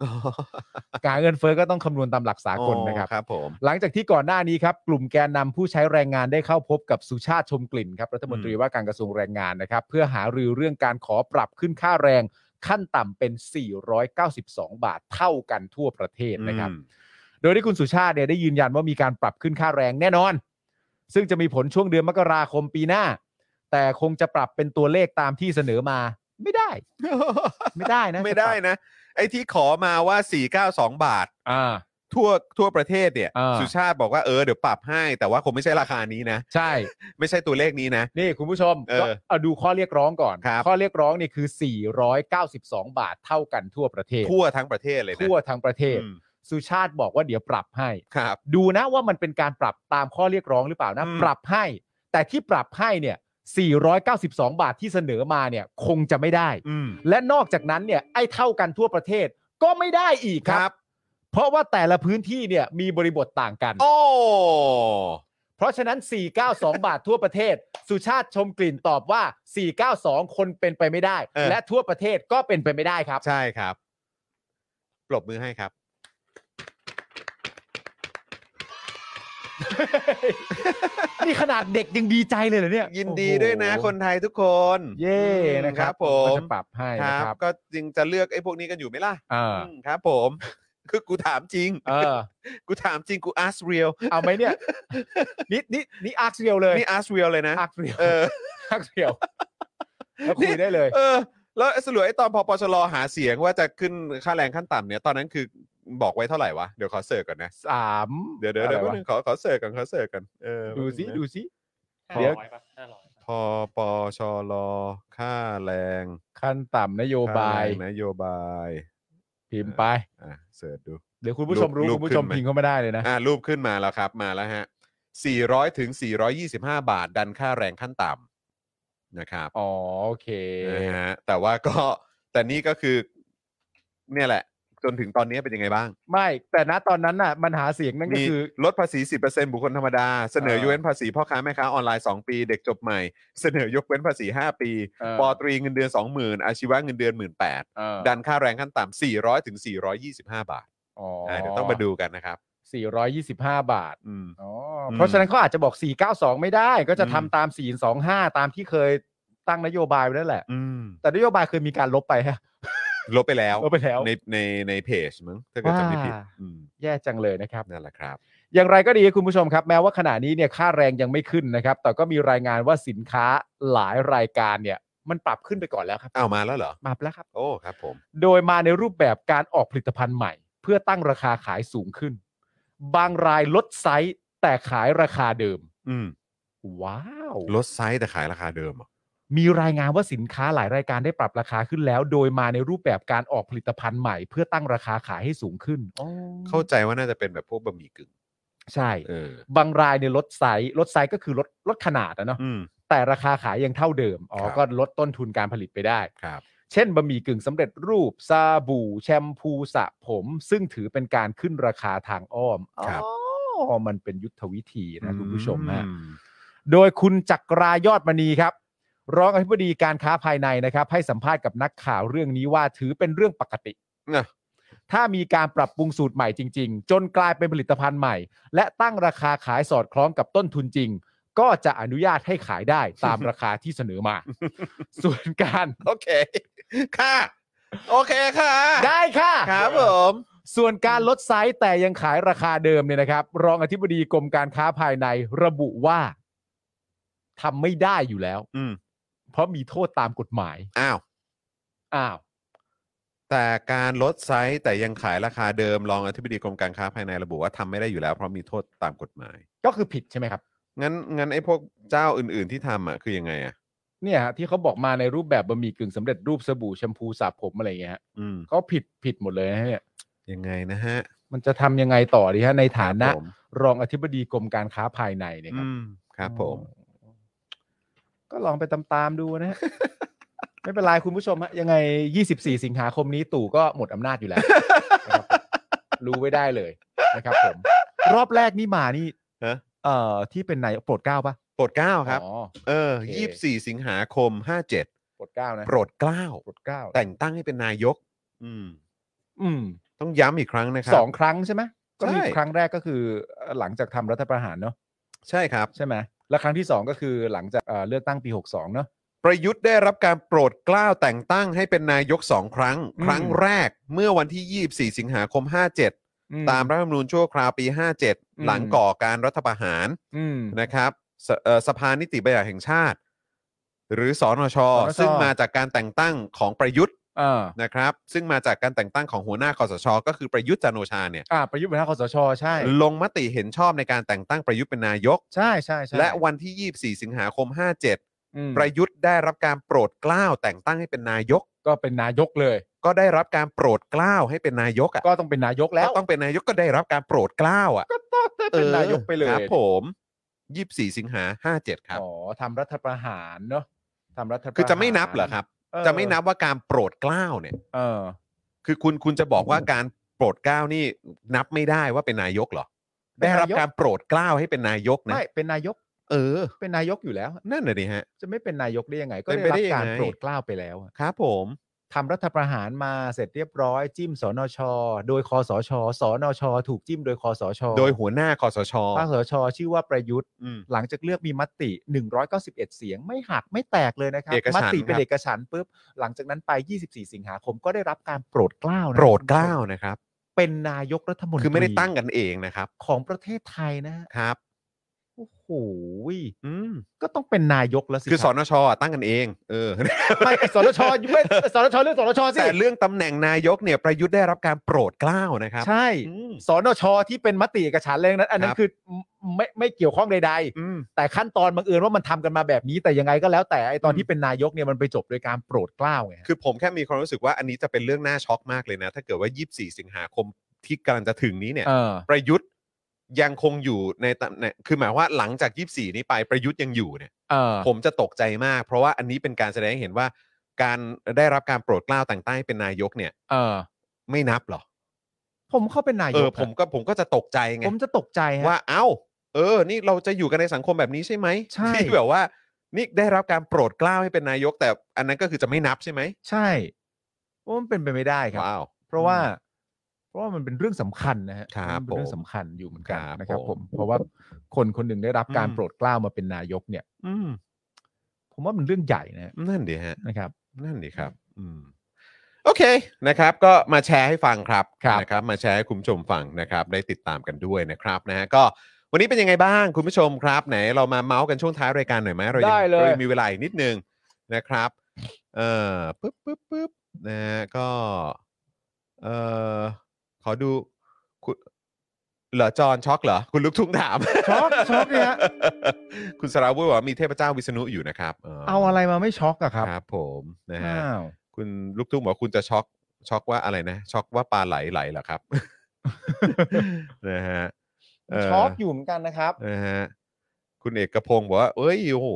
[SPEAKER 3] การเงินเฟ้อก็ต้องคำนวณตามหลักสากลนะครับ
[SPEAKER 2] ครับผม
[SPEAKER 3] หลังจากที่ก่อนหน้านี้ครับกลุ่มแกนนำผู้ใช้แรงงานได้เข้าพบกับสุชาติชมกลิ่นครับรัฐมนตรีว่าการกระทรวงแรงงานนะครับ เพื่อหารือเรื่องการขอปรับขึ้นค่าแรงขั้นต่ำเป็น 492 บาทเท่ากันทั่วประเทศนะครับ
[SPEAKER 2] *laughs* อืม
[SPEAKER 3] โดยที่คุณสุชาติเนี่ยได้ยืนยันว่ามีการปรับขึ้นค่าแรงแน่นอน ซึ่งจะมีผลช่วงเดือนมกราคมปีหน้า แต่คงจะปรับเป็นตัวเลขตามที่เสนอมาไม่ได้ ไม่ได้นะ
[SPEAKER 2] ไม่ได้นะ ไอ้ที่ขอมาว่า 492 บาท
[SPEAKER 3] อ่า
[SPEAKER 2] ทั่วทั่วประเทศเนี่ย
[SPEAKER 1] เออ
[SPEAKER 2] สุชาติบอกว่าเออเดี๋ยวปรับให้ แต่ว่าคงไม่ใช่ราคานี้นะ
[SPEAKER 1] ใช่
[SPEAKER 2] ไม่ใช่ตัวเลขนี้นะ
[SPEAKER 1] นี่คุณผู้ชม
[SPEAKER 2] เออ
[SPEAKER 1] ก็เอาดูข้อเรียกร้องก่อน
[SPEAKER 2] ครับ
[SPEAKER 1] ข้อเรียกร้องนี่คือ 492 บาทเท่ากันทั่วประเทศ
[SPEAKER 2] ทั่วทั้งประเทศเลยนะ
[SPEAKER 1] ทั่วทั้งประเทศ
[SPEAKER 2] อืม
[SPEAKER 1] สุชาติบอกว่าเดี๋ยวปรับให้
[SPEAKER 2] ครับ
[SPEAKER 1] ดูนะว่ามันเป็นการปรับตามข้อเรียกร้องหรือเปล่านะ
[SPEAKER 2] อืม
[SPEAKER 1] ปรับให้ แต่ที่ปรับให้เนี่ย 492 บาทที่เสนอมาเนี่ยคงจะไม่ได้
[SPEAKER 2] อืม
[SPEAKER 1] และนอกจากนั้นเนี่ยไอ้เท่ากันทั่วประเทศก็ไม่ได้อีกค
[SPEAKER 2] ครั
[SPEAKER 1] รับ
[SPEAKER 2] บ
[SPEAKER 1] เพราะว่าแต่ละพื้นที่เนี่ยมีบริบทต่างกัน
[SPEAKER 2] โอ้
[SPEAKER 1] เพราะฉะนั้น 492 บาททั่วประเทศ สุชาติชมกลิ่นตอบว่า 492 คนเป็นไปไม่ได้
[SPEAKER 2] เออ
[SPEAKER 1] และทั่วประเทศก็เป็นไปไม่ได้ครับ
[SPEAKER 2] ใช่ครับ ปรบมือให้ครับ
[SPEAKER 1] นี่ขนาดเด็กยังดีใจเลยเหรอเนี่ย
[SPEAKER 2] ยินดีด้วยนะ คนไทยทุกคน
[SPEAKER 1] เย่นะครับ
[SPEAKER 2] ผ
[SPEAKER 1] ก็
[SPEAKER 2] ม
[SPEAKER 1] จะปรับให้
[SPEAKER 2] ค
[SPEAKER 1] นะ
[SPEAKER 2] รั
[SPEAKER 1] ค
[SPEAKER 2] บ
[SPEAKER 1] รับ
[SPEAKER 2] ก็จึงจะเลือกไอ้พวกนี้กันอยู่ไหมล่ะ
[SPEAKER 1] เออ
[SPEAKER 2] มครับ ผม *laughs* คือกูถามจริง
[SPEAKER 1] เออ
[SPEAKER 2] *laughs* กูถามจริงกูอาร์สเรียล
[SPEAKER 1] เอาไหมเนี่ย นี่นี่นี่อาร์คเรียวเลย
[SPEAKER 2] นี่อาร์สเรียล *laughs* เลยนะ
[SPEAKER 1] อาร์คเรียว
[SPEAKER 2] เออ
[SPEAKER 1] อาร์คเรียวแล้วคุยได้เลย
[SPEAKER 2] เออ แล้วสรุปไอ้ตอนพอปชรหาเสียงว่าจะขึ้นค่าแรงขั้นต่ำเนี่ย ตอนนั้นคือบอกไว้เท่าไหร่วะ เดี๋ยวขอเสิร์ชก่อนนะ
[SPEAKER 1] สาม
[SPEAKER 2] เดี๋ยวเดี๋ยว
[SPEAKER 1] อะไร
[SPEAKER 2] เดี๋ยวแป๊บ
[SPEAKER 1] วะ
[SPEAKER 2] นึงขอขอเสิร์ชก่อนขอเสิร์ชก่อนเออ
[SPEAKER 1] ดูสิดูสิ
[SPEAKER 2] พอ
[SPEAKER 1] เดี๋ยว
[SPEAKER 2] พอปชรค่าแรง
[SPEAKER 1] ขั้นต่ำนโยบาย
[SPEAKER 2] ค่แรงนโยบาย
[SPEAKER 1] พิมพ์ไป
[SPEAKER 2] อ่ะเสิร์ชดู
[SPEAKER 1] เดี๋ยวคุณผู้ชมรู้
[SPEAKER 2] รูป
[SPEAKER 1] คุณผู้ชม
[SPEAKER 2] ขึ้นไหม
[SPEAKER 1] พิมพ์เข้ามาได้เลยนะ
[SPEAKER 2] อ่ารูปขึ้นมาแล้วครับ มาแล้วฮะ 400 ถึง 425 บาท ดันค่าแรงขั้นต่ำนะครับ
[SPEAKER 1] อ๋อโอเค
[SPEAKER 2] นะฮะแต่ว่าก็ *laughs* แต่นี่ก็คือ เนี่ยแหละ จนถึงตอนนี้เป็นยังไงบ้าง
[SPEAKER 1] ไม่แต่ณตอนนั้นน่ะมันหาเสียงนั่นก็
[SPEAKER 2] มี
[SPEAKER 1] คือ
[SPEAKER 2] ลดภาษี 10%บุคคลธรรมดา เสนอ
[SPEAKER 1] เออย
[SPEAKER 2] กเว้นภาษีพ่อค้าแม่ค้าออนไลน์ 2 ปี เด็กจบใหม่ *laughs* เสนอยกเว้นภาษี 5 ปี
[SPEAKER 1] เออ
[SPEAKER 2] ปอตรีเงินเดือน 20,000 อาชีวะเงินเดือน 18,000
[SPEAKER 1] เออ
[SPEAKER 2] ดันค่าแรงขั้นต่ำ400 ถึง 425 บาท
[SPEAKER 1] อ๋อา
[SPEAKER 2] เดี๋ยวต้องมาดูกันนะครับ
[SPEAKER 1] 425 บาท
[SPEAKER 2] อืม
[SPEAKER 1] อ๋ออ
[SPEAKER 2] ม
[SPEAKER 1] เพราะฉะนั้นเขาอาจจะบอก 492 ไม่ได้ ก็จะ
[SPEAKER 2] อืม
[SPEAKER 1] ทำตาม 425 ตามที่เคยตั้งนโยบายไว้นั่นแหละ
[SPEAKER 2] อืม
[SPEAKER 1] แต่นโยบายเคยมีการลบไปฮะ
[SPEAKER 2] ลบไปแล้ว
[SPEAKER 1] ลบไปแล้ว
[SPEAKER 2] ในในในเพจมั้งถ้าเกิดจำไม่ผิด
[SPEAKER 1] ว่า
[SPEAKER 2] อืม
[SPEAKER 1] แย่จังเลยนะครับ
[SPEAKER 2] นั่นแหละครับ
[SPEAKER 1] อย่างไรก็ดีคุณผู้ชมครับ แม้ว่าขณะนี้เนี่ยค่าแรงยังไม่ขึ้นนะครับ แต่ก็มีรายงานว่าสินค้าหลายรายการเนี่ย มันปรับขึ้นไปก่อนแล้วครับ
[SPEAKER 2] เอาวมาแล้วเหรอ
[SPEAKER 1] ปรับแล้วครับ
[SPEAKER 2] โอ้ครับผม
[SPEAKER 1] โดยมาในรูปแบบการออกผลิตภัณฑ์ใหม่ เพื่อตั้งราคาขายสูงขึ้น บางรายลดไซส์แต่ขายราคาเดิม
[SPEAKER 2] อืม
[SPEAKER 1] ว้าว
[SPEAKER 2] ลดไซส์แต่ขายราคาเดิมเหรอ
[SPEAKER 1] มีรายงานว่าสินค้าหลายรายการได้ปรับราคาขึ้นแล้ว โดยมาในรูปแบบการออกผลิตภัณฑ์ใหม่ เพื่อตั้งราคาขายให้สูงขึ้น
[SPEAKER 2] เข้าใจว่าน่าจะเป็นแบบพวกบะหมี่กึ่ง
[SPEAKER 1] ใช่
[SPEAKER 2] เออบ
[SPEAKER 1] างรายเนี่ยลดไซส์ลดไซส์ก็คือลดลดขนาดนะเนาะ
[SPEAKER 2] อืม
[SPEAKER 1] แต่ราคาขายยังเท่าเดิมอ๋อ
[SPEAKER 2] ครับ
[SPEAKER 1] ก็ลดต้นทุนการผลิตไปได้
[SPEAKER 2] ครับ
[SPEAKER 1] เช่นบะหมี่กึ่งสำเร็จรูปซาบู แชมพูสระผม ซึ่งถือเป็นการขึ้นราคาทางอ้อมอ๋อมันเป็นยุทธวิธีนะคุณผู้ชมฮะ
[SPEAKER 2] อื
[SPEAKER 1] โดยคุณจักรายอดมณีครับ รองอธิบดีการค้าภายในนะครับ ให้สัมภาษณ์กับนักข่าวเรื่องนี้ว่าถือเป็นเรื่องปกติ
[SPEAKER 2] น่ะ
[SPEAKER 1] ถ้ามีการปรับปรุงสูตรใหม่จริง ๆ จนกลายเป็นผลิตภัณฑ์ใหม่ และตั้งราคาขายสอดคล้องกับต้นทุนจริง ก็จะอนุญาตให้ขายได้
[SPEAKER 2] *laughs*
[SPEAKER 1] ตามราคาที่เสนอมา ส่วนการ
[SPEAKER 2] โอเค ค่ะ โอเคค่ะ
[SPEAKER 1] ได้ค่ะ
[SPEAKER 2] ครับผม
[SPEAKER 1] ส่วนการลดไซส์แต่ยังขายราคาเดิมเนี่ยนะครับ รองอธิบดีกรมการค้าภายในระบุว่าทำไม่ได้อยู่แล้ว
[SPEAKER 2] อืม
[SPEAKER 1] เพราะมีโทษตามกฎหมาย
[SPEAKER 2] อ้าว
[SPEAKER 1] อ้าว
[SPEAKER 2] แต่การลดไซส์แต่ยังขายราคาเดิมรองอธิบดีกรมการค้าภายในระบุว่าทำไม่ได้อยู่แล้วเพราะมีโทษตามกฎหมาย
[SPEAKER 1] ก็คือผิดใช่ไหมครับ
[SPEAKER 2] งั้นงั้นไอ้พวกเจ้าอื่น ๆที่ทำอ่ะคือยังไงอ่ะ
[SPEAKER 1] เนี่ยฮะที่เขาบอกมาในรูปแบบบะหมี่กึ่งสำเร็จรูปสบู่แชมพูสระผมอะไรอย่างเงี้ยฮะ
[SPEAKER 2] อืม
[SPEAKER 1] ก็ผิดผิดหมดเลยนะฮะเนี่ย
[SPEAKER 2] ยังไงนะฮะ
[SPEAKER 1] มันจะทำยังไงต่อดีฮะในฐานะ
[SPEAKER 2] ครับผม
[SPEAKER 1] รองอธิบดีกรมการค้าภายในเนี่ยครั
[SPEAKER 2] อื
[SPEAKER 1] บ
[SPEAKER 2] มครับผม
[SPEAKER 1] ก็ลองไปตามๆดูนะฮะ ไม่เป็นไรคุณผู้ชมฮะยังไง 24 สิงหาคมนี้ตู่ก็หมดอำนาจอยู่แล้ว นะครับผมรู้ไว้ได้เลยนะครับผม รอบแรกนี่มานี่
[SPEAKER 2] ฮะ
[SPEAKER 1] เอ่อที่เป็นนายกโปรดเกล้าปะ
[SPEAKER 2] โปรดเกล้าครับ
[SPEAKER 1] อ๋อ
[SPEAKER 2] เออ
[SPEAKER 1] โอเค
[SPEAKER 2] ยี่สิบสี่สิงหาคมห้าเจ็ด
[SPEAKER 1] โปรดเกล้านะ
[SPEAKER 2] โปรดเกล้า
[SPEAKER 1] โปรดเกล้า
[SPEAKER 2] แต่งตั้งให้เป็นนายก อืม
[SPEAKER 1] อืม
[SPEAKER 2] ต้องย้ำอีกครั้งนะครั
[SPEAKER 1] สองครั้งใช่ไหมก็มี
[SPEAKER 2] ใช่
[SPEAKER 1] ครั้งแรกก็คือหลังจากทำรัฐประหารเนาะ
[SPEAKER 2] ใช่ครับ
[SPEAKER 1] ใช่ไหมแล้วครั้งที่สองก็คือหลังจากเอ่อเลือกตั้งปี 62 เนาะ
[SPEAKER 2] ประยุทธ์ได้รับการโปรดเกล้าแต่งตั้งให้เป็นนายกสองครั้ง
[SPEAKER 1] อืม
[SPEAKER 2] ครั้งแรกเมื่อวันที่ 24 สิงหาคม 57
[SPEAKER 1] อื
[SPEAKER 2] ตามรัฐธรรมนูญชั่วคราวปี
[SPEAKER 1] ม
[SPEAKER 2] 57 หลังก่อการรัฐประหาร
[SPEAKER 1] อืม
[SPEAKER 2] นะครับสเอ่อสภานิติบัญญัติแห่งชาติ หรือสน
[SPEAKER 1] ส
[SPEAKER 2] ช
[SPEAKER 1] นช
[SPEAKER 2] ซึ่งมาจากการแต่งตั้งของประยุทธ์
[SPEAKER 1] เออ
[SPEAKER 2] นะครับซึ่งมาจากการแต่งตั้งของหัวหน้าคอสช ก็คือประยุทธ์จันทร์โอชาเนี่ย
[SPEAKER 1] อ่าประยุทธ์หัวหน้าคอสชใช่
[SPEAKER 2] ลงมติเห็นชอบในการแต่งตั้งประยุทธ์เป็นนายก
[SPEAKER 1] ใช่ใช่ใช่
[SPEAKER 2] และวันที่ 24 สิงหาคม 57
[SPEAKER 1] อืม
[SPEAKER 2] ประยุทธ์ได้รับการโปรดเกล้าแต่งตั้งให้เป็นนายก
[SPEAKER 1] ก็เป็นนายกเลย
[SPEAKER 2] ก็ได้รับการโปรดเกล้าให้เป็นนายกอ่ะ
[SPEAKER 1] ก็ต้องเป็นนายกแล้ว
[SPEAKER 2] ก็ต้องเป็นนายกก็ได้รับการโปรดเกล้าอ่ะ
[SPEAKER 1] ก็ต้องได้เป็นนายกไปเล
[SPEAKER 2] อย อครับผม 24 สิงหา57 ครับ
[SPEAKER 1] อ๋อทำรัฐประหารเนาะทำรัฐประหาร
[SPEAKER 2] คือจะไม่นับเหรอครับ
[SPEAKER 1] เออ
[SPEAKER 2] จะไม่นับว่าการโปรดเกล้าเนี่ย
[SPEAKER 1] เออ
[SPEAKER 2] คือคุณคุณจะบอกว่าการโปรดเกล้านี่นับไม่ได้ว่าเป็นนายกเหรอ
[SPEAKER 1] เป็น
[SPEAKER 2] ได้
[SPEAKER 1] นายก
[SPEAKER 2] รับการโปรดเกล้าให้เป็นนายกนะ
[SPEAKER 1] ไม่เป็นนายก
[SPEAKER 2] เออ
[SPEAKER 1] เป็นนายกอยู่แล้ว
[SPEAKER 2] นั่นน่ะดิฮะ
[SPEAKER 1] จะไม่เป็นนายกได้ยังไง ก็
[SPEAKER 2] เป็น
[SPEAKER 1] ได้รั
[SPEAKER 2] ไปได้
[SPEAKER 1] บการ
[SPEAKER 2] ยังไง
[SPEAKER 1] โปรดเกล้าไปแล้วอะ
[SPEAKER 2] ครับผม
[SPEAKER 1] ทำรัฐประหารมาเสร็จเรียบร้อย จิ้มสนช โดยคอสชสนช ถูกจิ้มโดยคอสช
[SPEAKER 2] โดยหัวหน้าคอสช
[SPEAKER 1] คอสชชื่อว่าประยุทธ์
[SPEAKER 2] อืม
[SPEAKER 1] หลังจากเลือกมีมติ 191 เสียง ไม่หักไม่แตกเลยนะครับ
[SPEAKER 2] เอก
[SPEAKER 1] ม
[SPEAKER 2] ฉันท์
[SPEAKER 1] ติเป็น
[SPEAKER 2] ครับ
[SPEAKER 1] เอกฉันท์ปุ๊บ หลังจากนั้นไป 24 สิงหาคมก็ได้รับการโปรดเกล้านะ
[SPEAKER 2] โปรดเกล้านะครับ
[SPEAKER 1] เป็นนายกรัฐมนตรี
[SPEAKER 2] คือไม่ได้ตั้งกันเองนะครับ
[SPEAKER 1] ของประเทศไทยนะฮะ
[SPEAKER 2] ครับ
[SPEAKER 1] โอ้โห
[SPEAKER 2] อืม
[SPEAKER 1] ก็ต้องเป็นนายกแล้วสิ
[SPEAKER 2] คือส
[SPEAKER 1] รับ
[SPEAKER 2] นชตั้งกันเอง เอ *laughs* อ
[SPEAKER 1] ไม่สนชไม่สนชเรื่องสนชสิ
[SPEAKER 2] แต่เรื่องตำแหน่งนายกเนี่ยประยุทธ์ได้รับการโปรดเกล้านะครับ
[SPEAKER 1] ใช่
[SPEAKER 2] อืม
[SPEAKER 1] สนชที่เป็นมติเอกฉันท์เลยนั้น อันนั้
[SPEAKER 2] ค
[SPEAKER 1] น
[SPEAKER 2] รับ
[SPEAKER 1] คือไม่ไม่เกี่ยวข้องใด
[SPEAKER 2] อืม
[SPEAKER 1] ๆ แต่ขั้นตอนบังเอิญว่ามันทำกันมาแบบนี้แต่ยังไงก็แล้วแต่ไอตอน
[SPEAKER 2] อืม
[SPEAKER 1] ที่เป็นนายกเนี่ยมันไปจบโดยการโปรดเกล้าไงฮะ
[SPEAKER 2] คือผมแค่มีความรู้สึกว่าอันนี้จะเป็นเรื่องน่าช็อกมากเลยนะ ถ้าเกิดว่า 24 สิงหาคมที่กำลังจะถึงนี้เนี่ย
[SPEAKER 1] เออ
[SPEAKER 2] ประยุทธ์ยังคงอยู่ในตำแหน่งคือหมายว่าหลังจาก 24 นี้ไปประยุทธ์ยังอยู่เนี่ย
[SPEAKER 1] เออ
[SPEAKER 2] ผมจะตกใจมาก เพราะว่าอันนี้เป็นการแสดงให้เห็นว่า การได้รับการโปรดเกล้าแต่งตั้งให้เป็นนายกเนี่ย
[SPEAKER 1] เออ
[SPEAKER 2] ไม่นับเหรอ
[SPEAKER 1] ผมเข้าเป็นนาย
[SPEAKER 2] เอก อ ผมก็ผมก็จะตกใจ
[SPEAKER 1] อะ
[SPEAKER 2] ไง
[SPEAKER 1] ผมจะตกใจฮะ
[SPEAKER 2] ว่าเอ้า เออ นี่เราจะอยู่กันในสังคมแบบนี้ใช่ไหม
[SPEAKER 1] ใช่
[SPEAKER 2] ที่แบบว่า นี่ได้รับการโปรดเกล้าให้เป็นนายก แต่อันนั้นก็คือจะไม่นับใช่ไหม
[SPEAKER 1] ใช่ว่ามันเป็นไปไม่ได้ครับ
[SPEAKER 2] ว้าว
[SPEAKER 1] เพราะว่า เพราะว่ามันเป็นเรื่องสำคัญนะฮะ
[SPEAKER 2] ครับ
[SPEAKER 1] มันเป็นเรื่องสำคัญอยู่เหมือนกัน
[SPEAKER 2] ครับ
[SPEAKER 1] นะครับ
[SPEAKER 2] ผ
[SPEAKER 1] ผม ม เพราะว่าคนคนหนึ่งได้รับการ
[SPEAKER 2] อืม
[SPEAKER 1] โปรดเกล้ามาเป็นนายกเนี่ย
[SPEAKER 2] อืม
[SPEAKER 1] ผมว่ามันเรื่องใหญ่นะฮะ
[SPEAKER 2] นั่นดีฮะ
[SPEAKER 1] นะครับ
[SPEAKER 2] นั่นดีครับ อืม โอเคนะครับ ก็มาแชร์ให้ฟังครับ
[SPEAKER 1] ครับ
[SPEAKER 2] นะครับ มาแชร์ให้คุณผู้ชมฟังนะครับ ได้ติดตามกันด้วยนะครับนะฮะก็วันนี้เป็นยังไงบ้างคุณผู้ชมครับ ไหนเรามาเมาส์กันช่วงท้ายรายการหน่อยไหมเรายัง
[SPEAKER 1] ได้เลย
[SPEAKER 2] เรายังมีเวลาอีกนิดนึงนะครับ เอ่อปึ๊บปึ๊บปึ๊บนะฮะก็เอ่อขอดูคุณเหรอจอนช็อกเหรอ คุณลูกทุ่งถาม
[SPEAKER 1] ช็อกช็อกเนี่ยฮะ
[SPEAKER 2] *laughs* คุณสราวุฒิบอกว่ามีเทพเจ้าวิษณุอยู่นะครับ
[SPEAKER 1] เอาอะไรมาไม่ช็อกอะครับ
[SPEAKER 2] ครับผมนะฮะ
[SPEAKER 1] อ้าว
[SPEAKER 2] คุณลูกทุ่งบอกว่าคุณจะช็อกช็อกว่าอะไรนะ ช็อกว่าปลาไหลไหลเหรอครับ *laughs* นะฮะเ
[SPEAKER 1] ช็อกอยู่เหมือนกันนะครับ
[SPEAKER 2] นะฮะคุณเอกพงศ์บอกว่า เอ้ยโอ้โห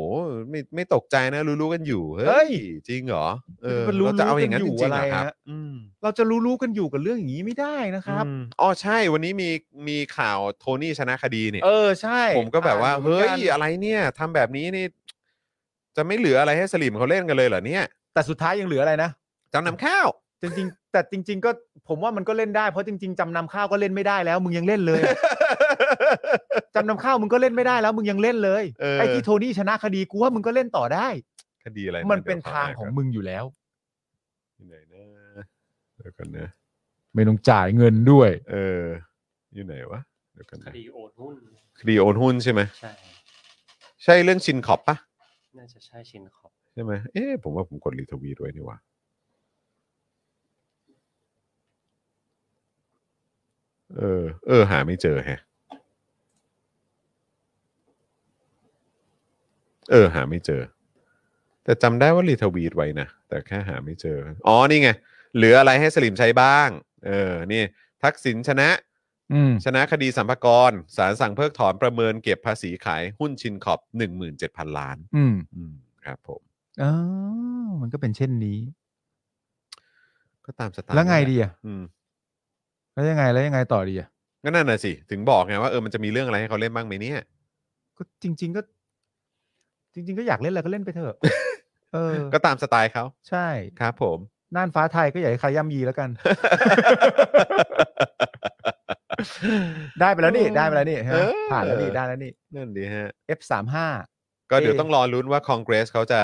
[SPEAKER 2] ไม่ไม่ตกใจนะ รู้ๆกันอยู่
[SPEAKER 1] เฮ้
[SPEAKER 2] เฮ้ย
[SPEAKER 1] ย
[SPEAKER 2] จริงเหรอเออ
[SPEAKER 1] มันรู้ๆ
[SPEAKER 2] เราจะเอาอย่างนั้นจริงๆเหรอครับ
[SPEAKER 1] กันอยู่อะไรฮะ
[SPEAKER 2] อืม
[SPEAKER 1] เราจะรู้ๆกันอยู่กับเรื่องอย่างนี้ไม่ได้นะครับ
[SPEAKER 2] อืมอ๋อใช่วันนี้มีมีข่าวโทนี่ชนะคดีเนี่ย
[SPEAKER 1] เออใช่
[SPEAKER 2] ผมก็แบบว่า
[SPEAKER 1] อ่นอหมื
[SPEAKER 2] เฮ้ย
[SPEAKER 1] อนกัน
[SPEAKER 2] อะไรเนี่ยทำแบบนี้นี่ จะไม่เหลืออะไรให้สลิมเขาเล่นกันเลยเหรอเนี่ย
[SPEAKER 1] แต่สุดท้ายยังเหลืออะไรนะ
[SPEAKER 2] จำนำข้าว
[SPEAKER 1] จริงๆแต่จริง ๆ ก็ผมว่ามันก็เล่นได้เพราะจริง ๆจำนำข้าวก็เล่นไม่ได้แล้ว มึงยังเล่นเลย
[SPEAKER 2] *laughs*
[SPEAKER 1] อะ จำนำข้าวมึงก็เล่นไม่ได้แล้ว มึงยังเล่นเลย
[SPEAKER 2] เออ
[SPEAKER 1] ไอ้ที่โทนี่ชนะคดีกูว่ามึงก็เล่นต่อได้
[SPEAKER 2] *laughs* คดีอะไระ
[SPEAKER 1] มันเป็น
[SPEAKER 2] ดี๋ยวข
[SPEAKER 1] ทาง
[SPEAKER 2] น
[SPEAKER 1] ของ
[SPEAKER 2] ก่น
[SPEAKER 1] มึงอยู่แล้ว
[SPEAKER 2] อยู่ไหนนะเดี๋ยวกันนะ
[SPEAKER 1] ไม่ต้องจ่ายเงินด้วย
[SPEAKER 2] เออ อยู่ไหนวะ เดี๋ยวกัน
[SPEAKER 4] ค
[SPEAKER 2] นะ
[SPEAKER 4] ดีโอนหุ้น
[SPEAKER 2] คดีโอนหุ้นใช่ไหม
[SPEAKER 4] ใช่
[SPEAKER 2] ใช่เรื่องชินขอบปะ
[SPEAKER 4] น่าจะใช่ชินขอบ
[SPEAKER 2] ใช่ไหมเอ๊ะผมว่าผมกดรีทวีตไว้นี่หว่าเออ เออ หาไม่เจอแฮะ เออ หาไม่เจอ แต่จำได้ว่ารีทวีตไว้นะ แต่แค่หาไม่เจอ อ๋อ นี่ไง เหลืออะไรให้สลิมใช้บ้าง เออ นี่ ทักษิณชนะ
[SPEAKER 1] อืม
[SPEAKER 2] ชนะคดีสัมภากรศาลสั่งเพิกถอนประเมินเก็บภาษีขายหุ้นชินขอบ 17,000 ล้าน
[SPEAKER 1] อืม
[SPEAKER 2] อืมครับผม
[SPEAKER 1] อ๋อมันก็เป็นเช่นนี้
[SPEAKER 2] ก็ตามสไตล์
[SPEAKER 1] แล้วไง
[SPEAKER 2] นั่นหะ
[SPEAKER 1] ดีอ่ะ
[SPEAKER 2] อืม
[SPEAKER 1] แล้วยังไงแล้วยังไงต่อดีอ่ะ
[SPEAKER 2] ก็นั่นน่ะสิ ถึงบอกไงว่าเออมันจะมีเรื่องอะไรให้เขาเล่นบ้างไหมเนี่ย
[SPEAKER 1] ก็จริง ๆก็ จริง ๆ ก็อยากเล่นอะไรก็เล่นไปเถ *laughs* อะ เออ
[SPEAKER 2] ก็ตามสไตล์เขา
[SPEAKER 1] ใช่
[SPEAKER 2] ครับผม *laughs*
[SPEAKER 1] น่านฟ้าไทยก็อย่าให้ใครย่ำยีแล้วกัน ได้ไปแล้วนี่ได้ไปแล้วนี่ใช่ไหม
[SPEAKER 2] เออ
[SPEAKER 1] ผ่านแล้วนี่ได้แล้วนี่
[SPEAKER 2] นั่นดีฮะ
[SPEAKER 1] F สามห้า
[SPEAKER 2] ก็เดี๋ยว
[SPEAKER 1] เอ๊ะ
[SPEAKER 2] ต้องรอลุ้นว่าคอนเกรสเขาจะ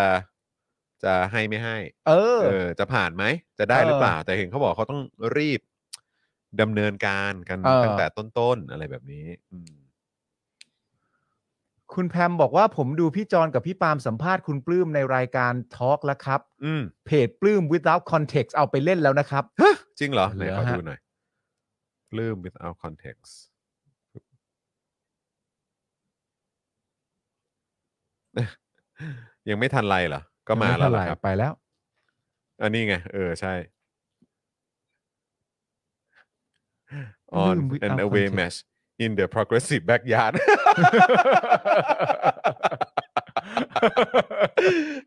[SPEAKER 2] จะให้ไม่ให้
[SPEAKER 1] เออ
[SPEAKER 2] เออ จะผ่านไหม จะได้หรือเปล่า แต่เห็นเขาบอกเขาต้องรีบดำเนินการกัน
[SPEAKER 1] เออ
[SPEAKER 2] ตั้งแต่ต้นๆอะไรแบบนี้ อืม
[SPEAKER 3] คุณแพมบอกว่าผมดูพี่จอนกับพี่ปาล์มสัมภาษณ์คุณปลื้มในรายการทอล์กแล้วครับ
[SPEAKER 2] อืม
[SPEAKER 3] เพจปลื้ม without context เอาไปเล่นแล้วนะครับ
[SPEAKER 2] จริงเหรอไหนขอ
[SPEAKER 3] เหรอฮะ
[SPEAKER 2] ดูหน่อยลืม without context *laughs* ยังไม่ทันไรเหรอ ก็มาแล้วเหรอครับ
[SPEAKER 3] ไปแล้ว
[SPEAKER 2] อันนี้ไง เออ ใช่ on
[SPEAKER 3] Bloom without
[SPEAKER 2] an away
[SPEAKER 3] context.
[SPEAKER 2] match in the progressive backyard *laughs*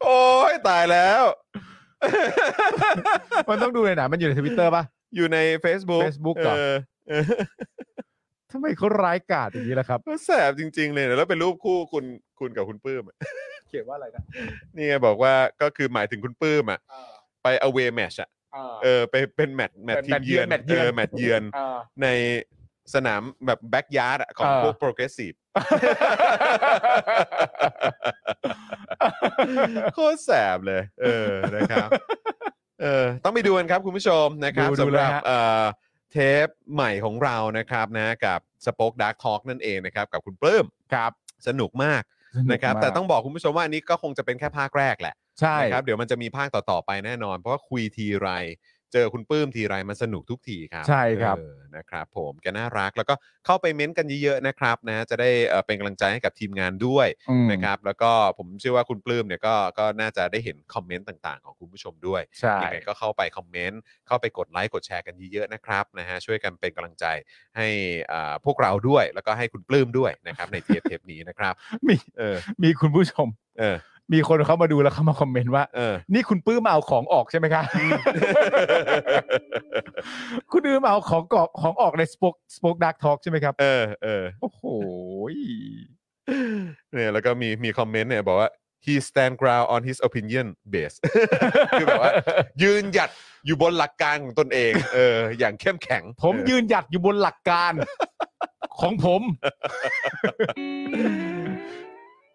[SPEAKER 2] โอ้ยตายแล้ว *laughs*
[SPEAKER 3] มันต้องดูเลยนะมันอยู่ในทวิตเตอร์ป่ะ
[SPEAKER 2] อยู่ใน Facebook
[SPEAKER 3] Facebook
[SPEAKER 2] เอ
[SPEAKER 3] เหรอ
[SPEAKER 2] อเออ
[SPEAKER 3] ทำไมเขาร้ายกาจอย่างนี้ล่ะครับ
[SPEAKER 2] ก็แสบจริง ๆ เลยนะแล้วเป็นรูปคู่คุณคุณกับคุณปื้มอะ *laughs*
[SPEAKER 3] เขียนว่าอะไรนะ
[SPEAKER 2] นี่ไงบอกว่าก็คือหมายถึงคุณปื้มอ่ะ ไป away match อ่ะ เออ ไปเป็นแมตช์แมตช์ทีมเยือน
[SPEAKER 3] แมตช์
[SPEAKER 2] เอ
[SPEAKER 3] เยือ
[SPEAKER 2] อ
[SPEAKER 3] น
[SPEAKER 2] แมตช์เยือน
[SPEAKER 3] เออ
[SPEAKER 2] ในสนามแบบแบ็กยาร์ดของ
[SPEAKER 3] เออ
[SPEAKER 2] พวกโปรเกรสซีฟ
[SPEAKER 3] *laughs*
[SPEAKER 2] โคตรแสบเลย เออนะครับ เออต้องไปดูกันครับคุณผู้ชมนะครับ
[SPEAKER 3] ดูดู
[SPEAKER 2] สำหรับ
[SPEAKER 3] เลยฮะ
[SPEAKER 2] เอ่อเทปใหม่ของเรานะครับนะกับสป็อคดักทอล์กนั่นเองนะครับ กับคุณปลื้มครับสนุกมากนะครับ แต่ต้องบอกคุณผู้ชมว่าอันนี้ก็คงจะเป็นแค่ภาคแรกแหละ
[SPEAKER 3] ใช่
[SPEAKER 2] นะครับเดี๋ยวมันจะมีภาคต่อ ๆ ไปแน่นอน เพราะว่าคุยทีไร เจอคุณปลื้มทีไรมันสนุกทุกทีครับ
[SPEAKER 3] ใช่ครับ
[SPEAKER 2] เออนะครับผมแกน่ารักแล้วก็เข้าไปเม้นต์กันเยอะๆนะครับนะจะได้เอ่อเป็นกำลังใจให้กับทีมงานด้วย
[SPEAKER 3] อืม
[SPEAKER 2] นะครับแล้วก็ผมเชื่อว่าคุณปลื้มเนี่ยก็ก็น่าจะได้เห็นคอมเมนต์ต่างๆ ของคุณผู้ชมด้วย
[SPEAKER 3] ใช่
[SPEAKER 2] ยังไงก็เข้าไปคอมเมนต์เข้าไปกดไลค์กดแชร์กันเยอะๆนะครับนะฮะช่วยกันเป็นกำลังใจให้อ่าพวกเราด้วย แล้วก็ให้คุณปลื้มด้วยนะครับในเทปเทปนี้นะครับ
[SPEAKER 3] มี
[SPEAKER 2] เออ
[SPEAKER 3] มีคุณผู้ชม
[SPEAKER 2] เออ
[SPEAKER 3] มีคนเข้ามาดูแล้วเข้ามาคอมเมนต์ว่า
[SPEAKER 2] เออ *laughs*
[SPEAKER 3] นี่คุณปื้มเอาของออกใช่ไหมคะ คุณปื้มเอาของกอกของออกในสปอคสปอคดักทอกใช่ไหมครับ
[SPEAKER 2] เออเออ
[SPEAKER 3] โอ้โหย
[SPEAKER 2] เนี่ยแล้วก็มีมีคอมเมนต์เนี่ยบอกว่า he stand ground on his opinion base *laughs* คือแบบว่า ยืนหยัดอยู่บนหลักการของตนเอง เออ อย่างเข้มแข็ง
[SPEAKER 3] ผม
[SPEAKER 2] เออ
[SPEAKER 3] ยืนหยัดอยู่บนหลักการ ของผม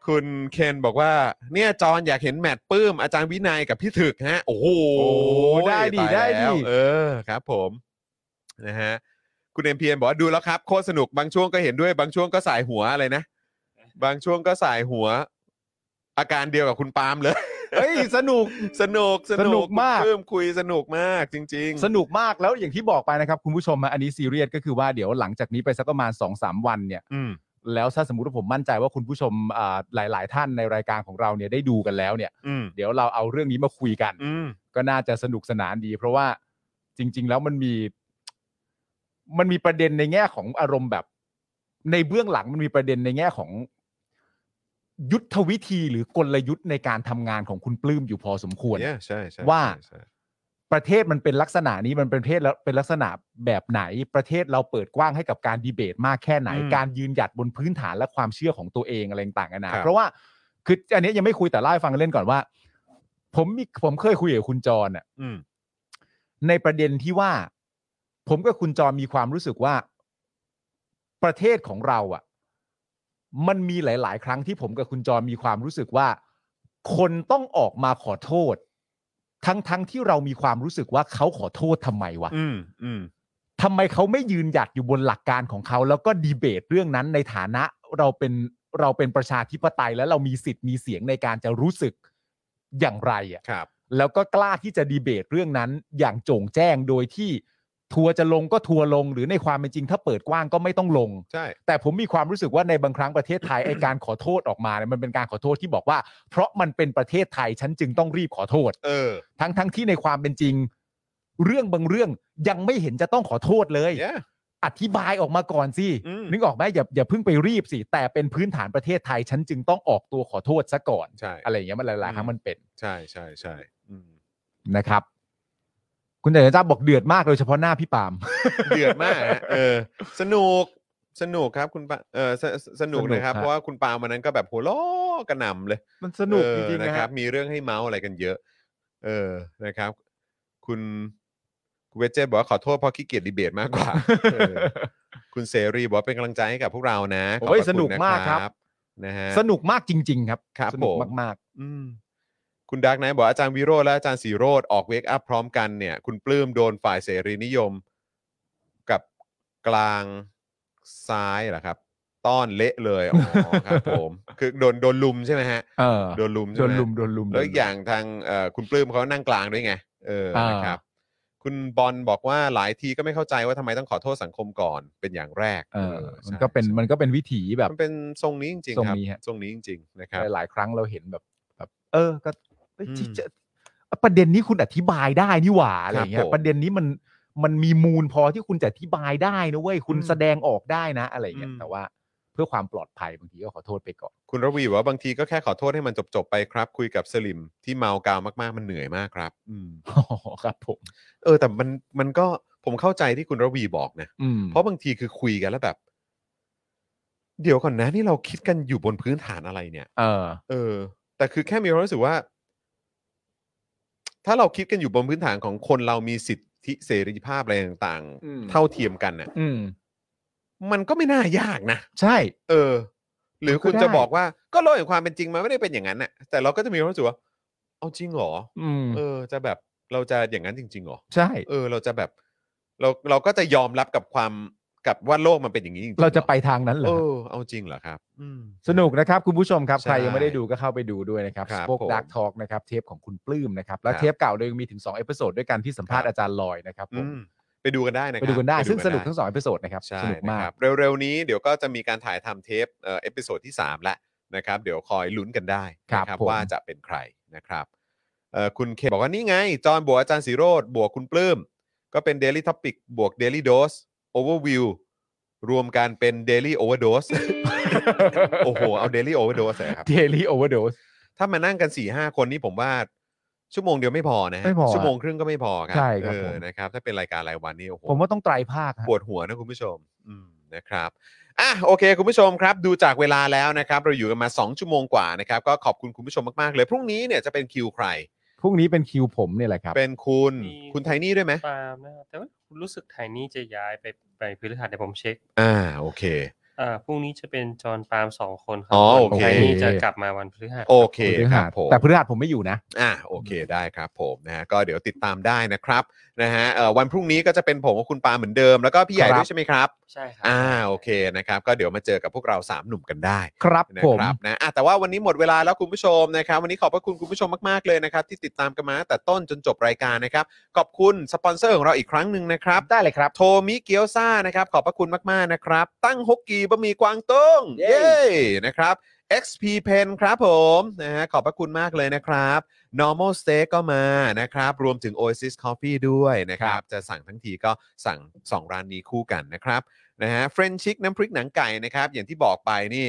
[SPEAKER 2] คุณเคนบอกว่า เนี่ยจอนอยากเห็นแมตช์ปื้มอาจารย์วินัยกับพี่ถึกฮะ โอ้โห
[SPEAKER 3] โอ้ได้ดิ
[SPEAKER 2] ตายแล้ว
[SPEAKER 3] ได้ดิ
[SPEAKER 2] เออครับผมนะฮะคุณเอ็มพีบอกว่าดูแล้วครับ โคตรสนุกบางช่วงก็เห็นด้วยบางช่วงก็สายหัวอะไรนะ บางช่วงก็สายหัว อาการเดียวกับคุณปาล์มเลย *laughs*
[SPEAKER 3] เฮ้ย สนุก
[SPEAKER 2] สนุก
[SPEAKER 3] สนุกมาก
[SPEAKER 2] เพิ่มคุยสนุกมากจริง ๆ
[SPEAKER 3] สนุกมากแล้วอย่างที่บอกไปนะครับ คุณผู้ชมนะอันนี้ซีเรียสก็คือว่าเดี๋ยวหลังจากนี้ไปสักประมาณ2อสวันเนี่ย
[SPEAKER 2] อืม
[SPEAKER 3] แล้วถ้าสมมติว่าผมมั่นใจว่าคุณผู้ชมอ่าหลาย ๆ ท่านในรายการของเราเนี่ยได้ดูกันแล้วเนี่ย
[SPEAKER 2] อืม
[SPEAKER 3] เดี๋ยวเราเอาเรื่องนี้มาคุยกัน
[SPEAKER 2] อืม
[SPEAKER 3] ก็น่าจะสนุกสนานดี เพราะว่าจริง ๆ แล้วมันมี มันมีประเด็นในแง่ของอารมณ์แบบ ในเบื้องหลังมันมีประเด็นในแง่ของ ยุทธวิธีหรือกลยุทธ์ในการทำงานของคุณปลื้มอยู่พอสมควร
[SPEAKER 2] Yeah, ใช่ใช่
[SPEAKER 3] ว่า
[SPEAKER 2] ใช่ใช่
[SPEAKER 3] ประเทศมันเป็นลักษณะนี้มันเป็นประเทศแล้วเป็นลักษณะแบบไหน ประเทศเราเปิดกว้างให้กับการดีเบตมากแค่ไหน
[SPEAKER 2] อืม
[SPEAKER 3] การยืนหยัดบนพื้นฐานและความเชื่อของตัวเองอะไรต่างกั
[SPEAKER 2] ค
[SPEAKER 3] นา
[SPEAKER 2] รับ
[SPEAKER 3] นะเพราะว่าคืออันนี้ยังไม่คุยแต่เล่าให้ฟังเล่นก่อนว่า ผมมีผมเคยคุยกับคุณจรน่ะ
[SPEAKER 2] อืม
[SPEAKER 3] ในประเด็นที่ว่า ผมกับคุณจอมมีความรู้สึกว่า ประเทศของเราอะ่ะ มันมีหลาย ๆ ครั้งที่ผมกับคุณจอมมีความรู้สึกว่า คนต้องออกมาขอโทษ ทั้งๆทที่เรามีความรู้สึกว่าเขาขอโทษทำไมวะ
[SPEAKER 2] อืม อืม
[SPEAKER 3] ทำไมเขาไม่ยืนหยัดอยู่บนหลักการของเขา แล้วก็ดีเบตเรื่องนั้นในฐานะเราเป็นเราเป็นประชาธิปไตย และเรามีสิทธิ์มีเสียงในการจะรู้สึกอย่างไรอ่ะ
[SPEAKER 2] ครับ
[SPEAKER 3] แล้วก็กล้าที่จะดีเบตเรื่องนั้นอย่างโจ่งแจ้งโดยที่ทัวร์จะลงก็ทัวร์ลง หรือในความเป็นจริงถ้าเปิดกว้างก็ไม่ต้องลง
[SPEAKER 2] ใช่
[SPEAKER 3] แต่ผมมีความรู้สึกว่าในบางครั้งประเทศไทย ไอการขอโทษออกมาเนี่ยมันเป็นการขอโทษที่บอกว่า เพราะมันเป็นประเทศไทยฉันจึงต้องรีบขอโทษ
[SPEAKER 2] เออ
[SPEAKER 3] ทั้งทั้งที่ในความเป็นจริง เรื่องบางเรื่องยังไม่เห็นจะต้องขอโทษเลย
[SPEAKER 2] yeah
[SPEAKER 3] อธิบายออกมาก่อนสิ
[SPEAKER 2] อืม
[SPEAKER 3] นึกออกไหมอย่าอย่าเพิ่งไปรีบสิแต่เป็นพื้นฐานประเทศไทยฉันจึงต้องออกตัวขอโทษซะก่อน
[SPEAKER 2] ใช่
[SPEAKER 3] อะไรอย่างเงี้ยมันหลายๆครั้งมันเป็น
[SPEAKER 2] ใช่ใช่ใช่อืม
[SPEAKER 3] นะครับ คุณเดชจ้าบอกเดือดมากโดยเฉพาะหน้าพี่ปาล์ม
[SPEAKER 2] *laughs* เดือดมากฮะเออ สนุก สนุกครับคุณปาเออสสสนุก
[SPEAKER 3] สนุก
[SPEAKER 2] นะครับ
[SPEAKER 3] ฮะ
[SPEAKER 2] เพราะว่าคุณปาวันนั้นก็แบบหัวล้อกระหน่ำเลย
[SPEAKER 3] มันสนุก
[SPEAKER 2] เออ
[SPEAKER 3] จริงๆ
[SPEAKER 2] นะ
[SPEAKER 3] นะ
[SPEAKER 2] ค
[SPEAKER 3] ค
[SPEAKER 2] รั
[SPEAKER 3] รับ บ
[SPEAKER 2] มีเรื่องให้เมาส์อะไรกันเยอะ เออนะครับ คุณเวจเจบอกว่าขอโทษเพราะขี้เกียจดีเบตมากกว่า *laughs* เออคุณเสรีบอกว่าเป็นกำลังใจให้กับพวกเรานะขอบพระ
[SPEAKER 3] โอ้ย
[SPEAKER 2] คุณ
[SPEAKER 3] สนุกมากครับ
[SPEAKER 2] นะฮะ
[SPEAKER 3] สนุกมากจริง ๆ ครับ
[SPEAKER 2] ครับ
[SPEAKER 3] สนุก
[SPEAKER 2] ผม
[SPEAKER 3] มาก
[SPEAKER 2] อืมคุณดักไนบอกอาจารย์วิโรธและอาจารย์สีโรธออกเวกอัพพร้อมกันเนี่ย คุณปลื้มโดนฝ่ายเสรีนิยม กับกลางซ้ายเหรอครับ ต้อนเละเลยอ๋อครับผม *laughs* คือโดนโดนลุมใช่ไหมฮะ
[SPEAKER 3] เออ
[SPEAKER 2] โดนลุมใช่
[SPEAKER 3] โด
[SPEAKER 2] ไห
[SPEAKER 3] น
[SPEAKER 2] ม
[SPEAKER 3] ลุมโดนลุม
[SPEAKER 2] แล้วอีกอย่างทางเอ่อคุณปลื้มเขานั่งกลางด้วยไงเออ
[SPEAKER 3] อ่าน
[SPEAKER 2] นะครับ คุณบอลบอกว่าหลายทีก็ไม่เข้าใจว่าทำไมต้องขอโทษสังคมก่อนเป็นอย่างแรก
[SPEAKER 3] เออ
[SPEAKER 2] เออ
[SPEAKER 3] มัน
[SPEAKER 2] ใช่
[SPEAKER 3] ก็เป็นมันก็เป็นวิถีแบบ
[SPEAKER 2] มันเป็นทรงนี้จริง
[SPEAKER 3] ทร
[SPEAKER 2] ๆ
[SPEAKER 3] ง
[SPEAKER 2] ครับ
[SPEAKER 3] นี้ฮะ
[SPEAKER 2] ทรงนี้จริงๆนะครับ
[SPEAKER 3] หลายๆครั้งเราเห็นแบบแบบ เออ ก็เอ้ย
[SPEAKER 2] อืม
[SPEAKER 3] ที่จะประเด็นนี้คุณอธิบายได้นี่หว่าอะไรอย่างเงี้
[SPEAKER 2] ครับ
[SPEAKER 3] ย
[SPEAKER 2] ผม
[SPEAKER 3] ประเด็นนี้มันมันมีมูลพอที่คุณจะอธิบายได้นะเว้ยคุณ
[SPEAKER 2] อืม
[SPEAKER 3] แสดงออกได้นะ อะไรอย่างเงี้ย
[SPEAKER 2] อืม
[SPEAKER 3] แต่ว่าเพื่อความปลอดภัยบางทีก็ขอโทษไปก่อน
[SPEAKER 2] คุณระวีบอกว่าบางทีก็แค่ขอโทษให้มันจบๆไปครับ คุยกับสลิมที่เมากาวมากๆมันเหนื่อยมากครับอืม
[SPEAKER 3] ครับผม
[SPEAKER 2] เออแต่มันมันก็ผมเข้าใจที่คุณระวีบอกนะ
[SPEAKER 3] อืม
[SPEAKER 2] เพราะบางทีคือคุยกันแล้วแบบ เดี๋ยวก่อนนะนี่เราคิดกันอยู่บนพื้นฐานอะไรเนี่ย
[SPEAKER 3] เออ
[SPEAKER 2] เออ แต่คือแค่มีความรู้สึกว่า ถ้าเราคิดกันอยู่บนพื้นฐานของคนเรามีสิทธิเสรีภาพอะไรต่าง
[SPEAKER 3] อืม
[SPEAKER 2] ๆ เท่าเทียมกันน่ะ
[SPEAKER 3] อืม
[SPEAKER 2] มันก็ไม่น่ายากนะ
[SPEAKER 3] ใช่
[SPEAKER 2] เออ หรือคุณ
[SPEAKER 3] ก็ได้
[SPEAKER 2] จะบอกว่าก็โลกแห่งความเป็นจริงมันไม่ได้เป็นอย่างนั้นน่ะแต่เราก็จะมีความรู้สึกว่าเอาจริงเหรอ
[SPEAKER 3] อืม
[SPEAKER 2] เออ จะแบบเราจะอย่างนั้นจริงๆเหรอ
[SPEAKER 3] ใช่
[SPEAKER 2] เออ เราจะแบบ เราเราก็จะยอมรับกับความกับว่าโลกมันเป็นอย่างนี้จริงๆ
[SPEAKER 3] เราจะไป
[SPEAKER 2] ห
[SPEAKER 3] ทางนั้นเหร
[SPEAKER 2] เอ
[SPEAKER 3] อ
[SPEAKER 2] อเอาจริงเหรอครับ อืม
[SPEAKER 3] สนุกนะครับ คุณผู้ชมครับ
[SPEAKER 2] ใช่
[SPEAKER 3] ใครยังไม่ได้ดูก็เข้าไปดูด้วยนะครับ
[SPEAKER 2] ครับ
[SPEAKER 3] พวก
[SPEAKER 2] ผม
[SPEAKER 3] ดักทอกนะครับ เทปของคุณปลื้มนะครับ และ
[SPEAKER 2] ครับ
[SPEAKER 3] เทปเก่าเรายังมีถึง2เอพิโซดด้วยกันที่สัมภาษ
[SPEAKER 2] ครับ
[SPEAKER 3] ณ์อาจารย์ลอยนะครับผ
[SPEAKER 2] อื
[SPEAKER 3] ม
[SPEAKER 2] มไปดูกันได้นะค
[SPEAKER 3] ไป
[SPEAKER 2] รับ
[SPEAKER 3] ดูกันได้ซึ่งสนุก
[SPEAKER 2] ไ
[SPEAKER 3] ทั้ง2เอพิโซดนะครับ
[SPEAKER 2] ใช่
[SPEAKER 3] สนุก
[SPEAKER 2] นะ
[SPEAKER 3] มา
[SPEAKER 2] ครั
[SPEAKER 3] ก
[SPEAKER 2] บเร็วๆนี้เดี๋ยวก็จะมีการถ่ายทำเทปเอ่อเอพิโซดที่ 3 แล้วนะครับ เดี๋ยวคอยลุ้นกันได้
[SPEAKER 3] ครับ
[SPEAKER 2] นะ
[SPEAKER 3] ผม
[SPEAKER 2] ว่าจะเป็นใครนะครับเอ่อคุณเคบอกว่านี่ไง จอนบวกอาจารย์สีโรดบวกคุณปลื้มก็เป็น Daily Topic บวก Daily Dose Overview รวมกันเป็น Daily Overdose *laughs* โอ้โห เอา Daily Overdose เลยครับ
[SPEAKER 3] เดลี่โอเวอร์โดส
[SPEAKER 2] ถ้ามานั่งกัน 4-5หคนนี่ผมว่าชั่วโมงเดียวไม่พอนะฮะ
[SPEAKER 3] ไม่พอ
[SPEAKER 2] ชั่วโมงครึ่งก็ไม่พอครั
[SPEAKER 3] ใช่ครับ
[SPEAKER 2] เออ
[SPEAKER 3] ผม
[SPEAKER 2] นะครับถ้าเป็นรายการรายวันนี่โอ้โห
[SPEAKER 3] ผมว่าต้องไตรภาคฮะ
[SPEAKER 2] ปวดหัวนะคุณผู้ชมอืมนะครับอ่ะโอเค คุณผู้ชมครับ ดูจากเวลาแล้วนะครับ เราอยู่กันมา 2 ชั่วโมงกว่านะครับ ก็ขอบคุณคุณผู้ชมมาก ๆ เลย พรุ่งนี้เนี่ยจะเป็นคิวใคร
[SPEAKER 3] พรุ่งนี้เป็นคิวผมเนี่ยแหละครับ
[SPEAKER 2] เป็นคุณ
[SPEAKER 4] มี
[SPEAKER 2] คุณไทนี่ด้วยไหม
[SPEAKER 4] ปาล์มนะครับแต่ว่ารู้สึกไทยนี่จะย้ายไปไปพฤหัสเดี๋ยวผมเช็ค
[SPEAKER 2] อ่าโอเค
[SPEAKER 4] อ่าพรุ่งนี้จะเป็นจอห์นปาล์มสองคนครั
[SPEAKER 2] อ๋อ
[SPEAKER 4] ส่วน
[SPEAKER 2] โอเค
[SPEAKER 4] ไทยนี่จะกลับมาวันพฤหัส
[SPEAKER 2] โอเค
[SPEAKER 3] พฤ
[SPEAKER 2] ค
[SPEAKER 3] หั
[SPEAKER 2] รับ
[SPEAKER 3] ส
[SPEAKER 2] ผม
[SPEAKER 3] แต่พฤหัสผมไม่อยู่นะ
[SPEAKER 2] อ่าโอเคได้ครับผมนะฮะก็เดี๋ยวติดตามได้นะครับนะฮะเอ่อวันพรุ่งนี้ก็จะเป็นผมกับคุณปาเหมือนเดิมแล้วก็พี่ใหญ่
[SPEAKER 3] ครั
[SPEAKER 2] ด้
[SPEAKER 3] บ
[SPEAKER 2] วยใช่ไหมครับ
[SPEAKER 4] ใช่ครับ
[SPEAKER 2] อ่าโอเคนะครับก็เดี๋ยวมาเจอกับพวกเราสามหนุ่มกันได้
[SPEAKER 3] ครับ
[SPEAKER 2] นะ
[SPEAKER 3] ผม
[SPEAKER 2] ครับนะอ่ะแต่ว่าวันนี้หมดเวลาแล้วคุณผู้ชมนะครับ วันนี้ขอบพระคุณคุณผู้ชมมากๆเลยนะครับ ที่ติดตามกันมาตั้งแต่ต้นจนจบรายการนะครับ ขอบคุณสปอนเซอร์ของเราอีกครั้งหนึ่งนะครับ
[SPEAKER 3] ได้เลยครับ
[SPEAKER 2] โทมิเกียวซ่านะครับ ขอบพระคุณมากๆนะครับ ตั้งฮกกีบะหมี่กวางตุ้งเย้นะครับ XP Pen ครับผมนะฮะขอบพระคุณมากเลยนะครับ normal steak ก็มานะครับ รวมถึง Oasis Coffee ด้วยนะครับ จะสั่งทั้งทีก็สั่งสองร้านนี้คู่กันนะครับ นะฮะเฟรนชิกน้ำพริกหนังไก่นะครับ อย่างที่บอกไปนี่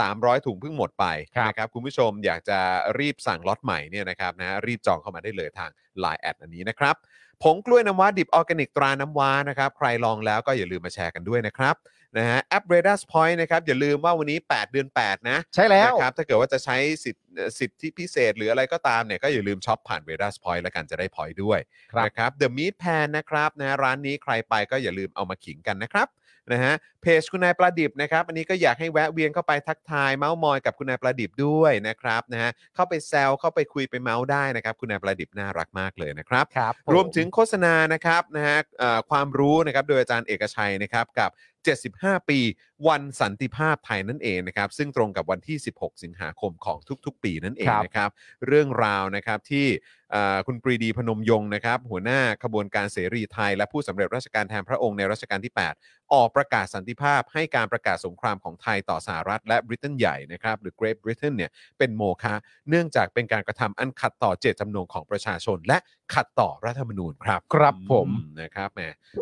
[SPEAKER 2] 300 ถุงเพิ่งหมดไป
[SPEAKER 3] ครับ
[SPEAKER 2] นะครับ คุณผู้ชมอยากจะรีบสั่งล็อตใหม่เนี่ยนะครับนะฮะรีบจองเข้ามาได้เลยทาง Line แอดอันนี้นะครับผงกล้วยน้ำว้าดิบออร์แกนิกตราน้ำว้านะครับ ใครลองแล้วก็อย่าลืมมาแชร์กันด้วยนะครับนะฮะแอป r a d a r Point นะครับ อย่าลืมว่าวันนี้ 8 เดือน 8 นะ
[SPEAKER 3] ใช่แล้ว
[SPEAKER 2] นะครับถ้าเกิดว่าจะใช้สิทธิสิทธิพิเศษหรืออะไรก็ตามเนี่ยก็อย่าลืมช็อปผ่านเวดัสพอยต์แล้วกันจะได้พอยต์ด้วย
[SPEAKER 3] ครับ
[SPEAKER 2] นะครับ The Meat Pan นะครับนะร้านนี้ใครไปก็อย่าลืมเอามาขิงกันนะครับนะฮะเพจคุณนายปลาดิบนะครับอันนี้ก็อยากให้แวะเวียนเข้าไปทักทายเมาส์มอยกับคุณนายปลาดิบด้วยนะครับนะฮะเข้าไปแซวเข้าไปคุยไปเมาส์ได้นะครับ คุณนายปลาดิบน่ารักมากเลยนะครับ
[SPEAKER 3] ครับผ
[SPEAKER 2] รวมถึงโฆษณานะครับนะฮะเอ่อความรู้นะครับโดยอาจารย์เอกชัยนะครับกับ 75 ปีวันสันติภาพไทยนั่นเองนะครับ ซึ่งตรงกับวันที่ 16 สิงหาคมของทุกๆ ปีนั่นเอง
[SPEAKER 3] ครับ
[SPEAKER 2] นะครับ เรื่องราวนะครับที่เอ่อคุณปรีดีพนมยงค์นะครับ หัวหน้าขบวนการเสรีไทย และผู้สำเร็จราชการแทนพระองค์ในรัชกาลที่ 8 ออกประกาศสันติภาพให้การประกาศสงครามของไทยต่อสหรัฐและบริเตนใหญ่นะครับหรือ Great Britain เนี่ยเป็นโมฆะเนื่องจากเป็นการกระทำอันขัดต่อเจตจำนงของประชาชน และขัดต่อรัฐธรรมนูญครับ
[SPEAKER 3] ครับผม
[SPEAKER 2] อืนะครับแหม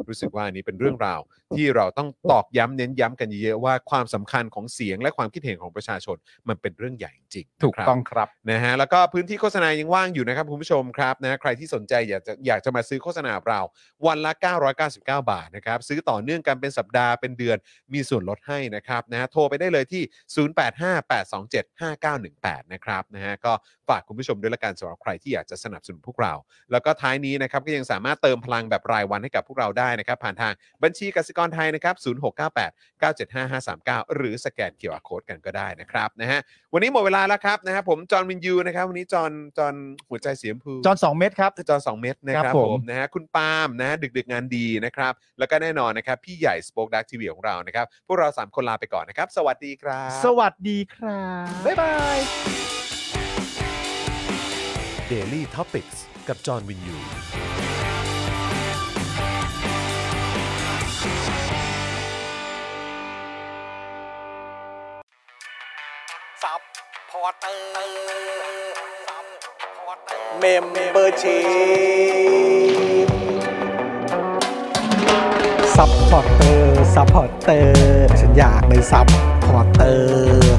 [SPEAKER 2] รู้สึกว่าอันนี้เป็นเรื่องราว ที่เราต้องตอกย้ำเน้นย้ำกันเยอะๆว่าความสำคัญของเสียงและความคิดเห็นของประชาชนมันเป็นเรื่องใหญ่จริงๆ
[SPEAKER 3] ถูก
[SPEAKER 2] นะครับ
[SPEAKER 3] ต้องครับ
[SPEAKER 2] นะฮะแล้วก็พื้นที่โฆษณายังว่างอยู่นะครับคุณผู้ชมครับนะใครที่สนใจอยากจะอยากจะมาซื้อโฆษณากับเราวันละ 999 บาทนะครับซื้อต่อเนื่องกันเป็นสัปดาห์เป็นเดือนมีส่วนลดให้นะครับนะฮะโทรไปได้เลยที่ 0858275918 นะครับนะฮะก็ฝากคุณผู้ชมด้วยละกันสำหรับใครที่อยากจะสนับสนุนพวกเรา แล้วก็ท้ายนี้นะครับก็ยังสามารถเติมพลังแบบรายวันให้กับพวกเราได้นะครับ ผ่านทางบัญชีกสิกรไทยนะครับ 0 6 9 7 0698 975 539 หรือสแกนเคียร์โค้ดกันก็ได้นะครับนะฮะวันนี้หมดเวลาแล้วครับนะฮะผมจอห์นวินยูนะครับวันนี้จอห์นจอห์นหัวใจเสียมพู
[SPEAKER 3] จอนสองเม็ดครับ
[SPEAKER 2] จอสองเม็ดนะค
[SPEAKER 3] ครั
[SPEAKER 2] รับบ ผ
[SPEAKER 3] ผม ม
[SPEAKER 2] นะฮะคุณปาล์มนะฮะดึกดึกๆงานดีนะครับ แล้วก็แน่นอนนะครับ พี่ใหญ่สป็อคดักทีวีของเรานะครับ พวกเรา 3 คนลาไปก่อนนะครับ สวัสดีครับ
[SPEAKER 3] สวัสดีครับ
[SPEAKER 2] บ๊ายบาย
[SPEAKER 1] Daily Topics กับจอห์นวินยู
[SPEAKER 8] ซับพอร์เตอร์ซับพอร์เตอร์
[SPEAKER 9] เมมเบอร์ชีซัพพอร์เตอร์ซัพพอร์เตอร์ฉันอยากเป็นซัพพอร์เตอร์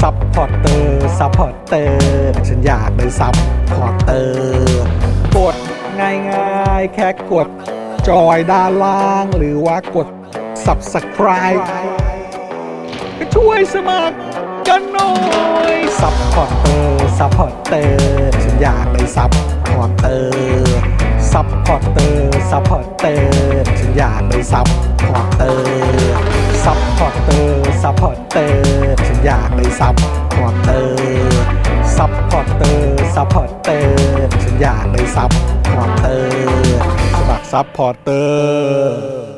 [SPEAKER 9] ซัพพอร์เตอร์ซัพพอร์เตอร์ฉันอยากเป็นซัพพอร์เตอร์กดง่ายง่ายๆ แค่กด จอยด้านล่างหรือว่ากด subscribe ก็ช่วยสมัคร กันหน่อยซัพพอร์เตอร์ซัพพอร์เตอร์ฉันอยากเป็นซัพพอร์เตอร์ซัพพอร์เตอร์ซัพพอร์เตอร์ฉันอยากเป็นซัพพอร์เตอร์ซัพพอร์เตอร์ซัพพอร์เตอร์ฉันอยากเป็นซัพพอร์เตอร์ซัพพอร์เตอร์ซัพพอร์เตอร์ฉันอยากเป็นซัพพอร์เตอร์สมัครซัพพอร์เตอร์